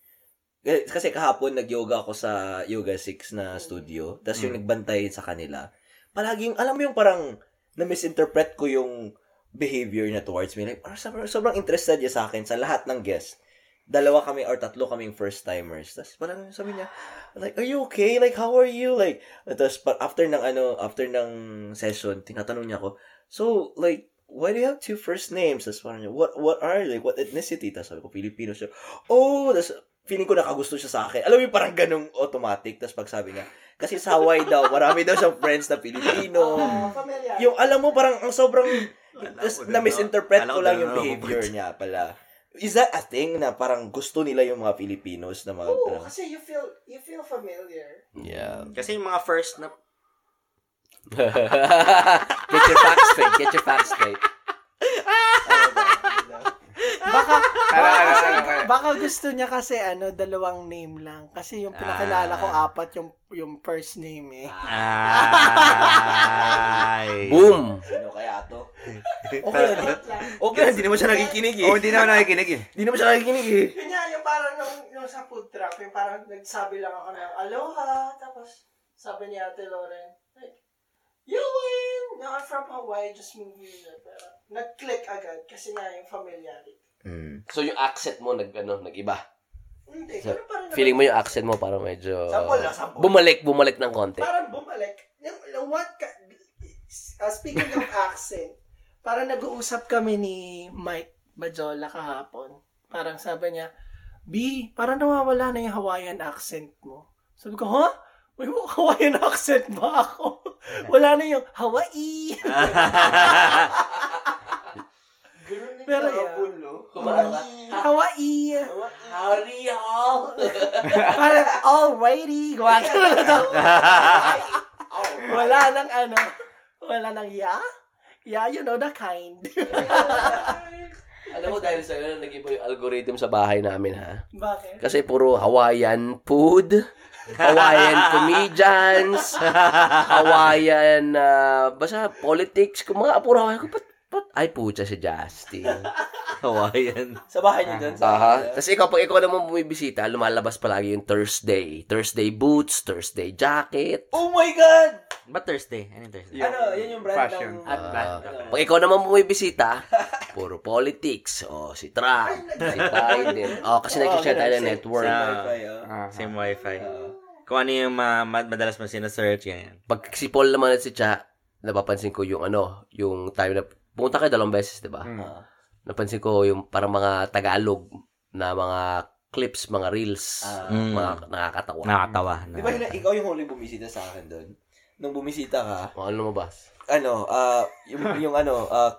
Speaker 1: Eh, Kasi kahapon nag-yoga ako sa Yoga 6 na studio, tapos
Speaker 2: Mm.
Speaker 1: yung nagbantay sa kanila, palaging, alam mo yung parang na-misinterpret ko yung behavior niya towards me. Like, parang sobrang, sobrang interested niya sa akin sa lahat ng guests. dalawa kami or tatlo kaming first timers. Tapos parang sabi niya, like, are you okay? Like, how are you? Like, tapos par- after ng ano, after ng session, tinatanong niya ako, so, like, why do you have two first names? Tapos parang niya, what, what are, like, what ethnicity? Tapos sabi ko, Filipino siya. Oh, tapos feeling ko nakagusto siya sa akin. Alam mo yung parang ganong automatic. Tapos pag sabi niya, kasi sa Hawaii daw, marami daw siyang friends na
Speaker 2: Ano?
Speaker 1: Pilipino.
Speaker 5: Ah, familiar.
Speaker 1: Yung alam mo, parang ang sobrang, tas
Speaker 4: ko din,
Speaker 1: na-misinterpret
Speaker 4: no? Alam
Speaker 1: ko
Speaker 4: ko
Speaker 1: lang
Speaker 4: din,
Speaker 1: yung
Speaker 4: no?
Speaker 1: behavior niya pala. Is that a thing na parang gusto nila yung mga Filipinos na mga...
Speaker 5: Oo, kasi you feel you feel familiar.
Speaker 2: Yeah.
Speaker 4: Kasi yung mga first na...
Speaker 2: Get your facts straight. Get your facts straight.
Speaker 5: Baka,
Speaker 3: Ano,
Speaker 5: baka,
Speaker 3: ano,
Speaker 5: kasi,
Speaker 3: ano, ano.
Speaker 5: baka gusto niya kasi ano, dalawang name lang. Kasi yung pinakilala ko,
Speaker 2: Ah.
Speaker 5: apat yung, yung first name eh.
Speaker 4: Ah. Ay.
Speaker 2: Boom!
Speaker 1: Ano kaya to?
Speaker 5: Okay, wait lang.
Speaker 2: Oh,
Speaker 1: Okay, hindi naman siya nakikinig eh.
Speaker 3: Oh, hindi naman nakikinig eh.
Speaker 1: Hindi naman siya nakikinig eh.
Speaker 5: Yun nga, yung parang nung, nung sa food truck, yung parang nagsabi lang ako ng aloha, tapos sabi ni Ate Lauren, like, you win! No, I'm from Hawaii, just move here. Pero nag-click agad kasi nga yung familiarity.
Speaker 2: So yung accent mo nag ano, nagiba.
Speaker 5: Hindi,
Speaker 2: So,
Speaker 5: ganun pa rin.
Speaker 2: Feeling mo
Speaker 5: naman.
Speaker 2: yung accent mo parang medyo
Speaker 5: Sample lang, sample.
Speaker 2: bumalik, bumalik ng konti.
Speaker 5: Parang bumalik. Yung, yung what ka, uh, speaking of accent, parang nag-uusap kami ni Mike Bajola kahapon. Parang sabi niya, B, parang nawawala na yung Hawaiian accent mo. Sabi ko, huh? May Hawaiian accent ba ako? Wala na yung Hawaii. Pero yeah. Hawaii. oh.
Speaker 6: Howdy, y'all!
Speaker 5: Parang alrighty. Gumagano na daw. Wala nang ano. Wala nang yeah. Yeah, you know the kind.
Speaker 2: Alam mo dahil sa yun, nag-iba yung algorithm sa bahay namin ha.
Speaker 5: Bakit?
Speaker 2: Kasi puro Hawaiian food, Hawaiian comedians, Hawaiian, ah, basta politics, kung mga puro Hawaiian. Ko, Ba't, ba't, ay pucha si Justin.
Speaker 4: Hawaiian.
Speaker 1: Sa bahay niyo dyan. Sa
Speaker 2: Aha. Tapos ikaw, pag ikaw naman bumibisita, lumalabas palagi yung Thursday. Thursday boots, Thursday jacket.
Speaker 1: Oh my God!
Speaker 4: But Thursday? Anong Thursday?
Speaker 3: Yung
Speaker 1: Ano, yun yung brand ng...
Speaker 3: fashion.
Speaker 2: Ah,
Speaker 4: At back.
Speaker 1: Ano,
Speaker 2: Pag ikaw naman bumibisita, puro politics. O, oh, si Trump, si Biden. O, oh, kasi nag-share tayo ng network.
Speaker 1: Sa
Speaker 4: Sa-
Speaker 1: wifi, oh.
Speaker 3: Ah.
Speaker 4: Same wifi. Kung ano yung ma- ma- madalas mo sinasearch, ganyan.
Speaker 2: Pag si Paul naman at si Cha, napapansin ko yung ano, yung time na, pumunta kayo dalawang beses, di ba?
Speaker 3: Mm.
Speaker 2: Napansin ko yung parang mga Tagalog na mga clips, mga reels,
Speaker 1: Ah.
Speaker 2: mga
Speaker 4: Mm.
Speaker 2: nakakatawa.
Speaker 4: Nakakatawa.
Speaker 1: Di ba yun, ikaw yung huling bumisita sa akin doon? Nung bumisita ka,
Speaker 2: Mga lumabas.
Speaker 1: ano, ah, yung, yung ano, ah,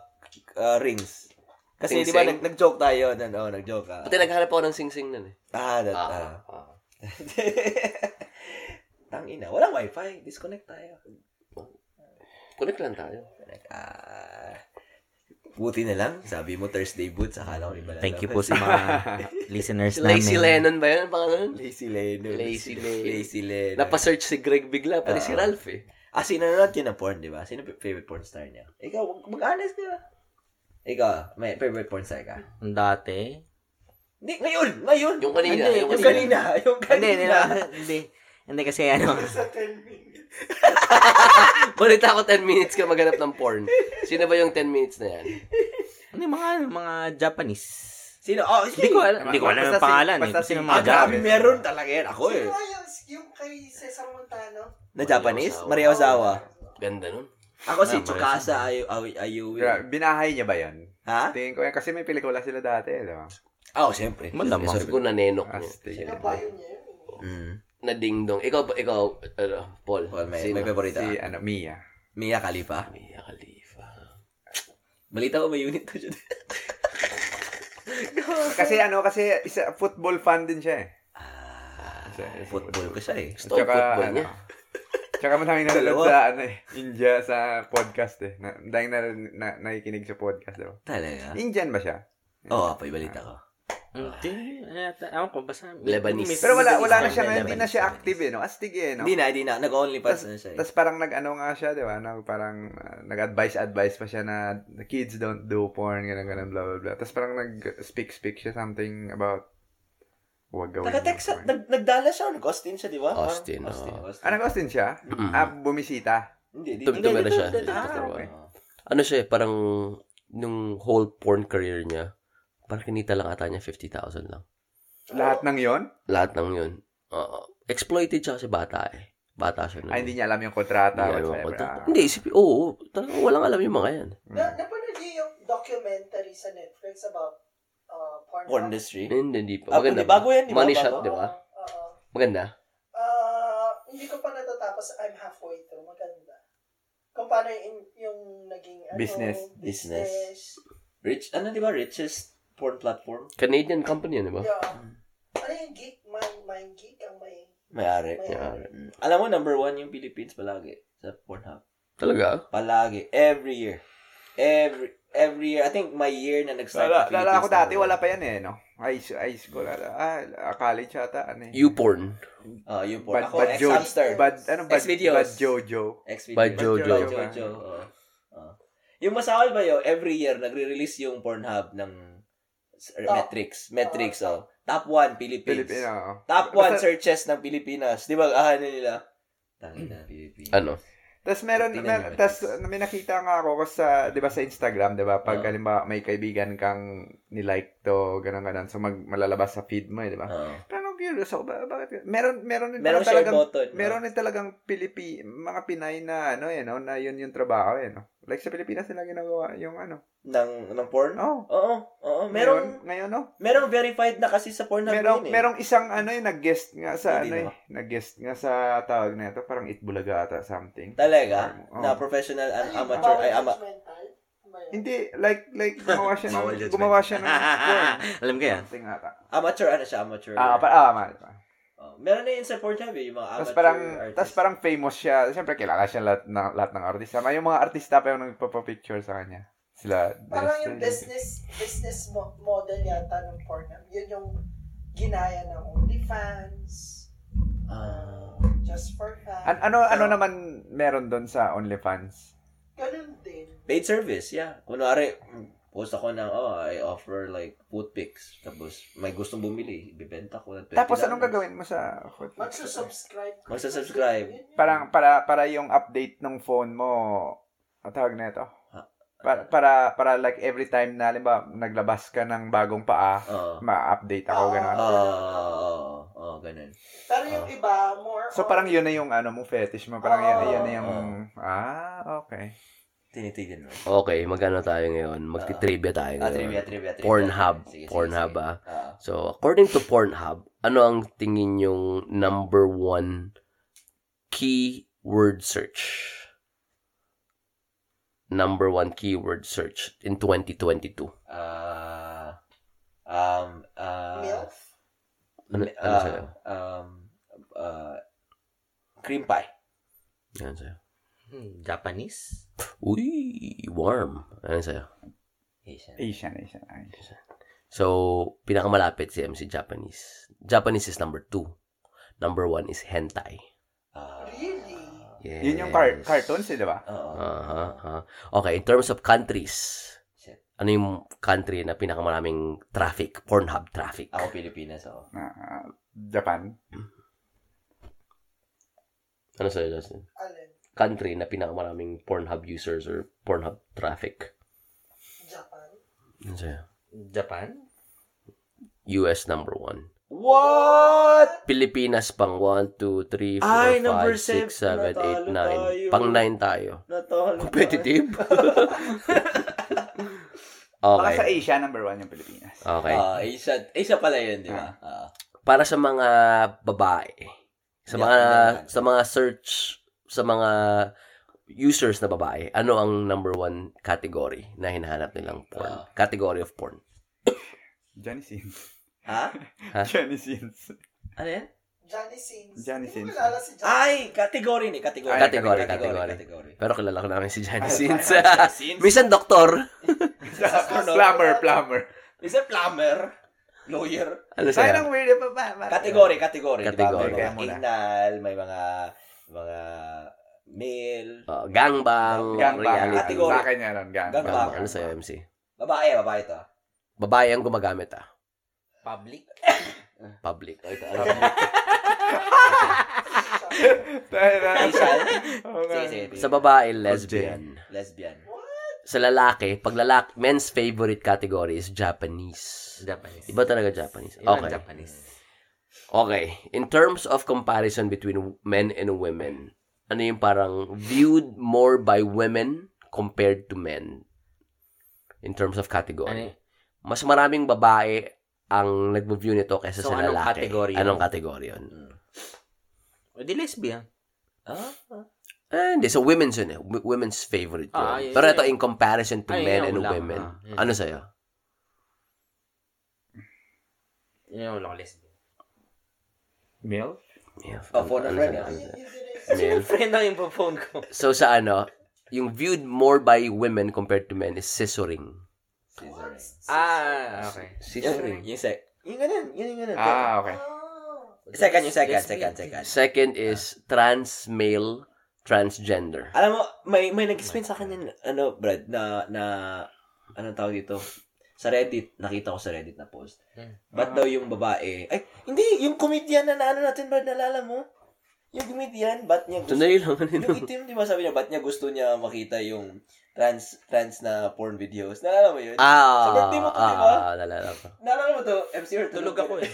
Speaker 1: ah, rings. Kasi di ba nag,
Speaker 2: Sing-sing?
Speaker 1: nag-joke tayo, nan, oh, nag-joke ka.
Speaker 2: Pati naghanap ako ng sing-sing nun eh.
Speaker 1: Ah, that, ah.
Speaker 2: Ah, ah.
Speaker 1: Tangina, walang wifi, disconnect tayo.
Speaker 2: Connect lang tayo.
Speaker 1: Like, ah, buti na lang, sabi mo Thursday boots, akala ko iba lang.
Speaker 4: Thank you po sa mga listeners
Speaker 2: Si
Speaker 4: namin.
Speaker 2: Lacey Lennon ba yun? Ang pangalan nun?
Speaker 1: Lazy Leno.
Speaker 2: Lazy Leno.
Speaker 1: Lazy Leno.
Speaker 2: Napasearch si Greg bigla, pati si Ralph eh.
Speaker 1: ah, sinanood yun na porn, di ba? Sino p- favorite porn star niya? Ikaw, mag- mag-honest ka. Ikaw, may favorite porn star ka?
Speaker 4: Dati?
Speaker 1: Hindi, ngayon! Ngayon!
Speaker 2: Yung kanina,
Speaker 1: Hindi,
Speaker 2: yung
Speaker 1: yung kanina. Yung
Speaker 4: Hindi, hindi.
Speaker 1: kanina.
Speaker 4: Hindi. Hindi kasi ano.
Speaker 5: Sa 10 minutes.
Speaker 2: Balita ko 10 minutes ka maghanap ng porn. Sino ba yung 10 minutes na yan?
Speaker 4: Ano yung mga, ano, mga Japanese?
Speaker 1: Sino? Oh,
Speaker 4: Hindi ko alam. Hindi ko alam yung
Speaker 3: Basta
Speaker 4: pangalan.
Speaker 3: sing-
Speaker 4: eh.
Speaker 3: basta
Speaker 4: Sino yung
Speaker 1: Ah,
Speaker 4: mga
Speaker 1: grabe,
Speaker 4: Japanese?
Speaker 1: meron talaga yan. Ako eh.
Speaker 5: Sino nga yung, yung kay Cesar Montano?
Speaker 1: Na Japanese? Maria
Speaker 2: Maria
Speaker 1: Ozawa.
Speaker 2: Ganda nun.
Speaker 1: Ako
Speaker 4: Ah,
Speaker 1: si
Speaker 4: Maria
Speaker 1: Tsukasa Ayu, Ayu, Ayuwi.
Speaker 3: Gra- Binahay niya ba yan?
Speaker 1: Ha?
Speaker 3: Tingin ko yan. Kasi may pelikula sila dati. eh, Di ba?
Speaker 1: Ah, Oh, siyempre.
Speaker 4: Malamang.
Speaker 2: Sabi ko nanenok niya.
Speaker 3: Astig.
Speaker 5: Yung bayo niya yun. eh.
Speaker 1: Mm.
Speaker 2: Na dingdong. Ikaw, ba- ikaw, ano, Paul.
Speaker 1: Well, may,
Speaker 2: Sino?
Speaker 1: may favorite
Speaker 3: Si
Speaker 1: ka?
Speaker 3: ano, Mia.
Speaker 1: Mia Khalifa.
Speaker 2: Mia Khalifa.
Speaker 1: Balita ko may unit to dyan.
Speaker 3: Kasi ano, kasi isa, football fan din siya eh.
Speaker 1: Ah, football ko siya eh.
Speaker 2: Gusto ko football niya.
Speaker 3: ano, Tsaka maraming nanonood
Speaker 1: Dalawa.
Speaker 3: sa ano, eh, India sa podcast eh. Na, dahil na, na, nakikinig sa podcast daw.
Speaker 1: Talaga?
Speaker 3: Indian ba siya?
Speaker 1: Oo, oh, balita ko.
Speaker 4: Hindi. Ano yata? Ewan ko. Basta...
Speaker 2: Lebanese.
Speaker 4: may-
Speaker 3: Pero wala wala na
Speaker 1: Indian,
Speaker 3: siya ngayon, hindi na
Speaker 1: Lebanese,
Speaker 3: siya
Speaker 1: Lebanese.
Speaker 3: active eh, no? Astig eh, no?
Speaker 2: Ah.
Speaker 1: Hindi na, hindi na. Nag-OnlyFans
Speaker 3: Tas-
Speaker 1: na siya eh.
Speaker 3: Tapos parang nag-ano nga siya, di ba? Nag, parang ah, nag-advise-advise pa siya na the kids don't do porn, ganun, ganun, blah, blah, blah. Tapos parang nag-speak-speak siya something about huwag gawin. yung
Speaker 1: Taga-Texas,
Speaker 3: porn.
Speaker 1: nag- nagdala siya. Nag-Austin siya, di ba? Parang-
Speaker 2: Austin, oo.
Speaker 1: Austin, Austin.
Speaker 3: Ah, nag-Austin siya?
Speaker 2: Mm.
Speaker 3: Ah, bumisita.
Speaker 1: Hindi, dito.
Speaker 2: Tumtumi na siya.
Speaker 1: Dito, dito, dito.
Speaker 3: Ah, okay.
Speaker 1: Oo.
Speaker 2: Ano siya eh, parang nung whole porn career niya, parang kinita lang ata niya 50,000 lang.
Speaker 3: Lahat ng yon
Speaker 2: Lahat ng yun. Oo. exploited siya kasi bata eh. Bata siya. nun.
Speaker 3: Ay, Ah, hindi niya alam yung kontrata.
Speaker 2: Hindi alam ang
Speaker 3: whatsoever.
Speaker 2: kontrata.
Speaker 3: Ah.
Speaker 2: Hindi, isipin, oo, oh, talagang walang alam yung mga yan.
Speaker 3: Hmm.
Speaker 5: Na, napanood niyo yung documentary sa Netflix about uh, porn,
Speaker 1: Porn industry.
Speaker 2: Hindi, hindi pa.
Speaker 1: Ah,
Speaker 2: Maganda.
Speaker 1: hindi, bago yan, di ba?
Speaker 2: Money
Speaker 1: Bago.
Speaker 2: shot, di ba?
Speaker 5: Oo. oo.
Speaker 2: Maganda.
Speaker 5: Ah, hindi ko pa natatapos. I'm halfway through. Maganda. Kung paano yung, yung naging ano,
Speaker 3: Business.
Speaker 1: Business. Rich, ano di ba? Richest porn platform?
Speaker 2: Canadian company yan, di ba?
Speaker 5: Yeah. Ano yung geek? Mind, mind geek? Ang may...
Speaker 1: May-ari.
Speaker 5: may
Speaker 2: Yeah.
Speaker 1: Mm. Alam mo, number one yung Philippines palagi sa Pornhub.
Speaker 2: Talaga?
Speaker 1: Palagi. Every year. Every every year. I think my year na nag-start na
Speaker 3: Lala, lala
Speaker 1: Philippines
Speaker 3: ako dati,
Speaker 1: number
Speaker 3: wala
Speaker 1: one.
Speaker 3: pa yan eh, no? High, s- high school, ala, ah, college ata, ano eh.
Speaker 2: U-porn.
Speaker 1: Ah, yun po.
Speaker 3: Bad,
Speaker 1: ako,
Speaker 3: bad
Speaker 1: ex
Speaker 3: Jojo.
Speaker 1: hamster.
Speaker 3: Bad, ano, bad,
Speaker 1: Xvideos.
Speaker 3: bad Jojo.
Speaker 1: ex
Speaker 2: Bad Jojo.
Speaker 1: Bad Jojo. oo. Oo. Yung masawal ba yun, every year, nagre-release yung Pornhub ng s-
Speaker 3: Oh.
Speaker 1: or
Speaker 5: Top.
Speaker 1: metrics. Metrics, oh. Top 1, Philippines.
Speaker 3: Filipino. oo.
Speaker 1: Top 1
Speaker 3: Basta-
Speaker 1: searches ng Pilipinas. Di ba, ah, ano nila? Tangina, Pilipinas.
Speaker 2: Ano?
Speaker 3: Tapos meron,
Speaker 1: Tingnan
Speaker 3: mer-
Speaker 1: nyo.
Speaker 3: tas may nakita nga ako kasi sa, di ba sa Instagram, di ba? Pag
Speaker 1: Oo.
Speaker 3: halimbawa may kaibigan kang nilike to, ganun ganun. So mag, malalabas sa feed mo, eh, di ba?
Speaker 1: Oo.
Speaker 3: Pero curious ako, ba, bakit? Meron, meron din
Speaker 1: Ah. Merong
Speaker 3: pala
Speaker 1: share
Speaker 3: talagang,
Speaker 1: button. no?
Speaker 3: meron din talagang Pilipi, mga Pinay na ano, eh, no? na yun yung trabaho, eh, no? Like sa Pilipinas nila ginagawa yung ano.
Speaker 1: ng, ng porn?
Speaker 3: Oh,
Speaker 1: Oo, oo. Merong,
Speaker 3: ngayon, ngayon, no?
Speaker 1: merong verified na kasi sa porn
Speaker 3: merong, merong isang ano eh, nag-guest nga sa
Speaker 1: Hindi
Speaker 3: ano eh,
Speaker 1: naman.
Speaker 3: nag-guest nga sa tawag na ito, parang Itbulaga ata something. oh.
Speaker 1: Talaga?
Speaker 3: Oo.
Speaker 1: Na professional and
Speaker 5: Ano yung
Speaker 1: amateur.
Speaker 5: bawal
Speaker 1: Ay, ama.
Speaker 5: judgmental? Ano ba yun?
Speaker 3: Hindi, like, like, gumawa siya ng,
Speaker 4: Bawal judgment.
Speaker 3: gumawa siya ng porn.
Speaker 4: Alam ko yan.
Speaker 3: Something ata.
Speaker 1: Amateur, ano siya? Amateur.
Speaker 3: Ah, pa, ah, man.
Speaker 1: Oh, meron na yun sa porn hub eh, yung mga
Speaker 3: Tapos
Speaker 1: amateur
Speaker 3: parang,
Speaker 1: artists.
Speaker 3: tapos parang famous siya. Siyempre, kilala siya lahat ng, lahat ng artista. May yung mga artista pa yung nagpapapicture sa kanya. Sila,
Speaker 5: Parang
Speaker 3: Dustin.
Speaker 5: yung business business mo- model yata ng Pornhub. Yun yung ginaya ng OnlyFans,
Speaker 1: Ah.
Speaker 5: Just for Fun.
Speaker 3: An- ano, ano naman meron doon sa OnlyFans?
Speaker 5: Ganun din.
Speaker 1: paid service, yeah. Kunwari, post ako ng, oh, I offer like food pics. Tapos, may gustong bumili, ibibenta ko ng 20
Speaker 3: Tapos, anong gagawin mo sa
Speaker 5: Magsusubscribe. ka.
Speaker 1: Magsusubscribe.
Speaker 5: Yun yun.
Speaker 3: Parang para para yung update ng phone mo, ang tawag na ito.
Speaker 1: Ha-
Speaker 3: Para, para para like every time na halimbawa naglabas ka ng bagong paa,
Speaker 1: Oo.
Speaker 3: ma-update ako
Speaker 5: Ah.
Speaker 3: ganun.
Speaker 1: Oo, oo, oo, oo, oh, ganun.
Speaker 5: Pero yung iba, more
Speaker 3: So
Speaker 5: on-
Speaker 3: parang yun na yung ano mong fetish mo, parang
Speaker 5: Oo.
Speaker 3: yun, yun na yung
Speaker 1: Oo.
Speaker 3: ah, okay.
Speaker 1: Tinitignan mo.
Speaker 2: Okay, magano tayo ngayon? Magti-trivia tayo
Speaker 1: Ah,
Speaker 2: ngayon.
Speaker 1: trivia, trivia, trivia.
Speaker 2: Pornhub.
Speaker 1: Sige, sige,
Speaker 2: Pornhub,
Speaker 1: sige.
Speaker 2: ah.
Speaker 1: Ah.
Speaker 2: So, according to Pornhub, ano ang tingin yung number one keyword search? Number one keyword search in 2022.
Speaker 1: Ah. um, ah.
Speaker 5: MILF.
Speaker 2: Ano, ano
Speaker 1: ah,
Speaker 2: sa'yo?
Speaker 1: um, ah, cream pie.
Speaker 2: Ano sa'yo?
Speaker 4: Hmm, Japanese?
Speaker 2: Uy, warm. Ano sa'yo?
Speaker 1: Asian.
Speaker 3: Asian, Asian. Asian.
Speaker 2: So, pinakamalapit si MC Japanese. Japanese is number two. Number one is hentai.
Speaker 1: Ah.
Speaker 5: Really?
Speaker 2: Yes.
Speaker 3: Yun yung car- cartoons, eh, di ba?
Speaker 1: Oo.
Speaker 2: Aha, aha. Okay, in terms of countries,
Speaker 1: Shit.
Speaker 2: ano yung country na pinakamaraming traffic, Pornhub traffic?
Speaker 1: Ako Pilipinas, oo.
Speaker 3: Na, ah, Japan.
Speaker 2: Ano sa'yo, Justin?
Speaker 5: Alin?
Speaker 2: Country na pinakamaraming Pornhub users or Pornhub traffic?
Speaker 5: Japan?
Speaker 2: Ano sa'yo?
Speaker 4: Japan?
Speaker 2: US number one.
Speaker 1: What?
Speaker 2: Pilipinas pang 1, 2, 3, 4,
Speaker 1: Ay, number
Speaker 2: 5, 6,
Speaker 1: seven.
Speaker 2: 7, 8,
Speaker 1: Natalo tayo.
Speaker 2: 9. Pang 9 tayo.
Speaker 1: Natalo.
Speaker 2: Competitive.
Speaker 3: Baka sa
Speaker 2: okay.
Speaker 3: Asia, number one yung Pilipinas.
Speaker 2: Okay.
Speaker 1: Ah, Asia, Asia pala yun, di ba? Ah.
Speaker 2: para sa mga babae, sa
Speaker 1: Yeah,
Speaker 2: mga
Speaker 1: yeah.
Speaker 2: sa mga search sa mga users na babae, ano ang number one category na hinahanap nilang porn?
Speaker 1: Ah.
Speaker 2: Category of porn.
Speaker 3: Johnny Sins.
Speaker 1: ha? Ah.
Speaker 3: Johnny Sins.
Speaker 1: Ano yan?
Speaker 5: Johnny Sins.
Speaker 3: Johnny
Speaker 5: Hindi ko
Speaker 3: Sins.
Speaker 5: kilala si Johnny.
Speaker 1: Ay, category ni, category.
Speaker 3: Ay,
Speaker 2: Ah, category, category.
Speaker 1: category.
Speaker 2: Pero kilala ko namin si Johnny Sins.
Speaker 1: Ah, Sins. ano?
Speaker 2: Minsan doktor.
Speaker 3: plumber, plumber.
Speaker 1: Is it plumber? Lawyer?
Speaker 2: Ano siya?
Speaker 3: Kaya lang weird. eh, pa- pa- pa-
Speaker 1: Category, category. di ba?
Speaker 2: Category.
Speaker 1: May mga
Speaker 3: Mula.
Speaker 1: inal, may mga, mga male.
Speaker 2: Oh, gangbang.
Speaker 3: Gangbang.
Speaker 2: reality.
Speaker 1: Category.
Speaker 3: Sa akin yan, nun, gangbang.
Speaker 2: Gangbang.
Speaker 1: Gangbang.
Speaker 2: Ano sa'yo, MC?
Speaker 1: Babae, babae to.
Speaker 2: Babae ang gumagamit ah.
Speaker 4: Public?
Speaker 2: Public.
Speaker 3: Tayo na.
Speaker 1: Asian.
Speaker 3: Oo nga.
Speaker 1: Sige, sige.
Speaker 2: Sa babae, lesbian.
Speaker 1: Lesbian.
Speaker 2: sa lalaki, pag lalaki, men's favorite category is Japanese.
Speaker 4: Japanese.
Speaker 2: Iba talaga Japanese.
Speaker 4: Iba ang
Speaker 2: Okay.
Speaker 4: Japanese.
Speaker 2: Okay. In terms of comparison between men and women, ano yung parang viewed more by women compared to men? In terms of
Speaker 4: Ano
Speaker 2: category.
Speaker 4: y-
Speaker 2: Mas maraming babae ang nagbo-view nito kaysa
Speaker 4: So,
Speaker 2: sa
Speaker 4: anong
Speaker 2: lalaki.
Speaker 4: category yun? Mm.
Speaker 2: Anong category yun?
Speaker 4: O di lesbian.
Speaker 2: Eh, hindi. So, women's yun eh. W- women's favorite yun.
Speaker 4: Ah, yun,
Speaker 2: Pero
Speaker 4: yun.
Speaker 2: ito, in comparison to
Speaker 4: Ah, yun
Speaker 2: men
Speaker 4: yung
Speaker 2: and
Speaker 4: wala.
Speaker 2: women,
Speaker 4: Ah, yun.
Speaker 2: ano sa'yo?
Speaker 6: Yun yung walang lesbian.
Speaker 4: Male?
Speaker 2: Yeah,
Speaker 1: Oh, phone
Speaker 2: ano
Speaker 1: a friend,
Speaker 2: sa'yo?
Speaker 1: ah.
Speaker 5: Yun, yun din eh.
Speaker 2: Male.
Speaker 6: Friend lang yung phone ko.
Speaker 2: So, sa ano, yung viewed more by women compared to men is scissoring.
Speaker 6: Ah, okay.
Speaker 2: eh.
Speaker 1: Yung, yung sec. Yung ganun, yun yung ganun.
Speaker 3: Ah, okay.
Speaker 5: Oh.
Speaker 1: Second, yung second, second, second.
Speaker 2: Second
Speaker 1: Ah.
Speaker 2: is trans male, transgender.
Speaker 1: Alam mo, may may nag-explain sa akin yun, ano, Brad, na, na, anong tawag dito? Sa Reddit, nakita ko sa Reddit na post. Ba't daw yung babae, ay, hindi, yung comedian na naano natin, Brad, nalala mo? Yung comedian, ba't niya gusto,
Speaker 2: Tunay lang. ano
Speaker 1: yung
Speaker 2: yun?
Speaker 1: itim, di ba sabi niya, ba't niya gusto niya makita yung trans, trans na porn videos? Nalala mo yun?
Speaker 2: Ah,
Speaker 1: Sa birthday mo to,
Speaker 2: ah,
Speaker 1: diba?
Speaker 2: ah, nalala ko.
Speaker 1: Nalala mo to, MC or tulog ako eh.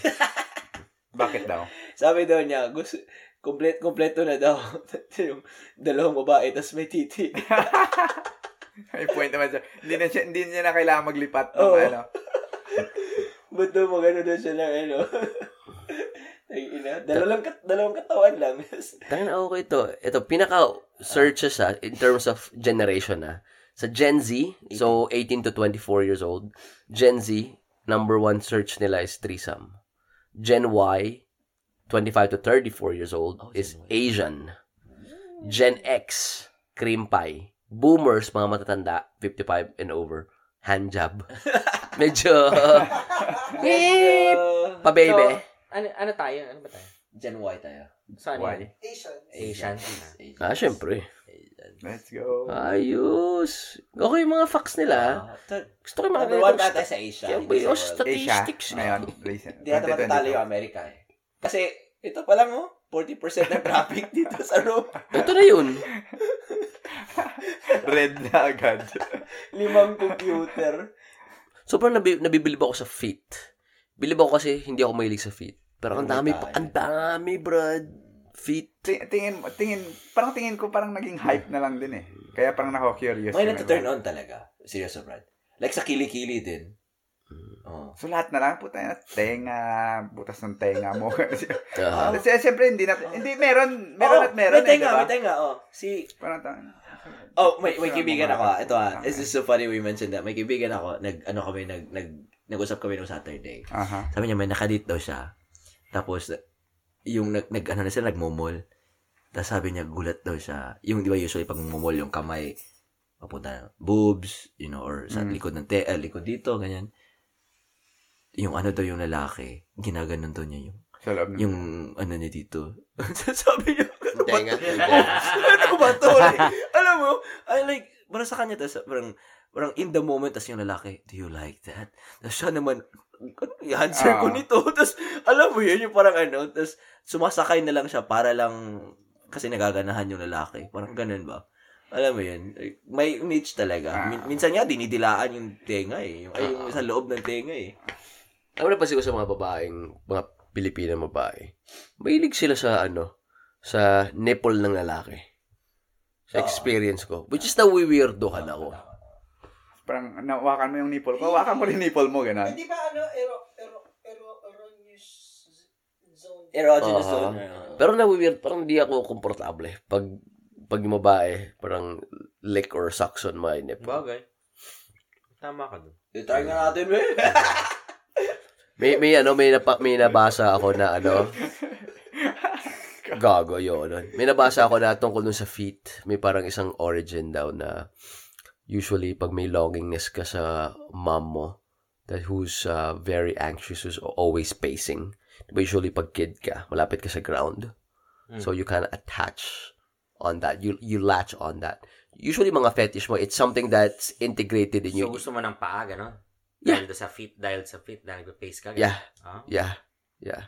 Speaker 3: Bakit daw?
Speaker 1: Sabi daw niya, gusto, complete, kompleto na daw. yung dalawang babae, tas may titi.
Speaker 3: May point naman siya. Hindi na siya, hindi niya na kailangan maglipat ng
Speaker 1: Oo.
Speaker 3: ano.
Speaker 1: Ba't daw magano daw siya ng ano? Ay, ina. Dalawang, kat- dalawang katawan lang.
Speaker 2: Tangan na okay ito. Ito, pinaka searches ha, in terms of generation ha. Sa Gen Z, so 18 to 24 years old, Gen Z, number one search nila is threesome. Gen Y, 25 to 34 years old, is Asian. Gen X, cream pie. Boomers, mga matatanda, 55 and over, handjob. Medyo,
Speaker 1: Medyo-
Speaker 2: pabebe.
Speaker 6: ano, ano tayo? Ano ba tayo?
Speaker 1: Gen Y tayo.
Speaker 6: Saan?
Speaker 3: Why?
Speaker 5: Asian.
Speaker 6: Asian.
Speaker 1: Asian.
Speaker 2: ah, syempre.
Speaker 3: Let's go.
Speaker 2: Ayos. Okay yung mga facts nila. ha.
Speaker 1: Ah, to-
Speaker 2: Gusto ko yung mga
Speaker 1: Number one natin sa Asia.
Speaker 2: Kaya
Speaker 1: hindi sa
Speaker 2: yung
Speaker 1: world.
Speaker 3: Asia,
Speaker 2: statistics. na.
Speaker 3: ngayon, recent.
Speaker 1: Hindi natin matatalo yung Amerika eh. Kasi, ito pa lang oh, 40% ng traffic dito sa room.
Speaker 2: Ito na yun.
Speaker 3: 2022. Red na agad.
Speaker 1: Limang computer.
Speaker 2: Sobrang nabi- nabibilib ako sa fit. Bilib ako kasi hindi ako mahilig sa fit. Pero ang dami, pa, ang dami, brad. Fit.
Speaker 3: Ti- tingin, tingin, parang tingin ko parang naging hype na lang din eh. Kaya parang nako-curious.
Speaker 1: May
Speaker 3: yung
Speaker 1: nata-turn
Speaker 3: iba.
Speaker 1: on talaga. Seryoso, Brad. Like sa kilikili din.
Speaker 2: Hmm.
Speaker 1: Oh.
Speaker 3: So lahat na lang, puta na, tenga, butas ng tenga mo.
Speaker 2: Ah.
Speaker 3: Kasi siyempre, hindi na, hindi, meron, meron
Speaker 1: Oo,
Speaker 3: at meron
Speaker 1: Oh, May
Speaker 3: eh,
Speaker 1: tenga,
Speaker 3: diba?
Speaker 1: may tenga, oh. Si,
Speaker 3: Parang ta-
Speaker 1: Oh, may, may
Speaker 3: Sure,
Speaker 1: kaibigan
Speaker 3: mga-
Speaker 1: ako. ah. Ito ah. This is so funny we mentioned that. May kaibigan ako. Nag, ano kami, nag, nag, nag-usap kami nung Saturday.
Speaker 3: Aha.
Speaker 1: Sabi niya, may nakadate daw siya. Tapos, yung nag, nag ano na sila, nagmumol. Tapos sabi niya, gulat daw siya. Yung, di ba, usually pag mumol, yung kamay, papunta na, boobs, you know, or sa likod ng te, ah, likod dito, ganyan. Yung ano daw yung lalaki, ginaganon daw niya yung,
Speaker 3: Sa loob ng-
Speaker 1: yung ano niya dito. sabi niya, ano ba
Speaker 2: Tenga.
Speaker 1: ano ba to? Like, alam mo, I like, parang sa kanya, tas parang, parang in the moment, tas yung lalaki, do you like that? Tapos siya naman, ano yung answer ko
Speaker 3: Ah.
Speaker 1: nito? Tapos, alam mo yun, yung parang ano, tapos sumasakay na lang siya para lang, kasi nagaganahan yung lalaki. Parang ganun ba? Alam mo yun, may niche talaga. Min- minsan nga, dinidilaan yung tenga eh. Yung, ay, yung sa loob ng tenga eh.
Speaker 2: Ano na ko sa mga babaeng, mga Pilipina babae. Mahilig sila sa ano, sa nipple ng lalaki. Sa experience ko. Which is nawiwirdohan ako.
Speaker 3: Parang nawakan mo yung nipple ko, hawakan mo rin nipple mo, gano'n.
Speaker 5: Hindi ba ano, ero, ero, ero, eronus zone?
Speaker 1: Erogenous
Speaker 2: Aha.
Speaker 1: zone. ah.
Speaker 2: Pero nawiwird, parang hindi ako komportable. Pag, pag yung babae, parang lick or suction my nipple.
Speaker 6: Bagay. Tama ka dun.
Speaker 1: Itry nga natin, eh.
Speaker 2: May may ano may napa, may nabasa ako na ano. Gago yun. ano. May nabasa ako na tungkol dun sa feet. May parang isang origin daw na usually pag may longingness ka sa mom mo that who's uh, very anxious who's always pacing. Diba usually pag kid ka, malapit ka sa ground. So you can attach on that. You you latch on that. Usually mga fetish mo, it's something that's integrated in you.
Speaker 4: So, gusto mo ng paa, gano'n?
Speaker 2: Yeah.
Speaker 4: Dahil sa feet, dahil sa feet, dahil nag-face ka,
Speaker 2: Yeah.
Speaker 4: Ah.
Speaker 2: Yeah. Yeah.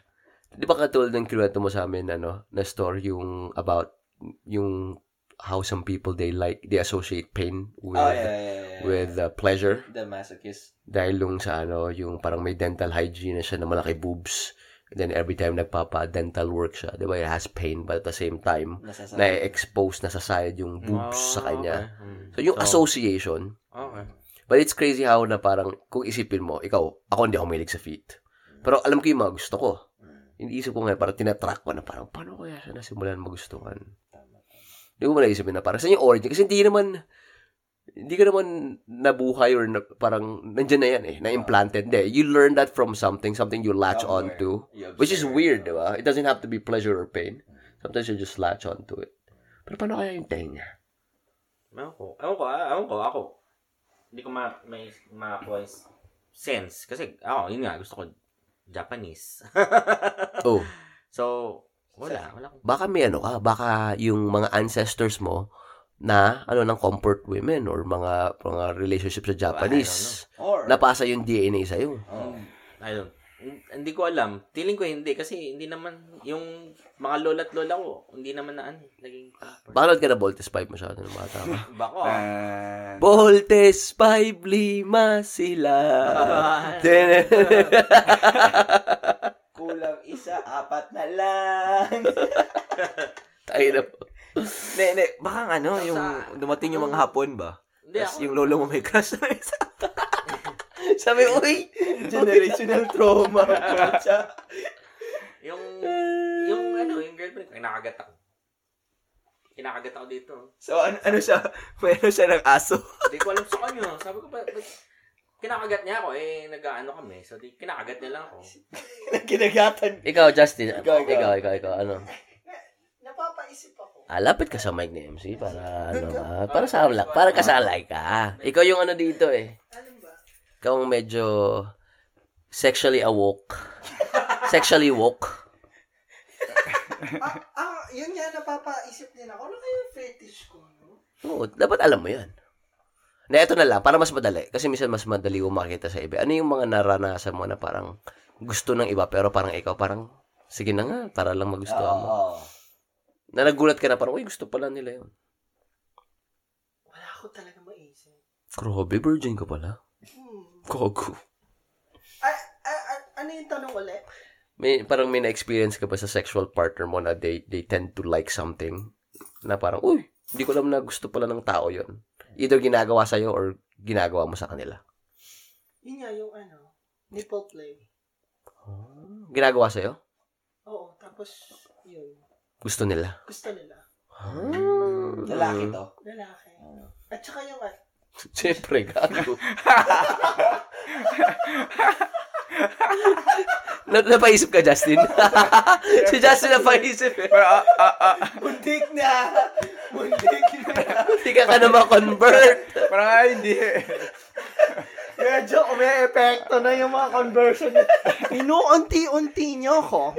Speaker 2: Di ba katulad ng kinuwento mo sa amin, ano, na story yung about yung how some people they like, they associate pain with
Speaker 1: Oh, yeah, yeah, yeah, yeah.
Speaker 2: with uh, pleasure.
Speaker 1: The masochist.
Speaker 2: Dahil yung sa ano, yung parang may dental hygiene na siya na malaki boobs. And then every time nagpapa-dental work siya, di ba, it has pain but at the same time,
Speaker 1: Nasasakit.
Speaker 2: na-expose na sa side yung boobs sa kanya.
Speaker 4: Ah, Okay. Hmm.
Speaker 2: So yung
Speaker 4: So-
Speaker 2: association,
Speaker 4: okay.
Speaker 2: but it's crazy how na parang, kung isipin mo, ikaw, ako hindi ako mahilig sa feet. Pero alam ko yung mga gusto ko. Iniisip ko nga, parang tinatrack ko na parang, paano kaya siya nasimulan magustuhan? Hindi ko mo naisipin na parang, saan yung origin? Kasi hindi naman, hindi ka naman nabuhay or na, parang nandyan na yan eh, na-implanted. Hindi, you learn that from something, something you latch on
Speaker 1: Somewhere.
Speaker 2: to.
Speaker 1: You observe,
Speaker 2: Which is weird,
Speaker 1: no?
Speaker 2: di ba? It doesn't have to be pleasure or pain. Sometimes you just latch on to it. Pero paano kaya yung tenga?
Speaker 6: Ewan ko. Ewan ko, ah. ewan ko, ako. Hindi ko ma may makakuha yung s-
Speaker 4: Sense. Kasi, ako, yun nga, gusto ko Japanese.
Speaker 2: Oh,
Speaker 4: so, wala. Wala akong...
Speaker 2: baka may ano ka, baka yung mga ancestors mo na ano ng comfort women or mga mga relationship sa Japanese.
Speaker 1: Or,
Speaker 2: Napasa yung DNA sa iyo.
Speaker 1: oh,
Speaker 4: I don't... Hmm. Hindi ko alam. Feeling ko hindi. Kasi hindi naman yung mga lola't lola ko, hindi naman na ano, naging...
Speaker 2: Bakit ka na voltage 5 masyado ng bata ka?
Speaker 4: Bako.
Speaker 3: Ah.
Speaker 1: Ah.
Speaker 3: And,
Speaker 2: voltage 5 lima sila.
Speaker 1: kulang isa, apat na lang.
Speaker 2: Tayo na po.
Speaker 1: ne, ne, baka nga, ano, yung dumating yung mga hapon ba?
Speaker 4: Hindi
Speaker 1: Tapos
Speaker 4: ako.
Speaker 1: yung lolo mo may crush na isa. Sabi, uy, generational trauma. Kutsa.
Speaker 4: Yung, yung ano, yung girlfriend ko, kinakagat ako. Kinakagat ako dito.
Speaker 1: so, ano, ano siya? Mayroon siya ng aso.
Speaker 4: Hindi ko alam sa kanya. Sabi ko, ba, ba't- kinakagat niya ako, eh, nag-ano kami. So, di, kinakagat niya lang ako.
Speaker 1: Kinagatan.
Speaker 2: Ikaw,
Speaker 1: Ikaw,
Speaker 2: Justin.
Speaker 1: ikaw.
Speaker 2: ikaw, ikaw, ikaw, ano?
Speaker 5: Napapaisip ako.
Speaker 2: Ah, lapit ka sa mic ni MC para ano ah, para sa para kasalay ka. Ikaw yung ano dito eh.
Speaker 5: Ano ba?
Speaker 2: Ikaw ang medyo sexually awoke. sexually woke.
Speaker 5: ah, ah, yun nga, napapaisip din ako. Ano kaya yung fetish ko? No?
Speaker 2: Oo, dapat alam mo yan. Na ito na lang, para mas madali. Kasi minsan mas madali ko makita sa iba. Ano yung mga naranasan mo na parang gusto ng iba pero parang ikaw parang sige na nga, para lang magustuhan mo.
Speaker 1: Oo.
Speaker 2: Na nagulat ka na parang, uy, gusto pala nila yun.
Speaker 5: Wala ako talaga maisip.
Speaker 2: Grabe, virgin ka pala.
Speaker 5: Hmm.
Speaker 2: Kogo.
Speaker 5: Ah, ah, ah, ano yung tanong ulit?
Speaker 2: May, parang may na-experience ka ba sa sexual partner mo na they, they tend to like something? Na parang, uy, hindi ko alam na gusto pala ng tao yon Either ginagawa sa'yo or ginagawa mo sa kanila.
Speaker 5: Yun nga yung ano, nipple play.
Speaker 2: Ginagawa sa'yo?
Speaker 5: Oo, tapos yun.
Speaker 2: Gusto nila.
Speaker 5: Gusto nila.
Speaker 1: Hmm, Lalaki to.
Speaker 5: Lalaki. At saka yung ah,
Speaker 2: Siyempre, gago. na napaisip ka, Justin? si Justin napaisip eh.
Speaker 3: pero, ah, ah, ah,
Speaker 1: Muntik na! Muntik na!
Speaker 2: Hindi ka ka na ma-convert.
Speaker 3: parang ah, hindi.
Speaker 5: Medyo may epekto na yung mga conversion. Inuunti-unti niyo ko.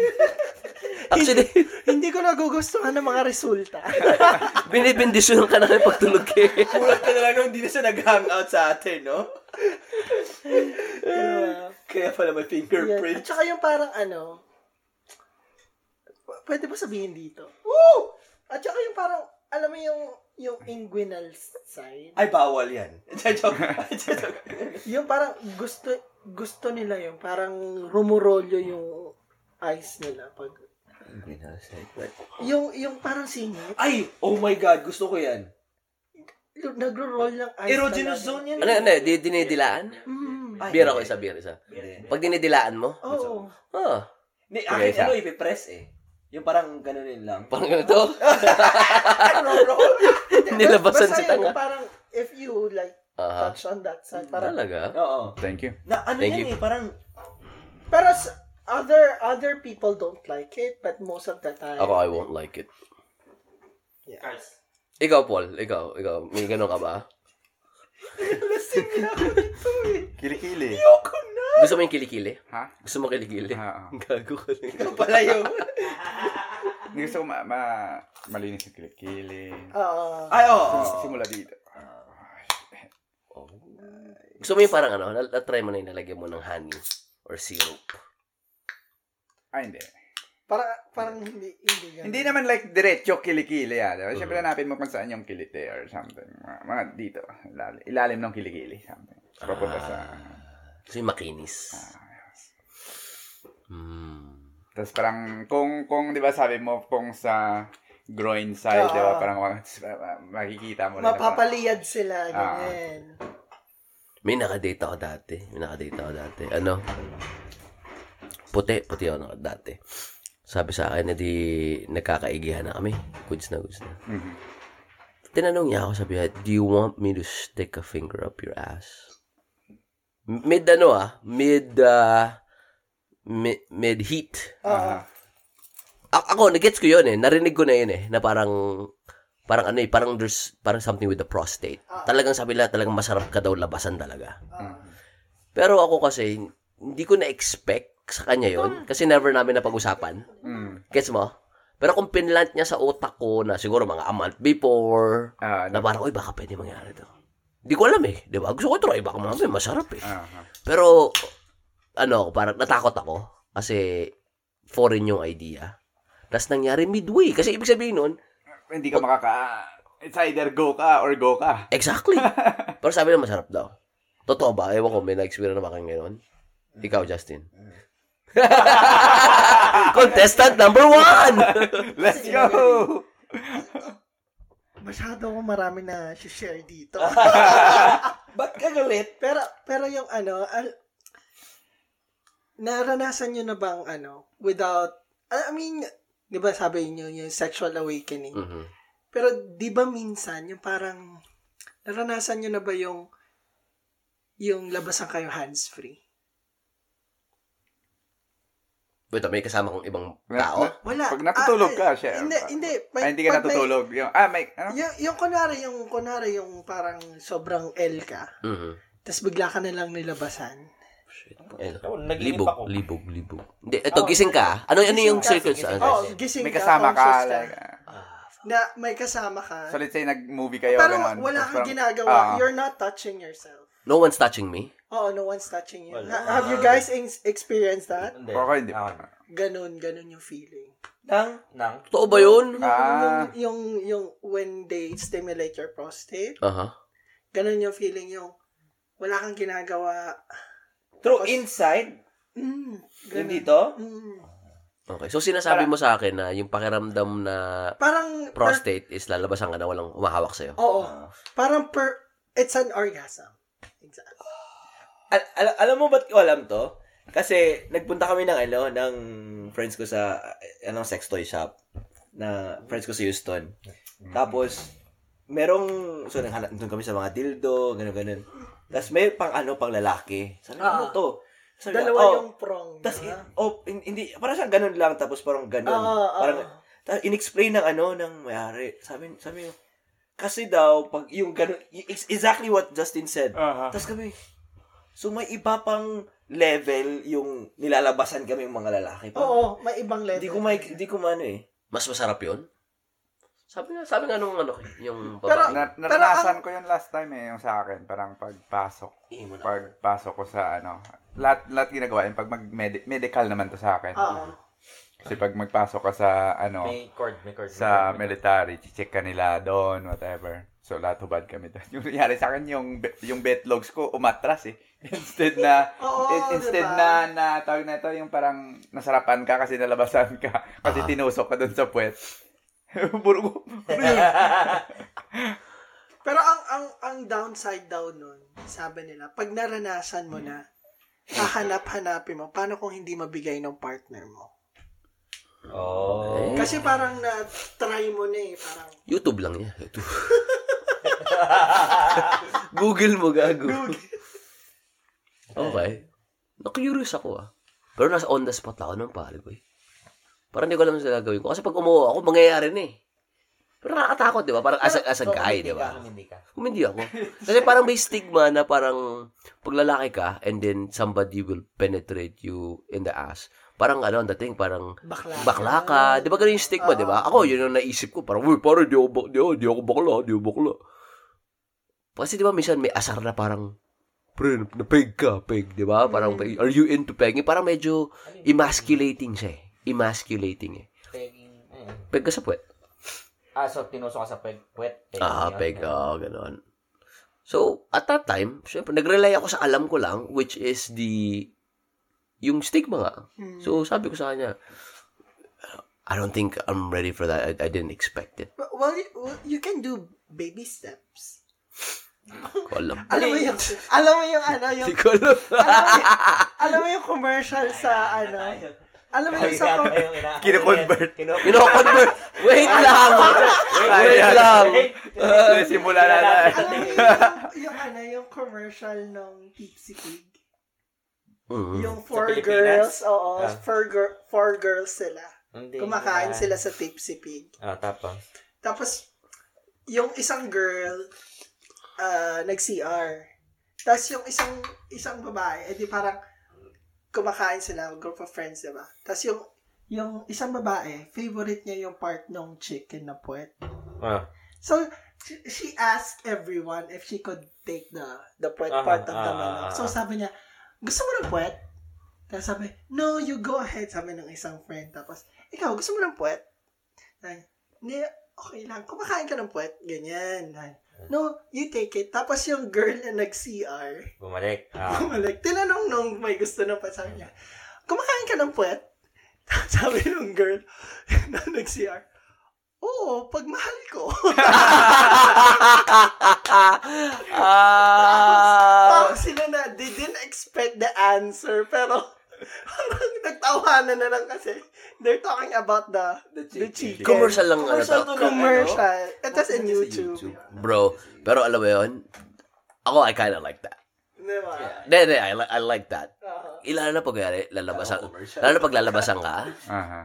Speaker 2: Actually,
Speaker 5: Hindi ko nagugustuhan ng mga resulta.
Speaker 2: binibindisyon ka na kayo pagtulog ka eh.
Speaker 1: Kulang ka na lang nung hindi na siya nag-hangout sa atin, no? Kaya pala may
Speaker 5: Yan. At
Speaker 1: fingerprint.
Speaker 5: saka yung parang ano, p- pwede ba sabihin dito?
Speaker 1: Woo!
Speaker 5: At saka yung parang, alam mo yung, yung inguinal side?
Speaker 1: Ay, bawal yan. Joke. Joke.
Speaker 5: Yung parang gusto, gusto nila yung parang rumurolyo yung eyes nila. Pag, yung, yung parang singit,
Speaker 1: Ay! Oh my God, gusto ko yan.
Speaker 5: nagro-roll ng eyes.
Speaker 1: Erogenous
Speaker 5: talaga.
Speaker 1: zone yan.
Speaker 2: Ano, ano, di- dinidilaan?
Speaker 5: Mm.
Speaker 1: Ay,
Speaker 2: Beer ako
Speaker 1: hindi.
Speaker 2: isa, beer isa.
Speaker 1: Hindi.
Speaker 2: Pag dinidilaan mo,
Speaker 5: Oo.
Speaker 2: oh,
Speaker 1: Ni, akin,
Speaker 2: Okay, isa.
Speaker 1: ano, ipipress eh. Yung parang ganunin lang.
Speaker 2: parang ganito. Nilabasan
Speaker 5: Basta
Speaker 2: sa tanga.
Speaker 5: yung Parang, if you like,
Speaker 2: Aha.
Speaker 5: touch on that side, parang,
Speaker 2: Talaga?
Speaker 1: Oo.
Speaker 3: Thank you.
Speaker 1: Na ano
Speaker 2: Thank
Speaker 1: yan eh,
Speaker 2: you.
Speaker 1: parang,
Speaker 5: pero s- other other people don't like it, but most of the time,
Speaker 2: Ako, I won't like it.
Speaker 6: guys.
Speaker 2: Ikaw, Paul. Ikaw, ikaw. May ganun ka ba?
Speaker 3: Kilikili.
Speaker 2: Gusto mo yung kilikili?
Speaker 3: Ha?
Speaker 2: Gusto mo kilikili?
Speaker 3: Ah, ah.
Speaker 2: Gago ka lang.
Speaker 1: ikaw pala yun.
Speaker 3: Hindi gusto ko ma- ma- malinis yung kilikili.
Speaker 5: ah,
Speaker 1: Ay, oo.
Speaker 3: Simula dito.
Speaker 2: Gusto mo yung parang ano, na- na-try mo na yung nalagyan mo ng honey or syrup.
Speaker 3: Ah, hindi.
Speaker 5: Para, parang hindi, hindi ganun.
Speaker 3: Hindi naman like diretso kilikili ah. Diba? Siyempre hanapin mo kung saan yung kilite or something. Mga, mga dito, ilalim, ilalim ng kilikili. Something. Tapos Papunta sa...
Speaker 2: So yung makinis.
Speaker 3: Ah,
Speaker 2: Mm.
Speaker 3: Tapos parang kung, kung di ba sabi mo kung sa groin side,
Speaker 5: Oo.
Speaker 3: di ba? Parang ma- makikita mo na parang-
Speaker 5: Mapapaliyad sila, ganyan.
Speaker 2: May nakadate ako dati. May nakadate ako dati. Ano? Puti. Puti ako naka- dati. Sabi sa akin, edi nagkakaigihan na kami. Goods na, goods na.
Speaker 3: Mhm.
Speaker 2: Tinanong niya ako, sabi niya, do you want me to stick a finger up your ass? Mid ano ah, mid, ah, mid, mid heat.
Speaker 3: "Ah,
Speaker 5: Oo.
Speaker 2: A- ako, nagets ko yun eh. Narinig ko na yun eh. Na parang, parang ano eh, parang there's, parang something with the prostate. Talagang sabi nila, talagang masarap ka daw labasan talaga. Pero ako kasi, hindi ko na-expect sa kanya yun. Kasi never namin napag-usapan.
Speaker 3: Mm.
Speaker 2: Gets mo? Pero kung pinlant niya sa utak ko na siguro mga a month before,
Speaker 3: Ah,
Speaker 2: na parang, uy, baka pwede mangyari to. Hindi ko alam eh. Di ba? Gusto ko try. Baka mamaya masarap eh.
Speaker 3: Aha.
Speaker 2: Pero, ano, parang natakot ako. Kasi, foreign yung idea. Tapos nangyari midway. Kasi ibig sabihin nun,
Speaker 3: Hindi ka makaka... It's either go ka or go ka.
Speaker 2: exactly. Pero sabi na masarap daw. Totoo ba? Ewan ko, may na-experience na ba kayo ngayon? Ikaw, Justin. Contestant number one!
Speaker 3: Let's go!
Speaker 5: Masyado akong marami na share dito. Ba't kagalit? Pero, pero yung ano, al- naranasan nyo na bang ano, without, I mean, di ba sabi nyo yung sexual awakening?
Speaker 2: Mhm.
Speaker 5: Pero di ba minsan, yung parang, naranasan nyo na ba yung, yung labasan kayo hands-free?
Speaker 2: Wait, may kasama kong ibang
Speaker 3: Na-
Speaker 2: tao?
Speaker 3: na-
Speaker 5: Wala.
Speaker 3: Pag natutulog ka,
Speaker 5: Ah, eh,
Speaker 3: siya.
Speaker 5: Hindi, hindi. May-
Speaker 3: Ay, hindi ka
Speaker 5: pag may-
Speaker 3: natutulog. Yung, ah, may... Ano?
Speaker 5: Yung, yung kunwari, yung kunwari, yung parang sobrang L ka,
Speaker 2: Mhm.
Speaker 5: tapos bigla ka na lang nilabasan.
Speaker 2: Shit. Ayun.
Speaker 6: Oh, naginip
Speaker 2: Libog,
Speaker 6: ako.
Speaker 2: libog, libog. Hindi, ito, gising ka. Ano, ano yung
Speaker 5: Gising ka,
Speaker 2: circles?
Speaker 6: gising
Speaker 2: Ano?
Speaker 6: ka.
Speaker 5: Oh, gising
Speaker 3: May kasama ka.
Speaker 5: conscious
Speaker 3: Like, ah.
Speaker 5: na may kasama ka.
Speaker 3: so let's say nag-movie kayo.
Speaker 5: pero
Speaker 3: ganun. Tapos
Speaker 5: wala kang
Speaker 3: parang-
Speaker 5: ginagawa.
Speaker 3: Ah.
Speaker 5: You're not touching yourself.
Speaker 2: No one's touching me?
Speaker 5: Oh, no one's touching you.
Speaker 6: Wala.
Speaker 5: Ha- Have you guys ex- experienced that?
Speaker 6: Hindi.
Speaker 3: Okay, hindi.
Speaker 6: Ah,
Speaker 5: Ganun, ganun yung feeling.
Speaker 6: Nang, nang.
Speaker 2: Totoo ba yun? Aha.
Speaker 3: Ah.
Speaker 5: Yung, yung, yung when they stimulate your prostate, ganun yung feeling yung wala kang ginagawa.
Speaker 6: Through inside,
Speaker 5: Mm,
Speaker 6: yung
Speaker 5: ganun.
Speaker 6: dito,
Speaker 5: Mm.
Speaker 2: Okay. So, sinasabi mo sa akin na yung pakiramdam na
Speaker 5: Parang,
Speaker 2: prostate is lalabasan ka na walang umahawak sa'yo.
Speaker 5: Oo.
Speaker 3: Ah.
Speaker 5: Parang per, it's an orgasm. Exactly.
Speaker 1: Al- al- alam mo ba't ko alam to? Kasi nagpunta kami ng ano, ng friends ko sa eh, anong sex toy shop na friends ko sa Houston. Tapos merong so naghanap doon kami sa mga dildo, ganun ganun. Tapos may pang ano pang lalaki. Sabi ko, ano to? Sabi, niya,
Speaker 5: Ah. Dalawa
Speaker 1: "Oh."
Speaker 5: yung prong.
Speaker 1: Tapos,
Speaker 5: di ba?
Speaker 1: oh, hin- hindi, parang siyang ganun lang, tapos parang ganun.
Speaker 5: Oo, oo.
Speaker 1: parang, ta- in-explain ng ano, ng mayari. Sabi, sabi, niya, kasi daw, pag yung ganun, y- ex- exactly what Justin said.
Speaker 3: Aha.
Speaker 1: Tapos kami, so may iba pang level yung nilalabasan kami yung mga lalaki. Parang,
Speaker 5: Oo, may ibang level.
Speaker 1: Hindi ko may, hindi ko maano eh.
Speaker 2: Mas masarap yun? Sabi nga, sabi nga nung ano, yung
Speaker 5: Pero-
Speaker 2: babae.
Speaker 3: Na, naranasan ko yun last time eh, yung sa akin. Parang pagpasok. Pagpasok ko sa ano. Lahat, lahat ginagawa yun. Pag mag-medical naman to sa akin.
Speaker 5: Oo.
Speaker 3: Kasi pag magpasok ka sa ano,
Speaker 6: may cord, may cord.
Speaker 3: sa
Speaker 6: may cord, may cord.
Speaker 3: military, check ka nila doon, whatever. So, lahat hubad kami doon. Yung nangyari sa akin, yung, be- yung bed logs ko, umatras eh. Instead na,
Speaker 5: Oo,
Speaker 3: in- instead
Speaker 5: diba?
Speaker 3: na, na, tawag na ito, yung parang nasarapan ka kasi nalabasan ka. Kasi tinusok ka doon sa puwet. Puro ko.
Speaker 5: Pero ang ang ang downside daw nun, sabi nila, pag naranasan mo na,
Speaker 3: Hmm.
Speaker 5: hahanap-hanapin mo, paano kung hindi mabigay ng partner mo?
Speaker 6: Oh.
Speaker 5: Kasi parang na-try mo na eh, parang,
Speaker 2: YouTube lang niya. YouTube. Google mo, gago. okay. Na-curious ako ah. Pero nasa on the spot ako ng palagoy. Parang hindi ko alam sa gagawin ko. Kasi pag umuha ako, mangyayari na eh. Pero nakakatakot, di ba? Parang asag-asag ka eh, di ba?
Speaker 6: Hindi ka.
Speaker 2: Humindi ako. Kasi parang may stigma na parang pag lalaki ka and then somebody will penetrate you in the ass. Parang ano, ang dating parang
Speaker 5: bakla.
Speaker 2: bakla ka. Di ba ganun yung stigma, di ba? Ako, yun ang naisip ko. Parang, uy, parang di ako, bak- di, ako, di ako bakla, di ako bakla. Kasi di ba, minsan may asar na parang, pre,
Speaker 6: Mm.
Speaker 2: na- na-peg ka, peg, di ba? Parang, are you into pegging? Parang medyo emasculating siya eh. emasculating eh.
Speaker 6: Pegging. ayun.
Speaker 2: Peg ka sa puwet.
Speaker 6: Ah, so tinusok ka sa peg, puwet. pegging
Speaker 2: Ah,
Speaker 6: yun.
Speaker 2: peg. Oo, ganun. So, at that time, syempre, nag-rely ako sa alam ko lang, which is the, yung stigma nga.
Speaker 5: Hmm.
Speaker 2: So, sabi ko sa kanya, I don't think I'm ready for that. I, I didn't expect it.
Speaker 5: Well, you, well, you can do baby steps.
Speaker 2: Hindi ko alam.
Speaker 5: Alam mo yung, alam mo yung ano, yung,
Speaker 2: Hindi ko alam.
Speaker 5: alam mo yung, alam mo yung commercial sa ano, alam mo yung sa, com-
Speaker 4: Kino-convert.
Speaker 2: You know, convert. Wait lang. Wait lang.
Speaker 4: Simula na na.
Speaker 5: alam mo yung, yung ano, yung commercial ng Tipsy Pig.
Speaker 2: Mm.
Speaker 5: Yung four
Speaker 6: Pilipinas?
Speaker 5: girls, oo,
Speaker 6: Ah.
Speaker 5: four, gir- four girls sila.
Speaker 6: Hindi,
Speaker 5: Kumakain
Speaker 6: wala.
Speaker 5: sila sa Tipsy Pig.
Speaker 6: Ah, tapos.
Speaker 5: Tapos, yung isang girl, ah, nag-CR. Tapos yung isang isang babae, edi parang kumakain sila, group of friends, diba? Tapos yung yung isang babae, favorite niya yung part ng chicken na puwet.
Speaker 6: Ah.
Speaker 5: So, she, she asked everyone if she could take the the puwet
Speaker 6: Ah,
Speaker 5: part of the
Speaker 6: ah,
Speaker 5: manok.
Speaker 6: ah,
Speaker 5: So,
Speaker 6: ah.
Speaker 5: sabi niya, gusto mo ng puwet? Tapos sabi, no, you go ahead, sabi ng isang friend. Tapos, ikaw, gusto mo ng puwet? Sabi, Hindi, okay lang. Kumakain ka ng puwet. Ganyan. Sabi, No, you take it. Tapos yung girl na nag-CR,
Speaker 6: Bumalik. Ah.
Speaker 5: bumalik. Tinanong nung may gusto na pa, sabi niya, kumakain ka ng puwet? sabi nung girl na nag-CR, oo, pag mahal ko.
Speaker 2: Ah.
Speaker 5: Parang sila na, they didn't expect the answer, pero parang nagtawanan na lang kasi they're talking about the the chicken.
Speaker 2: Commercial lang ano
Speaker 1: Commercial
Speaker 2: to.
Speaker 1: to.
Speaker 5: Commercial. Ito sa YouTube.
Speaker 2: Bro, pero alam mo yun, ako, I kinda like that.
Speaker 5: Di ba? Uh-huh.
Speaker 2: Hindi, hindi, I, li- I like that.
Speaker 5: Oo.
Speaker 2: Ilala na pag yari, lalabasan.
Speaker 1: commercial.
Speaker 2: Lalo na pag lalabasan ka,
Speaker 3: Aha.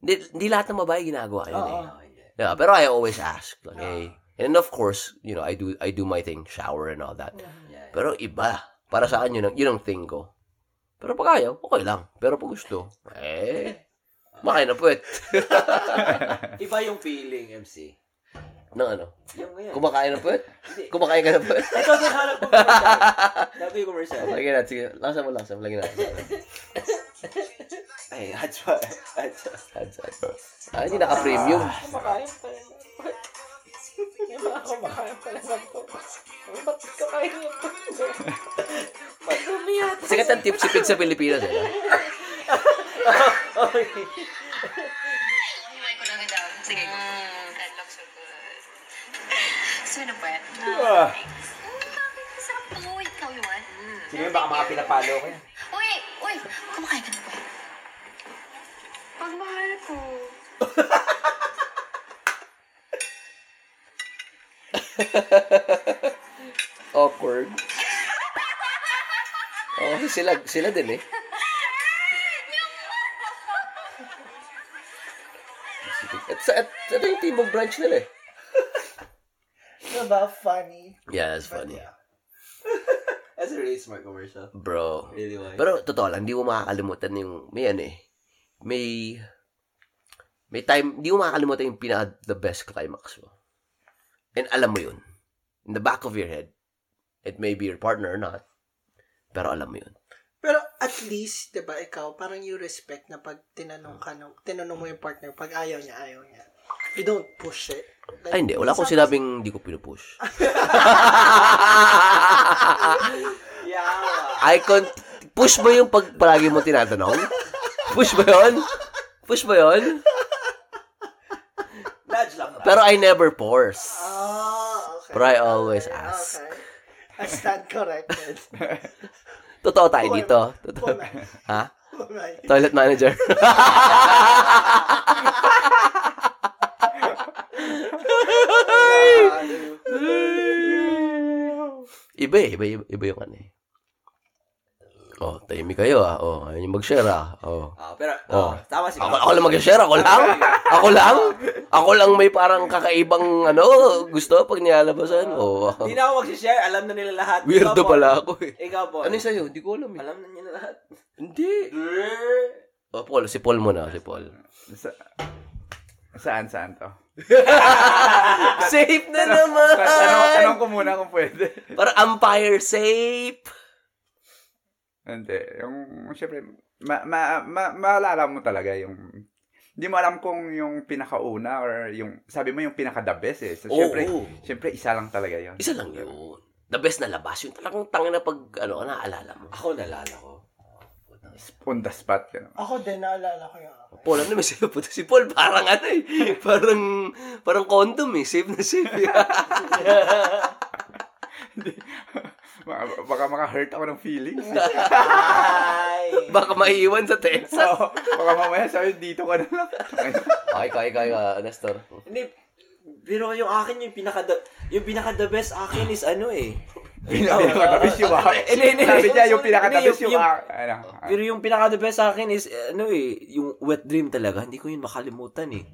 Speaker 2: hindi, hindi lahat ng babae ginagawa yun eh.
Speaker 1: Oh, hindi.
Speaker 2: Yeah, pero I always ask, like, hey, and of course, you know, I do I do my thing, shower and all that.
Speaker 1: Yeah.
Speaker 2: Pero iba. Para sa akin, yun ang, yun ang thing ko. Pero pag ayaw, okay lang. Pero pag gusto, eh, makain na puwet.
Speaker 1: Iba yung feeling, MC.
Speaker 2: Nang ano?
Speaker 1: Yung ngayon.
Speaker 2: Kumakain na puwet? Kumakain ka na puwet?
Speaker 1: Ito ang hanap ko commercial. Sabi yung commercial.
Speaker 2: Lagyan natin, sige. Lasa mo, lasa mo. Lagyan natin.
Speaker 1: Ay, that's what. That's what.
Speaker 2: Ads, ads. Ah, hindi naka-premium.
Speaker 5: Kumakain pa rin. Yung mga kumakain pa rin ako. Ba't kakain niya pa? Ba't lumiyat?
Speaker 2: Sikat ang tipsy pig sa Pilipinas eh. no?
Speaker 7: Hindi ko lang ang daw. Sige, go. That looks so good. Gusto mo ng puwet?
Speaker 6: Ah.
Speaker 7: Thanks. Mm, bakit masarap to? Ikaw yun? Mm.
Speaker 6: Sige, baka mga pinapalo ko yan.
Speaker 7: Uy! Uy! Kumakain ka ng puwet. Pag mahal ko.
Speaker 2: Awkward. Oh, sila, sila din eh. At, sa- at, at yung Timog branch nila eh.
Speaker 5: Diba funny?
Speaker 2: Yeah, that's funny.
Speaker 1: That's a really smart commercial.
Speaker 2: Bro.
Speaker 1: Really wise.
Speaker 2: Pero totoo lang, hindi mo makakalimutan yung, may ano eh, may, may time, hindi mo makakalimutan yung pinaka the best climax mo. And alam mo yun. In the back of your head, it may be your partner or not, pero alam mo yun.
Speaker 5: Pero at least, di ba, ikaw, parang you respect na pag tinanong ka, nung, tinanong mo yung partner, pag ayaw niya, ayaw niya. You don't push it. Like,
Speaker 2: Ay, hindi. Wala akong
Speaker 5: minsan-
Speaker 2: sinabing hindi ko pinupush.
Speaker 1: Yeah.
Speaker 2: I con... Push ba yung pag palagi mo tinatanong? Push ba yun? Push ba yun?
Speaker 1: Nudge lang.
Speaker 2: Pero I never force.
Speaker 5: Ah, okay.
Speaker 2: But I always
Speaker 5: Okay,
Speaker 2: ask.
Speaker 5: Okay. I stand corrected.
Speaker 2: Totoo tayo dito. Totoo.
Speaker 5: Wala.
Speaker 2: Ha?
Speaker 5: Wala.
Speaker 2: Toilet manager. iba eh. Iba, iba, iba yung ano eh. Oh, tahimik kayo ah. Oh, ayun yung mag-share ah. Oh.
Speaker 1: Ah, pero,
Speaker 2: Oh.
Speaker 1: oh, tama si
Speaker 2: Ako, ako lang mag-share? Ako lang? Ako lang? Ako lang may parang kakaibang ano, gusto pag nilalabasan? Oh. Oo.
Speaker 1: Hindi na ako mag-share. Alam na nila lahat.
Speaker 2: Weirdo
Speaker 1: Ikaw,
Speaker 2: pala ako eh.
Speaker 1: Paul. Ikaw po.
Speaker 2: Ano yung sa'yo? Hindi ko alam eh.
Speaker 1: Alam na nila lahat.
Speaker 2: Hindi. Oh, Paul. Si Paul muna. Si Paul.
Speaker 3: Sa- saan, saan to?
Speaker 2: safe na naman!
Speaker 3: Ta- Tanong, tanong ko muna kung pwede.
Speaker 2: Para umpire safe!
Speaker 3: Hindi. Yung, syempre, ma, ma, ma, maalala mo talaga yung hindi mo alam kung yung pinakauna or yung sabi mo yung pinaka the best eh. So
Speaker 2: Oo.
Speaker 3: syempre, syempre isa lang talaga 'yon.
Speaker 2: Isa lang yun. The best na labas. Yung talagang tanga na pag, ano, naaalala mo.
Speaker 1: Ako nalala ko.
Speaker 3: On the spot. You know.
Speaker 5: Ako din, naalala ko yung akin.
Speaker 2: Paul, ano may sa'yo po? Si Paul, parang ano eh. Parang, parang condom eh. Safe na safe. eh.
Speaker 3: Baka- Baka maka-hurt ako ng feelings.
Speaker 6: Ay!
Speaker 2: Baka maiiwan sa Texas.
Speaker 3: Oo. baka mamaya sabi dito ka na lang.
Speaker 2: Okay, okay, okay, uh, Nestor.
Speaker 1: Hindi, pero yung akin, yung pinaka the, yung pinaka the best akin is ano eh.
Speaker 3: Pinaka-tabis yung ah.
Speaker 1: Eh, hindi, hindi.
Speaker 3: Sabi niya yung pinaka-tabis
Speaker 1: Hindi,
Speaker 3: yung ah. Ano, ah.
Speaker 1: Pero yung pinaka the best sa akin is eh, ano eh, yung wet dream talaga. Hindi ko yun makalimutan eh.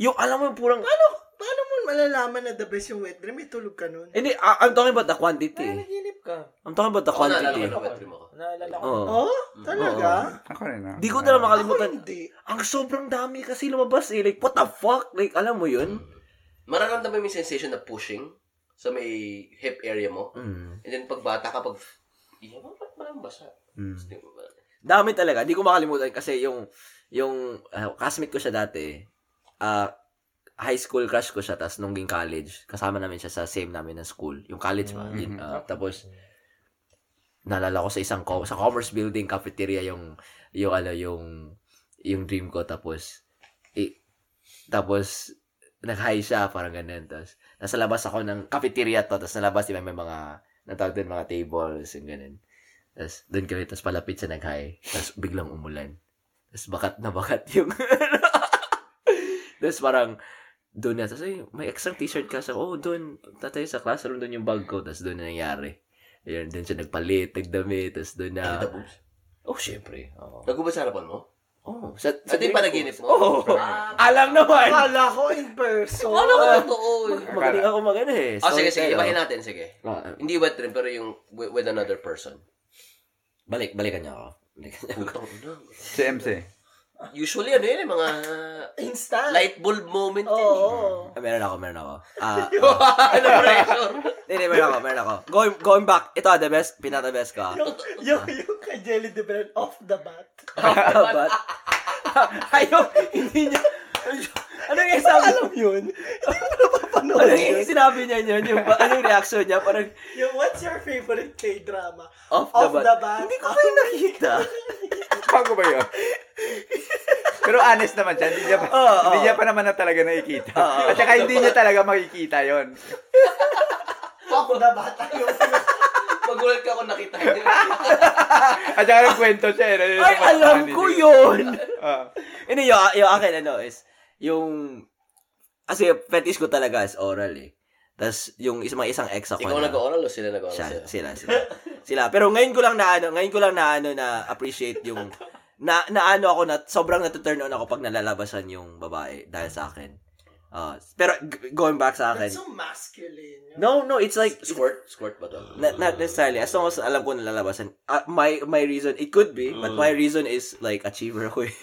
Speaker 1: Yung alam mo yung purang
Speaker 5: Ano? Paano mo malalaman na the best yung wet dream? May tulog
Speaker 2: Eh,
Speaker 5: ka nun.
Speaker 1: Hindi, I- I'm talking about the quantity.
Speaker 6: Ay,
Speaker 1: eh.
Speaker 6: naginip ka.
Speaker 1: I'm talking about the
Speaker 2: Ako naalala ko
Speaker 1: quantity.
Speaker 2: na wet dream ako.
Speaker 6: Naalala ko.
Speaker 1: Oo.
Speaker 5: Oh, talaga?
Speaker 3: Ako rin ah.
Speaker 1: Di ko na lang
Speaker 5: Ako
Speaker 1: makalimutan.
Speaker 5: hindi.
Speaker 1: Ang sobrang dami kasi lumabas eh. Like, what the fuck? Like, alam mo yun?
Speaker 2: Mararamdaman mo yung sensation na pushing sa may hip area mo.
Speaker 1: Mm.
Speaker 2: And then pag bata ka, pag... Iya, ba't malang basa?
Speaker 1: Mm. Dami talaga. Di ko makalimutan kasi yung, yung ah, classmate ko siya dati, ah, high school crush ko siya, tas nung ging college, kasama namin siya sa same namin na school. Yung college ba? Yun, ah, tapos, naalala ko sa isang, co- sa commerce building, cafeteria, yung, yung ano, yung, yung dream ko. Tapos, eh, tapos, nag-high siya, parang ganun. Tapos, nasa labas ako ng cafeteria to, tapos nalabas, di ba, may mga, natawag doon, mga tables, yung ganun. Tapos, doon kami, tapos palapit siya nag-high. Tapos, biglang umulan. Tapos, bakat na bakat yung, tapos, parang, doon na. Tapos, ay, may extra t-shirt ka. So, oh, doon, tatay sa classroom, doon yung bag ko. Tapos, doon na nangyari. Ayun, doon siya nagpalit, nagdami. Tapos, doon na. Oh, syempre. Oo.
Speaker 2: Nagubad sa harapan mo?
Speaker 1: Oh, sa,
Speaker 2: Sa
Speaker 1: dream
Speaker 2: Ano yung panaginip mo?
Speaker 1: Oo. Alam naman.
Speaker 5: Akala ko in person.
Speaker 2: Ano ko totoo eh.
Speaker 1: Magaling ako magano eh.
Speaker 2: Ah, sige, sige.
Speaker 1: Storyteller.
Speaker 2: Ibahin natin, sige.
Speaker 1: Ah,
Speaker 2: Hindi wet dream, pero yung with, with another person.
Speaker 1: balik, balikan niya ako. Balikan niya.
Speaker 2: Putang ina.
Speaker 3: Si MC.
Speaker 2: Usually, ano yun, eh, mga
Speaker 5: Instant.
Speaker 2: light bulb moment.
Speaker 5: Oo.
Speaker 2: yun.
Speaker 1: Ah, meron ako, meron ako. Ah,
Speaker 2: Ano pressure?
Speaker 1: hindi, meron ako, meron ako. Going, going back, ito, the best, pinaka the best ka.
Speaker 5: Yung, yung, yung kay Jelly de Bell off the bat.
Speaker 1: But, ayaw, hindi niya, ano yung sabi?
Speaker 5: Alam yun?
Speaker 1: Ano
Speaker 5: Napapanood
Speaker 1: yung
Speaker 5: yun?
Speaker 1: sinabi niya yun? Yung, ba- ano yung reaction niya? Parang,
Speaker 5: Yung what's your favorite K-drama?
Speaker 1: Off the bat. Hindi ko
Speaker 5: Off
Speaker 1: pa yung nakita.
Speaker 3: Bago ba yun? Pero honest naman siya, hindi niya pa, hindi niya pa naman na talaga nakikita. At saka hindi niya talaga makikita yon.
Speaker 5: off the bat. Ayaw ko na-
Speaker 2: Magulat ka kung nakita niya.
Speaker 3: At saka nagkwento siya. Eh, Ano yun,
Speaker 1: Ay,
Speaker 3: naman,
Speaker 1: alam
Speaker 3: hindi
Speaker 1: ko
Speaker 3: niya-
Speaker 1: yun!
Speaker 3: Ah.
Speaker 1: Hindi, yung, yung akin, ano, is, yung, kasi fetish ko talaga is oral eh. Tapos, yung isang, isang ex ako
Speaker 2: Ikaw
Speaker 1: na-
Speaker 2: nag-oral o sila nag-oral
Speaker 1: siya,
Speaker 2: sa'yo?
Speaker 1: sila, sila. sila. Pero ngayon ko lang na ano, ngayon ko lang na ano na appreciate yung na, na ano ako na sobrang natuturn on ako pag nalalabasan yung babae dahil sa akin. Ah, pero g- going back sa
Speaker 5: That's
Speaker 1: akin.
Speaker 5: so masculine.
Speaker 1: No, no, it's like it's-
Speaker 2: Squirt? Squirt ba to?
Speaker 1: not, not necessarily. As long as alam ko nalalabasan. Ah, my my reason, it could be,
Speaker 2: Mm.
Speaker 1: but my reason is like achiever ako. eh.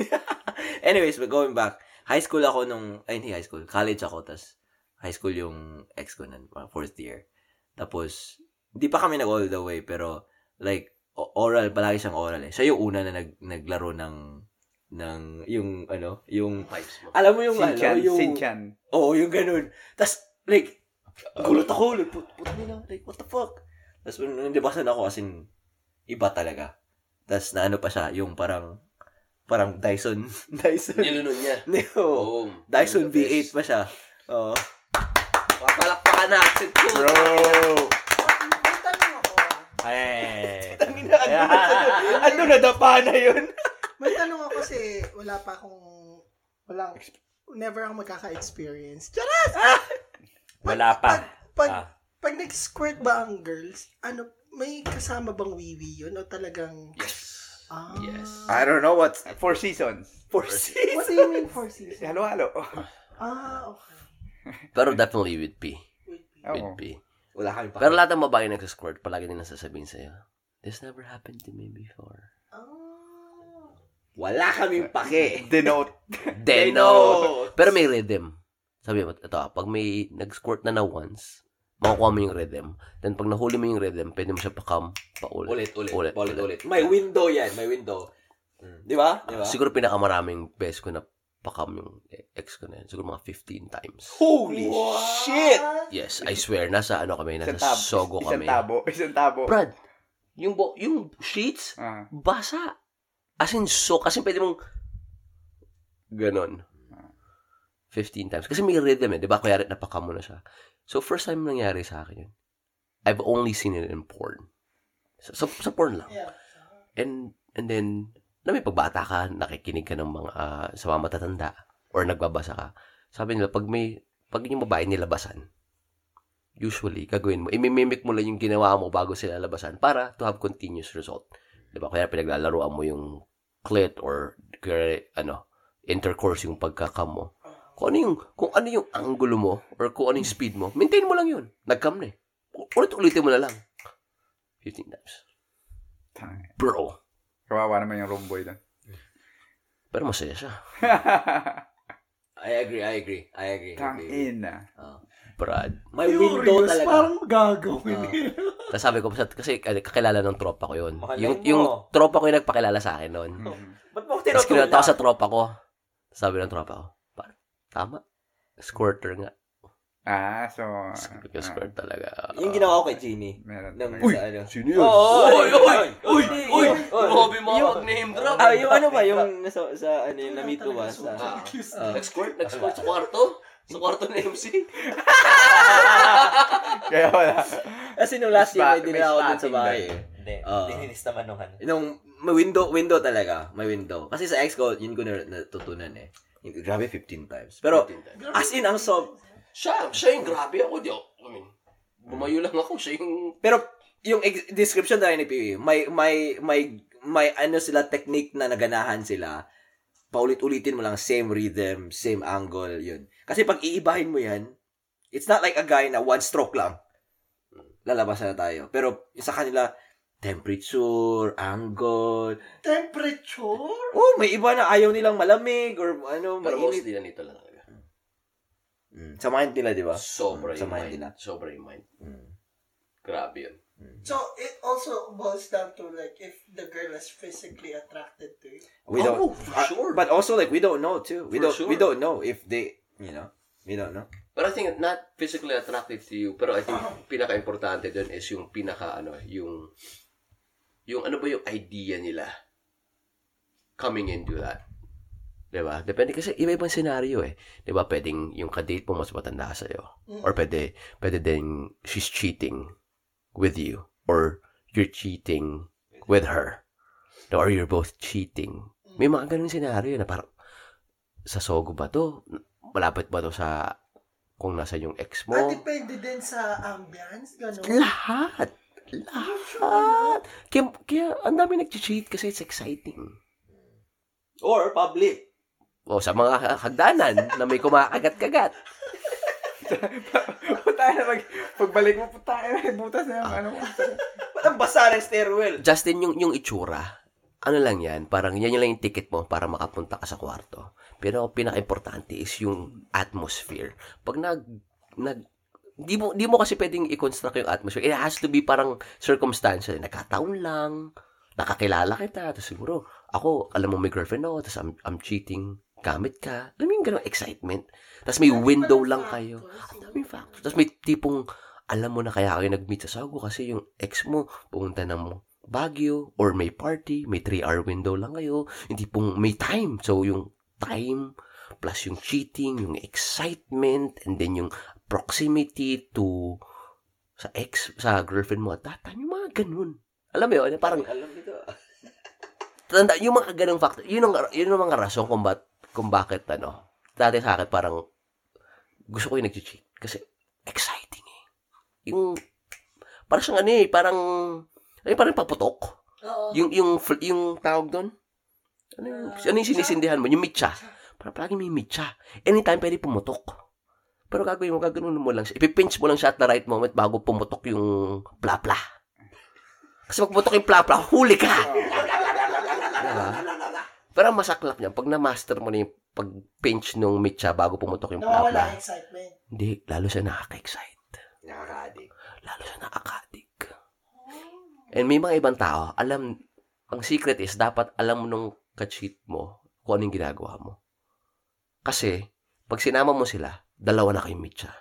Speaker 1: Anyways, but going back, high school ako nung, ay hindi high school, college ako, tas high school yung ex ko nun, mga fourth year. Tapos, di pa kami nag all the way, pero like, o- oral, palagi siyang oral eh. Siya yung una na nag, naglaro ng, ng, yung, ano, yung,
Speaker 2: Pipes mo.
Speaker 1: alam mo yung,
Speaker 3: Sinchan,
Speaker 1: ano, yung,
Speaker 3: Sinchan.
Speaker 1: Oo, yung ganun. Tapos, like, gulat ako. Like, put, put nila. Like, what the fuck? Tapos, nandibasan ako as in, iba talaga. Tapos, naano pa siya, yung parang, parang Dyson. Dyson.
Speaker 2: Nilunod niya.
Speaker 1: no.
Speaker 2: Boom.
Speaker 1: Dyson V8 pa siya. Oo.
Speaker 2: Papalakpakan na. Sit ko.
Speaker 3: Bro!
Speaker 5: May tanong ako. ah.
Speaker 4: Ay.
Speaker 1: ano na dapa na yun?
Speaker 5: May tanong ako kasi wala pa akong, walang, never ako magkaka-experience. Charot!
Speaker 1: Ah!
Speaker 4: Wala pa.
Speaker 5: Pag,
Speaker 4: Ah.
Speaker 5: pag nag-squirt ba ang girls, ano, may kasama bang wiwi yun? O talagang, ah,
Speaker 2: Yes.
Speaker 3: I don't know what's... Four seasons.
Speaker 1: For sale.
Speaker 5: what do you mean for season?
Speaker 3: Halo-halo. Oh.
Speaker 5: Ah, okay.
Speaker 2: Pero definitely with P.
Speaker 5: Wait, wait.
Speaker 3: Oo.
Speaker 2: With P.
Speaker 1: Wala kami pa.
Speaker 2: Pero lahat ng babae nag-squirt, palagi nila sasabihin sa'yo, This never happened to me before.
Speaker 5: Ah.
Speaker 1: Wala kami pake.
Speaker 3: Denote.
Speaker 2: They know! Pero may rhythm. Sabi mo, ito, ah, pag may nag-squirt na na once, makukuha mo yung rhythm. Then pag nahuli mo yung rhythm, pwede mo siya pakam, paulit.
Speaker 1: Ulit, ulit, ulit, ulit. May window yan, may window.
Speaker 4: Hmm.
Speaker 1: Di ba? Di ba?
Speaker 2: Siguro pinakamaraming beses ko na pakam yung ex ko na yun. Siguro mga 15 times.
Speaker 1: Holy shit!
Speaker 5: Ah,
Speaker 2: Yes, I swear. Nasa ano kami, nasa
Speaker 3: Isang tabo.
Speaker 2: Sogo
Speaker 3: isang
Speaker 2: kami.
Speaker 3: tabo. Isang tabo.
Speaker 2: Brad, yung, bo- yung sheets,
Speaker 3: Ah.
Speaker 2: basa. As in, soak. As in, pwede mong... Ganon. 15 times. Kasi may rhythm eh. Di ba? Kaya napaka mo na siya. So, first time nangyari sa akin yun. I've only seen it in porn. Sa, sa, sa porn lang.
Speaker 5: Yeah.
Speaker 2: And, and then, na may pagbata ka, nakikinig ka ng mga ah, sa mga matatanda or nagbabasa ka. Sabi nila, pag may, pag yung babae nilabasan, usually, gagawin mo, imimimik mo lang yung ginawa mo bago sila labasan para to have continuous result. Di ba? Kaya pinaglalaroan mo yung clit or kaya, ano, intercourse yung pagkakam mo. Kung ano yung, kung ano yung angulo mo or kung ano yung speed mo, maintain mo lang yun. Nagkam na eh. Ulit-ulitin mo na lang. 15 times.
Speaker 3: Tangina.
Speaker 2: Bro.
Speaker 3: Kawawa naman yung romboy doon.
Speaker 2: Pero masaya siya.
Speaker 1: I agree, I agree. I agree. agree.
Speaker 3: Tangina.
Speaker 2: Brad.
Speaker 1: May window
Speaker 5: Curious,
Speaker 1: talaga.
Speaker 5: Parang gagawin.
Speaker 1: Ah.
Speaker 2: Tapos sabi ko, sa- kasi eh, kakilala ng tropa ko yun.
Speaker 1: Mahalay
Speaker 2: Yung,
Speaker 1: mo.
Speaker 2: yung tropa ko yung nagpakilala sa akin
Speaker 1: Oh.
Speaker 2: noon.
Speaker 3: Mm.
Speaker 1: Ba't mo ako
Speaker 2: Tapos kinulata
Speaker 1: tinutulak?
Speaker 2: ko sa tropa ko. Sabi ng tropa ko, "Par- tama. Squirter nga.
Speaker 3: Ah, so...
Speaker 2: Sabi ko, squirt talaga. Ah.
Speaker 1: Yung ginawa ko kay Genie.
Speaker 3: Meron.
Speaker 1: Nang
Speaker 3: Uy!
Speaker 1: sa ano.
Speaker 3: Sino yun?
Speaker 1: Oo!
Speaker 2: Oy, oy, oy, oy,
Speaker 1: oy.
Speaker 2: Grabe mga
Speaker 1: Yung-
Speaker 2: pag-name drop.
Speaker 1: Ah, yung ano ba? Yung nasa, sa ano yung na-meet ko ba? Sa,
Speaker 2: Ah,
Speaker 1: ah.
Speaker 2: Nag-squirt, nag-squirt sa kwarto. Sa kwarto ng MC.
Speaker 3: Kaya wala.
Speaker 1: As in, nung last year, may
Speaker 3: May
Speaker 1: dinala ko dun sa
Speaker 3: spotting
Speaker 1: bahay. eh.
Speaker 3: ba
Speaker 6: Hindi.
Speaker 1: Oo.
Speaker 6: Dininis naman nung ano.
Speaker 1: Nung, may window, window talaga. May window. Kasi sa ex ko, yun ko na- natutunan eh. Yung- Grabe, 15 times. Pero, as in, ang sob.
Speaker 2: Siya, siya yung grabe ako. Di ako, I mean, bumayo lang ako. Siya yung
Speaker 1: Pero, yung ex- description na ni Piwi, may, may, may, may ano sila, technique na naganahan sila. Paulit-ulitin mo lang, same rhythm, same angle, yun. Kasi pag iibahin mo yan, it's not like a guy na one stroke lang. Lalabas na tayo. Pero, sa kanila, temperature, angle,
Speaker 5: Temperature?
Speaker 1: Oh, may iba na ayaw nilang malamig or ano,
Speaker 2: Pero
Speaker 1: mainit.
Speaker 2: mostly nandito lang talaga.
Speaker 1: Mm. Sa mind nila, di ba? Mm,
Speaker 2: Sobra
Speaker 1: sa
Speaker 2: yung
Speaker 1: mind
Speaker 2: mind. Hmm.
Speaker 1: nila.
Speaker 2: Sobra yung mind.
Speaker 1: Mm.
Speaker 2: Grabe yun.
Speaker 5: So, it also boils down to like if the girl is physically attracted to you.
Speaker 1: We don't,
Speaker 2: Oh, for
Speaker 1: uh,
Speaker 2: sure.
Speaker 1: But also, like, we don't know, too. We
Speaker 2: For
Speaker 1: don't, we
Speaker 2: sure.
Speaker 1: don't know if they, you know, we don't know.
Speaker 2: But I think not physically attractive to you, pero I think pinaka-importante dun is yung pinaka, ano, yung, yung ano ba yung idea nila coming into that. Diba? Depende kasi iba-ibang senaryo eh. Diba? Pwedeng yung kadate mo mas matanda sa'yo. Or pwede, pwede din she's cheating with you. Or you're cheating with her. Or you're both cheating. May mga ganun senaryo na parang sa sogo ba to? Malapit ba to sa kung nasa yung ex mo?
Speaker 5: Ah, depende din sa ambience, gano'n.
Speaker 2: Lahat. Lahat. Kaya, kaya ang dami nag-cheat kasi it's exciting.
Speaker 1: Or public.
Speaker 2: O sa mga hagdanan na may kumakagat-kagat.
Speaker 3: Putain na mag... Pagbalik mo, putain na. Butas na
Speaker 2: Ah.
Speaker 3: yung ano mo.
Speaker 1: Ba't ang basa ng stairwell?
Speaker 2: Justin, yung, yung itsura, ano lang yan, parang yan yung lang yung ticket mo para makapunta ka sa kwarto. Pero ang pinaka-importante is yung atmosphere. Pag nag, nag, di mo, di mo kasi pwedeng i-construct yung atmosphere. It has to be parang circumstantial. Nagkataon lang, nakakilala kita, tapos siguro, ako, alam mo may girlfriend ako, tapos I'm, I'm cheating, gamit ka. Alam mo yung ganong excitement. Tapos may window lang kayo. Ang
Speaker 5: eh.
Speaker 2: daming factors. Tapos may tipong, alam mo na kaya kayo nag-meet sa Sago kasi yung ex mo pumunta ng Baguio or may party, may 3-hour window lang kayo. Hindi pong may time. So, yung time plus yung cheating, yung excitement, and then yung proximity to sa ex, sa girlfriend mo at that time, yung mga ganun. Alam mo yun, parang
Speaker 1: alam nito.
Speaker 2: tanda, yung mga ganung factor, yun ang, yun ang mga rason kung, bat, kung bakit, ano, dati sa akin, parang, gusto ko yung nag-cheat. Kasi, exciting eh. Yung, parang siyang ano eh, parang, ay, parang paputok.
Speaker 5: Oo.
Speaker 2: Yung, yung, fl- yung tawag doon, ano, yung, ano yung sinisindihan mo? Yung mitsa. Parang palagi may mitsa. Anytime pwede pumutok. Pero gagawin mo, gagawin mo lang siya. Ipipinch mo lang siya at the right moment bago pumutok yung plapla. Kasi pag pumutok yung plapla, huli ka! Diba? Pero ang masaklap niya, pag na-master mo na yung pag-pinch nung mitsa bago pumutok yung
Speaker 5: Nawawala
Speaker 2: plapla,
Speaker 5: ang excitement.
Speaker 2: hindi, lalo siya nakaka-excite
Speaker 1: Nakaka-addict.
Speaker 2: lalo siya nakakadik. And may mga ibang tao, alam, ang secret is, dapat alam mo nung ka-cheat mo kung anong ginagawa mo. Kasi, pag sinama mo sila, dalawa na kayong mitya.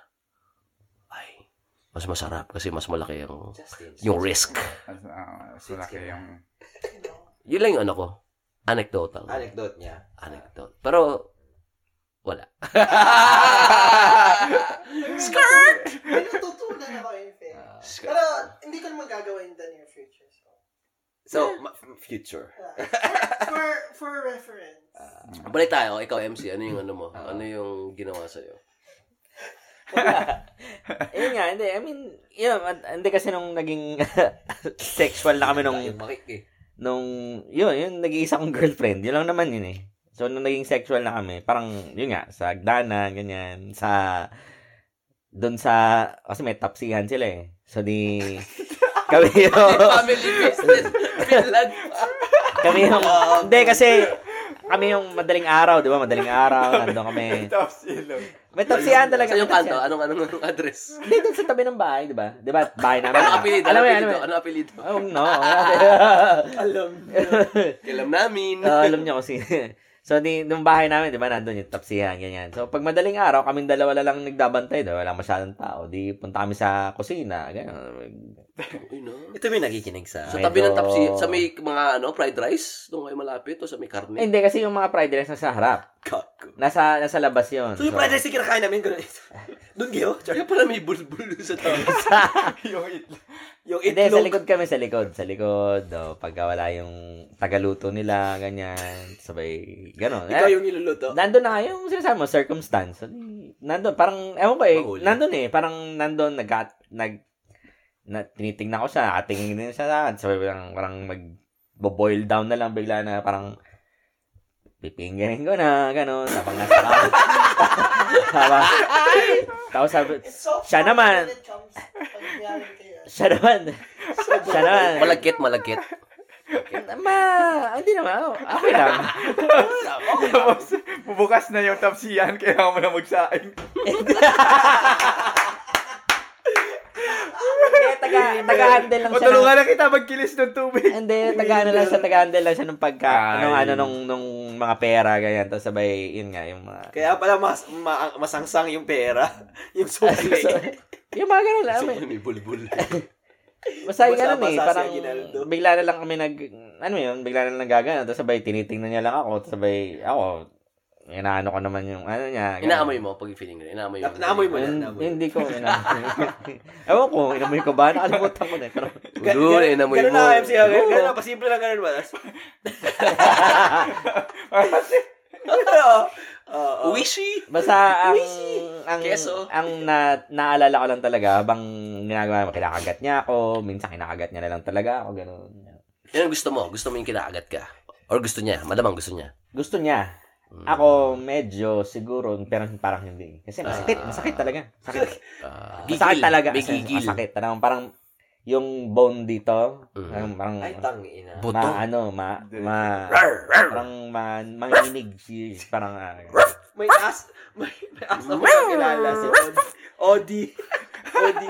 Speaker 2: Ay, mas masarap kasi mas malaki ang
Speaker 6: Justin.
Speaker 2: yung risk.
Speaker 3: As, ah, mas malaki
Speaker 6: Sige.
Speaker 3: yung...
Speaker 2: Yun lang yung ano ko. Anecdotal.
Speaker 6: Anecdote niya.
Speaker 2: Anecdote. Pero, wala.
Speaker 5: Skirt! May natutunan ako in fairness. Pero hindi ko naman gagawa in the near future. So,
Speaker 1: So, ma- future.
Speaker 5: ah, for, for, for reference.
Speaker 2: Balik tayo. Ikaw, MC. Ano yung ano mo? Ano yung ginawa sa'yo?
Speaker 4: Ayun nga, hindi. I mean, yun, at- hindi kasi nung naging sexual na kami nung,
Speaker 1: Yung makik eh.
Speaker 4: nung, yun, yun, nag-iisa kong girlfriend. Yun lang naman yun eh. So, nung naging sexual na kami, parang, yun nga, sa agdanan, ganyan, sa, doon sa, kasi may tapsihan sila eh. So, di, kami yung,
Speaker 2: Family business. Finland.
Speaker 4: kami yung, hindi, kasi, kami yung madaling araw, di ba? Madaling araw, nandun kami.
Speaker 3: Tapos ilog.
Speaker 4: May tapsihan talaga.
Speaker 2: Sa yung
Speaker 4: may
Speaker 2: kanto,
Speaker 4: tapsihan.
Speaker 2: anong, anong, anong address?
Speaker 4: Hindi, doon sa tabi ng bahay, di ba? Di ba, bahay namin.
Speaker 2: Anong apelido?
Speaker 4: Alam
Speaker 2: Anong
Speaker 4: mo yan, alam
Speaker 2: apelido?
Speaker 4: mo yan.
Speaker 2: Anong apelido?
Speaker 4: Oh, no. Alam
Speaker 2: Kailam namin.
Speaker 4: Ah, alam niya kasi. So, di, nung bahay namin, di ba, nandun yung tapsihan, ganyan. So, pag madaling araw, kaming dalawa na lang nagdabantay, di ba, walang masyadong tao. Di, punta kami sa kusina, ganyan.
Speaker 2: Ay, no.
Speaker 1: Ito may nakikinig sa...
Speaker 2: Sa
Speaker 4: Medyo-
Speaker 2: tabi ng tapsi, sa may mga ano, fried rice, doon kayo malapit, o sa may
Speaker 4: Eh,
Speaker 2: karne.
Speaker 4: hindi, kasi yung mga fried rice nasa harap.
Speaker 1: Kako.
Speaker 4: Nasa, nasa labas yun.
Speaker 1: So, yung fried rice yung kinakain namin, ganun. Doon kayo? Char-
Speaker 2: Kaya pala may bulbul sa tabi.
Speaker 3: yung itlog.
Speaker 1: Yung
Speaker 4: Hindi, sa
Speaker 1: itlog.
Speaker 4: likod kami, sa likod. Sa likod, oh, pagka wala yung tagaluto nila, ganyan. Sabay, gano'n.
Speaker 1: Ikaw yung niluluto.
Speaker 4: Nandun na nga yung sinasabi mo, circumstance.
Speaker 3: Ano
Speaker 4: Di- Nandun, parang, ewan ko eh,
Speaker 1: Mahuli.
Speaker 4: nandun eh, parang nandun, nag, nag, na, tinitingnan ko siya, atingin din siya sa akin, sabi parang, parang mag, boil down na lang bigla na parang, pipingirin ko na, gano'n, habang nasa habang, habang, tapos sabi,
Speaker 5: It's so
Speaker 4: Siya
Speaker 5: fun
Speaker 4: naman.
Speaker 5: when it comes pag reality.
Speaker 4: siya naman, siya naman,
Speaker 2: malagkit, malagkit.
Speaker 4: ma, hindi naman, okay lang.
Speaker 3: Tapos, bubukas na yung tapsihan, kailangan mo na magsaing.
Speaker 4: Hindi, eh, taga, taga-handle lang siya. ng-
Speaker 3: Matulungan na kita magkilis ng tubig.
Speaker 4: And then, tagaan na lang siya, tagaan lang siya ng pagka,
Speaker 3: Ay.
Speaker 4: nung ano, nung, nung mga pera, ganyan. Tapos sabay, yun nga, yung mga,
Speaker 1: Kaya pala mas, ma- masangsang yung pera. yung sukli.
Speaker 4: So, yung mga ganun lang.
Speaker 1: Gusto
Speaker 4: eh.
Speaker 1: ko may bulbul.
Speaker 4: Basta yung ganun eh,
Speaker 1: basa-basa si
Speaker 4: parang,
Speaker 1: Aguinaldo.
Speaker 4: bigla na lang kami nag, ano yun, bigla na lang gagana. Tapos sabay, tinitingnan niya lang ako. Tapos sabay, ako, inaano ko naman yung, ano niya. ganun.
Speaker 2: Inaamoy mo pag feeling rin. Inaamoy mo.
Speaker 1: Na- naamoy mo na.
Speaker 4: Yun-
Speaker 1: Inaamoy.
Speaker 4: Hindi ko, inaamoy. Ewan ko, inamoy ko ba? Nakalimutan ko na eh. Pero,
Speaker 2: Ulo, inamoy mo.
Speaker 1: Ganun na MC. Okay?
Speaker 4: Oo.
Speaker 1: Ganun na, pasimple lang ganun ba? Tas- Oo.
Speaker 2: Wishy!
Speaker 4: Basta ang ang
Speaker 2: Keso.
Speaker 4: ang na, naalala ko lang talaga habang ginagawa mo kinakagat niya ako, minsan kinakagat niya na lang talaga ako ganun.
Speaker 2: Yan ang gusto mo. Gusto mo yung kinakagat ka. Or gusto niya. Malamang gusto niya.
Speaker 4: Gusto niya.
Speaker 2: Mm.
Speaker 4: Ako medyo siguro pero parang hindi. Kasi masakit,
Speaker 2: Ah.
Speaker 4: masakit talaga. Sakit.
Speaker 2: Ah,
Speaker 4: Masakit
Speaker 2: gigil.
Speaker 4: talaga.
Speaker 2: May
Speaker 4: As in,
Speaker 2: gigil.
Speaker 4: Masakit talaga. Parang yung bone dito,
Speaker 2: Mm.
Speaker 4: parang, parang
Speaker 1: Ay, tangina.
Speaker 4: ma,
Speaker 2: Buto.
Speaker 4: ano, ma, ma, parang ma, manginig, parang, ah,
Speaker 1: May as, may, may as na kilala si Od. Odi. Odi.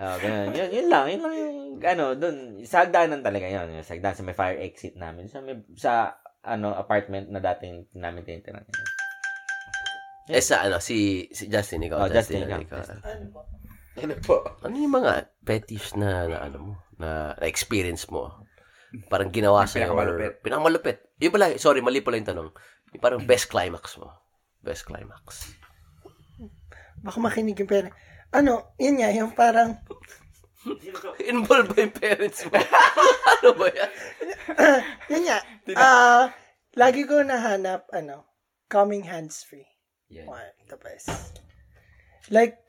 Speaker 4: Oh, ganun. Yun, yun lang. Yun lang yung, ano, dun. Sa hagdanan talaga yun. Yung Sa hagdanan, sa may fire exit namin. Sa, may, sa ano, apartment na dati namin tinitiran.
Speaker 2: Eh sa ano, si, si Justin, ikaw.
Speaker 4: Oh, Justin,
Speaker 2: ano,
Speaker 4: ikaw.
Speaker 5: Ano ba?
Speaker 1: Ano po?
Speaker 2: Ano yung mga fetish na, na ano mo? Na, na experience mo? Parang ginawa
Speaker 3: Yung
Speaker 2: sa iyo.
Speaker 3: pinakamalupit.
Speaker 2: Or, pinakamalupit. Yung pala, sorry, mali pala yung tanong. Yung parang best climax mo. Best climax.
Speaker 5: Baka makinig yung pera. Ano, yun nga, yung parang,
Speaker 2: Involved ba yung parents mo? ano ba yan?
Speaker 5: yun nga, ah, lagi ko nahanap, ano, coming hands-free. One, the best. Like,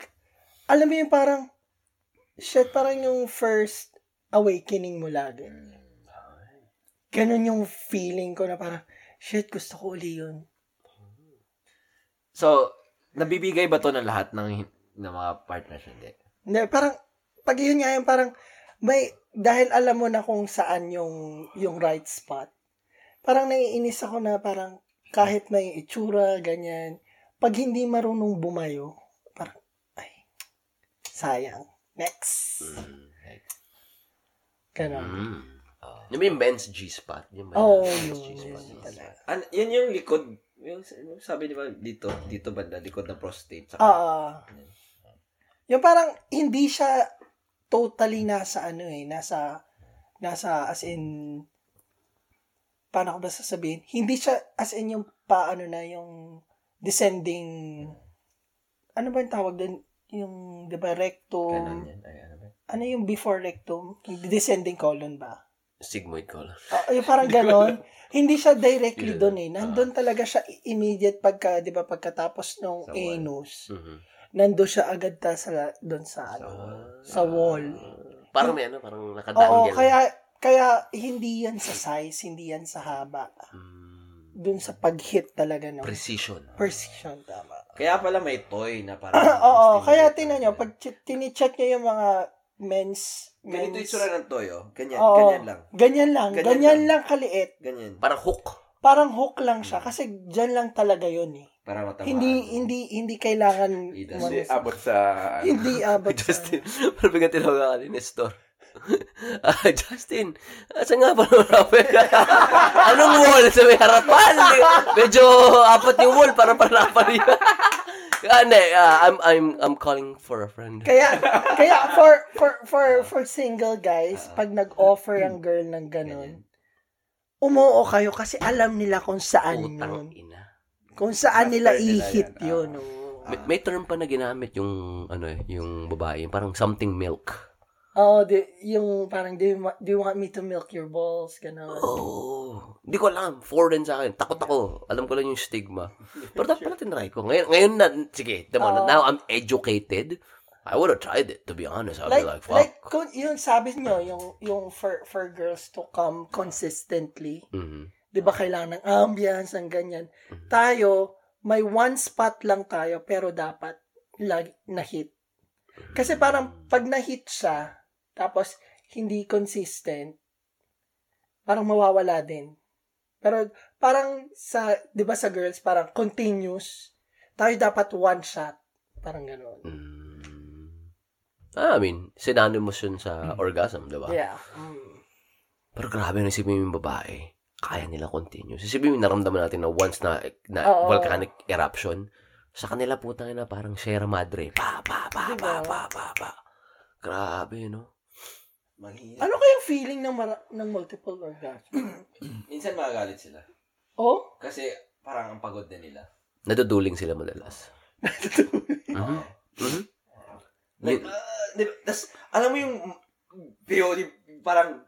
Speaker 5: alam mo yung parang, shit, parang yung first awakening mo lagi. Ganun yung feeling ko na parang, shit, gusto ko uli yun.
Speaker 1: So, nabibigay ba to ng lahat ng, ng mga partners? Hindi.
Speaker 5: Hindi, parang, pag yun nga yung parang, may, dahil alam mo na kung saan yung, yung right spot, parang naiinis ako na parang, kahit na yung itsura, ganyan, pag hindi marunong bumayo, parang, ay, sayang. Next. Ganon.
Speaker 2: Mm. Ah.
Speaker 1: Yung may men's G-spot. Yung may
Speaker 5: Oh,
Speaker 1: men's
Speaker 5: yun.
Speaker 1: G-spot.
Speaker 2: An, yun yung likod. Yung, yung sabi diba dito, dito banda, likod ng prostate. Saka,
Speaker 5: Ah. yung parang hindi siya totally nasa ano eh, nasa nasa as in paano ko ba sasabihin? Hindi siya as in yung paano na yung descending ano ba yung tawag doon? Yung di ba rectum?
Speaker 2: Ganon yan. Ay, ano ba?
Speaker 5: Ano yung before rectum? Yung descending colon ba?
Speaker 1: Sigmoid colon.
Speaker 5: Ah, yung parang ganon. hindi siya directly
Speaker 1: Hindi
Speaker 5: doon eh. Nandun talaga siya immediate pagka, di ba, pagkatapos nung
Speaker 2: Ah. Sa wall.
Speaker 5: anus.
Speaker 1: Mhm.
Speaker 5: Nandun siya agad ta sa, doon sa, ano, sa wall.
Speaker 1: ah, Parang may ano, parang
Speaker 2: Ah,
Speaker 1: nakadanggal.
Speaker 5: Oo, kaya, kaya hindi yan sa size, hindi yan sa haba.
Speaker 2: Hmm.
Speaker 1: Mm,
Speaker 5: Doon sa pag-hit talaga ng
Speaker 1: precision.
Speaker 5: precision, tama.
Speaker 2: Kaya pala may toy na parang...
Speaker 5: Oo, kaya tinan nyo, pag chi- tinicheck nyo yung mga men's,
Speaker 2: Ganito yung
Speaker 5: men's,
Speaker 2: tsura ng toy, oh. Ganyan,
Speaker 5: Oo.
Speaker 2: ganyan lang.
Speaker 5: ganyan lang,
Speaker 2: Ganyan
Speaker 5: ganyan,
Speaker 2: lang.
Speaker 5: lang kaliit.
Speaker 2: Ganyan.
Speaker 1: Parang hook.
Speaker 5: Parang hook lang siya, kasi dyan lang talaga yun eh.
Speaker 2: Para matamaan.
Speaker 5: Hindi hindi hindi kailangan
Speaker 2: It doesn't.
Speaker 3: Hindi
Speaker 5: mga-
Speaker 3: abot sa... ano,
Speaker 5: hindi abot. sa-
Speaker 1: Justin, parang bigyan tinawag ka ni Nestor. Ah, Justin, asan nga ba ng rapper ka? Anong wall sa may harapan? Medyo apat yung wall para panapan yun. Ah, hindi, ah, I'm, I'm, I'm calling for a friend.
Speaker 5: Kaya kaya for for for for single guys,
Speaker 3: Ah,
Speaker 5: pag nag-offer ang girl ng ganun, umuo kayo kasi alam nila kung saan yun.
Speaker 1: Utang ina.
Speaker 5: Kung saan nila
Speaker 3: Master nila
Speaker 5: ihit
Speaker 3: yan, ah.
Speaker 5: yun. oo.
Speaker 1: May, may term pa na ginamit yung, ano eh, yung babae. Parang something milk.
Speaker 5: Oh, di, yung parang, do you, wa- do you want me to milk your balls? Ganun.
Speaker 1: Oh, hindi ko alam. Foreign sa akin. Takot ako. Alam ko lang yung stigma. Pero dapat pala tinry ko. Ngayon, ngayon na, sige, tama na.
Speaker 5: Oo.
Speaker 1: Now I'm educated. I would have tried it, to be honest. I'd
Speaker 5: Like,
Speaker 1: be like, fuck.
Speaker 5: like, kung, yung sabi nyo, yung, yung for, for girls to come consistently,
Speaker 1: Mhm.
Speaker 5: 'di ba kailangan ng ambience ang ganyan. Tayo may one spot lang tayo pero dapat lag na hit. Kasi parang pag na hit siya tapos hindi consistent parang mawawala din. Pero parang sa 'di ba sa girls parang continuous tayo dapat one shot parang ganoon.
Speaker 1: Mm. Ah, I mean, synonymous yun sa orgasm, di ba?
Speaker 5: Yeah. Mm.
Speaker 1: Pero grabe, nung isipin mo yung babae, kaya nila continue. Isipin mo, naramdaman natin na once na, na
Speaker 5: Oo.
Speaker 1: volcanic eruption, sa kanila po tayo na parang Sierra Madre. Pa, pa, pa, pa,
Speaker 5: Diba?
Speaker 1: pa, pa, pa. Grabe, no?
Speaker 2: Manghihina.
Speaker 5: Ano kayang feeling ng mara- ng multiple orgasm?
Speaker 2: Minsan magagalit sila.
Speaker 5: Oh?
Speaker 2: Kasi parang ang pagod na nila.
Speaker 1: Naduduling sila madalas. Mhm. Mhm.
Speaker 2: Like,
Speaker 1: Yun.
Speaker 2: ah, di- tas, alam mo yung POD, parang,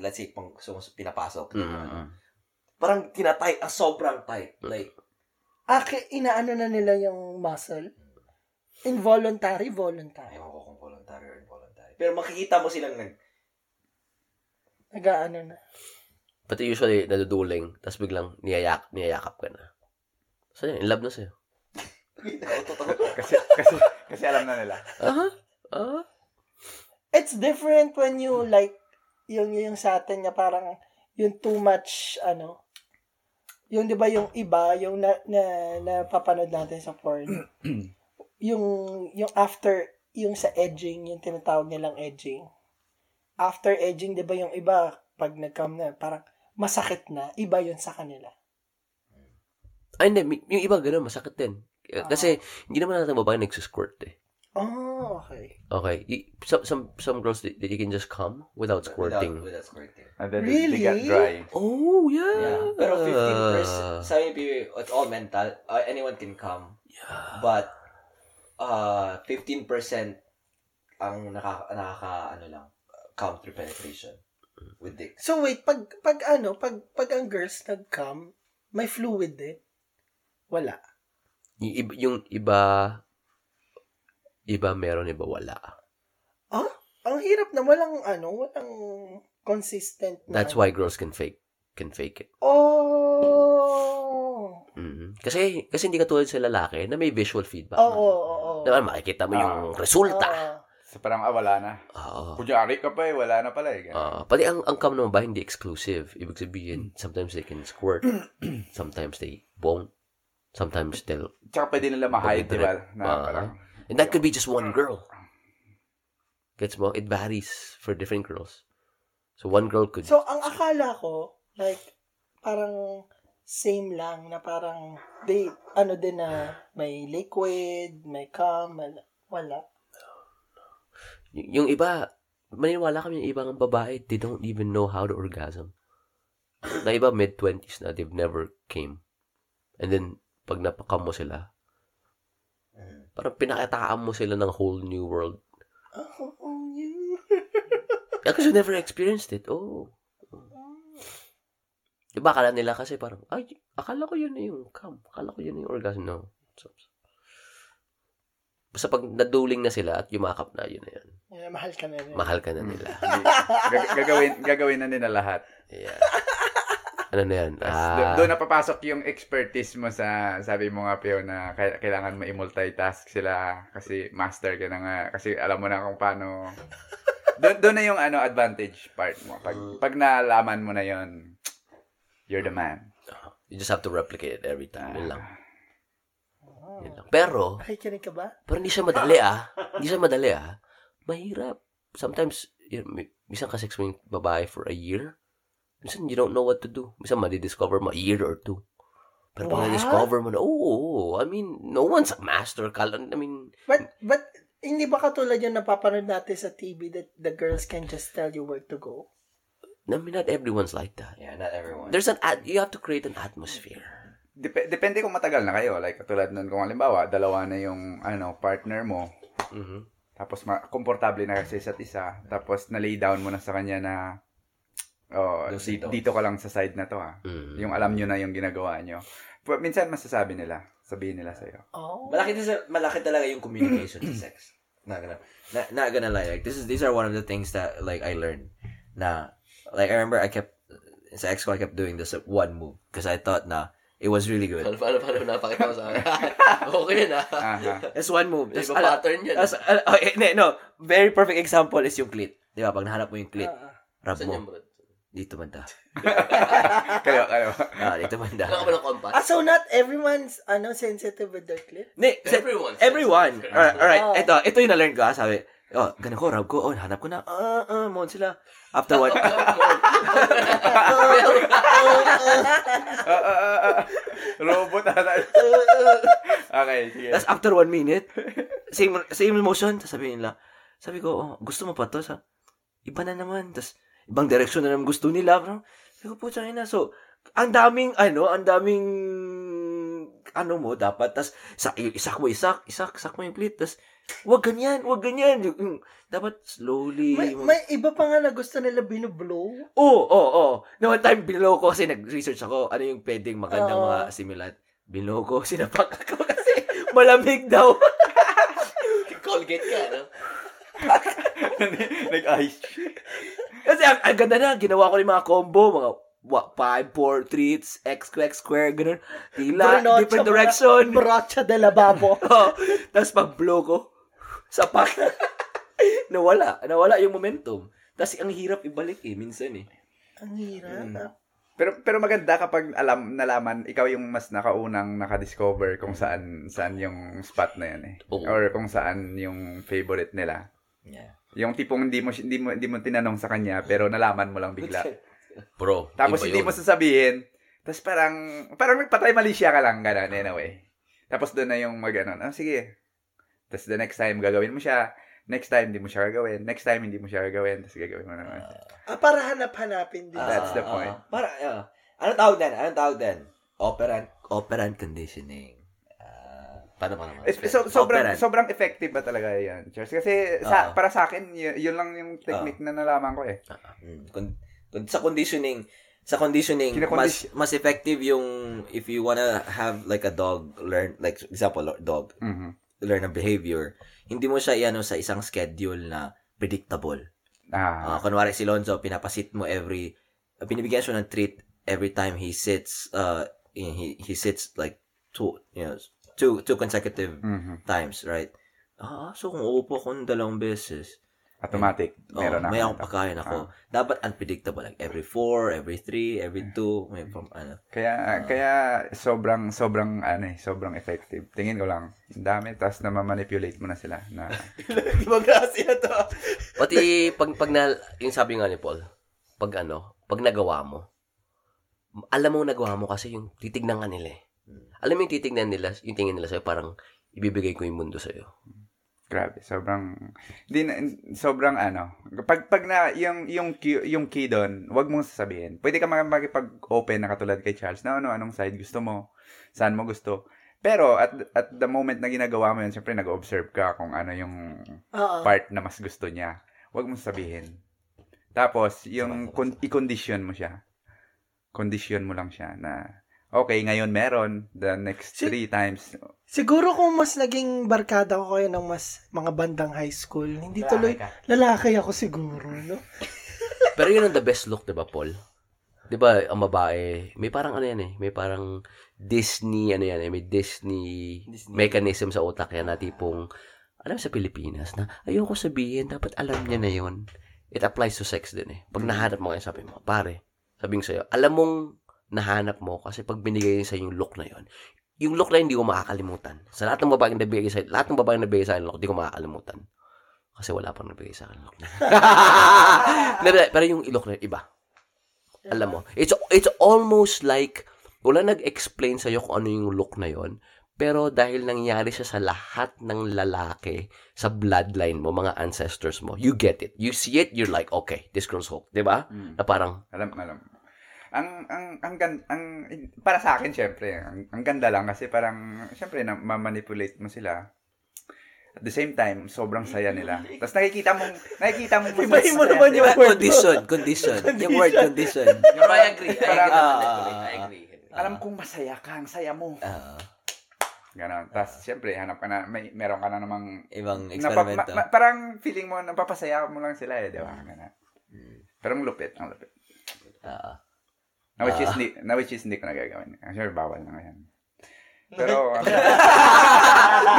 Speaker 2: let's say, pang, so, pinapasok.
Speaker 1: Mhm.
Speaker 2: Parang tinatay, ang sobrang tight.
Speaker 1: Uh-huh.
Speaker 2: Like,
Speaker 5: Ah, ki- inaano na nila yung muscle? Involuntary, voluntary.
Speaker 2: ayaw ko kung voluntary or involuntary. Pero makikita mo silang nag,
Speaker 5: Nagaano na.
Speaker 1: Pati usually, naduduling, tapos biglang niyayak, niyayakap ka na. So, yun, in love na sa'yo.
Speaker 3: Kasi, kasi, kasi alam na nila.
Speaker 1: Aha. Ah.
Speaker 5: It's different when you like, yung, yung sa atin nga parang, yung too much, ano, yung di ba yung iba, yung na, na, napapanood natin sa porn, yung, yung after, yung sa edging, yung tinatawag nilang edging. After edging, di ba yung iba, pag nag-come na, parang masakit na, iba yun sa kanila.
Speaker 1: Ay, hindi. mi- Yung iba ganun, masakit din.
Speaker 2: Ah.
Speaker 1: Eh, Kasi, hindi naman natin babae nagsusquirt eh.
Speaker 5: Oh, okay.
Speaker 1: Okay. Y- Some, some, some girls, they, they can just come without squirting.
Speaker 2: Without, without squirting.
Speaker 3: And then
Speaker 5: Really?
Speaker 3: they got dry.
Speaker 1: Oh, yeah.
Speaker 2: Yeah. Pero 15%, sabi ni POD, it's all mental. Uh, anyone can come.
Speaker 1: Yeah.
Speaker 2: But, uh, 15% ang nakaka, nakaka ano lang, come through penetration with dick.
Speaker 5: So wait, pag pag ano, pag pag ang girls nag-come, may fluid din. Wala.
Speaker 1: Y- iba- yung iba, iba meron, iba wala.
Speaker 5: Ah, ang hirap na walang ano, walang consistent na.
Speaker 1: That's why girls can fake, can fake it.
Speaker 5: Oh.
Speaker 1: Mhm. Kasi kasi hindi katulad sa lalaki na may visual feedback.
Speaker 5: Oo, oo, oo.
Speaker 1: Diba, makikita mo yung
Speaker 2: Ah.
Speaker 1: resulta.
Speaker 5: Oo.
Speaker 3: So parang, ah, wala na.
Speaker 1: Oo.
Speaker 3: Kunyari ka pa eh, wala na pala eh. Ganun.
Speaker 1: Ah, pati ang ang cam naman ba hindi exclusive. Ibig sabihin, sometimes they can squirt, sometimes they won't, sometimes they'll
Speaker 3: Tsaka pwede nila ma-hide, di ba? Na
Speaker 1: Ah.
Speaker 3: parang,
Speaker 1: And that could be just one girl. Gets mo? It varies for different girls.
Speaker 2: So, one girl could...
Speaker 8: So, ang akala ko, like, parang same lang na parang they, ano din na may liquid, may cum, wala. wala.
Speaker 2: Y- yung iba, maniniwala kami yung ibang babae, they don't even know how to orgasm. Na iba mid-twenties na, they've never came. And then, pag napakam mo sila, parang pinakataan mo sila ng whole new world.
Speaker 8: Oh, oh, you.
Speaker 2: Yeah, kasi Ah, never experienced it. Oh. Diba, akala nila kasi parang, ay, akala ko yun na yung cam. Akala ko yun na yung orgasm. No. So, basta pag naduling na sila at yumakap na, yun na yun.
Speaker 8: Yeah, mahal ka na rin.
Speaker 2: Mahal ka na nila.
Speaker 3: Gag- gagawin, gagawin na nila lahat.
Speaker 2: Yeah. Ano na yan?
Speaker 3: Tapos
Speaker 2: Ah,
Speaker 3: do- doon na papasok yung expertise mo sa, sabi mo nga, Pio, na kai- kailangan mo i-multitask sila kasi master ka na nga. Kasi alam mo na kung paano. doon, doon na yung ano advantage part mo. Pag, pag nalaman mo na yon you're the man.
Speaker 2: you just have to replicate it every time. Yun lang. Yun lang. Pero,
Speaker 8: Nakikinig ka ba?
Speaker 2: Pero hindi siya madali ah. Hindi siya madali ah. Mahirap. Sometimes, yun, mi- minsan kasex mo yung babae for a year. Minsan you don't know what to do. Minsan madidiscover mo a year or two. Pero pag
Speaker 8: What?
Speaker 2: na-discover mo na, oo, oo, I mean, no one's a master. Kala, I mean,
Speaker 8: But, but, hindi ba katulad yung napapanood natin sa TV that the girls can just tell you where to go?
Speaker 2: I mean, not everyone's like that.
Speaker 1: Yeah, not everyone.
Speaker 2: There's an, at- you have to create an atmosphere.
Speaker 3: Dep- depende kung matagal na kayo. Like, katulad nun, kung halimbawa, dalawa na yung ano partner mo,
Speaker 2: Mhm.
Speaker 3: Tapos ma- komportable na kasi isa't isa. Tapos na-lay down mo na sa kanya na oh,
Speaker 1: Do's
Speaker 3: di-
Speaker 1: and don'ts.
Speaker 3: dito ka lang sa side na to ha.
Speaker 2: Mm.
Speaker 3: Yung alam nyo na yung ginagawa nyo. Pero minsan masasabi nila, sabihin nila sa'yo.
Speaker 8: Oh.
Speaker 1: Malaki din sa malaki talaga yung communication sa sex. Not gonna, not, not gonna lie. Like this is these are one of the things that like I learned. Na like I remember I kept sa ex ko I kept doing this one move because I thought na it was really good.
Speaker 2: paano, paano, napakita mo sa akin? okay na.
Speaker 3: Aha.
Speaker 1: It's one move. Tapos, ala-
Speaker 2: yun.
Speaker 1: tapos, ala- oh, eh, hindi, no, very perfect example is yung clit. Di ba? Pag nahanap mo yung clit, rub mo. Dito banda.
Speaker 3: Kayo, kayo.
Speaker 1: Ah, dito banda.
Speaker 2: ng compass?
Speaker 8: Ah, so not everyone's, ano, sensitive with their clip?
Speaker 1: Hindi, sa-
Speaker 2: Everyone.
Speaker 1: Everyone. Alright, alright.
Speaker 8: Oh.
Speaker 1: Ito, ito yung na-learn ko, ah, sabi. Oh, ganun ko, rub ko. Oh, hanap ko na. Ah, ah, mon sila. After one.
Speaker 3: Ah, ah, ah, ah. Robot ata. okay, sige.
Speaker 1: Tapos after one minute, same same motion, tapos sabihin nila, sabi ko, oh, gusto mo pa to? Sa, iba na naman. Tapos, ibang direction na naman gusto nila. Parang, sabi ko, putya ina. So, ang daming, ano, ang daming, ano mo, dapat. Tapos, sa, isak mo, isak, isak, isak mo yung plate. Tapos, wag ganyan, wag ganyan. Yung- yung- Dapat slowly.
Speaker 8: May,
Speaker 1: mag-
Speaker 8: may iba pa nga na gusto nila binublow.
Speaker 1: Oo, oo, oo. No oh, one time, binlow ko kasi nag-research ako. Ano yung pwedeng magandang
Speaker 8: Oo.
Speaker 1: mga simulat. Binlow ko, sinapak ako kasi malamig daw.
Speaker 2: Colgate ka, no?
Speaker 3: Nag-ice.
Speaker 1: Kasi ang, ang ganda na, ginawa ko yung mga combo, mga what, 5, 4, 3, x, x, square, ganun. Tila,
Speaker 8: Brunocha,
Speaker 1: different direction.
Speaker 8: Brocha de lababo.
Speaker 1: Oo. Tapos pag blow ko, sapak. nawala, nawala yung momentum. Tapos ang hirap ibalik eh, minsan eh.
Speaker 8: Ang hirap.
Speaker 1: Mm.
Speaker 8: ah.
Speaker 3: Pero pero maganda kapag alam nalaman ikaw yung mas nakaunang nakadiscover kung saan saan yung spot na yan eh.
Speaker 2: Oo.
Speaker 3: Or kung saan yung favorite nila.
Speaker 1: Yeah.
Speaker 3: Yung tipong hindi mo hindi mo hindi mo tinanong sa kanya pero nalaman mo lang bigla.
Speaker 2: Bro,
Speaker 3: Tapos
Speaker 2: iba
Speaker 3: hindi
Speaker 2: yun.
Speaker 3: mo sasabihin. Tapos parang parang nagpatay mali siya ka lang ganun in a way. Tapos doon na yung magano. Ah, sige. Tapos the next time gagawin mo siya. Next time hindi mo siya gagawin. Next time hindi mo siya gagawin. Tapos gagawin mo naman.
Speaker 8: Ah, para hanap-hanapin din.
Speaker 3: That's the
Speaker 1: Ah,
Speaker 3: point.
Speaker 1: ah. para, ah. anong tawag din? Anong tawag din? Operant, operant conditioning. Ah, paano paano? paano?
Speaker 3: Eh, so, sobrang
Speaker 1: Operant.
Speaker 3: sobrang effective ba talaga 'yan? Charles? Kasi sa,
Speaker 1: Oo.
Speaker 3: para sa akin y- yun lang yung technique na nalaman ko eh.
Speaker 1: Mm, Kun, kun, sa conditioning, sa conditioning, mas,
Speaker 3: Kinakondis-
Speaker 1: mas effective yung if you wanna have like a dog learn, like example, lo- dog,
Speaker 3: Mhm.
Speaker 1: learn a behavior, hindi mo siya iano sa isang schedule na predictable. Ah,
Speaker 3: Ah.
Speaker 1: kunwari si Lonzo, pinapasit mo every, binibigyan siya ng treat every time he sits, uh, in- he, he sits like two, you know, two, two consecutive
Speaker 3: Mhm.
Speaker 1: times, right? Ah, so kung uupo ako ng dalawang beses,
Speaker 3: Automatic.
Speaker 1: Oh,
Speaker 3: Meron na. Ah.
Speaker 1: may akong pagkain ako. Dapat unpredictable. Like, every four, every three, every
Speaker 3: Mm.
Speaker 1: two, may pam, ano.
Speaker 3: Kaya kaya sobrang sobrang ano eh, sobrang effective. Tingin ko lang, ang dami tas na manipulate mo na sila na
Speaker 1: Demokrasya to.
Speaker 2: Pati pag, pag na, yung sabi nga ni Paul,
Speaker 1: pag ano, pag nagawa mo, alam mo nagawa mo kasi yung titignan ka nila eh. Alam mo yung titignan nila, yung tingin nila sa'yo, parang ibibigay ko yung mundo sa'yo.
Speaker 3: Grabe, sobrang din sobrang ano. Pag pag na yung yung Q- yung key doon, 'wag mong sasabihin. Pwede ka mag- makipag-open na katulad kay Charles na ano, anong side gusto mo, saan mo gusto. Pero at at the moment na ginagawa mo 'yun, syempre nag-observe ka kung ano yung
Speaker 5: Oo.
Speaker 3: part na mas gusto niya. 'Wag mong sabihin. Tapos yung con- i-condition mo siya. Condition mo lang siya na okay, ngayon meron the next
Speaker 5: Si-
Speaker 3: three times.
Speaker 5: Siguro kung mas naging barkada ko kayo ng mas mga bandang high school, hindi tuloy, lalaki ako siguro, no?
Speaker 1: Pero yun ang the best look, di ba, Paul? Di ba, ang babae, may parang ano yan eh, may parang Disney, ano yan eh, may Disney,
Speaker 9: Disney.
Speaker 1: mechanism sa utak yan na tipong, alam sa Pilipinas na, ayoko sabihin, dapat alam niya na yun. It applies to sex din eh. Pag nahanap mo kayo, sabi mo, pare, sabi ko sa'yo, alam mong nahanap mo kasi pag binigay niya sa'yo yung look na yun, yung look na yun, hindi ko makakalimutan. Sa lahat ng babaeng nabigay sa'yo, lahat ng babaeng nabigay sa'yo ng look, hindi ko makakalimutan. Kasi wala pang nabigay sa'kin ng look na pero, pero yung ilok na yun, iba. Alam mo, it's it's almost like wala nag-explain sa kung ano yung look na yon. Pero dahil nangyari siya sa lahat ng lalaki sa bloodline mo, mga ancestors mo, you get it. You see it, you're like, okay, this girl's hooked. Di ba?
Speaker 3: Mm.
Speaker 1: Na parang,
Speaker 3: Alam, alam. Ang ang ang gan ang para sa akin syempre, ang, ang ganda lang kasi parang syempre na manipulate mo sila. At the same time, sobrang saya nila. Tapos nakikita mong nakikita mong mas
Speaker 5: Ibahin mo
Speaker 3: masaya
Speaker 5: naman
Speaker 3: sila.
Speaker 5: yung word
Speaker 4: condition, condition. Yung word condition.
Speaker 2: No, I agree. I agree.
Speaker 3: Parang-
Speaker 5: ah.
Speaker 2: I agree.
Speaker 3: Alam kong masaya ka, ang saya mo.
Speaker 4: Ah,
Speaker 3: Ganon. Tapos syempre, hanap ka na may meron ka na namang
Speaker 4: ibang
Speaker 3: napa- ma-
Speaker 4: eksperimento.
Speaker 3: ma- parang feeling mo napapasaya mo lang sila eh, di ba? Ganon. Pero ang lupit, ang lupit.
Speaker 4: Ah.
Speaker 3: Na which is, hindi- na which is hindi ko nagagawin. Ah, Sure, bawal na ngayon. Pero, ah,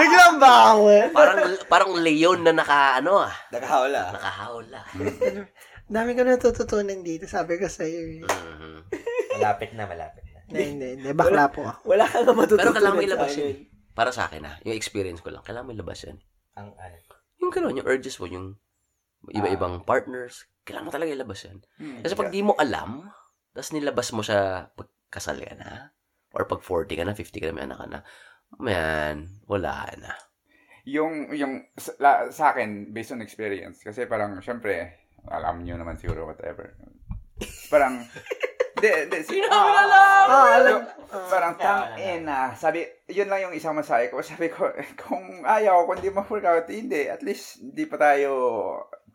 Speaker 5: Biglang bawal.
Speaker 1: parang, parang leon na naka, ano ah,
Speaker 4: Nakahawla.
Speaker 1: nakahawla.
Speaker 5: Dami ko natututunan dito, sabi ko sa'yo. eh.
Speaker 1: Mhm.
Speaker 9: Malapit na, malapit na.
Speaker 5: Hindi, hindi, hindi, bakla po ako.
Speaker 4: Wala ka nga matututunan.
Speaker 1: Pero kailangan mo ilabas
Speaker 4: sa
Speaker 1: yun.
Speaker 4: akin.
Speaker 1: Para sa akin ah, yung experience ko lang, kailangan mo ilabas yun.
Speaker 9: Ang ano.
Speaker 1: Yung gano'n, yung urges mo, yung iba-ibang partners, kailangan mo talaga ilabas yan.
Speaker 3: Hmm,
Speaker 1: Kasi pag di mo alam, tapos nilabas mo siya pag kasal ka na, or pag 40 ka na, 50 ka na, may anak ka na, man, wala na.
Speaker 3: yung yung sa, la- sa akin based on experience kasi parang syempre alam niyo naman siguro whatever parang de, de, si,
Speaker 5: Ah, alam.
Speaker 3: parang tang ina sabi yun lang yung isang masaya ko sabi ko kung ayaw kung di ma-work out hindi at least di pa tayo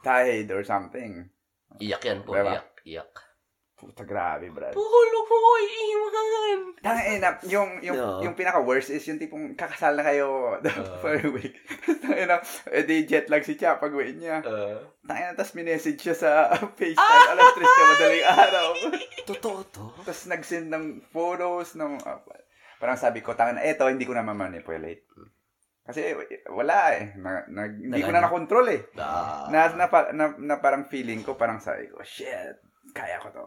Speaker 3: tied or something
Speaker 1: Iyak yan po,
Speaker 3: Diba?
Speaker 1: iyak, iyak.
Speaker 3: puta grabe brad
Speaker 1: Pulo po, iiwan!
Speaker 3: tang ina yung yung,
Speaker 4: No. Uh.
Speaker 3: yung pinaka worst is yung tipong kakasal na kayo for a week eh, tang ina edi jet lag si Cha pag uwi niya
Speaker 4: Uh.
Speaker 3: Tangina, tapos minessage siya sa FaceTime alas 3 na madaling araw.
Speaker 4: Totoo to.
Speaker 3: tapos nagsend ng photos, ng, ah, parang sabi ko, tangina, eto, hindi ko na mamanipulate. Kasi eh, wala eh. Na, na- hindi ko na nakontrol eh.
Speaker 4: Ah.
Speaker 3: Na, na, pa- na, na parang feeling ko, parang sabi ko, shit, kaya ko to.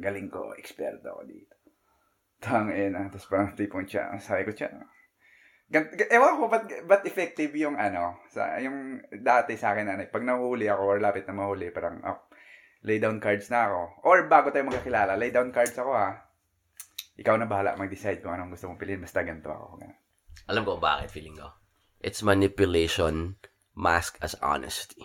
Speaker 3: Galing ko, eksperto ako dito. Tangina. Tapos parang tipong siya, sabi ko siya, Gan- gan- Ewan ko, ba't, ba't effective yung ano, sa, yung dati sa akin, ano, pag nahuli ako or lapit na mahuli, parang, oh, lay down cards na ako. Or bago tayo magkakilala, lay down cards ako ha. Ikaw na bahala mag-decide kung anong gusto mong piliin, basta ganito ako. Ganun.
Speaker 1: Alam ko bakit, feeling ko. It's manipulation masked as honesty.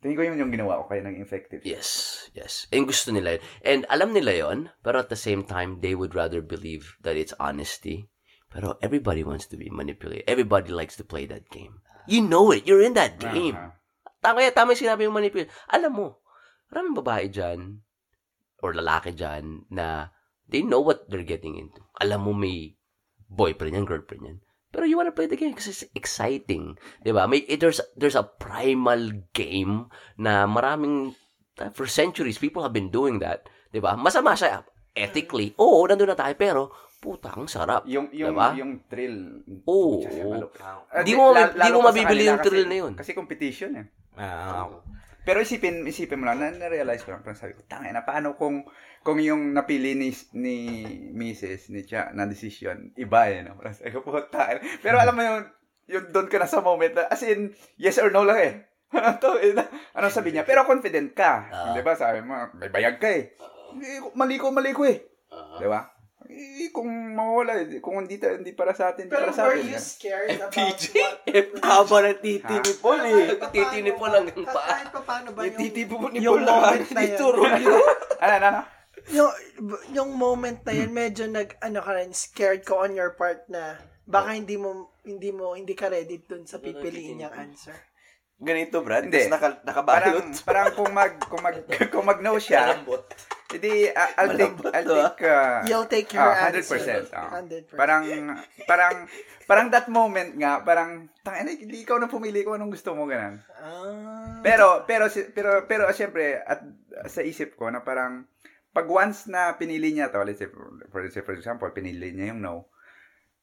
Speaker 3: Tingin ko yun yung ginawa ko, kaya naging effective.
Speaker 1: Yes, yes. And gusto nila yun. And alam nila yun, pero at the same time, they would rather believe that it's honesty. Pero everybody wants to be manipulated. Everybody likes to play that game. You know it. You're in that game.
Speaker 3: Ah,
Speaker 1: Tama yan. Tama yung sinabi yung manipulate. Alam mo, maraming babae dyan or lalaki dyan na they know what they're getting into. Alam mo may boyfriend yan, girlfriend yan. Pero you wanna play the game kasi it's exciting. Di ba? May, it- there's, there's a primal game na maraming, uh, for centuries, people have been doing that. Di ba? Masama siya. Ethically, oo, nandun na tayo, pero putang sarap.
Speaker 3: Yung, yung,
Speaker 1: Diba?
Speaker 3: yung thrill.
Speaker 1: Oo.
Speaker 3: Kasi malupit. Ah,
Speaker 1: Di mo ma-
Speaker 3: lalo-
Speaker 1: di mo
Speaker 3: lalo pa sa
Speaker 1: mabibili
Speaker 3: kanila
Speaker 1: yung thrill
Speaker 3: kasi-
Speaker 1: na yun.
Speaker 3: Kasi competition eh.
Speaker 9: Ah, ako.
Speaker 3: Pero isipin, isipin mo lang, na, na-realize ko lang, parang sabi ko, tangay na, paano kung, kung yung napili ni, ni Mrs., ni Cha, na decision, iba eh, no? Parang sabi ko, puta. Pero alam mo yung, yung doon ka na sa moment na, as in, yes or no lang eh. Ano to? Eh, na- Ano sabi niya? Pero confident ka.
Speaker 1: Ah.
Speaker 3: Di ba? Sabi mo, may bayag ka eh. Eh, mali ko, mali ko eh. Di ba? Eh, kung mawala, eh, kung hindi, ta- hindi para sa atin, hindi
Speaker 5: Pero
Speaker 3: para sa
Speaker 5: were
Speaker 3: atin.
Speaker 5: you
Speaker 3: Yes.
Speaker 5: scared about
Speaker 2: PJ?
Speaker 5: what...
Speaker 1: ano
Speaker 2: Haba ng titi ni Paul eh.
Speaker 5: Kahit pa
Speaker 2: Titi ni
Speaker 5: paano
Speaker 2: Paul
Speaker 5: ba-
Speaker 2: ang paa.
Speaker 5: Kahit pa paano ba
Speaker 2: Yung
Speaker 5: yung...
Speaker 2: titi po ni
Speaker 5: yung
Speaker 2: Paul lang
Speaker 5: moment na yan?
Speaker 2: dito. Romeo.
Speaker 3: Ano, ano, ano?
Speaker 5: yung, yung moment na yun, medyo nag, ano ka rin, scared ko on your part na baka hindi mo, hindi mo, hindi ka ready dun sa pipiliin niyang answer.
Speaker 1: Ganito, Brad.
Speaker 3: Hindi.
Speaker 1: Tapos naka, nakabalot.
Speaker 3: Parang, parang kung mag, kung mag, kung mag no siya,
Speaker 1: Malambot.
Speaker 3: hindi, I- I'll take,
Speaker 1: Malambot
Speaker 3: I'll
Speaker 1: to, ah.
Speaker 3: take, uh,
Speaker 5: You'll take her
Speaker 3: ah, 100%.
Speaker 5: answer.
Speaker 3: ah.
Speaker 5: 100%.
Speaker 3: Parang, parang, parang that moment nga, parang, tangin, hindi ikaw na pumili kung anong gusto mo, ganun.
Speaker 5: Ah.
Speaker 3: Pero pero si- pero pero siyempre at sa isip ko na parang pag once na pinili niya to, let's say for, for, for example, pinili niya yung no.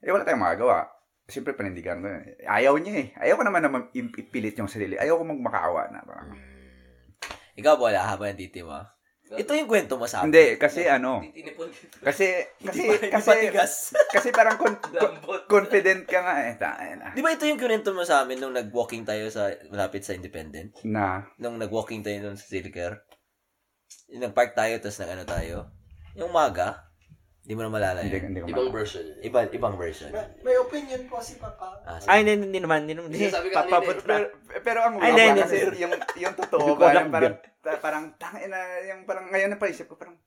Speaker 3: Eh wala tayong magagawa. Siyempre panindigan ko. yun. Ayaw niya eh. Ayaw ko naman na mam- im- ipilit yung sarili. Ayaw ko magmakaawa na. Parang.
Speaker 1: Ikaw, Paul, haba ng titi mo. Ito yung kwento
Speaker 4: Ah,
Speaker 1: mo sa akin.
Speaker 3: Hindi, kasi ano.
Speaker 2: Titi ni Paul.
Speaker 3: Kasi,
Speaker 1: Hindi
Speaker 3: kasi,
Speaker 1: pa- hindi
Speaker 3: kasi,
Speaker 1: patigas.
Speaker 3: kasi parang con- con-
Speaker 2: Lambot.
Speaker 3: confident ka nga eh. Tain na.
Speaker 1: Di ba ito yung kwento mo sa amin nung nag-walking tayo sa malapit sa Independent?
Speaker 3: Na.
Speaker 1: Nung nag-walking tayo nung sa Silker? Yung nag-park tayo, tapos nag-ano tayo? Yung maga, hindi mo na
Speaker 3: Hindi,
Speaker 1: malalayo.
Speaker 3: hindi ko
Speaker 2: Ibang
Speaker 3: ma-
Speaker 2: version.
Speaker 1: Iba, ibang version.
Speaker 5: May- May opinion po si Papa.
Speaker 1: Ah,
Speaker 4: Ay, hindi, hindi naman. Hindi naman.
Speaker 2: Hindi, sabi ka
Speaker 4: Papa-
Speaker 2: kanina eh.
Speaker 4: pero-
Speaker 3: pero, pero ang
Speaker 4: Ay,
Speaker 3: weird
Speaker 4: hindi,
Speaker 3: pa
Speaker 4: hindi,
Speaker 3: kasi
Speaker 4: hindi.
Speaker 3: yung yung
Speaker 4: Hindi
Speaker 3: totoo
Speaker 4: ko alam,
Speaker 3: parang parang ta- parang tangin na yung parang ngayon na paisip ko parang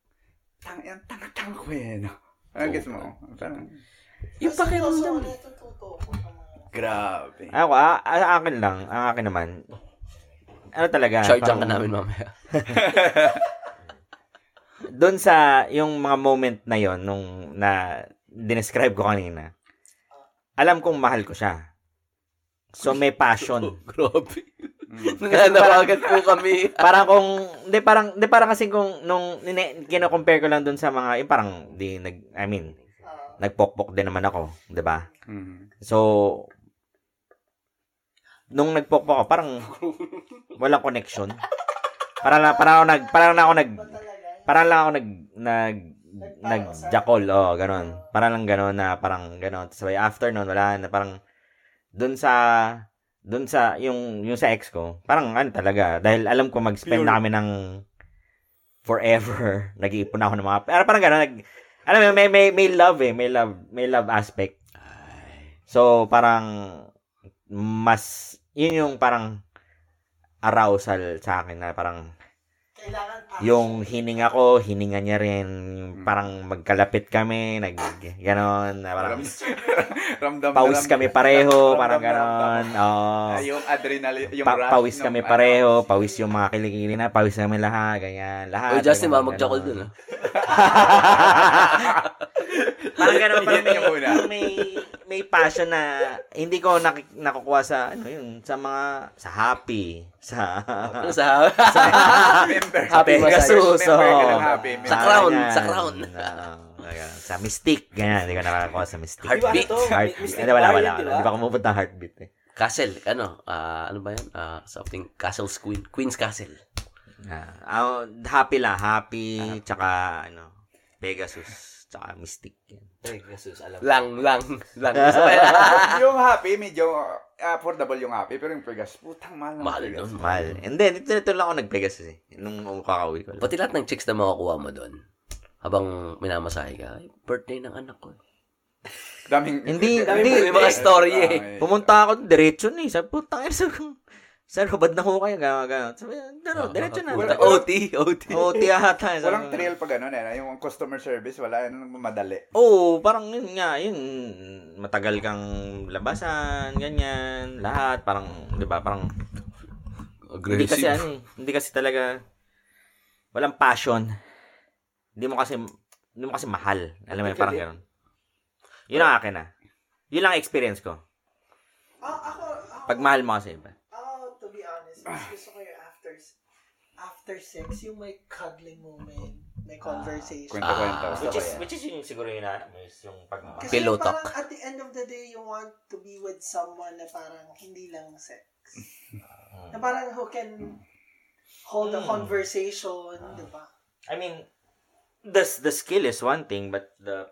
Speaker 3: tangin tanga tanga ko eh no. Ang gets mo? Parang
Speaker 1: Yung pakiramdam.
Speaker 5: Kasi ito, totoo ko sa mga...
Speaker 3: grabe.
Speaker 4: Ako, a- a- akin lang. Ang akin naman. Ano talaga?
Speaker 2: Charge
Speaker 4: parang-
Speaker 2: ka namin mamaya.
Speaker 4: Doon sa yung mga moment na yon nung na dinescribe ko kanina. Alam kong mahal ko siya. So may passion.
Speaker 2: Grabe.
Speaker 3: Mm.
Speaker 2: Nananawagan po kami.
Speaker 4: parang kung hindi parang hindi parang kasi kung nung nine- kino-compare ko lang doon sa mga yung parang di nag I mean
Speaker 5: ah,
Speaker 4: nagpokpok din naman ako, 'di ba?
Speaker 3: Mm.
Speaker 4: So nung nagpokpok ako, parang walang connection. Para na para ako nag para na ako nag
Speaker 5: ba talaga?
Speaker 4: para lang ako nag nag nagjakol oh ganon para lang ganon na parang ganon tapos sabay after noon wala na parang dun sa dun sa yung yung sa ex ko parang ano talaga dahil alam ko mag-spend
Speaker 2: Pure.
Speaker 4: na kami ng forever nag-iipon ako ng mga pero parang ganon nag alam mo may may may love eh may love may love aspect so parang mas yun yung parang arousal sa akin na parang
Speaker 5: Kailangan action.
Speaker 4: yung hininga ko, hininga niya rin. Yung parang magkalapit kami, nag, ganon, na parang
Speaker 3: Ramdam- ramdam na
Speaker 4: pawis
Speaker 3: ramdam.
Speaker 4: kami pareho, parang
Speaker 3: Ramdam na
Speaker 4: ganon. Oo.
Speaker 3: Ah, yung adrenaline, yung
Speaker 4: Pa-
Speaker 3: rush
Speaker 4: pawis
Speaker 3: ng-
Speaker 4: kami
Speaker 3: ano.
Speaker 4: pareho, pawis yung mga kilikili na, pawis kami lahat, ganyan, lahat.
Speaker 2: Oy, Justin,
Speaker 4: Ganon,
Speaker 2: mamagjakol
Speaker 4: ganon.
Speaker 2: dun ah.
Speaker 4: parang ganon, parang may,
Speaker 3: Yan muna.
Speaker 4: may, may passion na hindi ko nak- nakukuha sa, ano yun, sa mga, sa happy, sa,
Speaker 2: Ano sa...
Speaker 3: Member.
Speaker 2: Happy
Speaker 4: Pegasus,
Speaker 3: Member ka ng
Speaker 4: oh.
Speaker 3: happy. member.
Speaker 2: Sa crown,
Speaker 4: Ganyan.
Speaker 2: sa crown.
Speaker 4: Ah, ganyan. sa mystic. Ganyan, hindi ko nakakakuha sa mystic.
Speaker 1: Di ba ano
Speaker 2: Heartbeat.
Speaker 1: to?
Speaker 4: Heartbeat.
Speaker 1: Mystic
Speaker 4: Hindi, wala, wala.
Speaker 1: Warrior, di
Speaker 4: wala.
Speaker 1: ba?
Speaker 4: Hindi pa ako mapunta ng heartbeat eh.
Speaker 2: Castle, ano? Ah, ano ba yan? Ah, something. Castle's Queen. Queen's Castle.
Speaker 4: Ah, ah, happy lang. Happy, tsaka ano, Pegasus, tsaka mystic. Yan.
Speaker 1: Ay, Jesus, alam.
Speaker 2: Lang, lang, lang.
Speaker 3: yung happy, medyo uh, affordable yung happy. Pero yung Pegas, putang mahal ng
Speaker 2: Mahal
Speaker 3: Pegas.
Speaker 2: nun.
Speaker 4: Mahal. And then, ito, ito lang ako nag-Pegasus eh. Nung nung kakauwi ko.
Speaker 2: Pati lahat ng chicks na makukuha mo doon. Habang minamasahe ka, ay, birthday ng anak ko.
Speaker 3: Daming,
Speaker 4: Hindi,
Speaker 2: Dami
Speaker 4: hindi.
Speaker 2: yung mga story eh.
Speaker 4: Pumunta ako, diretso na eh. Sabi, putang ina, sabi ko, sir, babad na ko kayo, gano'n, gano'n. Sabi, ano, diretso na.
Speaker 3: Wala-
Speaker 2: OT, OT.
Speaker 4: Oo, tiyahata. sabi
Speaker 3: Walang
Speaker 4: ko.
Speaker 3: thrill pag ano na, yung customer service, wala, ano, madali.
Speaker 4: Oo, parang yun nga, yun, matagal kang labasan, ganyan, lahat, parang, di ba, parang, hindi kasi ano eh, hindi kasi talaga, walang passion. Hindi mo kasi, hindi mo kasi mahal. Alam mo yun, parang ganun. Yun ang akin ah. Yun lang ang experience ko.
Speaker 5: Ah, ako, ako,
Speaker 4: Pag mahal mo kasi iba.
Speaker 5: ah, to be honest, mas gusto ko yung after, after sex, yung may cuddling moment, may conversation.
Speaker 3: Kwento-kwento.
Speaker 2: Ah.
Speaker 6: Which is, which is yung siguro yun na, is yung pagmamahal.
Speaker 5: Kasi
Speaker 2: Pillow
Speaker 5: parang
Speaker 2: talk.
Speaker 5: at the end of the day, you want to be with someone na parang hindi lang sex. na parang who can hold a conversation, di ba?
Speaker 6: I mean,
Speaker 4: The, the skill is one thing, but the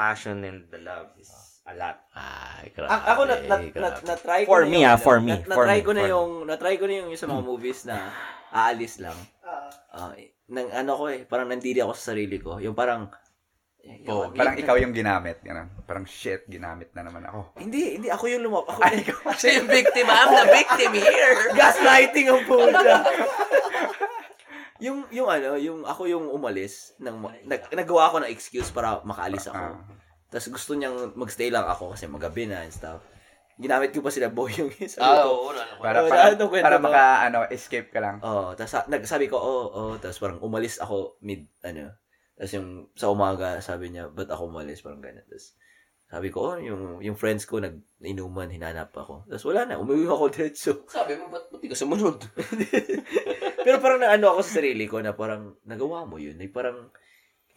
Speaker 4: passion and the love is
Speaker 6: A lot.
Speaker 2: Ay, grabe.
Speaker 1: A- ako na, na, na,
Speaker 2: Eh, grabe.
Speaker 1: na-try ko
Speaker 4: For
Speaker 1: na
Speaker 4: me,
Speaker 1: yung, ano,
Speaker 4: ah, for me,
Speaker 1: Na,
Speaker 4: for
Speaker 1: try
Speaker 4: me,
Speaker 1: ko na
Speaker 4: for me.
Speaker 1: yung, na-try ko na yung, yung sa mga movies na aalis lang.
Speaker 5: Ah,
Speaker 1: Ah, nang ano ko eh, parang nandiri ako sa sarili ko. Yung parang, eh,
Speaker 4: Oh,
Speaker 1: yung-
Speaker 2: Pogi.
Speaker 3: Parang ikaw yung ginamit. Ganun. Parang shit, ginamit na naman ako.
Speaker 1: Hindi, hindi. Ako yung lumap. Ako yung
Speaker 2: Siya yung victim. I'm the victim here.
Speaker 1: gaslighting ang puta. yung, yung ano, yung ako yung umalis. Nang, ma- nag, nagawa ako ng excuse para makaalis ako.
Speaker 3: Ah.
Speaker 1: Tapos gusto niyang magstay lang ako kasi magabi na and stuff. Ginamit ko pa sila boy yung isa.
Speaker 2: Ah, oo. wala na ako.
Speaker 1: eh.
Speaker 3: Para,
Speaker 1: Wala,
Speaker 3: para,
Speaker 1: anong kwento
Speaker 3: para
Speaker 1: ba?
Speaker 3: maka, ano, escape ka lang.
Speaker 1: Oh, tapos sa- nagsabi ko, oh, oh, tapos parang umalis ako mid, ano, tapos yung sa umaga, sabi niya, ba't ako umalis, parang ganun. Tapos sabi ko, oh, yung, yung friends ko, nag-inuman, hinanap ako. Tapos wala na, umuwi ako diretso.
Speaker 2: Sabi mo, ba't ba't di ka sumunod?
Speaker 1: Pero parang naano ako sa sarili ko na parang nagawa mo yun. Eh, parang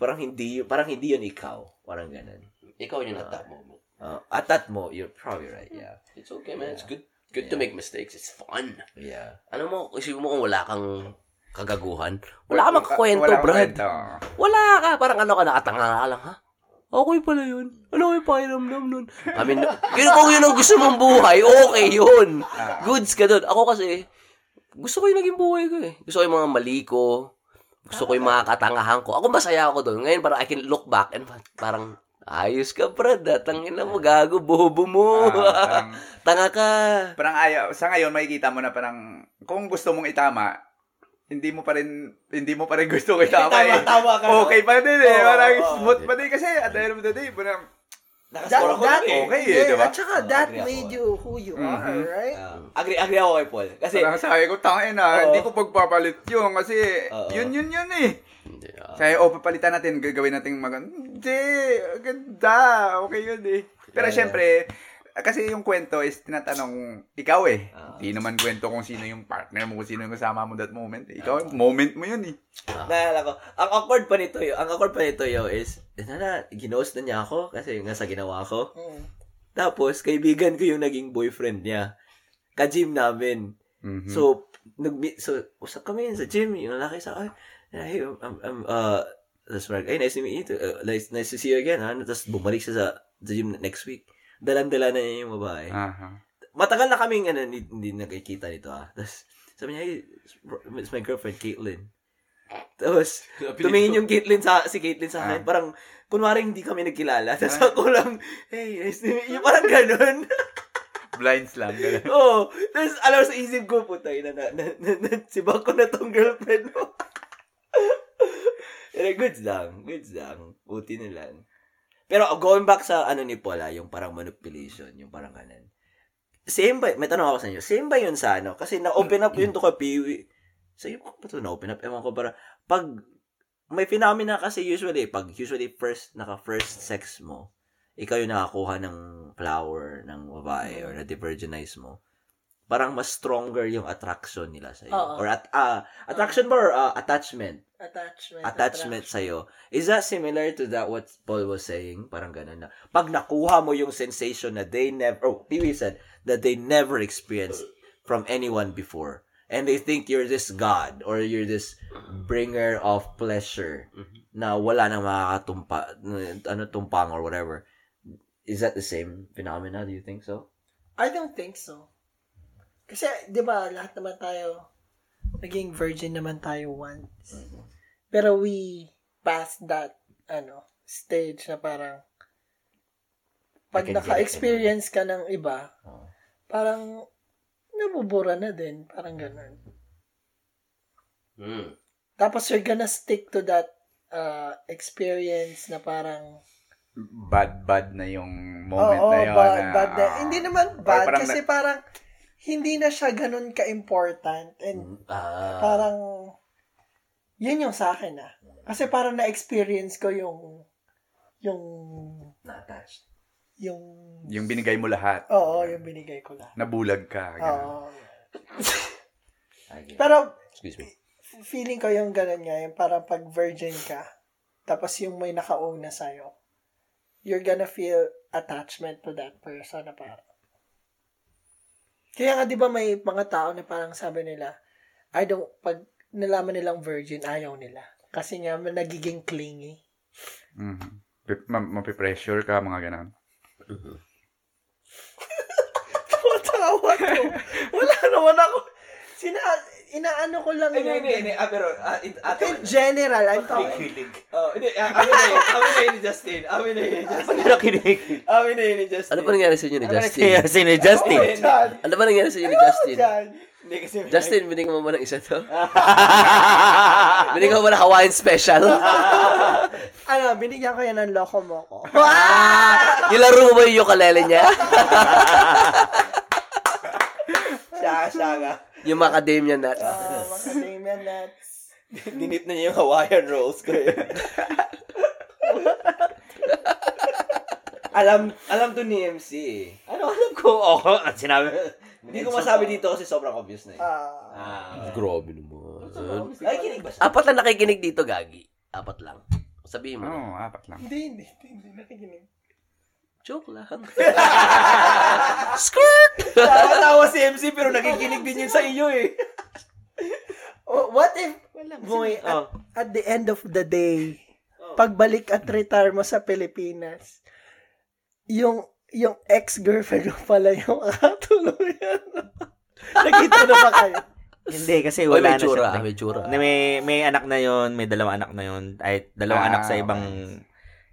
Speaker 1: parang hindi parang hindi yun ikaw. Parang ganun.
Speaker 2: Ikaw yung at that moment.
Speaker 1: Uh, at that mo, you're probably right. Yeah.
Speaker 2: It's okay, man. It's good. Good to
Speaker 1: Yeah.
Speaker 2: make mistakes. It's fun.
Speaker 1: Yeah.
Speaker 2: Ano mo, isipin mo kung wala kang kagaguhan. Wala ka makakwento,
Speaker 3: Wala akong
Speaker 2: Brad.
Speaker 3: kwento. Ah,
Speaker 2: Wala ka. Parang ano ka, nakatanga ka lang, ha? Okay pala yun. Ano yung pakiramdam nun? Kami, yun, kung yun ang gusto mong buhay, okay yun. Goods ka dun. Ako kasi, gusto ko yung naging buhay ko eh. Gusto ko yung mga mali ko. Gusto ko yung mga katangahan ko. Ako masaya ako dun. Ngayon parang I can look back and parang, ayos ka, Brad. ah. Tangin na mo, gago, bobo mo.
Speaker 3: Ah, parang,
Speaker 2: Tanga ka.
Speaker 3: parang ayaw, sa ngayon makikita mo na parang, kung gusto mong itama, hindi mo pa rin, hindi mo pa rin gusto itama eh.
Speaker 5: Tama-tama ka. no?
Speaker 3: Okay pa din eh.
Speaker 5: Oo,
Speaker 3: parang
Speaker 5: oo.
Speaker 3: smooth pa din kasi at the end of the day, parang,
Speaker 5: That,
Speaker 1: Nakascore ako
Speaker 5: that,
Speaker 1: nun eh.
Speaker 3: okay eh,
Speaker 5: yeah,
Speaker 3: di ba?
Speaker 5: At saka,
Speaker 1: Oo,
Speaker 5: that
Speaker 1: agree ako.
Speaker 5: made you who you are,
Speaker 3: Mhm.
Speaker 5: right?
Speaker 1: Ah, agree, agree ako kay Paul. Kasi,
Speaker 3: parang sabi ko, tangin na,
Speaker 1: Oo.
Speaker 3: hindi ko pagpapalit yun kasi,
Speaker 1: Oo.
Speaker 3: yun yun yun eh.
Speaker 2: Hindi, ah.
Speaker 3: Kaya, oh, papalitan natin, gagawin natin maganda. Hindi, ganda. Okay yun eh. Pero
Speaker 1: Yeah.
Speaker 3: syempre, kasi yung kwento is tinatanong ikaw eh. Hindi naman kwento kung sino yung partner mo, kung sino yung kasama mo that moment. eh. Ikaw, moment mo yun eh.
Speaker 2: Ah.
Speaker 1: naalala ko, ang awkward pa nito yo, ang awkward pa nito yo is, eh, na, ginost na niya ako kasi nga sa ginawa ko.
Speaker 5: Mm.
Speaker 1: Tapos, kaibigan ko yung naging boyfriend niya. Ka-gym namin.
Speaker 3: So,
Speaker 1: So, nag so, usap kami sa gym, yung lalaki sa, ay, hey, I'm, I'm, I'm, uh, tapos parang, ay, nice to meet you, too. Uh, nice, nice to see you again, ha? Tapos bumalik siya sa, sa gym next week. Dalang-dala na niya yung babae.
Speaker 3: Aha.
Speaker 1: Matagal na kaming, ano, hindi, hindi nagkikita nito, ah. Tapos, sabi niya, hey, it's my girlfriend, Caitlin. Tapos, tumingin yung Caitlyn sa si Caitlyn sa akin. Parang kunwari hindi kami nagkilala. Tapos ako lang, hey, nice to meet you. Parang ganun.
Speaker 3: Blinds lang. ganun.
Speaker 1: Oo. Tapos, alam sa isip ko, putay na, na, na, na, na si Bako na tong girlfriend mo. Pero goods lang, goods lang. Buti na lang. Pero uh, going back sa ano ni Paula, yung parang manipulation, yung parang ganun. Same ba, may tanong ako sa inyo, same ba yun sa ano? Kasi na-open up yun to kay Piwi. Sa iyo, bakit ba ito na-open up? Ewan ko para, pag, may phenomena kasi usually, pag usually first, naka-first sex mo, ikaw yung eh, nakakuha ng flower ng babae or na-divergenize mo, parang mas stronger yung attraction nila sa'yo.
Speaker 5: Oo.
Speaker 1: Or at, ah, attraction ba or ah, attachment?
Speaker 5: Attachment.
Speaker 1: Attachment sa'yo. Is that similar to that what Paul was saying? Parang ganun na. Pag nakuha mo yung sensation na they never, oh, Pee-wee said, that they never experienced from anyone before. And they think you're this god or you're this bringer of pleasure
Speaker 4: Mm-hmm.
Speaker 1: na wala nang makakatumpa, ano, tumpang or whatever. Is that the same phenomena? Do you think so?
Speaker 5: I don't think so. Kasi, di ba, lahat naman tayo, naging virgin naman tayo once. Pero we passed that, ano, stage na parang,
Speaker 1: I
Speaker 5: pag
Speaker 1: can
Speaker 5: naka-experience ka ng iba,
Speaker 1: Oo.
Speaker 5: parang, nabubura na din. Parang ganun.
Speaker 2: Hmm.
Speaker 5: Tapos you're gonna stick to that uh, experience na parang
Speaker 3: Bad-bad na yung moment
Speaker 5: oo,
Speaker 3: na yun.
Speaker 5: bad,
Speaker 3: na,
Speaker 5: bad na.
Speaker 3: ah,
Speaker 5: Hindi naman
Speaker 3: or
Speaker 5: bad
Speaker 3: parang
Speaker 5: kasi
Speaker 3: na-
Speaker 5: parang hindi na siya ganun ka-important
Speaker 3: Mm,
Speaker 5: and
Speaker 2: Ah.
Speaker 5: parang yun yung sa akin ah. Kasi parang na-experience ko yung yung
Speaker 1: Na-attached.
Speaker 5: yung
Speaker 3: yung binigay mo lahat.
Speaker 5: oo, yung binigay ko lang.
Speaker 3: Nabulag ka. ganun.
Speaker 5: Oo.
Speaker 1: I get it.
Speaker 5: Pero
Speaker 2: Excuse me.
Speaker 5: feeling ko yung ganun nga, yung parang pag virgin ka, tapos yung may nakauna sa'yo, you're gonna feel attachment to that person na parang. Kaya nga, di ba may mga tao na parang sabi nila, I don't, pag nalaman nilang virgin, ayaw nila. Kasi nga, nagiging clingy.
Speaker 3: Mhm. Pe- ma- Mapipressure ka, mga ganun.
Speaker 5: Tumatawa ko. Wala naman ako. Sina, inaano ko lang
Speaker 6: Hindi,
Speaker 5: yun.
Speaker 6: hindi, hindi. Ah, pero, ah, it, ah,
Speaker 5: In general, I'm talking.
Speaker 6: Kilig. Oh, hindi. ah, Amin na yun. Amin na yun ni Justin. Amin na yun ni Justin.
Speaker 4: Nakinig.
Speaker 6: Amin na yun ni Justin.
Speaker 1: Ano pa nangyari sa inyo ni Justin?
Speaker 4: Sino Justin?
Speaker 6: Amin na.
Speaker 1: Ano ba nangyari sa inyo ni Justin?
Speaker 6: Hindi kasi...
Speaker 1: Justin, binigyan mo ba ng isa to?
Speaker 2: Ah, oh.
Speaker 1: binigyan mo ba ng Hawaiian special?
Speaker 5: Ano, binigyan ko yan ng loko moko.
Speaker 1: yung laro Ah! mo ba yung ukulele niya?
Speaker 6: Siya, siya nga.
Speaker 1: yung macadamia nuts?
Speaker 5: Ah, mga Damien nuts.
Speaker 6: Dinit na niya yung Hawaiian rolls ko eh. alam, alam to ni MC eh. Ano alam ko?
Speaker 4: Oo, sinabi.
Speaker 6: Hindi ko masabi dito kasi sobrang obvious na eh.
Speaker 5: Ah,
Speaker 6: Ah.
Speaker 1: Grabe naman.
Speaker 6: Ay, kinig ba siya?
Speaker 1: Apat lang nakikinig dito, Gagi. Apat lang. Sabihin mo.
Speaker 3: Oo, apat lang.
Speaker 5: hindi, hindi, hindi, hindi nakikinig.
Speaker 1: Joke lang. Skirt!
Speaker 6: Nakatawa si MC pero nakikinig din yun sa iyo eh.
Speaker 5: Oh, what if, boy,
Speaker 1: Oh.
Speaker 5: at, at the end of the day, pagbalik at retire mo sa Pilipinas, yung yung ex-girlfriend mo pala yung katuluyan. Nakita na ba kayo?
Speaker 4: Hindi, kasi
Speaker 1: Oy, may
Speaker 4: wala na
Speaker 1: tsura.
Speaker 4: siya.
Speaker 1: May tsura.
Speaker 4: Na may may anak na yon, may dalawang anak na yon, ay dalawang
Speaker 3: Ah,
Speaker 4: anak sa ibang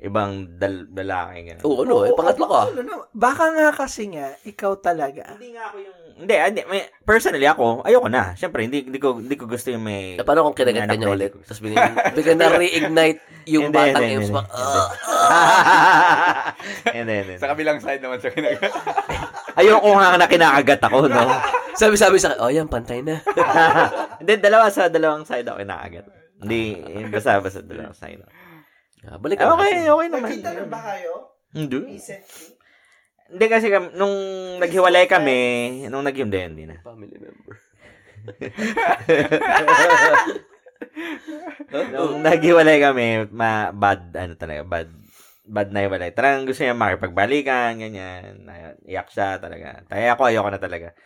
Speaker 4: ibang dal, lalaki ganun.
Speaker 1: Oo, ano? Eh, pangatlo ka.
Speaker 5: Ano na- Baka nga kasi nga, ikaw talaga.
Speaker 6: Hindi nga ako yung...
Speaker 4: Hindi, ah, hindi may, personally ako, ayoko na. Syempre hindi, hindi ko hindi ko gusto yung may
Speaker 1: Eh, paano kung kinagat ka
Speaker 4: Anak
Speaker 1: niya
Speaker 4: na-
Speaker 1: ulit? Tapos bigyan, bigyan na reignite yung
Speaker 4: Hindi,
Speaker 1: batang
Speaker 4: hindi,
Speaker 1: Eves.
Speaker 4: hindi,
Speaker 1: Bak-
Speaker 4: hindi.
Speaker 1: Ah!
Speaker 4: And then,
Speaker 3: Sa kabilang side naman siya kinagawa.
Speaker 4: ayoko nga na kinakagat ako, no.
Speaker 1: Sabi-sabi sa akin, oh yan, pantay na.
Speaker 4: Hindi, dalawa sa dalawang side ako kinakagat. Hindi, basta basta dalawang side ako.
Speaker 1: Ah, Balik ka.
Speaker 4: Okay,
Speaker 5: Ano
Speaker 4: okay naman.
Speaker 10: Nakita na ba kayo
Speaker 4: Hindi.
Speaker 10: recently?
Speaker 4: Hindi kasi kam- nung naghiwalay kami, nung nag-yum din, hindi na.
Speaker 1: Family member.
Speaker 3: Oh.
Speaker 4: Nung naghiwalay kami, ma bad, ano talaga, bad, bad na hiwalay. Talagang gusto niya makipagbalikan, ganyan. Ay- Iyak siya talaga. Kaya ako, ayoko na talaga.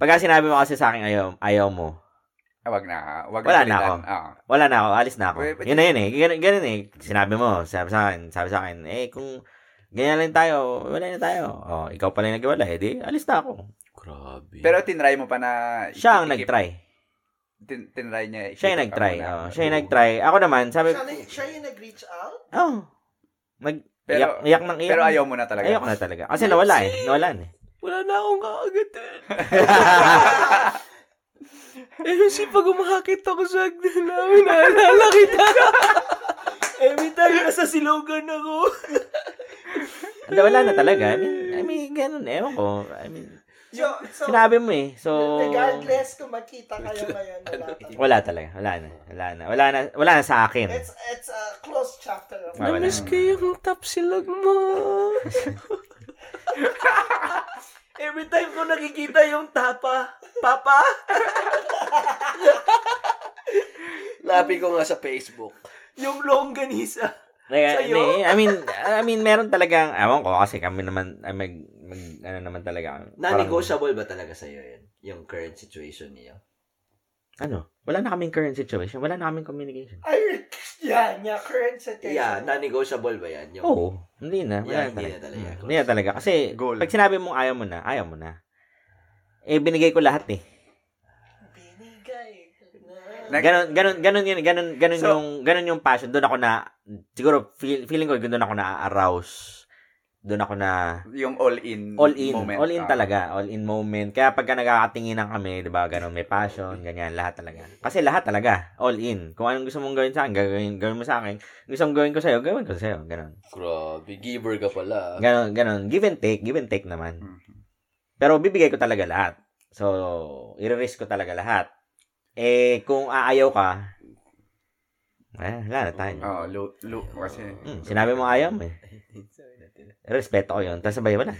Speaker 4: Pagka sinabi mo kasi sa akin, ayaw, ayaw mo.
Speaker 3: Ah, wag na. Wag
Speaker 4: Wala na ako.
Speaker 3: Oo.
Speaker 4: Wala na ako, alis na ako.
Speaker 3: Wait, but-
Speaker 4: Yun na yun eh. Ganun, ganun eh. Sinabi mo, sabi sa akin, sabi sa akin, eh kung ganyan lang tayo, wala na tayo. Oh, ikaw pala yung naghiwalay, eh, di, alis na ako.
Speaker 1: Grabe.
Speaker 3: Pero tinry mo pa na...
Speaker 4: Siya ang
Speaker 3: i-keep-
Speaker 4: nag-try.
Speaker 3: Tin, tinry niya.
Speaker 4: Siya
Speaker 3: i-keep
Speaker 4: yung nag-try.
Speaker 3: up muna.
Speaker 4: Oh, siya yung nag-try. Ako naman, sabi,
Speaker 10: Siya, na- siya yung nag-reach out?
Speaker 4: oh, nag,
Speaker 3: Pero-
Speaker 4: iyak, iyak ng iyak.
Speaker 3: Pero ayaw mo na talaga.
Speaker 4: Ayoko na talaga. Kasi nawala eh. Nawala na eh.
Speaker 1: Wala na akong kakagatin. eh, si pag umakakit ako sa agdan namin, naalala kita. Every time nasa silogan ako.
Speaker 4: Nawala na talaga. I mean, I mean, ganun. Ewan ko. I mean,
Speaker 10: So, so
Speaker 4: sinabi mo eh. So,
Speaker 10: regardless kung magkita
Speaker 3: Oh.
Speaker 10: kayo ngayon, wala pa.
Speaker 4: wala talaga. Wala na. Wala na. Wala na, wala na sa akin.
Speaker 10: It's, it's a closed chapter of
Speaker 4: Wala na.
Speaker 1: ko yung top silog mo.
Speaker 5: Every time ko nakikita yung tapa, papa,
Speaker 2: Lapi ko nga sa Facebook.
Speaker 5: yung longganisa.
Speaker 4: Kaya,
Speaker 5: Sa'yo?
Speaker 4: hindi. I mean, I mean, meron talagang, ewan ko, kasi kami naman, ay, mag, mag, ano naman talaga. parang-
Speaker 2: Non-negotiable ba talaga sa'yo yun? Yung current situation niyo?
Speaker 4: Ano? Wala na kaming current situation. Wala na kaming communication.
Speaker 10: Ay, yeah, yeah, current situation.
Speaker 2: Yeah, non-negotiable ba yan? Yung,
Speaker 4: Oo. hindi na. Wala
Speaker 2: Yeah,
Speaker 4: na
Speaker 2: hindi
Speaker 4: talaga.
Speaker 2: na talaga.
Speaker 4: Hmm, Hindi na talaga. Kasi,
Speaker 3: Goal.
Speaker 4: pag sinabi mong ayaw mo na, ayaw mo na. Eh, binigay ko lahat eh.
Speaker 10: Binigay na.
Speaker 3: Nag-
Speaker 4: Ganon, ganon, ganon yun, ganon, ganon
Speaker 3: So-
Speaker 4: yung, ganon yung passion. Doon ako na, siguro, feel, feeling ko, doon ako na-arouse. Doon ako na,
Speaker 3: Yung all-in
Speaker 4: all in,
Speaker 3: moment.
Speaker 4: all in
Speaker 3: Ah.
Speaker 4: talaga, all in moment. Kaya pagka nagkakatinginan kami, di ba, ganon, may passion, ganyan, lahat talaga. Kasi lahat talaga, all in. Kung anong gusto mong gawin sa akin, gagawin, gawin mo sa akin. Gusto mong gawin ko sa'yo, gawin ko sa'yo, ganon.
Speaker 1: Grabe, giver ka pala.
Speaker 4: Ganon, ganon, give and take, give and take naman.
Speaker 3: Mhm.
Speaker 1: Mm-hmm.
Speaker 4: Pero bibigay ko talaga lahat. So, i-risk ko talaga lahat. Eh, kung aayaw ka, eh, wala na tayo.
Speaker 3: Oo, low, low, kasi.
Speaker 4: Mm, sinabi mo ayaw mo eh. Respeto ko yun. Tapos sabay, wala.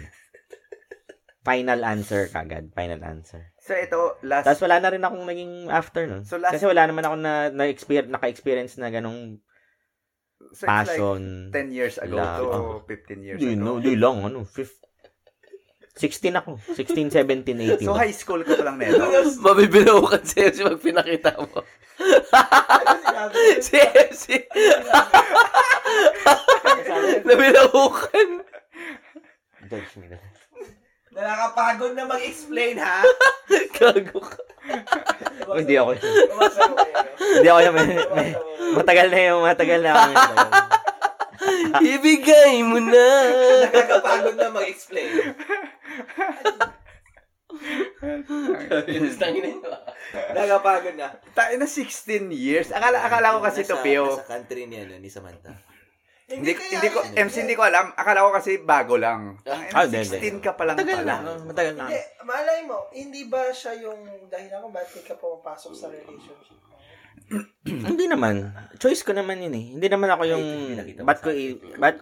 Speaker 4: Final answer kagad. Final answer.
Speaker 3: So, ito, last...
Speaker 4: Tapos wala na rin akong naging after nun.
Speaker 3: So, last-
Speaker 4: Kasi wala naman ako na, na experience, naka-experience na ganong
Speaker 3: so, it's
Speaker 4: passion.
Speaker 3: like 10 years ago
Speaker 4: Love. Oh.
Speaker 3: to 15 years
Speaker 4: Di, no,
Speaker 3: ago.
Speaker 4: di lang. Ano, fif- 16 ako. 16, 17, 18.
Speaker 3: So, high school ka pa lang neto.
Speaker 1: Mabibilaw ka si MC pag pinakita mo.
Speaker 10: Ano
Speaker 1: si MC. Nabilahukan.
Speaker 4: Ito,
Speaker 5: Nakakapagod na mag-explain, ha?
Speaker 2: Gago ka.
Speaker 4: Oh, hindi ako. yun.
Speaker 5: Bumasa mo kayo.
Speaker 4: hindi ako yung...
Speaker 5: Bumasa mo.
Speaker 4: Matagal na yung matagal na ako. yun.
Speaker 2: Ibigay mo na.
Speaker 5: Nakakapagod na mag-explain. Nakakapagod na.
Speaker 3: Tayo na 16 years. Akala, akala ko kasi to, Pio.
Speaker 1: Sa country niya, no, ni Samantha.
Speaker 3: Hindi, hindi ko, MC, hindi ko alam. Akala ko kasi bago lang.
Speaker 4: Ah,
Speaker 3: Tangina,
Speaker 4: hindi, hindi.
Speaker 3: 16 ka pa lang
Speaker 4: Matagal na.
Speaker 3: pala.
Speaker 4: oh, Matagal na.
Speaker 5: Hindi, malay mo, hindi ba siya yung dahilan kung bakit ka pumapasok sa relationship mo?
Speaker 4: Mm. Hindi naman. Choice ko naman yun eh. Hindi naman ako yung...
Speaker 1: Ay, nakita mo
Speaker 4: Ba't
Speaker 1: sa
Speaker 4: ko i... Ba't,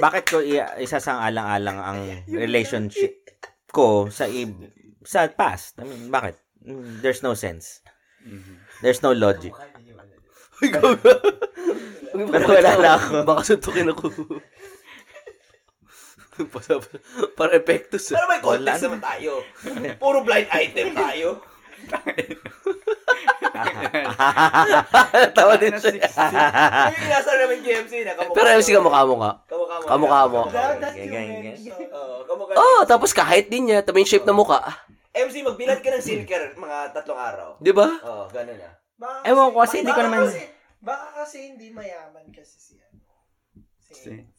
Speaker 4: bakit ko i, isasang alang-alang ang relationship ko sa i, sa past? I mean, bakit? Mm, There's no sense.
Speaker 1: Mm-hmm.
Speaker 4: There's no logic.
Speaker 2: Uy, gago.
Speaker 4: Pero wala na ako.
Speaker 2: Baka suntukin ako. Para- Para epektos.
Speaker 1: Pero may context naman tayo. Puro blind item tayo.
Speaker 2: Tawa din
Speaker 3: Tangina,
Speaker 2: siya.
Speaker 3: 16.
Speaker 1: Yung nasa namin GMC na kamukha.
Speaker 2: Pero MC kamukha mo nga.
Speaker 1: Kamukha mo.
Speaker 2: Kamukha mo.
Speaker 5: That, that
Speaker 4: Okay,
Speaker 5: you
Speaker 4: ganyan,
Speaker 5: mentioned.
Speaker 1: Oo, kamukha.
Speaker 2: Oo, oh, tapos ka-height din niya. Tapos yung shape na mukha.
Speaker 1: MC, magbilad ka ng silker mga tatlong araw.
Speaker 2: Di ba?
Speaker 1: Oo, ganun na.
Speaker 5: Baka
Speaker 4: Ewan ko kasi, hindi ko
Speaker 5: baka
Speaker 4: naman-
Speaker 5: kasi- Baka kasi hindi mayaman kasi siya.
Speaker 1: ano.
Speaker 5: Si,
Speaker 3: Si-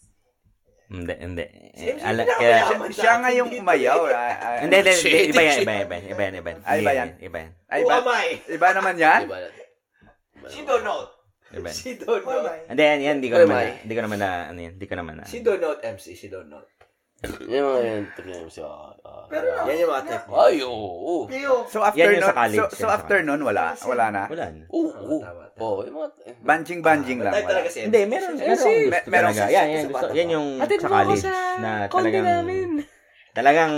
Speaker 4: Hindi, hindi.
Speaker 5: Same, same
Speaker 4: Eh, Ala,
Speaker 5: na ako
Speaker 4: kaya,
Speaker 5: yan.
Speaker 3: Siya nga yung umayaw. ah, ah.
Speaker 4: hindi, hindi, hindi.
Speaker 2: Shit.
Speaker 4: Iba yan, iba yan, iba yan, iba yan, iba yan.
Speaker 3: Ah, iba yan.
Speaker 4: Iba yan,
Speaker 3: Ay,
Speaker 1: Who
Speaker 3: iba,
Speaker 1: am I?
Speaker 3: iba naman yan?
Speaker 2: Di ba?
Speaker 1: She don't know.
Speaker 4: iba yan.
Speaker 1: She don't
Speaker 5: Why
Speaker 1: know.
Speaker 5: ba?
Speaker 4: Hindi, yan, yan, di ko
Speaker 2: Who am
Speaker 4: naman,
Speaker 2: I?
Speaker 4: na- di ko naman na, ano yan, di ko naman na.
Speaker 1: She don't know MC. She don't know.
Speaker 2: Yung mga yun. tingnan mo siya. Ah,
Speaker 5: Pero na,
Speaker 1: Yan yung mga tip.
Speaker 2: Ay, oh, oo.
Speaker 5: Leo,
Speaker 3: So after
Speaker 4: Yan yung
Speaker 3: nun,
Speaker 4: sa college,
Speaker 3: so,
Speaker 4: yan
Speaker 3: so
Speaker 4: sa
Speaker 3: after nun, wala, wala na.
Speaker 4: Wala na.
Speaker 2: Oo, oo.
Speaker 1: tama, tama.
Speaker 2: Oo, Oh, yung mga...
Speaker 3: Banjing-banjing lang.
Speaker 1: Tayo
Speaker 3: Wala.
Speaker 1: talaga si MC.
Speaker 4: Hindi, meron. Meron.
Speaker 3: Mer-
Speaker 4: Gusto
Speaker 3: meron
Speaker 4: talaga.
Speaker 3: sa-
Speaker 4: Yan,
Speaker 1: sa
Speaker 4: yan. Gusto,
Speaker 1: bata
Speaker 4: yan
Speaker 1: pa.
Speaker 4: yung
Speaker 2: Atid
Speaker 4: sa
Speaker 2: mo ako
Speaker 4: college
Speaker 2: sa
Speaker 4: na
Speaker 2: condo
Speaker 4: talagang...
Speaker 2: namin.
Speaker 4: Talagang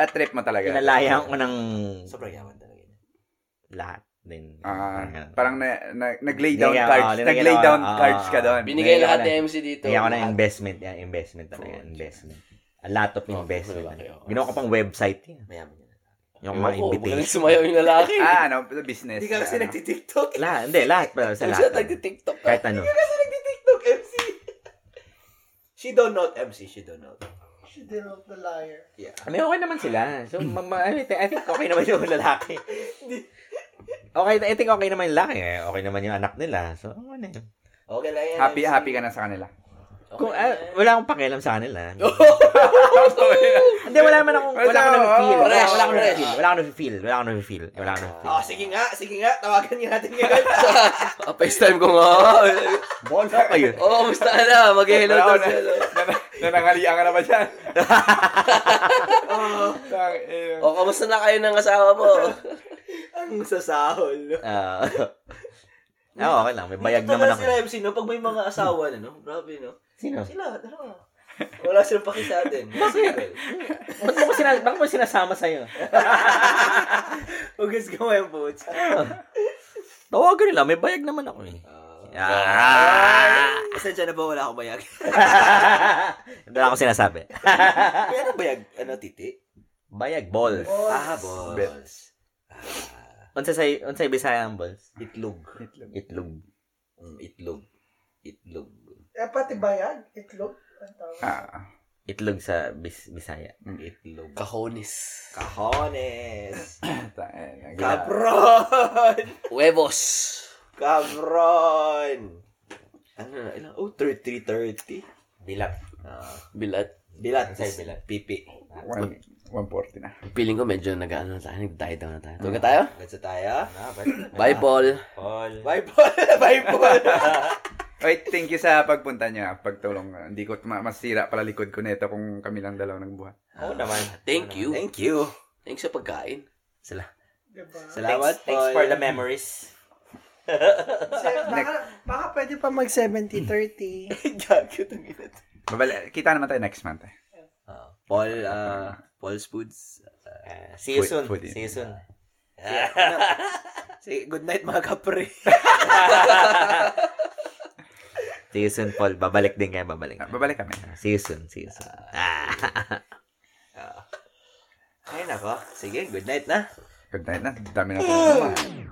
Speaker 3: At trip mo talaga.
Speaker 4: kinalayan ko ng
Speaker 1: Sobrang yaman talaga yun.
Speaker 4: lahat din.
Speaker 3: Ah,
Speaker 4: ganun.
Speaker 3: parang na, na, nag-lay
Speaker 4: Binigyan
Speaker 3: down
Speaker 4: ako,
Speaker 3: cards.
Speaker 4: binigyan
Speaker 3: Nag-lay
Speaker 4: ako,
Speaker 3: down
Speaker 4: ah,
Speaker 3: cards ka
Speaker 4: ah,
Speaker 3: doon.
Speaker 2: Binigay
Speaker 4: Ngayon
Speaker 2: lahat
Speaker 4: ako
Speaker 2: ni
Speaker 4: na-
Speaker 2: MC dito.
Speaker 4: Kaya ako na
Speaker 2: Lahat.
Speaker 4: investment. Yan, investment talaga. Investment. A lot of investment.
Speaker 2: wala kayo.
Speaker 4: Ginawa ko pang website yan.
Speaker 1: Mayaman yun.
Speaker 4: Yung mga
Speaker 2: Ewan ko, magaling
Speaker 4: invitation.
Speaker 2: sumayaw yung lalaki.
Speaker 3: Ah, ano, business.
Speaker 1: Hindi ka kasi
Speaker 3: ano.
Speaker 1: nagtitiktok.
Speaker 4: Lahat, hindi, lahat. Pero sa
Speaker 2: Yung
Speaker 4: lahat.
Speaker 2: siya nagtitiktok.
Speaker 4: Kahit ano.
Speaker 1: Nagtitiktok MC. She don't know MC. She don't know.
Speaker 5: she did not the liar.
Speaker 4: I mean, okay naman sila. So, ma- ma- I think- I think okay naman yung lalaki. Okay, I think okay naman yung lalaki. eh. Okay naman yung anak nila. So, ano yun.
Speaker 1: Okay lang yan.
Speaker 3: Happy,
Speaker 1: MC.
Speaker 3: happy ka na sa kanila.
Speaker 1: Okay
Speaker 4: Kung,
Speaker 1: lang
Speaker 4: ah,
Speaker 1: yan.
Speaker 4: wala akong pakialam sa kanila. Hindi, wala man akong, wala akong feel. Wala, wala akong feel. Wala akong feel. Wala akong feel. Eh, Wala akong feel.
Speaker 1: Oh, sige nga, sige nga, tawagan niyo natin ngayon.
Speaker 2: Ah, FaceTime ko nga.
Speaker 4: Bola kayo.
Speaker 2: Oo, oh, musta ka na? Mag-hello
Speaker 3: Wala
Speaker 2: daw
Speaker 3: na,
Speaker 2: sila.
Speaker 3: na- nanangalian ka naman dyan.
Speaker 2: O,
Speaker 4: Oh.
Speaker 2: kamusta na kayo ng asawa mo?
Speaker 1: Ang sasahol.
Speaker 4: Ah. Oo, okay lang. May bayag
Speaker 1: Dito
Speaker 4: naman
Speaker 1: na
Speaker 4: ako.
Speaker 1: sila MC, no? Pag may mga asawa na, no? Grabe, no?
Speaker 4: Sino?
Speaker 1: Sila, dalawa.
Speaker 5: ano?
Speaker 1: Wala silang paki sa atin. Bakit?
Speaker 4: Ba't mo ko sina- bakit mo sinasama sa'yo?
Speaker 1: Hugas ka mo yung boots.
Speaker 4: Tawagan nila. May bayag naman ako eh.
Speaker 1: Ah! Esensya na ba wala akong bayag?
Speaker 4: Wala akong sinasabi.
Speaker 1: Kaya ano bayag? Ano, titi?
Speaker 4: Bayag, balls.
Speaker 1: Ah, balls.
Speaker 4: Unsa sa unsa Bisaya ang balls?
Speaker 1: Itlog.
Speaker 4: Itlog.
Speaker 1: Mm, Itlog. Itlog.
Speaker 5: Eh, pati bayag, itlog. Ang tawag.
Speaker 3: Ah,
Speaker 4: Itlog sa bis, Bisaya.
Speaker 1: Mm. Itlog.
Speaker 2: Kahonis.
Speaker 1: Kahones.
Speaker 3: tangina.
Speaker 1: Cabron!
Speaker 2: Huevos.
Speaker 1: Cabron! Ano na, ilang? Oh, 30, 30. Bilat. Ah,
Speaker 2: Bilat.
Speaker 1: bilat. Sa'yo bilat. Pipi.
Speaker 4: Ah.
Speaker 3: One- 140 na.
Speaker 2: Piling ko medyo nag-ano na tayo. Nag-die down na tayo. Tulog na tayo?
Speaker 1: Gansa tayo.
Speaker 4: Ah,
Speaker 2: Bye, Paul.
Speaker 1: Bible! Bible!
Speaker 3: Wait, thank you sa pagpunta niya, pagtulong. Ah, Hindi ko ma- masira pala likod ko nito kung kami lang dalaw nagbuhat.
Speaker 4: Oo naman.
Speaker 2: Thank you.
Speaker 1: Thank you.
Speaker 2: Thanks sa pagkain.
Speaker 4: Sila.
Speaker 5: Diba?
Speaker 1: Salamat, Paul.
Speaker 4: memories.
Speaker 5: Kasi baka, baka pwede pa mag 70-30.
Speaker 1: Gago, tanginan.
Speaker 3: Babala, kita naman tayo next month. Eh.
Speaker 1: Ah, Paul, ah, Paul's Foods.
Speaker 4: Ah, see you
Speaker 3: Food-
Speaker 4: soon.
Speaker 3: food in.
Speaker 4: See you soon.
Speaker 1: Yeah. Sige, good night mga kapre.
Speaker 4: See you soon, Paul. Babalik din kayo, babalik.
Speaker 3: Ah, Babalik kami.
Speaker 4: See you soon, see you soon.
Speaker 1: Ờ. Ay, nako. Sige, good night na.
Speaker 3: Good night na. Dami na.